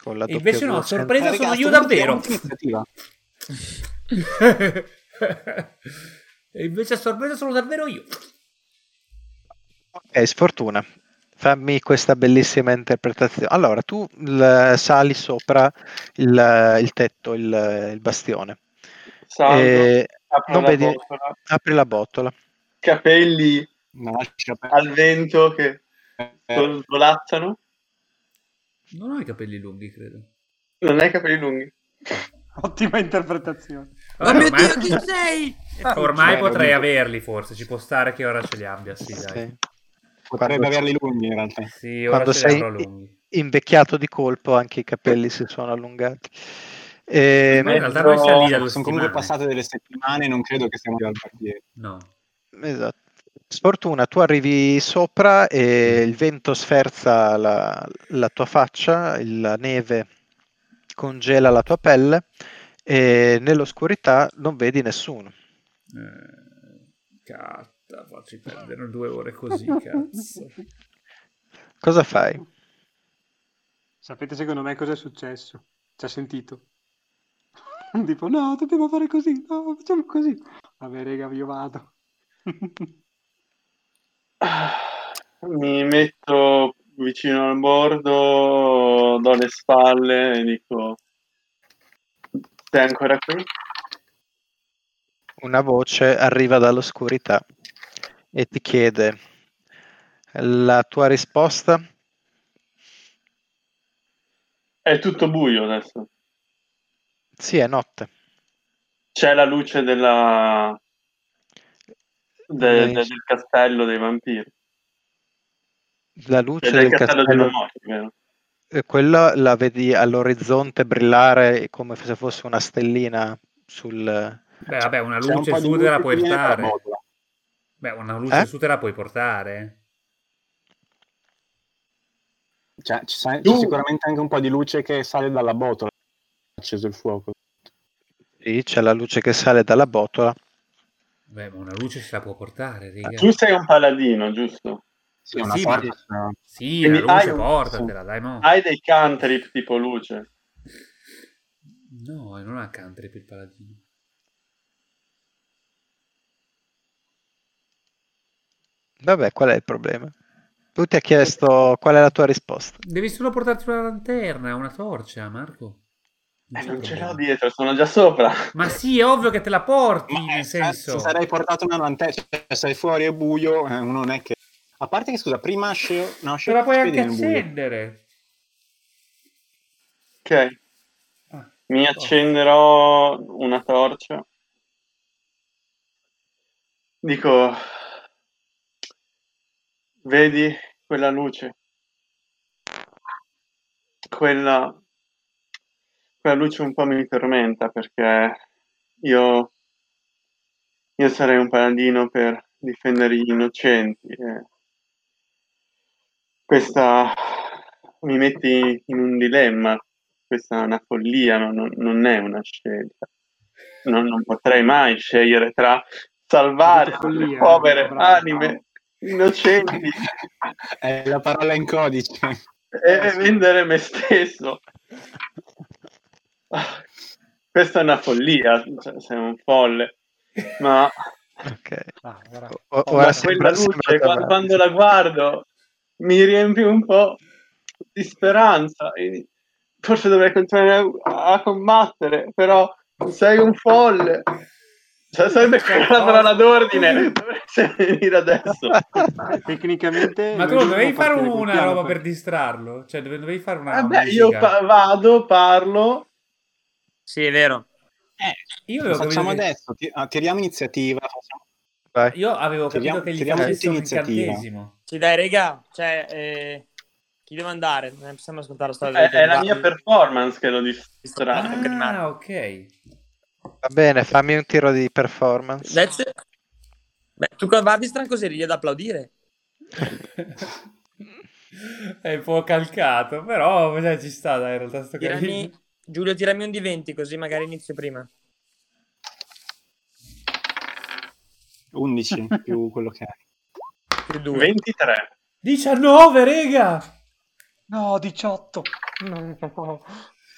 Speaker 1: con la
Speaker 4: E
Speaker 1: doppia
Speaker 4: invece no,
Speaker 1: V senza-
Speaker 2: Eh,
Speaker 4: sorpresa sono io davvero.
Speaker 2: Iniziativa.
Speaker 4: e invece a sorpresa sono davvero io.
Speaker 1: Ok, sfortuna. Fammi questa bellissima interpretazione. Allora, tu l- sali sopra il, il tetto, il, il bastione.
Speaker 7: Salto,
Speaker 1: E
Speaker 7: apro
Speaker 1: Eh, non
Speaker 7: la
Speaker 1: vedi,
Speaker 7: bottola,
Speaker 1: apri la botola.
Speaker 7: capelli
Speaker 2: Ma lascia per-
Speaker 7: al vento che sol- svolazzano.
Speaker 4: Non ho i capelli lunghi, credo.
Speaker 7: Non hai capelli lunghi.
Speaker 5: Ottima interpretazione.
Speaker 2: Oh,
Speaker 4: Vabbè, ormai,
Speaker 9: sei?
Speaker 1: Cioè,
Speaker 4: ormai
Speaker 2: Vero,
Speaker 4: potrei
Speaker 2: dico.
Speaker 4: averli, forse. Ci può stare che ora ce li abbia. Sì, dai.
Speaker 1: Ok.
Speaker 2: Potrebbe
Speaker 1: Quando-
Speaker 2: averli lunghi in realtà.
Speaker 4: Sì, ora
Speaker 1: Quando
Speaker 4: ce li
Speaker 1: sei
Speaker 4: avrò lunghi.
Speaker 1: invecchiato di colpo, anche i capelli si sono allungati. Ehm, E,
Speaker 4: Ma in realtà
Speaker 7: mezzo-
Speaker 4: noi siamo lì da due
Speaker 2: Eh, Sono comunque
Speaker 4: settimane.
Speaker 2: passate delle settimane, non credo che siamo al quartiere.
Speaker 4: No.
Speaker 1: Esatto. Sfortuna, tu arrivi sopra e il vento sferza la, la tua faccia, il- la neve congela la tua pelle e nell'oscurità non vedi nessuno.
Speaker 4: Eh, Catta, facci perdere due ore così, cazzo.
Speaker 1: Cosa fai?
Speaker 5: Sapete secondo me cosa è successo? Ci ha sentito. Tipo, no, dobbiamo fare così, no, facciamo così. Vabbè, raga, io vado.
Speaker 7: Mi metto vicino al bordo, do le spalle e dico: Sei ancora qui?
Speaker 1: Una voce arriva dall'oscurità e ti chiede la tua risposta?
Speaker 7: È tutto buio adesso.
Speaker 1: Sì, è notte.
Speaker 7: C'è la luce della,
Speaker 1: Eh,
Speaker 7: de- de- del castello dei vampiri.
Speaker 1: La
Speaker 7: Cioè
Speaker 1: luce
Speaker 7: del
Speaker 1: del
Speaker 7: castello della
Speaker 1: castello
Speaker 7: morte, vero?
Speaker 1: E Eh, quella la vedi all'orizzonte brillare come se fosse una stellina sul...
Speaker 4: Beh, vabbè, una
Speaker 2: C'è un
Speaker 4: luce
Speaker 2: po' di
Speaker 4: su te
Speaker 2: luce
Speaker 4: la
Speaker 2: che
Speaker 4: puoi
Speaker 2: viene dalla
Speaker 4: portare.
Speaker 2: botola.
Speaker 4: Beh, una luce
Speaker 1: Eh?
Speaker 4: su te la puoi portare.
Speaker 2: Cioè, ci sa- c'è
Speaker 7: Giù.
Speaker 2: sicuramente anche un po' di luce che sale dalla botola. Acceso il fuoco.
Speaker 1: Sì, c'è la luce che sale dalla botola.
Speaker 4: Beh, ma una luce se la può portare, riga.
Speaker 7: Ah, Tu sei un paladino, giusto?
Speaker 2: Sì, una
Speaker 4: Sì,
Speaker 2: porta.
Speaker 4: ma-
Speaker 2: no.
Speaker 4: Sì, la
Speaker 7: Quindi
Speaker 4: luce
Speaker 7: hai-
Speaker 4: portatela, dai mo.
Speaker 7: Hai dei cantrip tipo luce.
Speaker 4: No, non ha country per il paladino.
Speaker 1: Vabbè, qual è il problema? Tu ti ha chiesto qual è la tua risposta.
Speaker 4: Devi solo portarti una lanterna, una torcia, Marco.
Speaker 7: Eh,
Speaker 4: c'è
Speaker 7: non ce l'ho
Speaker 4: problema.
Speaker 7: dietro, sono già sopra.
Speaker 4: Ma sì, è ovvio che te la porti,
Speaker 2: Ma eh,
Speaker 4: nel
Speaker 2: se
Speaker 4: senso...
Speaker 2: cioè, sarei portato una lanterna, cioè, sei fuori è buio, eh, uno non è che A parte che, scusa, prima Sheo... No,
Speaker 4: Ce
Speaker 2: Sheo
Speaker 4: la puoi
Speaker 2: si
Speaker 4: anche
Speaker 2: vede nel buio.
Speaker 4: accendere.
Speaker 7: Ok.
Speaker 4: Ah,
Speaker 7: Mi
Speaker 4: oh.
Speaker 7: accenderò una torcia. Dico, vedi quella luce? Quella, quella luce un po' mi tormenta perché io, io sarei un paladino per difendere gli innocenti. e questa mi metti in un dilemma questa è una follia, no- non, non è una scelta. Non, non potrei mai scegliere tra
Speaker 5: Ho
Speaker 7: salvare
Speaker 5: detto follia,
Speaker 7: le povere
Speaker 5: bravo.
Speaker 7: anime innocenti
Speaker 2: È la parola in codice.
Speaker 7: e vendere me stesso. Ah, Questa è una follia, cioè, sei un folle. Ma
Speaker 1: Ok.
Speaker 5: Bravo, bravo.
Speaker 1: O- o- ora
Speaker 7: ma quella
Speaker 1: sembra,
Speaker 7: luce,
Speaker 1: sembra
Speaker 7: quando, quando la guardo, mi riempie un po' di speranza. E Forse dovrei continuare a, a combattere, però sei un folle. Cioè, sarebbe quella parola d'ordine. Dovresti venire adesso.
Speaker 5: Tecnicamente...
Speaker 4: Ma tu
Speaker 5: noi
Speaker 4: Eh, non dovevi
Speaker 5: dobbiamo
Speaker 4: fare
Speaker 5: partire col
Speaker 4: una
Speaker 5: piano
Speaker 4: roba per distrarlo? Cioè, dove- dovevi fare una.
Speaker 7: Vabbè,
Speaker 4: musica?
Speaker 7: Eh io pa- vado, parlo.
Speaker 10: Sì, è vero.
Speaker 2: Eh,
Speaker 4: Io
Speaker 2: lo
Speaker 4: avevo capito
Speaker 2: facciamo
Speaker 4: che-
Speaker 2: adesso, ti- ah, tiriamo iniziativa. facciamo-
Speaker 1: Vai.
Speaker 4: Io avevo
Speaker 2: Tiriamo-
Speaker 4: capito che gli
Speaker 2: tiriamo
Speaker 4: facessi un
Speaker 2: tutti iniziativa.
Speaker 4: incantesimo.
Speaker 10: Sì, dai, raga, cioè, eh, chi deve andare? Non possiamo ascoltare la storia
Speaker 7: È,
Speaker 10: dei
Speaker 7: Eh, è la mia
Speaker 10: candidato.
Speaker 7: performance che lo distrae.
Speaker 4: Ah, ok.
Speaker 1: Va bene, fammi un tiro di performance.
Speaker 10: That's- Beh, tu con Vardistran così lì ad applaudire.
Speaker 4: È un po' calcato, però cioè, ci sta, dai, in realtà sto
Speaker 10: Tirami...
Speaker 4: carino.
Speaker 10: Giulio, tirami un di 20 così magari inizio prima.
Speaker 2: 11 più quello che hai.
Speaker 10: Più due.
Speaker 7: 23.
Speaker 4: 19, rega!
Speaker 5: No, 18! No,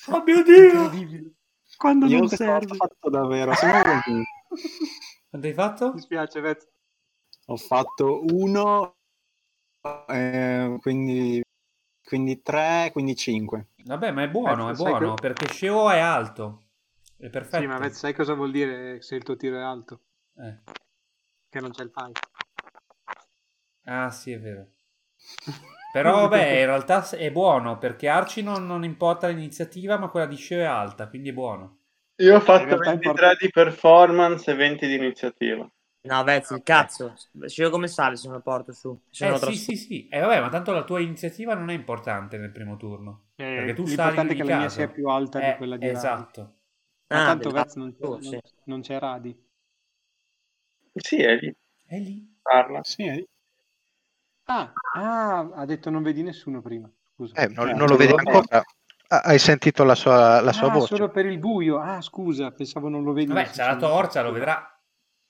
Speaker 4: Oh mio Dio!
Speaker 5: incredibile. Quando
Speaker 2: Io
Speaker 5: non
Speaker 2: questa volta
Speaker 5: serve.
Speaker 2: ho fatto davvero, se no
Speaker 4: Quanto hai fatto?
Speaker 5: Mi spiace, Vez.
Speaker 2: ho fatto 1, quindi, quindi 3, quindi 5.
Speaker 4: Vabbè, ma è buono, è
Speaker 5: Pezzo, sai
Speaker 4: buono,
Speaker 5: que-
Speaker 4: perché Sheo è alto. È perfetto.
Speaker 5: Sì, ma Vez, sai cosa vuol dire se il tuo tiro è alto?
Speaker 4: Eh.
Speaker 5: Che non c'è il fai.
Speaker 4: Ah, sì, è vero. Però vabbè, in realtà è buono, perché Arci non, non importa l'iniziativa, ma quella di Sheo è alta, quindi è buono.
Speaker 7: Io ho
Speaker 5: In
Speaker 7: fatto
Speaker 5: realtà è
Speaker 7: 23
Speaker 5: forte.
Speaker 7: di performance e 20 di iniziativa.
Speaker 10: No, Vezzi, il cazzo. Scendo come sale se non lo porto su. Se non lo
Speaker 4: Eh sì,
Speaker 10: trasformo.
Speaker 4: sì, sì. E vabbè, ma tanto la tua iniziativa non è importante nel primo turno.
Speaker 5: Eh,
Speaker 4: Perché tu sali in
Speaker 5: l'importante
Speaker 4: ogni
Speaker 5: è che la mia
Speaker 4: caso.
Speaker 5: sia più alta di
Speaker 4: Eh,
Speaker 5: quella di Radi.
Speaker 4: Esatto.
Speaker 5: Ma
Speaker 10: Ah,
Speaker 5: tanto
Speaker 10: beh,
Speaker 5: Vez non,
Speaker 10: tu,
Speaker 5: non-
Speaker 10: sì.
Speaker 5: non c'è Radi.
Speaker 7: Sì, è lì.
Speaker 4: È lì.
Speaker 7: Parla.
Speaker 2: Sì, eh.
Speaker 5: Ah, ah, ha detto non vedi nessuno prima. Scusa.
Speaker 1: Eh, non,
Speaker 2: Eh,
Speaker 1: non lo vedi
Speaker 2: vabbè.
Speaker 1: ancora. Ah, hai sentito la sua, la sua
Speaker 5: ah,
Speaker 1: voce?
Speaker 5: solo per il buio. Ah, scusa, pensavo non lo vedi.
Speaker 4: Vabbè,
Speaker 5: nel
Speaker 4: c'ha la
Speaker 5: senso-
Speaker 4: torcia, lo vedrà.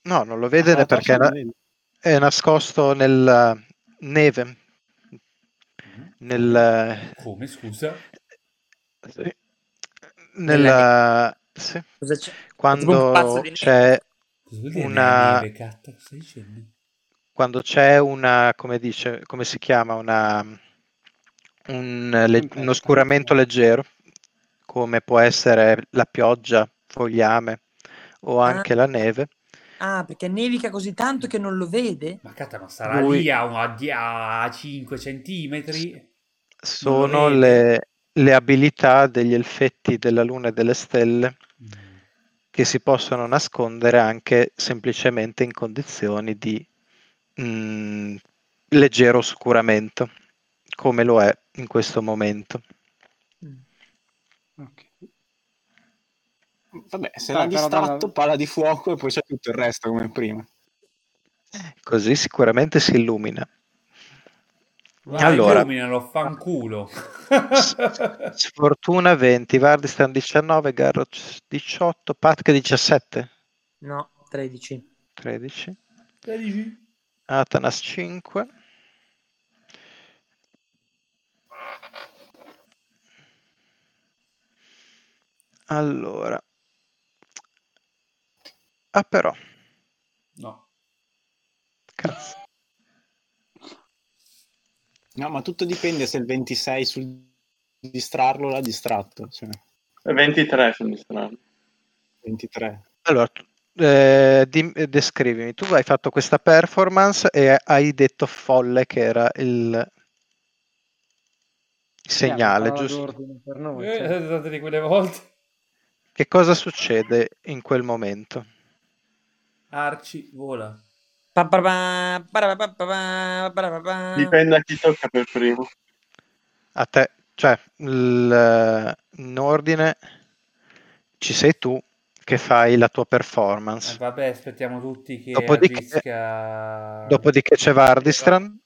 Speaker 1: No, non lo
Speaker 2: Ah,
Speaker 1: vede
Speaker 2: la
Speaker 1: né perché
Speaker 2: torcia
Speaker 1: è,
Speaker 2: non
Speaker 1: na-
Speaker 2: vede.
Speaker 1: è nascosto nel neve. Nel,
Speaker 4: Come, scusa?
Speaker 1: sì.
Speaker 10: Nella-
Speaker 1: Nella- sì.
Speaker 10: Cosa c'è? È tipo un pazzo
Speaker 1: Quando
Speaker 10: di
Speaker 1: c'è
Speaker 4: Cosa vuol dire
Speaker 1: Una-
Speaker 4: nella neve, gatto? Cosa stai dicendo?
Speaker 1: quando c'è una, come dice, come si chiama, una, un, le- un
Speaker 5: Tempesta.
Speaker 1: oscuramento leggero, come può essere la pioggia, fogliame o
Speaker 10: Ah.
Speaker 1: anche la neve,
Speaker 10: Ah, perché nevica così tanto che non lo vede?
Speaker 4: Ma catta, ma sarà
Speaker 1: Lui-
Speaker 4: lì a, a, di- a 5 centimetri?
Speaker 1: sono
Speaker 4: vede.
Speaker 1: le, le abilità degli elfetti della luna e delle stelle
Speaker 4: Mm.
Speaker 1: che si possono nascondere anche semplicemente in condizioni di mm, leggero oscuramento, come lo è in questo momento.
Speaker 5: Ok.
Speaker 2: Vabbè, se
Speaker 5: Dai,
Speaker 2: l'ha
Speaker 5: però
Speaker 2: distratto,
Speaker 5: dalla-
Speaker 2: pala di fuoco e poi c'è tutto il resto come prima.
Speaker 1: Così sicuramente si illumina.
Speaker 4: Guarda,
Speaker 1: Allora.
Speaker 4: illuminalo, fanculo.
Speaker 1: S- Sfortuna 20, Vardistan 19, Garroch 18, Patk 17,
Speaker 10: No, 13.
Speaker 1: 13,
Speaker 4: Che dici?
Speaker 1: Atanas 5. Allora. Ah però,
Speaker 4: No.
Speaker 1: cazzo.
Speaker 2: No, ma tutto dipende se il 26 sul distrarlo
Speaker 7: Eh,
Speaker 2: l'ha distratto. Cioè,
Speaker 7: 23 sono distratto.
Speaker 2: 23.
Speaker 1: Allora, tu, eh, dim- eh, descrivimi, tu hai fatto questa performance e hai detto folle che era il segnale, giusto?
Speaker 5: Per noi,
Speaker 4: Eh,
Speaker 5: sì.
Speaker 1: Cioè.
Speaker 4: siete state di quelle volte.
Speaker 1: Che cosa succede in quel momento?
Speaker 4: Arci vola.
Speaker 10: Pa, pa, pa, pa, pa, pa, pa, pa, pa,
Speaker 4: Ah.
Speaker 10: pa.
Speaker 7: Dipende a chi tocca per primo.
Speaker 1: A te, cioè, il- in ordine ci sei tu che fai la tua
Speaker 4: Eh,
Speaker 1: performance.
Speaker 4: vabbè, aspettiamo tutti che
Speaker 1: Dopodiché-
Speaker 4: agisca.
Speaker 1: Dopodiché
Speaker 4: eh,
Speaker 1: c'è Vardistran.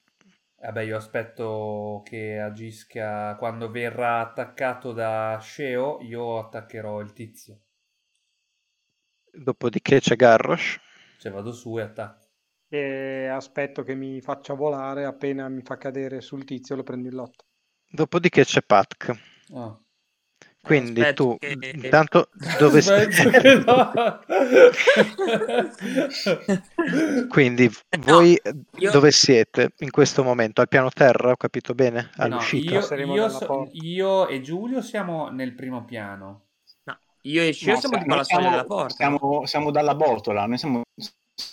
Speaker 4: Vabbè, io aspetto che agisca quando verrà attaccato da Sceo, io attaccherò il tizio.
Speaker 1: Dopodiché c'è Garrosh.
Speaker 4: Cioè vado su e attacco.
Speaker 5: E aspetto che mi faccia volare appena mi fa cadere sul tizio lo prendo in lotta.
Speaker 1: Dopodiché c'è Patk.
Speaker 4: Ah.
Speaker 1: Quindi
Speaker 10: Aspetta
Speaker 1: tu
Speaker 10: che-
Speaker 1: intanto dove stai?
Speaker 4: Aspetta che no.
Speaker 1: Quindi
Speaker 10: Eh, no,
Speaker 1: voi eh,
Speaker 10: io-
Speaker 1: dove siete in questo momento? Al piano terra, ho capito bene?
Speaker 4: No,
Speaker 1: All'uscita?
Speaker 4: io,
Speaker 5: Passeremo
Speaker 4: io
Speaker 5: dalla
Speaker 4: so-
Speaker 5: porta.
Speaker 4: io e Giulio siamo nel primo piano.
Speaker 10: No, io e Shio
Speaker 2: No,
Speaker 10: siamo
Speaker 2: sa-
Speaker 10: tipo alla
Speaker 2: noi
Speaker 10: soglia
Speaker 2: siamo-
Speaker 10: della porta.
Speaker 2: Siamo, siamo dalla botola, noi siamo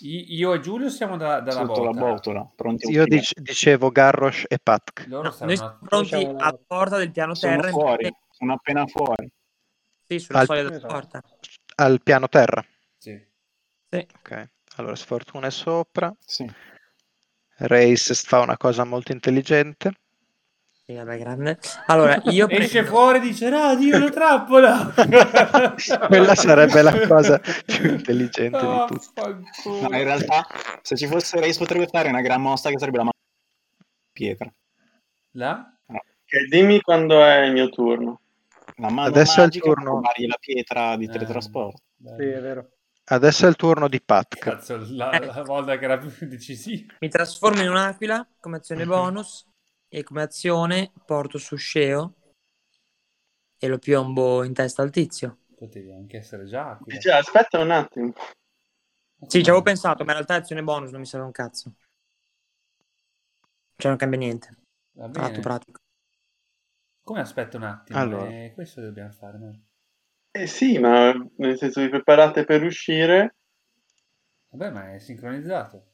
Speaker 4: I- io e Giulio siamo da- dalla
Speaker 2: sotto la
Speaker 4: botola.
Speaker 2: botola, pronti a
Speaker 1: Io
Speaker 2: uscire.
Speaker 1: dic- dicevo Garrosh e Patk.
Speaker 4: Loro
Speaker 10: No, noi
Speaker 4: saranno
Speaker 10: siamo
Speaker 4: a-
Speaker 10: pronti
Speaker 5: Siamo-
Speaker 10: alla porta del piano
Speaker 2: Sono
Speaker 10: terra.
Speaker 2: fuori,
Speaker 10: e-
Speaker 2: sono appena fuori.
Speaker 10: Sì, sulla
Speaker 1: Al-
Speaker 10: soglia della
Speaker 5: Esatto.
Speaker 10: porta.
Speaker 1: Al piano terra.
Speaker 4: sì.
Speaker 10: Sì.
Speaker 1: Ok. Allora sfortuna è sopra.
Speaker 2: Sì.
Speaker 1: Race fa una cosa molto intelligente.
Speaker 10: Sì, vabbè, grande. Allora, io
Speaker 4: Esce
Speaker 10: prendo...
Speaker 4: fuori e dice, ah, Dio, una trappola!
Speaker 1: Quella sarebbe la cosa più intelligente
Speaker 4: Ah,
Speaker 1: di tutte.
Speaker 2: No, in realtà, se ci fosse Reis potrebbe fare una gran mossa che sarebbe la mano pietra.
Speaker 4: Là?
Speaker 7: Ok, dimmi quando è il mio turno.
Speaker 2: La mano
Speaker 1: Adesso è il
Speaker 2: magica per
Speaker 1: turno.
Speaker 2: rubargli la pietra di
Speaker 4: Eh,
Speaker 2: teletrasporto.
Speaker 4: bello.
Speaker 5: Sì, è vero.
Speaker 1: Adesso è il turno di Patk.
Speaker 4: Cazzo, la, la volta che era più decisiva.
Speaker 10: Mi trasformo in un'aquila come azione
Speaker 1: Mhm.
Speaker 10: bonus e come azione porto su Sceo e lo piombo in testa al tizio.
Speaker 4: Potevi anche essere già aquila.
Speaker 7: Dice, aspetta un attimo.
Speaker 10: Sì, ci avevo
Speaker 4: Eh.
Speaker 10: pensato, ma in realtà è azione bonus non mi serve un cazzo. Cioè non cambia niente.
Speaker 4: Va bene.
Speaker 10: Atto pratico.
Speaker 4: Come aspetta un attimo?
Speaker 1: Allora.
Speaker 4: eh, questo dobbiamo fare. no?
Speaker 7: Eh sì, ma nel senso vi preparate per uscire.
Speaker 4: Vabbè, ma è sincronizzato.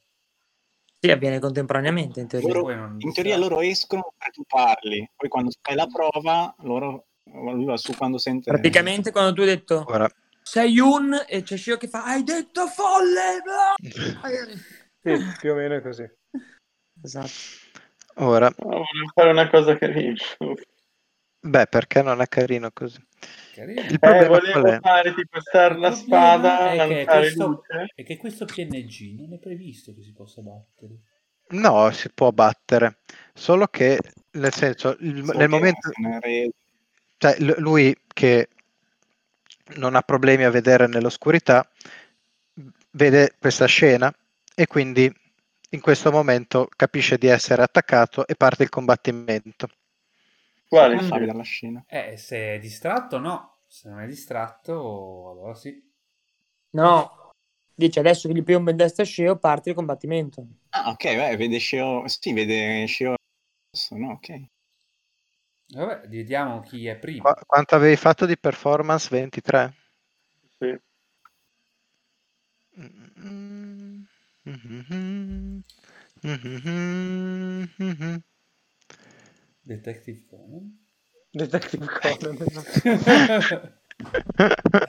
Speaker 10: Sì, avviene contemporaneamente in teoria.
Speaker 2: Loro-
Speaker 4: Poi non
Speaker 2: in teoria
Speaker 4: sa.
Speaker 2: loro escono mentre tu parli, poi quando fai la prova, loro lui va su quando sente.
Speaker 10: Praticamente quando tu hai detto
Speaker 1: Ora,
Speaker 10: sei un e c'è Sceo che fa hai detto folle!
Speaker 5: Sì, più o meno è così.
Speaker 10: Esatto.
Speaker 1: ora,
Speaker 7: Oh, volevo fare una cosa carina.
Speaker 1: beh, perché non è carino così?
Speaker 4: Carino.
Speaker 1: Il
Speaker 7: Eh,
Speaker 1: problema qual
Speaker 7: volevo
Speaker 1: è?
Speaker 7: fare tipo stare la
Speaker 4: Il
Speaker 7: spada,
Speaker 4: problema è che,
Speaker 7: lanciare
Speaker 4: questo,
Speaker 7: luce.
Speaker 4: è che questo PNG non è previsto che si possa battere.
Speaker 1: No, si può battere, solo che nel senso, il-
Speaker 2: Solo
Speaker 1: nel
Speaker 2: che
Speaker 1: momento,
Speaker 2: se ne è reso.
Speaker 1: cioè, l- lui che non ha problemi a vedere nell'oscurità, vede questa scena e quindi in questo momento capisce di essere attaccato e parte il combattimento.
Speaker 7: Quale?
Speaker 2: Come fa a
Speaker 7: scena?
Speaker 2: vedere la scena?
Speaker 4: Eh, se è distratto, no. Se non è distratto, allora sì.
Speaker 10: No. Dice adesso che gli piombo in destra a Sceo parte il combattimento.
Speaker 2: Ah, ok, beh, vede Shio. Sì, vede Shio. No, ok.
Speaker 4: Vabbè, vediamo chi è primo.
Speaker 1: Qua- quanto avevi fatto di performance? 23?
Speaker 7: Sì.
Speaker 1: Mm, mhm, mhm, mhm.
Speaker 4: Detective Conan.
Speaker 5: Detective Conan.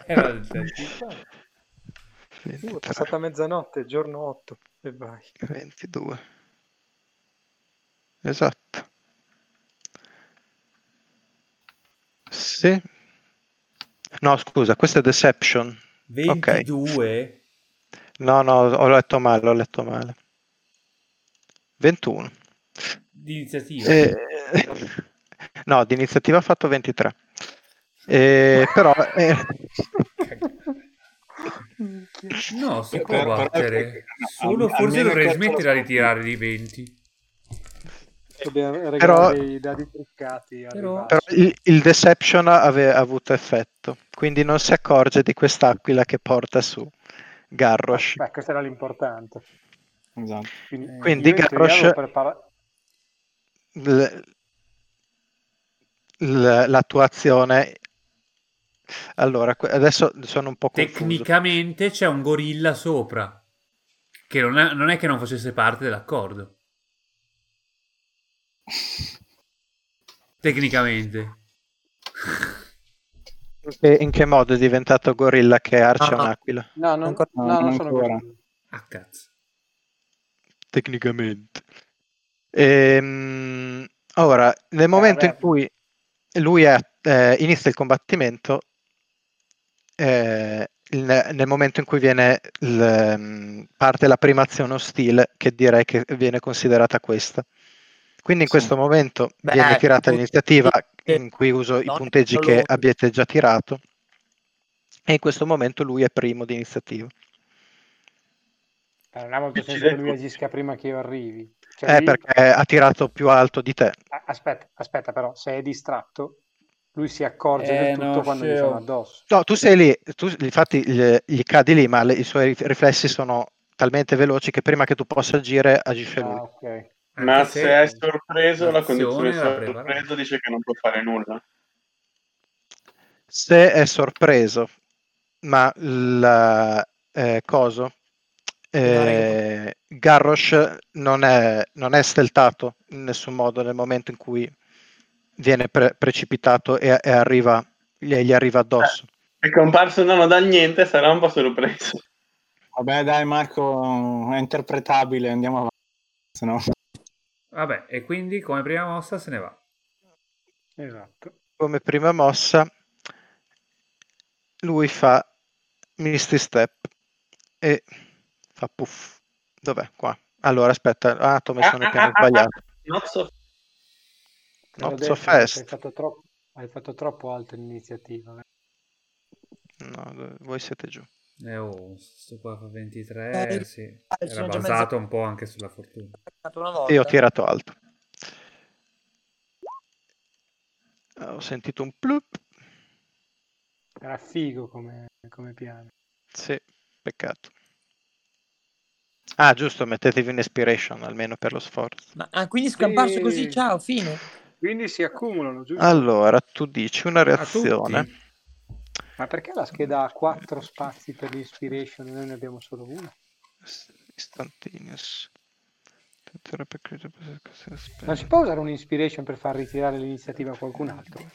Speaker 4: Era il Detective Conan.
Speaker 5: Uh, è
Speaker 1: 23,
Speaker 5: passata mezzanotte, giorno 8. E vai.
Speaker 1: 22. Esatto. Sì. No, scusa, questa è Deception. Ok.
Speaker 4: 22?
Speaker 1: No, no, ho letto male, ho letto male. 21.
Speaker 4: di iniziativa.
Speaker 1: Eh, no, di iniziativa ha fatto 23. Eh, però eh,
Speaker 4: No, si
Speaker 2: Però- Eh,
Speaker 4: può
Speaker 2: però-
Speaker 4: battere.
Speaker 2: no,
Speaker 4: Solo
Speaker 2: al-
Speaker 4: forse
Speaker 2: almeno
Speaker 4: dovrei
Speaker 2: questo lo
Speaker 4: smettere di
Speaker 2: so.
Speaker 4: ritirare di 20.
Speaker 5: Dobbiamo regalare
Speaker 1: Però-
Speaker 5: dei dadi truccati. a
Speaker 4: Però-
Speaker 1: però
Speaker 5: Ribasso.
Speaker 1: il, il Deception aveva avuto effetto, quindi non si accorge di quest'aquila che porta su Garrosh.
Speaker 5: Beh, questo era l'importante.
Speaker 2: Esatto.
Speaker 5: Quindi,
Speaker 4: Eh,
Speaker 1: Quindi
Speaker 5: io in teoria
Speaker 1: Garrosh-
Speaker 5: avevo prepara-
Speaker 1: L- l- la tua azione Allora, que- adesso sono un po' confuso.
Speaker 4: Tecnicamente c'è un gorilla sopra, che non è, non è che non facesse parte dell'accordo. Tecnicamente.
Speaker 1: E in che modo è diventato gorilla che arcia un'aquila?
Speaker 5: No, non,
Speaker 10: Ancora-
Speaker 5: no,
Speaker 2: no,
Speaker 5: non
Speaker 2: non
Speaker 5: sono
Speaker 2: ancora.
Speaker 5: così.
Speaker 4: Ah, cazzo.
Speaker 1: Tecnicamente. Ehm, ora, nel momento in
Speaker 5: vabbè.
Speaker 1: cui lui è- eh, inizia il combattimento, eh, il- nel momento in cui viene il, mm, parte la prima azione ostile, che direi che viene considerata questa. Quindi in
Speaker 2: Sì.
Speaker 1: questo momento
Speaker 10: Beh,
Speaker 1: viene tirata
Speaker 10: tu-
Speaker 1: l'iniziativa
Speaker 10: tu-
Speaker 1: in cui uso i
Speaker 10: no,
Speaker 1: punteggi
Speaker 10: non lo
Speaker 1: che
Speaker 10: usi.
Speaker 1: abbiate già tirato e in questo momento lui è primo di iniziativa.
Speaker 5: Eh, non ha molto senso che
Speaker 7: Uccide-
Speaker 5: lui agisca prima che io arrivi. Cioè,
Speaker 1: Eh,
Speaker 5: lui-
Speaker 1: perché ha tirato più alto di te.
Speaker 5: a- Aspetta, aspetta però, se è distratto, lui si accorge
Speaker 4: Eh,
Speaker 5: del tutto
Speaker 4: no,
Speaker 5: quando gli
Speaker 4: scemo.
Speaker 5: sono addosso.
Speaker 1: No, tu sei lì, tu, infatti gli, gli cadi lì, ma le- i suoi riflessi sono talmente veloci che prima che tu possa agire agisce lui.
Speaker 5: Ah, ok.
Speaker 4: Anche
Speaker 7: Ma
Speaker 4: se-
Speaker 7: se è sorpreso, la condizione
Speaker 4: l'azione
Speaker 7: di
Speaker 4: era preparata.
Speaker 7: sorpreso dice che non può fare nulla.
Speaker 1: Se è sorpreso, ma il eh, coso, eh, Garrosh non è, non è steltato in nessun modo nel momento in cui viene pre- precipitato e, e arriva, gli, gli arriva addosso.
Speaker 7: È comparso non dal niente, sarà un po' sorpreso.
Speaker 2: Vabbè, dai, Marco, è interpretabile, andiamo avanti. Se no,
Speaker 4: Vabbè, e quindi come prima mossa se ne va.
Speaker 5: Esatto.
Speaker 1: Come prima mossa, lui fa Misty Step e fa puff. Dov'è? Qua. Allora, aspetta. Ah, ti ho messo nel piano sbagliato.
Speaker 7: ah. Non so.
Speaker 5: Te l'ho
Speaker 1: Not so
Speaker 5: detto,
Speaker 1: fast.
Speaker 5: Hai fatto troppo, hai fatto troppo alta l'iniziativa.
Speaker 1: No, do- voi siete giù.
Speaker 4: Eh, oh, sto qua fa 23,
Speaker 10: Eh,
Speaker 4: sì. Era
Speaker 10: sono già
Speaker 4: basato un po' anche sulla fortuna.
Speaker 10: una volta.
Speaker 1: Io ho tirato alto. Ah, Ho sentito un plup.
Speaker 5: Era figo come, come piano.
Speaker 1: Sì, peccato. Ah, giusto, mettetevi un inspiration almeno per lo sforzo.
Speaker 10: Ma, ah, quindi scamparso
Speaker 5: Sì.
Speaker 10: così, ciao, fine.
Speaker 5: Quindi si accumulano, giusto?
Speaker 1: Allora, tu dici una
Speaker 4: A tutti?
Speaker 1: reazione.
Speaker 5: Ma perché la scheda ha quattro spazi per l'inspiration e noi ne abbiamo solo uno?
Speaker 1: Instantaneous.
Speaker 5: Non si può usare un inspiration per far ritirare l'iniziativa a qualcun altro?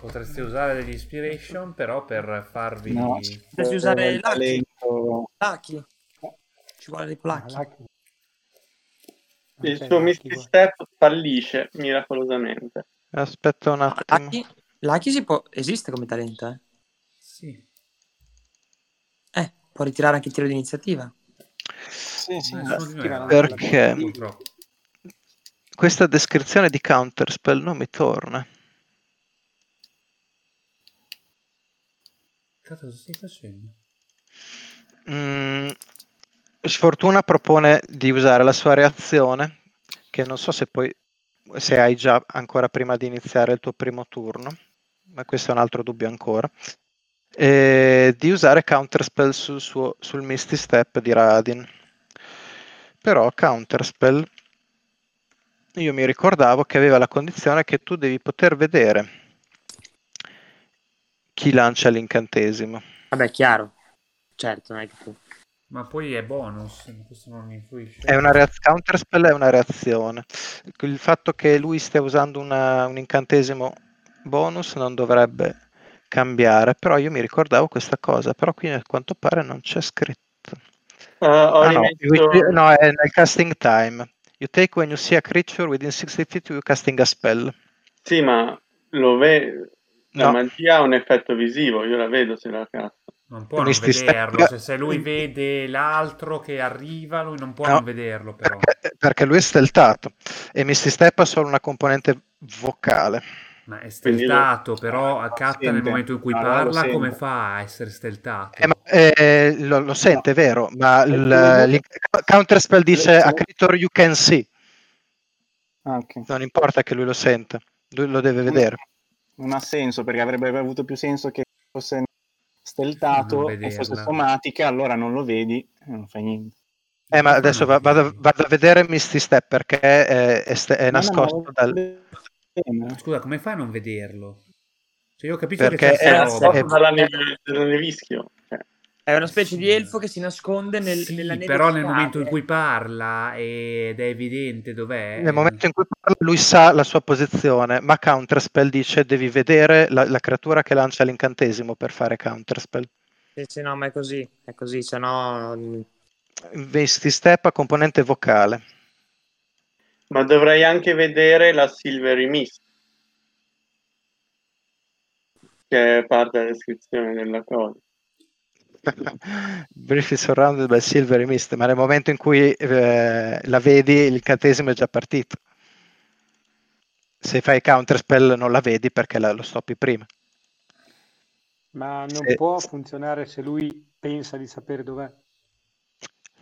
Speaker 4: Potresti usare degli inspiration, però per farvi...
Speaker 2: no.
Speaker 10: Potresti usare
Speaker 2: Eh, il
Speaker 10: l'Aki.
Speaker 2: talento.
Speaker 10: Polacchi. Ci vuole dei polacchi.
Speaker 5: Ma là chi- non
Speaker 7: Il
Speaker 5: c'è
Speaker 7: suo
Speaker 5: là chi
Speaker 7: Misty
Speaker 5: guarda.
Speaker 7: Step fallisce miracolosamente.
Speaker 1: Aspetta un attimo.
Speaker 10: Lucky,
Speaker 3: Ah,
Speaker 10: Lucky si può, esiste come talento, eh?
Speaker 4: Sì,
Speaker 10: Eh, può ritirare anche il tiro di iniziativa.
Speaker 2: Sì, sì.
Speaker 4: nessuno di noi
Speaker 5: Chi va
Speaker 4: era-
Speaker 5: avanti?
Speaker 1: Perché?
Speaker 4: Purtroppo.
Speaker 1: Questa descrizione di Counterspell non mi torna.
Speaker 4: Cazzo, cosa stai facendo?
Speaker 1: Mm, Sfortuna propone di usare la sua reazione, che non so se poi se hai già ancora prima di iniziare il tuo primo turno, ma questo è un altro dubbio ancora. eh, di usare Counterspell sul, suo, sul Misty Step di Radin. Però Counterspell io mi ricordavo che aveva la condizione che tu devi poter vedere chi lancia l'incantesimo.
Speaker 10: Vabbè, chiaro. Certo, non è che tu.
Speaker 4: Ma poi è bonus, questo non influisce.
Speaker 1: È una reaz- counterspell è una reazione. Il fatto che lui stia usando una- un incantesimo bonus non dovrebbe cambiare, però io mi ricordavo questa cosa, però qui a quanto pare non c'è scritto.
Speaker 7: Eh, ho
Speaker 1: Ah, no,
Speaker 7: rimesso...
Speaker 1: which- no, è nel casting time. You take when you see a creature within 60 feet, you casting a spell.
Speaker 7: Sì, ma lo ve... la
Speaker 1: No.
Speaker 7: magia ha un effetto visivo, io la vedo se la cazzo.
Speaker 4: Non può non
Speaker 1: Misty Step-
Speaker 4: vederlo, cioè se lui vede l'altro che arriva, lui non può
Speaker 1: No,
Speaker 4: non vederlo però.
Speaker 1: Perché, perché lui è steltato e Misty Step ha solo una componente vocale.
Speaker 4: Ma è
Speaker 7: Quindi lo-
Speaker 4: steltato, però
Speaker 2: Ah, lo
Speaker 4: accatta nel
Speaker 2: sente.
Speaker 4: momento in cui
Speaker 2: Ah, allora lo
Speaker 4: parla,
Speaker 2: sente.
Speaker 4: come fa a essere steltato?
Speaker 1: Eh, ma- eh, lo, lo sente, è vero, ma
Speaker 2: È
Speaker 1: il,
Speaker 2: quello-
Speaker 1: l'in- Counterspell dice
Speaker 2: Adesso-
Speaker 1: a creature you can see,
Speaker 2: Ah, ok.
Speaker 1: non importa che lui lo sente, lui lo deve vedere.
Speaker 2: non ha senso perché avrebbe avuto più senso che fosse steltato
Speaker 4: Non
Speaker 2: e fosse
Speaker 4: vederla.
Speaker 2: somatica, allora non lo vedi e non fai niente.
Speaker 1: Eh, ma
Speaker 4: Come
Speaker 1: adesso
Speaker 4: fanno a
Speaker 1: va- vado,
Speaker 4: vederlo?
Speaker 1: vado a vedere Misty Step perché è, è st- è
Speaker 2: No, no,
Speaker 1: nascosto
Speaker 2: no,
Speaker 1: dal...
Speaker 2: bene.
Speaker 4: Scusa, come fa a non vederlo? Cioè, io ho capito
Speaker 1: Perché
Speaker 4: che c'è
Speaker 1: è-
Speaker 4: sta roba.
Speaker 1: è-
Speaker 7: dalla neve- dal nevischio. Cioè,
Speaker 3: È
Speaker 1: Eh,
Speaker 3: una specie di elfo che si nasconde nel,
Speaker 4: Sì,
Speaker 3: nella neve.
Speaker 4: però
Speaker 3: di
Speaker 4: nel
Speaker 3: cave.
Speaker 4: momento in cui parla ed è evidente dov'è.
Speaker 1: Nel momento in cui parla, lui sa la sua posizione, ma Counterspell dice devi vedere la, la creatura che lancia l'incantesimo per fare Counterspell.
Speaker 3: Sì, sì, no, ma è così. È così, se no... non-
Speaker 1: Vesti step a componente vocale.
Speaker 7: Ma dovrei anche vedere la Silvery Mist, che è parte della descrizione della cosa.
Speaker 1: Briefly surrounded by silvery mist, ma nel momento in cui eh, la vedi l'incantesimo è già partito. Se fai Counterspell non la vedi perché la- lo stoppi prima.
Speaker 5: Ma non
Speaker 1: Sì.
Speaker 5: può funzionare se lui pensa di sapere dov'è.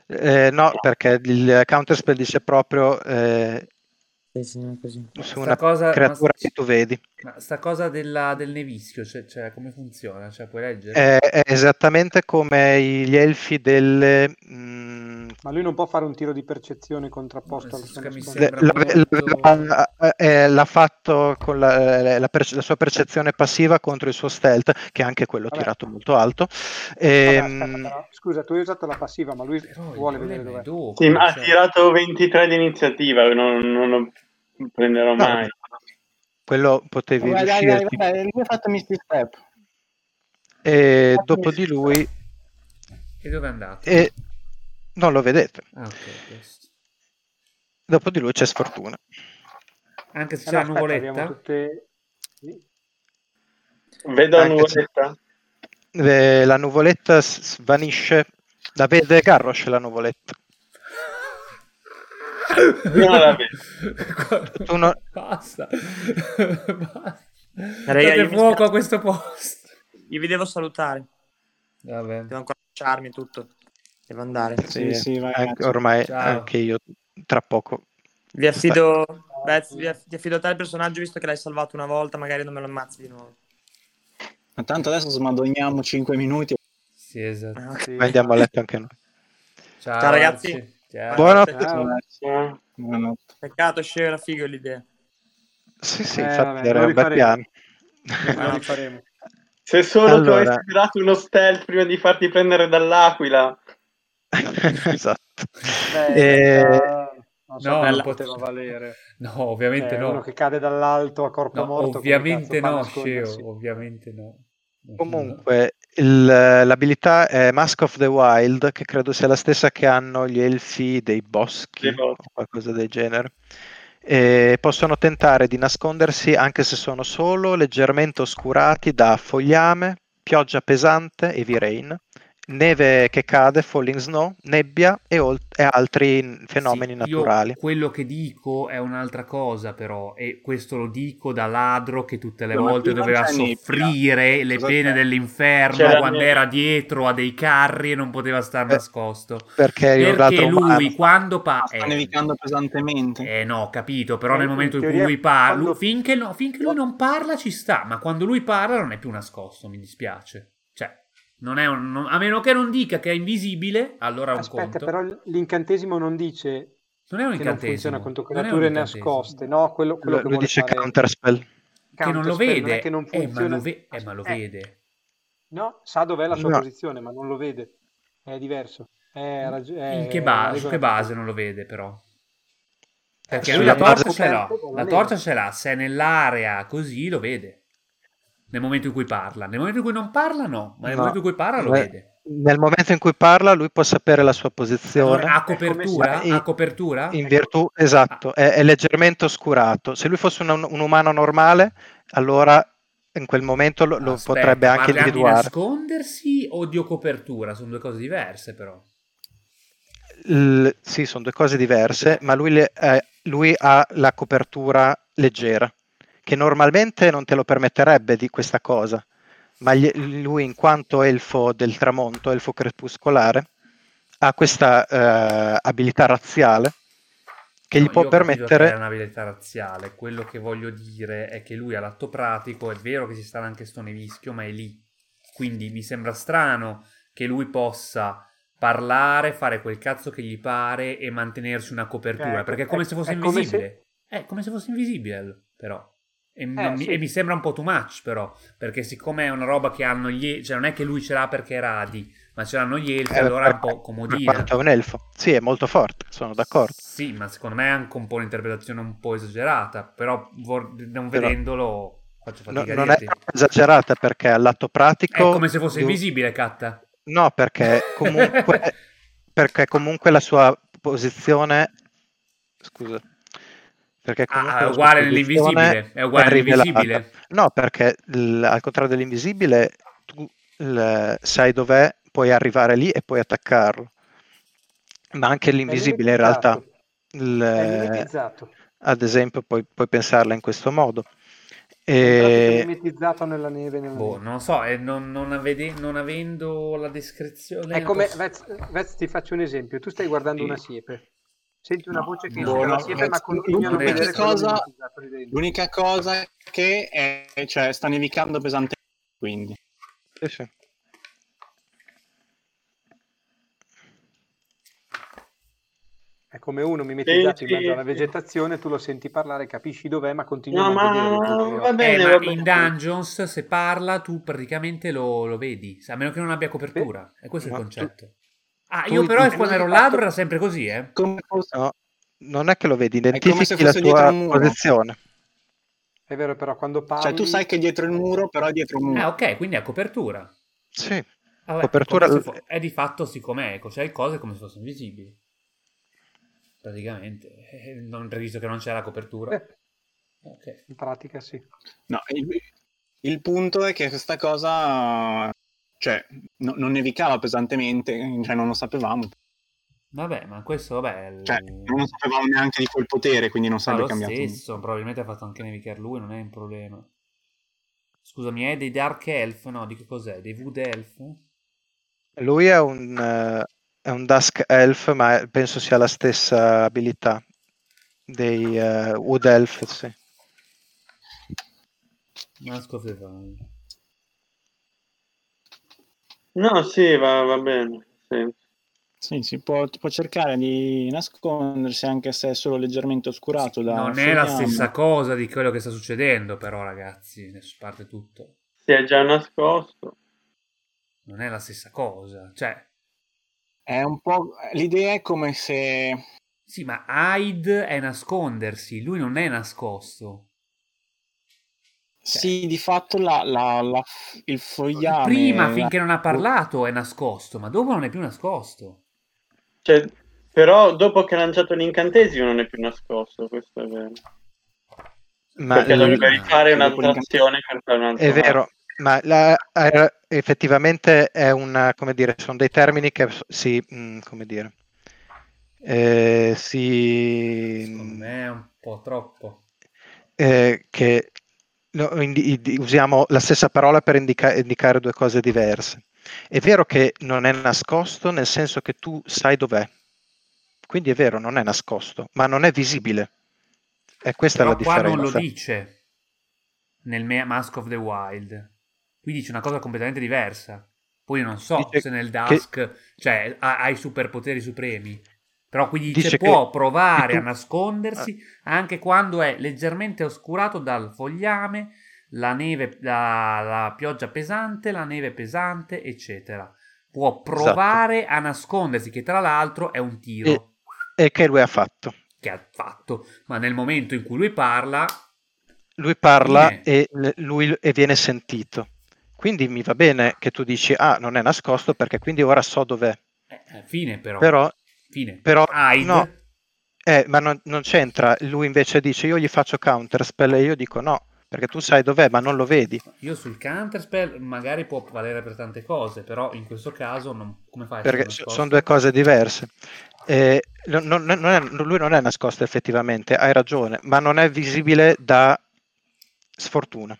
Speaker 1: Eh, no, perché il Counterspell dice proprio eh,
Speaker 3: Sì, sì, no, è così.
Speaker 1: su
Speaker 4: Sta
Speaker 1: una
Speaker 4: cosa- ma-
Speaker 1: creatura che tu vedi.
Speaker 4: Ma sta cosa della- del nevischio, cioè, cioè, come funziona? Cioè, puoi leggere?
Speaker 1: È, Eh, è esattamente come i- gli elfi del... mm,
Speaker 5: Ma lui non può fare un tiro di percezione contrapposto
Speaker 4: No, nel
Speaker 5: al
Speaker 4: senso che mi
Speaker 5: suo
Speaker 1: de-
Speaker 4: sembra
Speaker 1: l'ave-
Speaker 4: molto-
Speaker 1: l'aveva- eh, l'ha fatto con la, la perce- la sua percezione passiva contro il suo stealth, che anche quello
Speaker 5: Vabbè.
Speaker 1: tirato molto alto.
Speaker 5: Vabbè,
Speaker 1: Ehm,
Speaker 5: aspetta, però, Scusa, tu hai usato la passiva, ma lui
Speaker 4: Però il
Speaker 5: vuole
Speaker 4: problema
Speaker 5: vedere
Speaker 4: è
Speaker 5: dov'è. Eh,
Speaker 4: dopo,
Speaker 7: Sì, ma ha
Speaker 4: cioè-
Speaker 7: tirato 23 di iniziativa, non, non lo prenderò
Speaker 1: No.
Speaker 7: mai.
Speaker 1: quello potevi
Speaker 2: Vai, dai, dai,
Speaker 1: riuscirci.
Speaker 2: dai, lui ha fatto Misty Step.
Speaker 1: E
Speaker 2: Fatemi
Speaker 1: dopo di
Speaker 2: schifo.
Speaker 1: lui...
Speaker 4: E dove è andato?
Speaker 1: e- non lo vedete.
Speaker 4: Ah, ok, questo.
Speaker 1: Dopo di lui c'è sfortuna.
Speaker 4: Anche se
Speaker 5: Eh
Speaker 4: c'è
Speaker 5: no,
Speaker 4: la
Speaker 5: aspetta, abbiamo
Speaker 4: nuvoletta,
Speaker 5: tutte... sì.
Speaker 7: Vedo la
Speaker 1: Anche
Speaker 7: nuvoletta?
Speaker 1: Eh, la nuvoletta s- svanisce. La vede Garrosh la nuvoletta.
Speaker 7: Io non la vedo.
Speaker 1: Tu no-
Speaker 4: basta. basta.
Speaker 3: Raga, io
Speaker 4: Date
Speaker 3: mi
Speaker 4: fuoco
Speaker 3: spiace.
Speaker 4: a questo posto.
Speaker 3: Io vi devo salutare.
Speaker 4: Vabbè.
Speaker 3: Devo ancora baciarmi e tutto. Devo andare.
Speaker 2: Sì, sì, vai,
Speaker 1: anche-
Speaker 2: cazzo.
Speaker 1: ormai
Speaker 4: Ciao.
Speaker 1: anche io tra poco.
Speaker 3: Vi affido, Beth, vi aff- ti affido a te il personaggio visto che l'hai salvato una volta, magari non me lo ammazzi di nuovo.
Speaker 2: Ma tanto adesso smadoniamo 5 minuti.
Speaker 4: Sì, esatto.
Speaker 3: Ah, ok.
Speaker 1: Ma andiamo a letto anche noi.
Speaker 4: Ciao,
Speaker 3: Ciao, ragazzi.
Speaker 4: Arci. Ciao.
Speaker 1: Buona-
Speaker 5: Ciao.
Speaker 7: Eh,
Speaker 2: Buonanotte.
Speaker 3: Peccato, scemo era figo l'idea.
Speaker 1: Sì, sì,
Speaker 5: Eh,
Speaker 1: infatti
Speaker 5: vabbè, Eh,
Speaker 1: era
Speaker 5: lo
Speaker 1: un bel
Speaker 5: rifaremo.
Speaker 1: piano.
Speaker 5: Lo rifaremo.
Speaker 7: Se solo tu
Speaker 1: Allora.
Speaker 7: avessi tirato uno stealth prima di farti prendere dall'aquila,
Speaker 1: esatto.
Speaker 5: Beh,
Speaker 1: Eh,
Speaker 5: eh, non so
Speaker 4: No,
Speaker 5: come
Speaker 4: non
Speaker 5: poteva
Speaker 4: pot-
Speaker 5: valere.
Speaker 4: No, ovviamente
Speaker 5: Cioè,
Speaker 4: no.
Speaker 5: uno che cade dall'alto a corpo
Speaker 4: No,
Speaker 5: morto. come
Speaker 4: ovviamente
Speaker 5: cazzo fa a
Speaker 4: no,
Speaker 5: nascondersi?
Speaker 4: Sceo, ovviamente no.
Speaker 1: Comunque, il- l'abilità è Mask of the Wild, che credo sia la stessa che hanno gli elfi dei boschi
Speaker 7: Dei boschi.
Speaker 1: o qualcosa del genere. E possono tentare di nascondersi anche se sono solo leggermente oscurati da fogliame, pioggia pesante, heavy rain, neve che cade, falling snow, nebbia e, ol- e altri fenomeni
Speaker 4: Sì, io
Speaker 1: naturali.
Speaker 4: quello che dico è un'altra cosa, però, e questo lo dico da ladro che tutte le
Speaker 2: No, ma
Speaker 4: volte
Speaker 2: qui non
Speaker 4: doveva
Speaker 2: c'è nebbia.
Speaker 4: soffrire le
Speaker 2: Cosa
Speaker 4: pene
Speaker 2: c'è?
Speaker 7: C'è
Speaker 4: dell'inferno
Speaker 7: la
Speaker 4: quando
Speaker 7: nebbia.
Speaker 4: era dietro a dei carri e non poteva star
Speaker 1: Eh,
Speaker 4: nascosto.
Speaker 1: Perché eri un
Speaker 4: Perché
Speaker 1: ladro umano.
Speaker 4: lui quando
Speaker 2: Ah,
Speaker 4: parla.
Speaker 2: sta nevicando pesantemente.
Speaker 4: Eh no, capito, però
Speaker 5: Eh,
Speaker 4: nel
Speaker 5: in
Speaker 4: momento in cui
Speaker 5: teoria,
Speaker 4: lui parla,
Speaker 5: quando-
Speaker 4: lui- finché, no- finché lui non parla ci sta, ma quando lui parla non è più nascosto, mi dispiace. Cioè, non è un- non- a meno che non dica che è invisibile, allora è un
Speaker 5: Aspetta,
Speaker 4: conto.
Speaker 5: però l'incantesimo non dice
Speaker 4: Non è un
Speaker 5: che non funziona
Speaker 4: incantesimo.
Speaker 5: contro
Speaker 4: non è un
Speaker 5: creature
Speaker 4: incantesimo.
Speaker 5: nascoste, no?
Speaker 1: Lo,
Speaker 5: Quello, quello che
Speaker 1: lo
Speaker 5: vuole
Speaker 1: dice
Speaker 5: fare
Speaker 1: Counterspell.
Speaker 4: Che non lo
Speaker 5: Counterspell, non è
Speaker 4: vede.
Speaker 5: che non
Speaker 4: Eh, ma
Speaker 5: funziona.
Speaker 4: lo, ve- eh, ma lo
Speaker 5: Eh,
Speaker 4: vede.
Speaker 5: no, sa dov'è la sua
Speaker 1: No.
Speaker 5: posizione, ma non lo vede. È diverso. È rag-
Speaker 4: In
Speaker 5: è
Speaker 4: che
Speaker 5: una
Speaker 4: ba- su
Speaker 5: regola
Speaker 4: che
Speaker 5: per-
Speaker 4: base non lo vede, però? Perché
Speaker 5: esatto. Eh,
Speaker 4: lui
Speaker 1: sulla
Speaker 4: la
Speaker 1: base-
Speaker 4: torcia ce l'ha.
Speaker 5: scoperto dalla
Speaker 4: La
Speaker 5: neve.
Speaker 4: torcia ce l'ha. Se è nell'area così lo vede. Nel momento in cui parla. Nel momento in cui non parla, no. Ma nel
Speaker 1: No.
Speaker 4: momento in cui parla lo
Speaker 1: Beh,
Speaker 4: vede.
Speaker 1: Nel momento in cui parla, lui può sapere la sua posizione.
Speaker 4: Allora, ah, a
Speaker 5: È come se-
Speaker 4: copertura?
Speaker 1: Ma in-
Speaker 4: A copertura?
Speaker 1: In virtù, esatto, è, è leggermente oscurato. Se lui fosse un, un umano normale, allora in quel momento lo, lo
Speaker 4: Aspetta,
Speaker 1: potrebbe anche
Speaker 4: parliamo di
Speaker 1: individuare.
Speaker 4: nascondersi o di copertura? Sono due cose diverse, però.
Speaker 1: Il- sì, sono due cose diverse, ma lui, le- eh, lui ha la copertura leggera, che normalmente non te lo permetterebbe di questa cosa, ma gli- lui in quanto elfo del tramonto, elfo crepuscolare, ha questa eh, abilità razziale che gli
Speaker 4: No,
Speaker 1: può
Speaker 4: io ho capito che è
Speaker 1: permettere...
Speaker 4: un'abilità razziale. Quello che voglio dire è che lui all'atto pratico è vero che ci sta anche sto nevischio, ma è lì. Quindi mi sembra strano che lui possa parlare, fare quel cazzo che gli pare e mantenersi una copertura.
Speaker 5: Ecco,
Speaker 4: perché Eh, è come
Speaker 5: è-
Speaker 4: se Eh, fosse
Speaker 5: è come se-
Speaker 4: invisibile. È come se fosse invisibile, però. E, non mi,
Speaker 5: sì.
Speaker 4: e mi sembra un po' too much, però, perché siccome è una roba che hanno gli elfi, cioè non è che lui ce l'ha perché è Radi, ma ce l'hanno gli elfi,
Speaker 1: Eh,
Speaker 4: allora è
Speaker 1: per-
Speaker 4: un po'
Speaker 1: per
Speaker 4: comodina.
Speaker 1: quanto è un elfo. Sì, è molto forte, sono d'accordo.
Speaker 4: Sì, ma secondo me è anche un po' un'interpretazione un po' esagerata, però vor- non
Speaker 1: Però-
Speaker 4: vedendolo faccio
Speaker 1: No-
Speaker 4: fatica a
Speaker 1: non è
Speaker 4: dirti.
Speaker 1: troppo esagerata perché al lato
Speaker 4: È
Speaker 1: pratico...
Speaker 4: come se fosse
Speaker 1: lui-
Speaker 4: invisibile, Katta.
Speaker 1: No, perché comunque, perché comunque la sua posizione... Scusa. Perché
Speaker 4: Ah,
Speaker 1: comunque
Speaker 4: è
Speaker 1: la sua
Speaker 4: uguale
Speaker 1: posizione
Speaker 4: nell'invisibile, è uguale
Speaker 1: rivelata.
Speaker 4: nell'invisibile.
Speaker 1: No, perché il- al contrario dell'invisibile tu il- sai dov'è, puoi arrivare lì e puoi attaccarlo. Ma anche l'invisibile in realtà...
Speaker 5: limitato.
Speaker 1: il-
Speaker 5: È mimetizzato.
Speaker 1: ad esempio, puoi, puoi pensarla in questo modo. Eh,
Speaker 5: È
Speaker 1: E...
Speaker 5: mimetizzato nella neve. nella
Speaker 4: Boh,
Speaker 5: neve.
Speaker 4: non lo so, e non, non avede- non avendo la descrizione...
Speaker 5: È
Speaker 4: non
Speaker 5: come,
Speaker 4: posso-
Speaker 5: Vez, Vez, ti faccio un esempio. Tu stai guardando
Speaker 2: Sì.
Speaker 5: una siepe. Senti una
Speaker 2: No,
Speaker 5: voce che
Speaker 4: no,
Speaker 5: esce dalla
Speaker 4: no,
Speaker 5: siepe,
Speaker 2: Vez,
Speaker 5: ma continui a non
Speaker 2: l'unica
Speaker 5: vedere quello
Speaker 2: cosa-
Speaker 5: mimetizzato lì dentro.
Speaker 2: L'unica cosa che è, cioè, sta nevicando pesante, quindi.
Speaker 1: Sì, sì.
Speaker 5: È come uno mimetizzato
Speaker 7: Sì,
Speaker 5: in mezzo
Speaker 7: sì,
Speaker 5: alla
Speaker 7: sì.
Speaker 5: vedertazione, tu lo senti parlare, capisci dov'è, ma continui a
Speaker 7: No,
Speaker 5: non
Speaker 7: ma
Speaker 5: vederlo. continui a-
Speaker 7: va
Speaker 4: Eh,
Speaker 7: bene,
Speaker 4: ma
Speaker 7: va bene.
Speaker 4: in Dungeons se parla tu praticamente lo, lo vedi, a meno che non abbia copertura. E questo è
Speaker 1: Ma
Speaker 4: il
Speaker 1: tu-
Speaker 4: concetto. ah,
Speaker 1: tu
Speaker 4: io
Speaker 1: il-
Speaker 4: però
Speaker 1: tu
Speaker 4: quando
Speaker 2: il
Speaker 4: ero
Speaker 2: fatto-
Speaker 4: ladro era sempre così, eh.
Speaker 2: Come fosse-
Speaker 1: No, non è che lo vedi,
Speaker 2: come se
Speaker 1: identifichi la
Speaker 2: fosse dietro
Speaker 1: tua
Speaker 2: un muro.
Speaker 1: posizione.
Speaker 5: È vero, però quando parli...
Speaker 2: Cioè, tu sai che è dietro il muro, però è dietro un
Speaker 4: Ah,
Speaker 2: muro.
Speaker 4: ok, quindi ha copertura.
Speaker 1: Sì.
Speaker 4: Vabbè,
Speaker 1: Copertura-
Speaker 4: come se fo- è di fatto siccome ecco, cioè le cose come se fossero invisibili. Praticamente, eh, non previsto che non c'è la copertura.
Speaker 5: Eh,
Speaker 4: Ok.
Speaker 5: in pratica sì.
Speaker 2: No, il, il punto è che questa cosa, cioè, no- non nevicava pesantemente, cioè, non lo sapevamo.
Speaker 4: Vabbè, ma questo vabbè, il-
Speaker 2: Cioè, non lo sapevamo neanche di quel potere, quindi non
Speaker 4: Ma
Speaker 2: sarebbe
Speaker 4: lo
Speaker 2: cambiato. niente.
Speaker 4: Eh. stesso, probabilmente ha fatto anche nevicare lui, non è un problema. Scusami, è dei Dark Elf? No, di che cos'è? Dei Wood Elf?
Speaker 1: Lui è un, eh, è un Dusk Elf, ma è- penso sia la stessa abilità dei eh, Wood Elf. Sì.
Speaker 4: Mask of the Vine.
Speaker 7: No, sì, va, va bene. Sì.
Speaker 2: Sì, si può, può cercare di nascondersi anche se è solo leggermente oscurato Esatto, da
Speaker 4: Non è la
Speaker 2: falegname.
Speaker 4: stessa cosa di quello che sta succedendo, però, ragazzi. Adesso parte tutto.
Speaker 7: Si è già nascosto.
Speaker 4: Non è la stessa cosa. Cioè,
Speaker 2: È un po'... L'idea è come se...
Speaker 4: sì, ma hide è nascondersi. Lui non è nascosto.
Speaker 2: Sì, di fatto la- la- la- il fogliame...
Speaker 4: Prima,
Speaker 2: la-
Speaker 4: finché non ha parlato, è nascosto, ma dopo non è più nascosto.
Speaker 7: Cioè, però dopo che ha lanciato l'incantesimo non è più nascosto, questo è vero.
Speaker 1: Ma
Speaker 7: Perché
Speaker 1: l-
Speaker 7: doveva
Speaker 4: lui-
Speaker 7: rifare
Speaker 2: dopo
Speaker 7: un'altra azione per fare un'altra
Speaker 1: È vero, ma la- era- effettivamente è una, come dire, sono dei termini che s- si, mm, come dire, eh,
Speaker 4: Secondo
Speaker 1: si,
Speaker 4: me è un po' troppo.
Speaker 1: eh, che no, indi- di- usiamo la stessa parola per indica- indicare due cose diverse. È vero che non è nascosto, nel senso che tu sai dov'è. Quindi è vero, non è nascosto, ma non è visibile. E questa è
Speaker 4: Però
Speaker 1: la
Speaker 4: qua
Speaker 1: differenza.
Speaker 4: non lo dice nel Ma- Mask of the Wild. Qui dice una cosa completamente diversa. Poi non so
Speaker 1: Dice
Speaker 4: se nel
Speaker 1: che-
Speaker 4: Dusk cioè, ha, ha i superpoteri supremi. Però qui dice,
Speaker 1: Dice che-
Speaker 4: può
Speaker 1: che
Speaker 4: provare a
Speaker 1: tu- Ah.
Speaker 4: nascondersi anche quando è leggermente oscurato dal fogliame, la neve, la, la pioggia pesante, la neve pesante, eccetera. Può
Speaker 1: Esatto.
Speaker 4: provare a nascondersi, che tra l'altro è un tiro
Speaker 1: E- E che lui ha fatto.
Speaker 4: che ha fatto. Ma nel momento in cui lui parla,
Speaker 1: lui parla
Speaker 4: Fine.
Speaker 1: e, l- lui- e viene sentito. Quindi mi va bene che tu dici, ah, non è nascosto perché quindi ora so dov'è.
Speaker 4: Eh, fine però.
Speaker 1: Però,
Speaker 4: fine.
Speaker 1: però
Speaker 4: Hyde.
Speaker 1: no, Eh, ma non, non c'entra. Lui invece dice, io gli faccio counterspell e io dico no, perché tu sai dov'è ma non lo vedi.
Speaker 4: Io sul counterspell magari può valere per tante cose, però in questo caso non- come fai a
Speaker 1: Perché
Speaker 4: essere
Speaker 1: so-
Speaker 4: nascosto?
Speaker 1: sono due cose diverse. Eh, no- non- non- non è- lui non è nascosto effettivamente, hai ragione, ma non è visibile da sfortuna.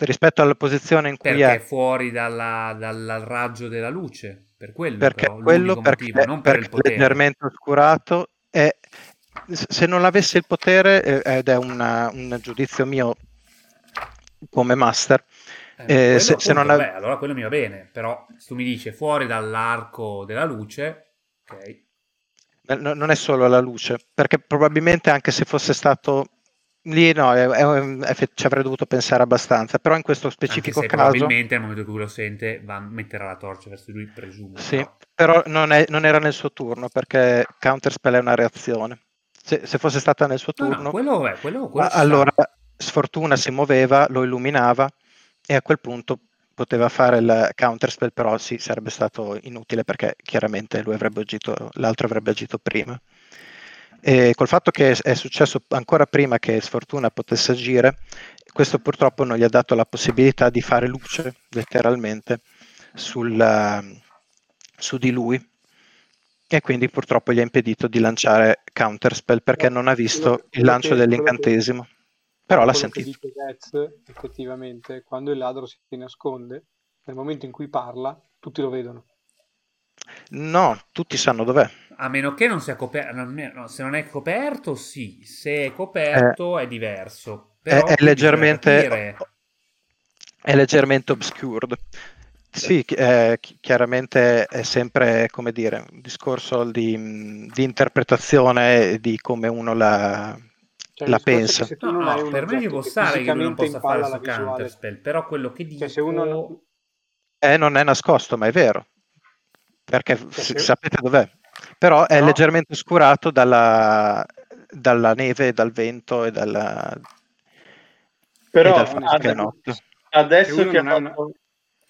Speaker 1: Rispetto alla posizione in cui
Speaker 4: Perché
Speaker 1: è,
Speaker 4: è fuori dalla- dal raggio della luce. Per quello,
Speaker 1: perché
Speaker 4: però,
Speaker 1: quello
Speaker 4: l'unico
Speaker 1: perché,
Speaker 4: motivo, non per il
Speaker 1: perché
Speaker 4: potere.
Speaker 1: leggermente oscurato è se non avesse il potere eh, ed è una- un giudizio mio come master
Speaker 4: Eh,
Speaker 1: eh,
Speaker 4: quello,
Speaker 1: se- se
Speaker 4: appunto,
Speaker 1: non av-
Speaker 4: vabbè, allora quello mi va bene, però se tu mi dici fuori dall'arco della luce, ok.
Speaker 1: eh, no- non è solo la luce perché probabilmente anche se fosse stato Lì no, è- è- è- ci avrei dovuto pensare abbastanza, però in questo specifico
Speaker 4: Anche se
Speaker 1: caso...
Speaker 4: probabilmente nel momento in cui lo sente va, metterà la torcia verso di lui, presumo.
Speaker 1: Sì, però
Speaker 4: però.
Speaker 1: non, è- non era nel suo turno perché Counterspell è una reazione. Se, se fosse stata nel suo
Speaker 4: No, no,
Speaker 1: turno,
Speaker 4: quello è, quello, quello
Speaker 1: a-
Speaker 4: ci sta.
Speaker 1: allora Sfortuna si muoveva, lo illuminava e a quel punto poteva fare il Counterspell, però sì, sarebbe stato inutile perché chiaramente lui avrebbe agito, l'altro avrebbe agito prima. E col fatto che è successo ancora prima che Sfortuna potesse agire, questo purtroppo non gli ha dato la possibilità di fare luce, letteralmente, sulla- su di lui. E quindi purtroppo gli ha impedito di lanciare Counterspell perché non ha visto
Speaker 5: Quello-
Speaker 1: il
Speaker 5: quello
Speaker 1: lancio
Speaker 5: che- quello che-
Speaker 1: dell'incantesimo. Però l'ha
Speaker 5: quello che
Speaker 1: sentito.
Speaker 5: dice Vez, effettivamente, quando il ladro si nasconde, nel momento in cui parla, tutti lo vedono.
Speaker 1: No, tutti sanno dov'è.
Speaker 4: A meno che non sia coperto, se non è coperto, sì, se è coperto è diverso. Però
Speaker 1: è
Speaker 4: qui bisogna
Speaker 1: leggermente-
Speaker 4: capire.
Speaker 1: È leggermente obscured. Sì, chi- eh, chi- chiaramente è sempre, come dire, un discorso di, mh, di interpretazione e di come uno la,
Speaker 5: Cioè, il
Speaker 1: la
Speaker 5: discorso è
Speaker 1: pensa.
Speaker 5: che se tu
Speaker 4: No,
Speaker 5: non hai
Speaker 4: no,
Speaker 5: un
Speaker 4: per me ci
Speaker 5: oggetto
Speaker 4: può
Speaker 5: che
Speaker 4: stare che lui non
Speaker 5: fisicamente
Speaker 4: possa fare
Speaker 5: impalla la
Speaker 4: su
Speaker 5: visuale,
Speaker 4: Counterspell, però quello che dico...
Speaker 5: Cioè, se uno non-
Speaker 1: Eh, non è nascosto, ma è vero. Perché
Speaker 5: Cioè,
Speaker 1: s-
Speaker 5: se-
Speaker 1: sapete dov'è. Però è
Speaker 4: Però-
Speaker 1: leggermente oscurato dalla, dalla neve, dal vento e dalla...
Speaker 7: Però
Speaker 1: e dal
Speaker 5: no,
Speaker 1: fatto
Speaker 5: onestamente-
Speaker 1: che è notte.
Speaker 5: se
Speaker 7: Adesso
Speaker 5: uno
Speaker 7: che ha
Speaker 5: non ha una-
Speaker 7: fatto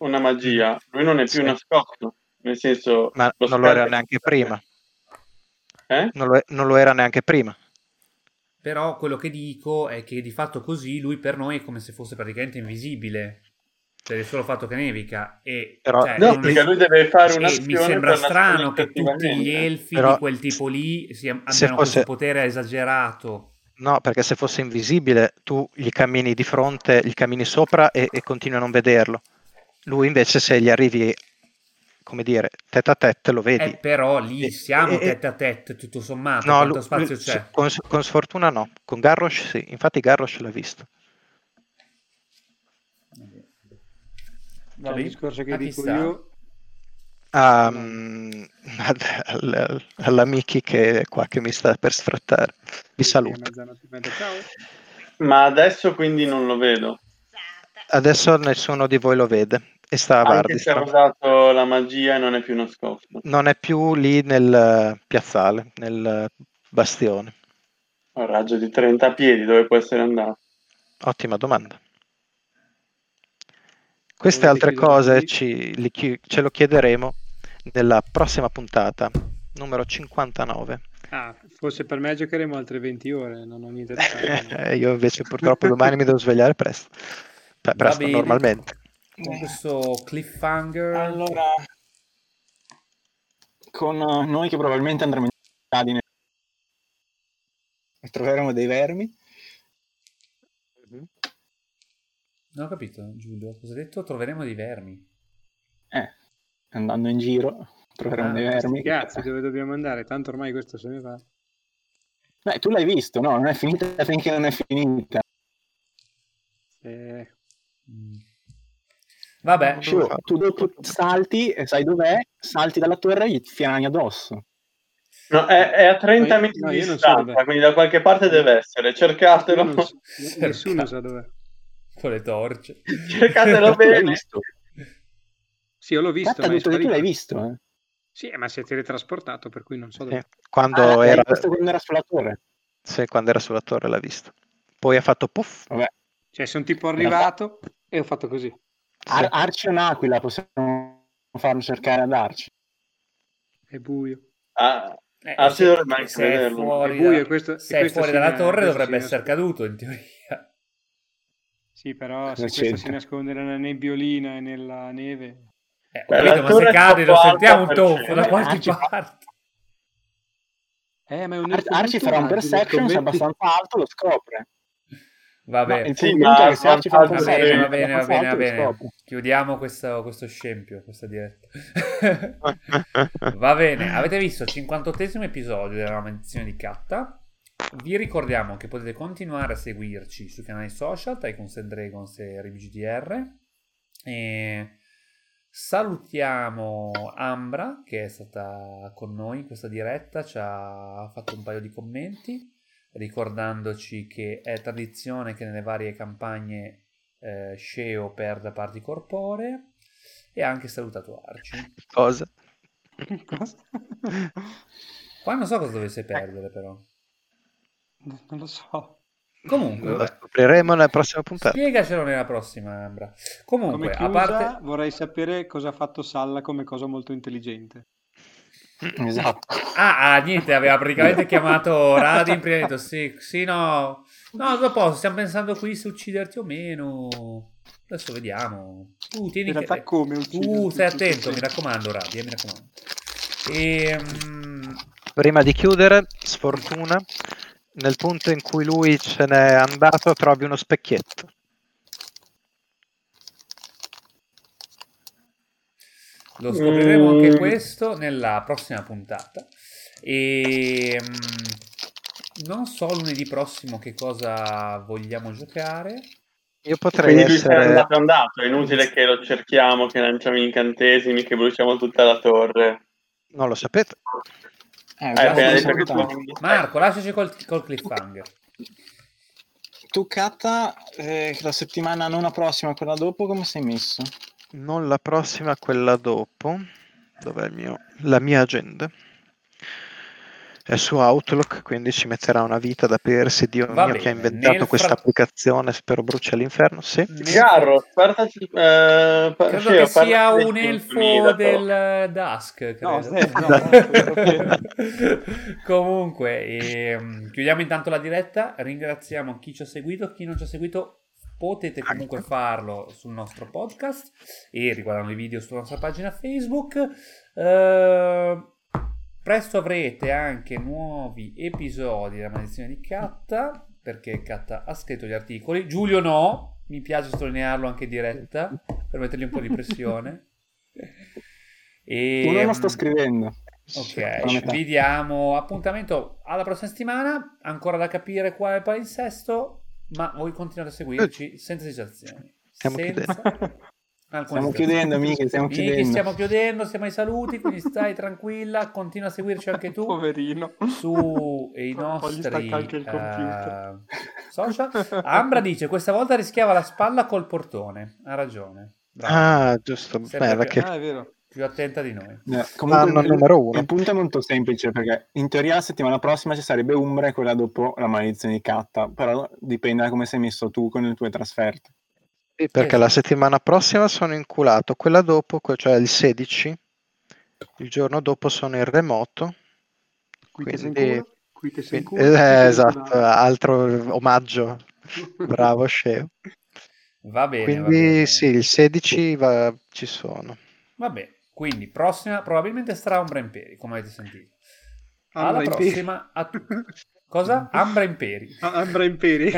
Speaker 7: una magia, lui non è più
Speaker 1: Sì.
Speaker 7: nascosto. Nel senso,
Speaker 1: Ma
Speaker 7: lo
Speaker 1: non lo era
Speaker 7: spell-
Speaker 1: neanche prima.
Speaker 7: Eh?
Speaker 1: Non lo, è- non lo era neanche prima.
Speaker 4: Però quello che dico è che di fatto così lui per noi è come se fosse praticamente invisibile. Per il solo fatto che nevica. E,
Speaker 1: Però-
Speaker 4: cioè,
Speaker 7: No,
Speaker 4: non-
Speaker 7: perché lui deve fare
Speaker 4: e
Speaker 7: un'azione.
Speaker 4: mi sembra
Speaker 7: per
Speaker 4: strano che
Speaker 7: nascondersi
Speaker 4: tutti gli
Speaker 7: attivamente.
Speaker 4: elfi
Speaker 1: Però-
Speaker 4: di quel tipo lì si- abbiano
Speaker 1: fosse-
Speaker 4: questo potere esagerato.
Speaker 1: No, perché se fosse invisibile tu gli cammini di fronte, gli cammini sopra e, e continui a non vederlo. Lui invece se gli arrivi, come dire, tête a tête lo vedi.
Speaker 4: Eh, però lì
Speaker 1: E-
Speaker 4: siamo
Speaker 1: e-
Speaker 4: tête a tête, tutto sommato.
Speaker 1: No,
Speaker 4: quanto
Speaker 1: lu-
Speaker 4: spazio
Speaker 1: lu-
Speaker 4: c'è?
Speaker 1: Con, con sfortuna no, con Garrosh sì, infatti Garrosh l'ha visto.
Speaker 5: Cioè,
Speaker 4: bene.
Speaker 5: il discorso che
Speaker 4: Ah,
Speaker 5: dico
Speaker 4: chissà.
Speaker 5: io,
Speaker 1: Ah, mm, ad- al- al- all'amichi che è qua che mi sta per sfrattare. Vi
Speaker 5: sì, che è
Speaker 1: saluto.
Speaker 5: mezzanotte e mezza, ciao.
Speaker 7: Ma adesso quindi non lo vedo.
Speaker 1: Adesso nessuno di voi lo vede e sta a
Speaker 7: Anche se ha
Speaker 1: Vardistan.
Speaker 7: usato la magia e non è più nascosto.
Speaker 1: Non è più lì nel eh, piazzale, nel eh, bastione.
Speaker 7: Un raggio di 30 piedi dove può essere andato.
Speaker 1: Ottima domanda. Queste
Speaker 5: Allora
Speaker 1: altre
Speaker 5: decideremo
Speaker 1: cose
Speaker 5: lì.
Speaker 1: ci- li chi- ce lo chiederemo nella prossima puntata, numero 59.
Speaker 5: Ah, forse per me giocheremo altre 20 ore, non ho niente da fare. no?
Speaker 1: Eh, Io invece purtroppo domani mi devo svegliare presto, Pre-
Speaker 4: Va
Speaker 1: presto
Speaker 4: bene.
Speaker 1: normalmente.
Speaker 4: Con questo cliffhanger...
Speaker 2: Allora, con eh, noi che probabilmente andremo in Italia e troveremo dei vermi.
Speaker 4: Non ho capito, Giulio. Cosa hai detto? Troveremo dei vermi.
Speaker 2: Eh, andando in giro troveremo
Speaker 4: Ah,
Speaker 2: dei vermi.
Speaker 5: Ragazzi, dove dobbiamo andare? Tanto ormai questo se ne va.
Speaker 2: Beh, tu l'hai visto, no? Non è finita finché non è finita.
Speaker 5: Eh,
Speaker 4: Mm. Vabbè,
Speaker 1: Dove
Speaker 2: Scio,
Speaker 1: fa?
Speaker 2: tu dopo salti e sai dov'è, salti dalla torre e gli fiani addosso.
Speaker 7: No, è, è a 30
Speaker 5: No, io-
Speaker 7: metri
Speaker 5: no,
Speaker 7: di
Speaker 5: io non so
Speaker 7: distanza,
Speaker 5: dov'è.
Speaker 7: quindi da qualche parte deve essere.
Speaker 5: io
Speaker 7: Cercatelo,
Speaker 5: non so-
Speaker 4: Cerca.
Speaker 5: nessuno sa dov'è.
Speaker 4: con le torce.
Speaker 7: cercatelo
Speaker 2: L'hai
Speaker 7: bene.
Speaker 2: visto?
Speaker 5: Sì, io l'ho visto,
Speaker 2: Gatta,
Speaker 5: ma è
Speaker 2: detto che tu l'hai
Speaker 5: sparito.
Speaker 2: visto. eh.
Speaker 5: Sì, ma si è teletrasportato, per cui non so dov'è.
Speaker 1: Sì, Quando,
Speaker 2: Ah, l'hai
Speaker 1: era,
Speaker 2: visto quando era sulla torre.
Speaker 1: sì, quando era sulla torre l'ha visto. Poi ha fatto puff.
Speaker 2: Vabbè.
Speaker 5: Cioè, sono tipo
Speaker 2: Eh.
Speaker 5: arrivato e ho fatto così.
Speaker 1: sì.
Speaker 4: Ah.
Speaker 2: Ar- Arci è un'aquila, possiamo farlo cercare ad Arci.
Speaker 5: È buio.
Speaker 7: Ah,
Speaker 4: Eh,
Speaker 7: Ah,
Speaker 4: se-
Speaker 7: sì, dovrebbe anche
Speaker 4: se è
Speaker 7: vederlo.
Speaker 4: fuori,
Speaker 5: È buio,
Speaker 4: da-
Speaker 5: questo-
Speaker 4: se è
Speaker 5: questo
Speaker 4: fuori
Speaker 5: si
Speaker 4: dalla
Speaker 1: eh,
Speaker 5: na-
Speaker 4: torre
Speaker 5: questo
Speaker 4: dovrebbe
Speaker 5: si
Speaker 4: essere
Speaker 5: nasconde.
Speaker 4: caduto in teoria.
Speaker 5: Sì, però se
Speaker 2: Cosa
Speaker 5: questo si
Speaker 2: c'entra?
Speaker 5: nasconde nella nebbiolina e nella neve...
Speaker 4: Eh, ho
Speaker 7: Beh,
Speaker 4: capito,
Speaker 7: la
Speaker 4: ma
Speaker 7: torre
Speaker 4: se
Speaker 7: è
Speaker 4: cade lo
Speaker 7: troppo
Speaker 4: sentiamo un
Speaker 7: alta cioè. per
Speaker 4: tonfo da
Speaker 7: scendere.
Speaker 4: qualche
Speaker 2: Arci fa-
Speaker 4: parte.
Speaker 5: Eh, ma è un
Speaker 2: Ar-
Speaker 5: elfo
Speaker 2: Arci
Speaker 5: molto
Speaker 2: farà un
Speaker 5: agile,
Speaker 2: perception, se è
Speaker 5: scommetti.
Speaker 2: abbastanza alto lo scopre. No,
Speaker 4: Vabbè,
Speaker 2: il
Speaker 7: Sì,
Speaker 2: punto
Speaker 7: ma
Speaker 2: è che se Arci fa un
Speaker 4: va
Speaker 7: vantaggio
Speaker 2: perception,
Speaker 4: bene,
Speaker 7: Esatto, sì.
Speaker 4: va
Speaker 2: se è
Speaker 4: bene, va
Speaker 2: abbastanza alto
Speaker 4: bene, va
Speaker 2: lo
Speaker 4: bene.
Speaker 2: scopre.
Speaker 4: Chiudiamo questo, questo scempio, questa diretta. va bene, avete visto il 58 episodio della maledizione di Katta. Vi ricordiamo che potete continuare a seguirci sui canali social, Tycoons and Dragons e RevGDR. E salutiamo Ambra che è stata con noi in questa diretta, ci ha fatto un paio di commenti. ricordandoci che è tradizione che nelle varie campagne eh, Sceo perda parti corporee e ha anche salutato Arci.
Speaker 1: Cosa?
Speaker 5: Cosa?
Speaker 4: Qua non so cosa dovesse perdere però.
Speaker 5: non lo so.
Speaker 4: Comunque,
Speaker 1: Lo
Speaker 4: vabbè,
Speaker 1: scopriremo nella prossima puntata.
Speaker 4: spiegacelo nella prossima, Ambra.
Speaker 5: Come
Speaker 4: Comunque,
Speaker 5: chiusa,
Speaker 4: a parte...
Speaker 5: vorrei sapere cosa ha fatto Salla come cosa molto intelligente.
Speaker 2: Esatto.
Speaker 4: Ah, ah, niente, aveva praticamente chiamato Radi in prima e ha detto sì, sì, no. No, dopo stiamo pensando qui se ucciderti o meno. Adesso vediamo. Uh, tieni
Speaker 5: In realtà
Speaker 4: che-
Speaker 5: come uccidere?
Speaker 4: Uh, stai
Speaker 5: Uccidere,
Speaker 4: attento,
Speaker 5: sì.
Speaker 4: mi raccomando, Radi, eh, mi raccomando. Ehm,
Speaker 1: Prima di chiudere, sfortuna, nel punto in cui lui se n'è andato trovi uno specchietto.
Speaker 4: Lo scopriremo anche
Speaker 11: Mm.
Speaker 4: questo nella prossima puntata. E mm, non so lunedì prossimo che cosa vogliamo giocare.
Speaker 1: Io potrei
Speaker 7: Quindi lui se n'è
Speaker 1: essere...
Speaker 7: andato, è andato, è inutile che lo cerchiamo, che lanciamo incantesimi, che bruciamo tutta la torre.
Speaker 1: Non lo sapete.
Speaker 2: Eh,
Speaker 7: Hai appena
Speaker 2: grazie,
Speaker 7: detto che
Speaker 2: salutare.
Speaker 7: tu...
Speaker 4: Marco, lasciaci col, col cliffhanger.
Speaker 2: Tu, Kata, eh, la settimana non la prossima, quella dopo, come sei messo?
Speaker 1: Non la prossima, quella dopo. Dov'è il mio... la mia agenda? È su Outlook, quindi ci metterà una vita da persi. Dio
Speaker 4: Va
Speaker 1: mio che ha
Speaker 4: bene, nel
Speaker 1: inventato questa
Speaker 4: frat-
Speaker 1: applicazione, spero bruci all'inferno, sì.
Speaker 7: Garro, spartaci... eh, pa-
Speaker 4: Credo
Speaker 7: Sceo,
Speaker 4: che sia
Speaker 7: parlaci
Speaker 4: un
Speaker 7: del
Speaker 4: elfo
Speaker 7: Sinfonidato.
Speaker 4: del Dusk. Credo.
Speaker 5: No, Stef, no,
Speaker 4: Comunque, ehm, chiudiamo intanto la diretta. Ringraziamo chi ci ha seguito, chi non ci ha seguito. Potete comunque farlo sul nostro podcast e riguardando i video sulla nostra pagina Facebook. Eh, presto avrete anche nuovi episodi della maledizione di Catta, perché Catta ha scritto gli articoli. Giulio no, mi piace sottolinearlo anche in diretta, per mettergli un po' di pressione. Ehm, E,
Speaker 2: Uno lo sto scrivendo. a
Speaker 4: Ok,
Speaker 2: metà.
Speaker 4: vi diamo appuntamento alla prossima settimana. Ancora da capire quale è il palinsesto, ma voi continuate a seguirci senza esitazioni.
Speaker 1: Eh. Stiamo
Speaker 4: senza
Speaker 5: chiudendo.
Speaker 2: Stiamo
Speaker 4: alcuna esitazione.
Speaker 2: chiudendo, amiche, stiamo
Speaker 4: Miki,
Speaker 2: chiudendo.
Speaker 4: stiamo chiudendo, siamo ai saluti, quindi stai tranquilla, continua a seguirci anche tu
Speaker 11: Poverino.
Speaker 4: sui
Speaker 11: Poi gli
Speaker 4: nostri
Speaker 11: stacca anche il computer.
Speaker 4: eh, social.
Speaker 11: Ah,
Speaker 4: Ambra dice, questa volta rischiava la spalla col portone. Ha ragione. Brava.
Speaker 1: Ah, giusto.
Speaker 4: Sempre
Speaker 1: Merda,
Speaker 4: più-
Speaker 1: che
Speaker 5: Ah, è vero.
Speaker 4: Più attenta di noi.
Speaker 2: Eh,
Speaker 1: Anno
Speaker 2: il-
Speaker 1: numero uno.
Speaker 2: Il punto è molto semplice perché in teoria la settimana prossima ci sarebbe Umbra e quella dopo la maledizione di Catta, però dipende da come sei messo tu con le tue trasferte.
Speaker 1: Sì, perché la settimana prossima sono inculato, quella dopo, que- cioè il 16, il giorno dopo sono in remoto.
Speaker 11: Qui te sei in
Speaker 1: Quindi-
Speaker 11: culo, qui te sei in
Speaker 1: Quindi-
Speaker 11: culo, Ah, qui
Speaker 1: eh,
Speaker 11: te sei in
Speaker 1: esatto,
Speaker 11: culo.
Speaker 1: altro omaggio. Bravo, Sceo.
Speaker 4: Va bene, va
Speaker 1: Quindi
Speaker 4: bene.
Speaker 1: sì, il 16 va- ci sono.
Speaker 4: Vabbè, quindi prossima probabilmente sarà Ambra Imperi, come avete sentito. Alla
Speaker 5: Ambra Imperi.
Speaker 4: prossima a tutti. Cosa? Ambra Imperi.
Speaker 5: Ah, Ambra Imperi.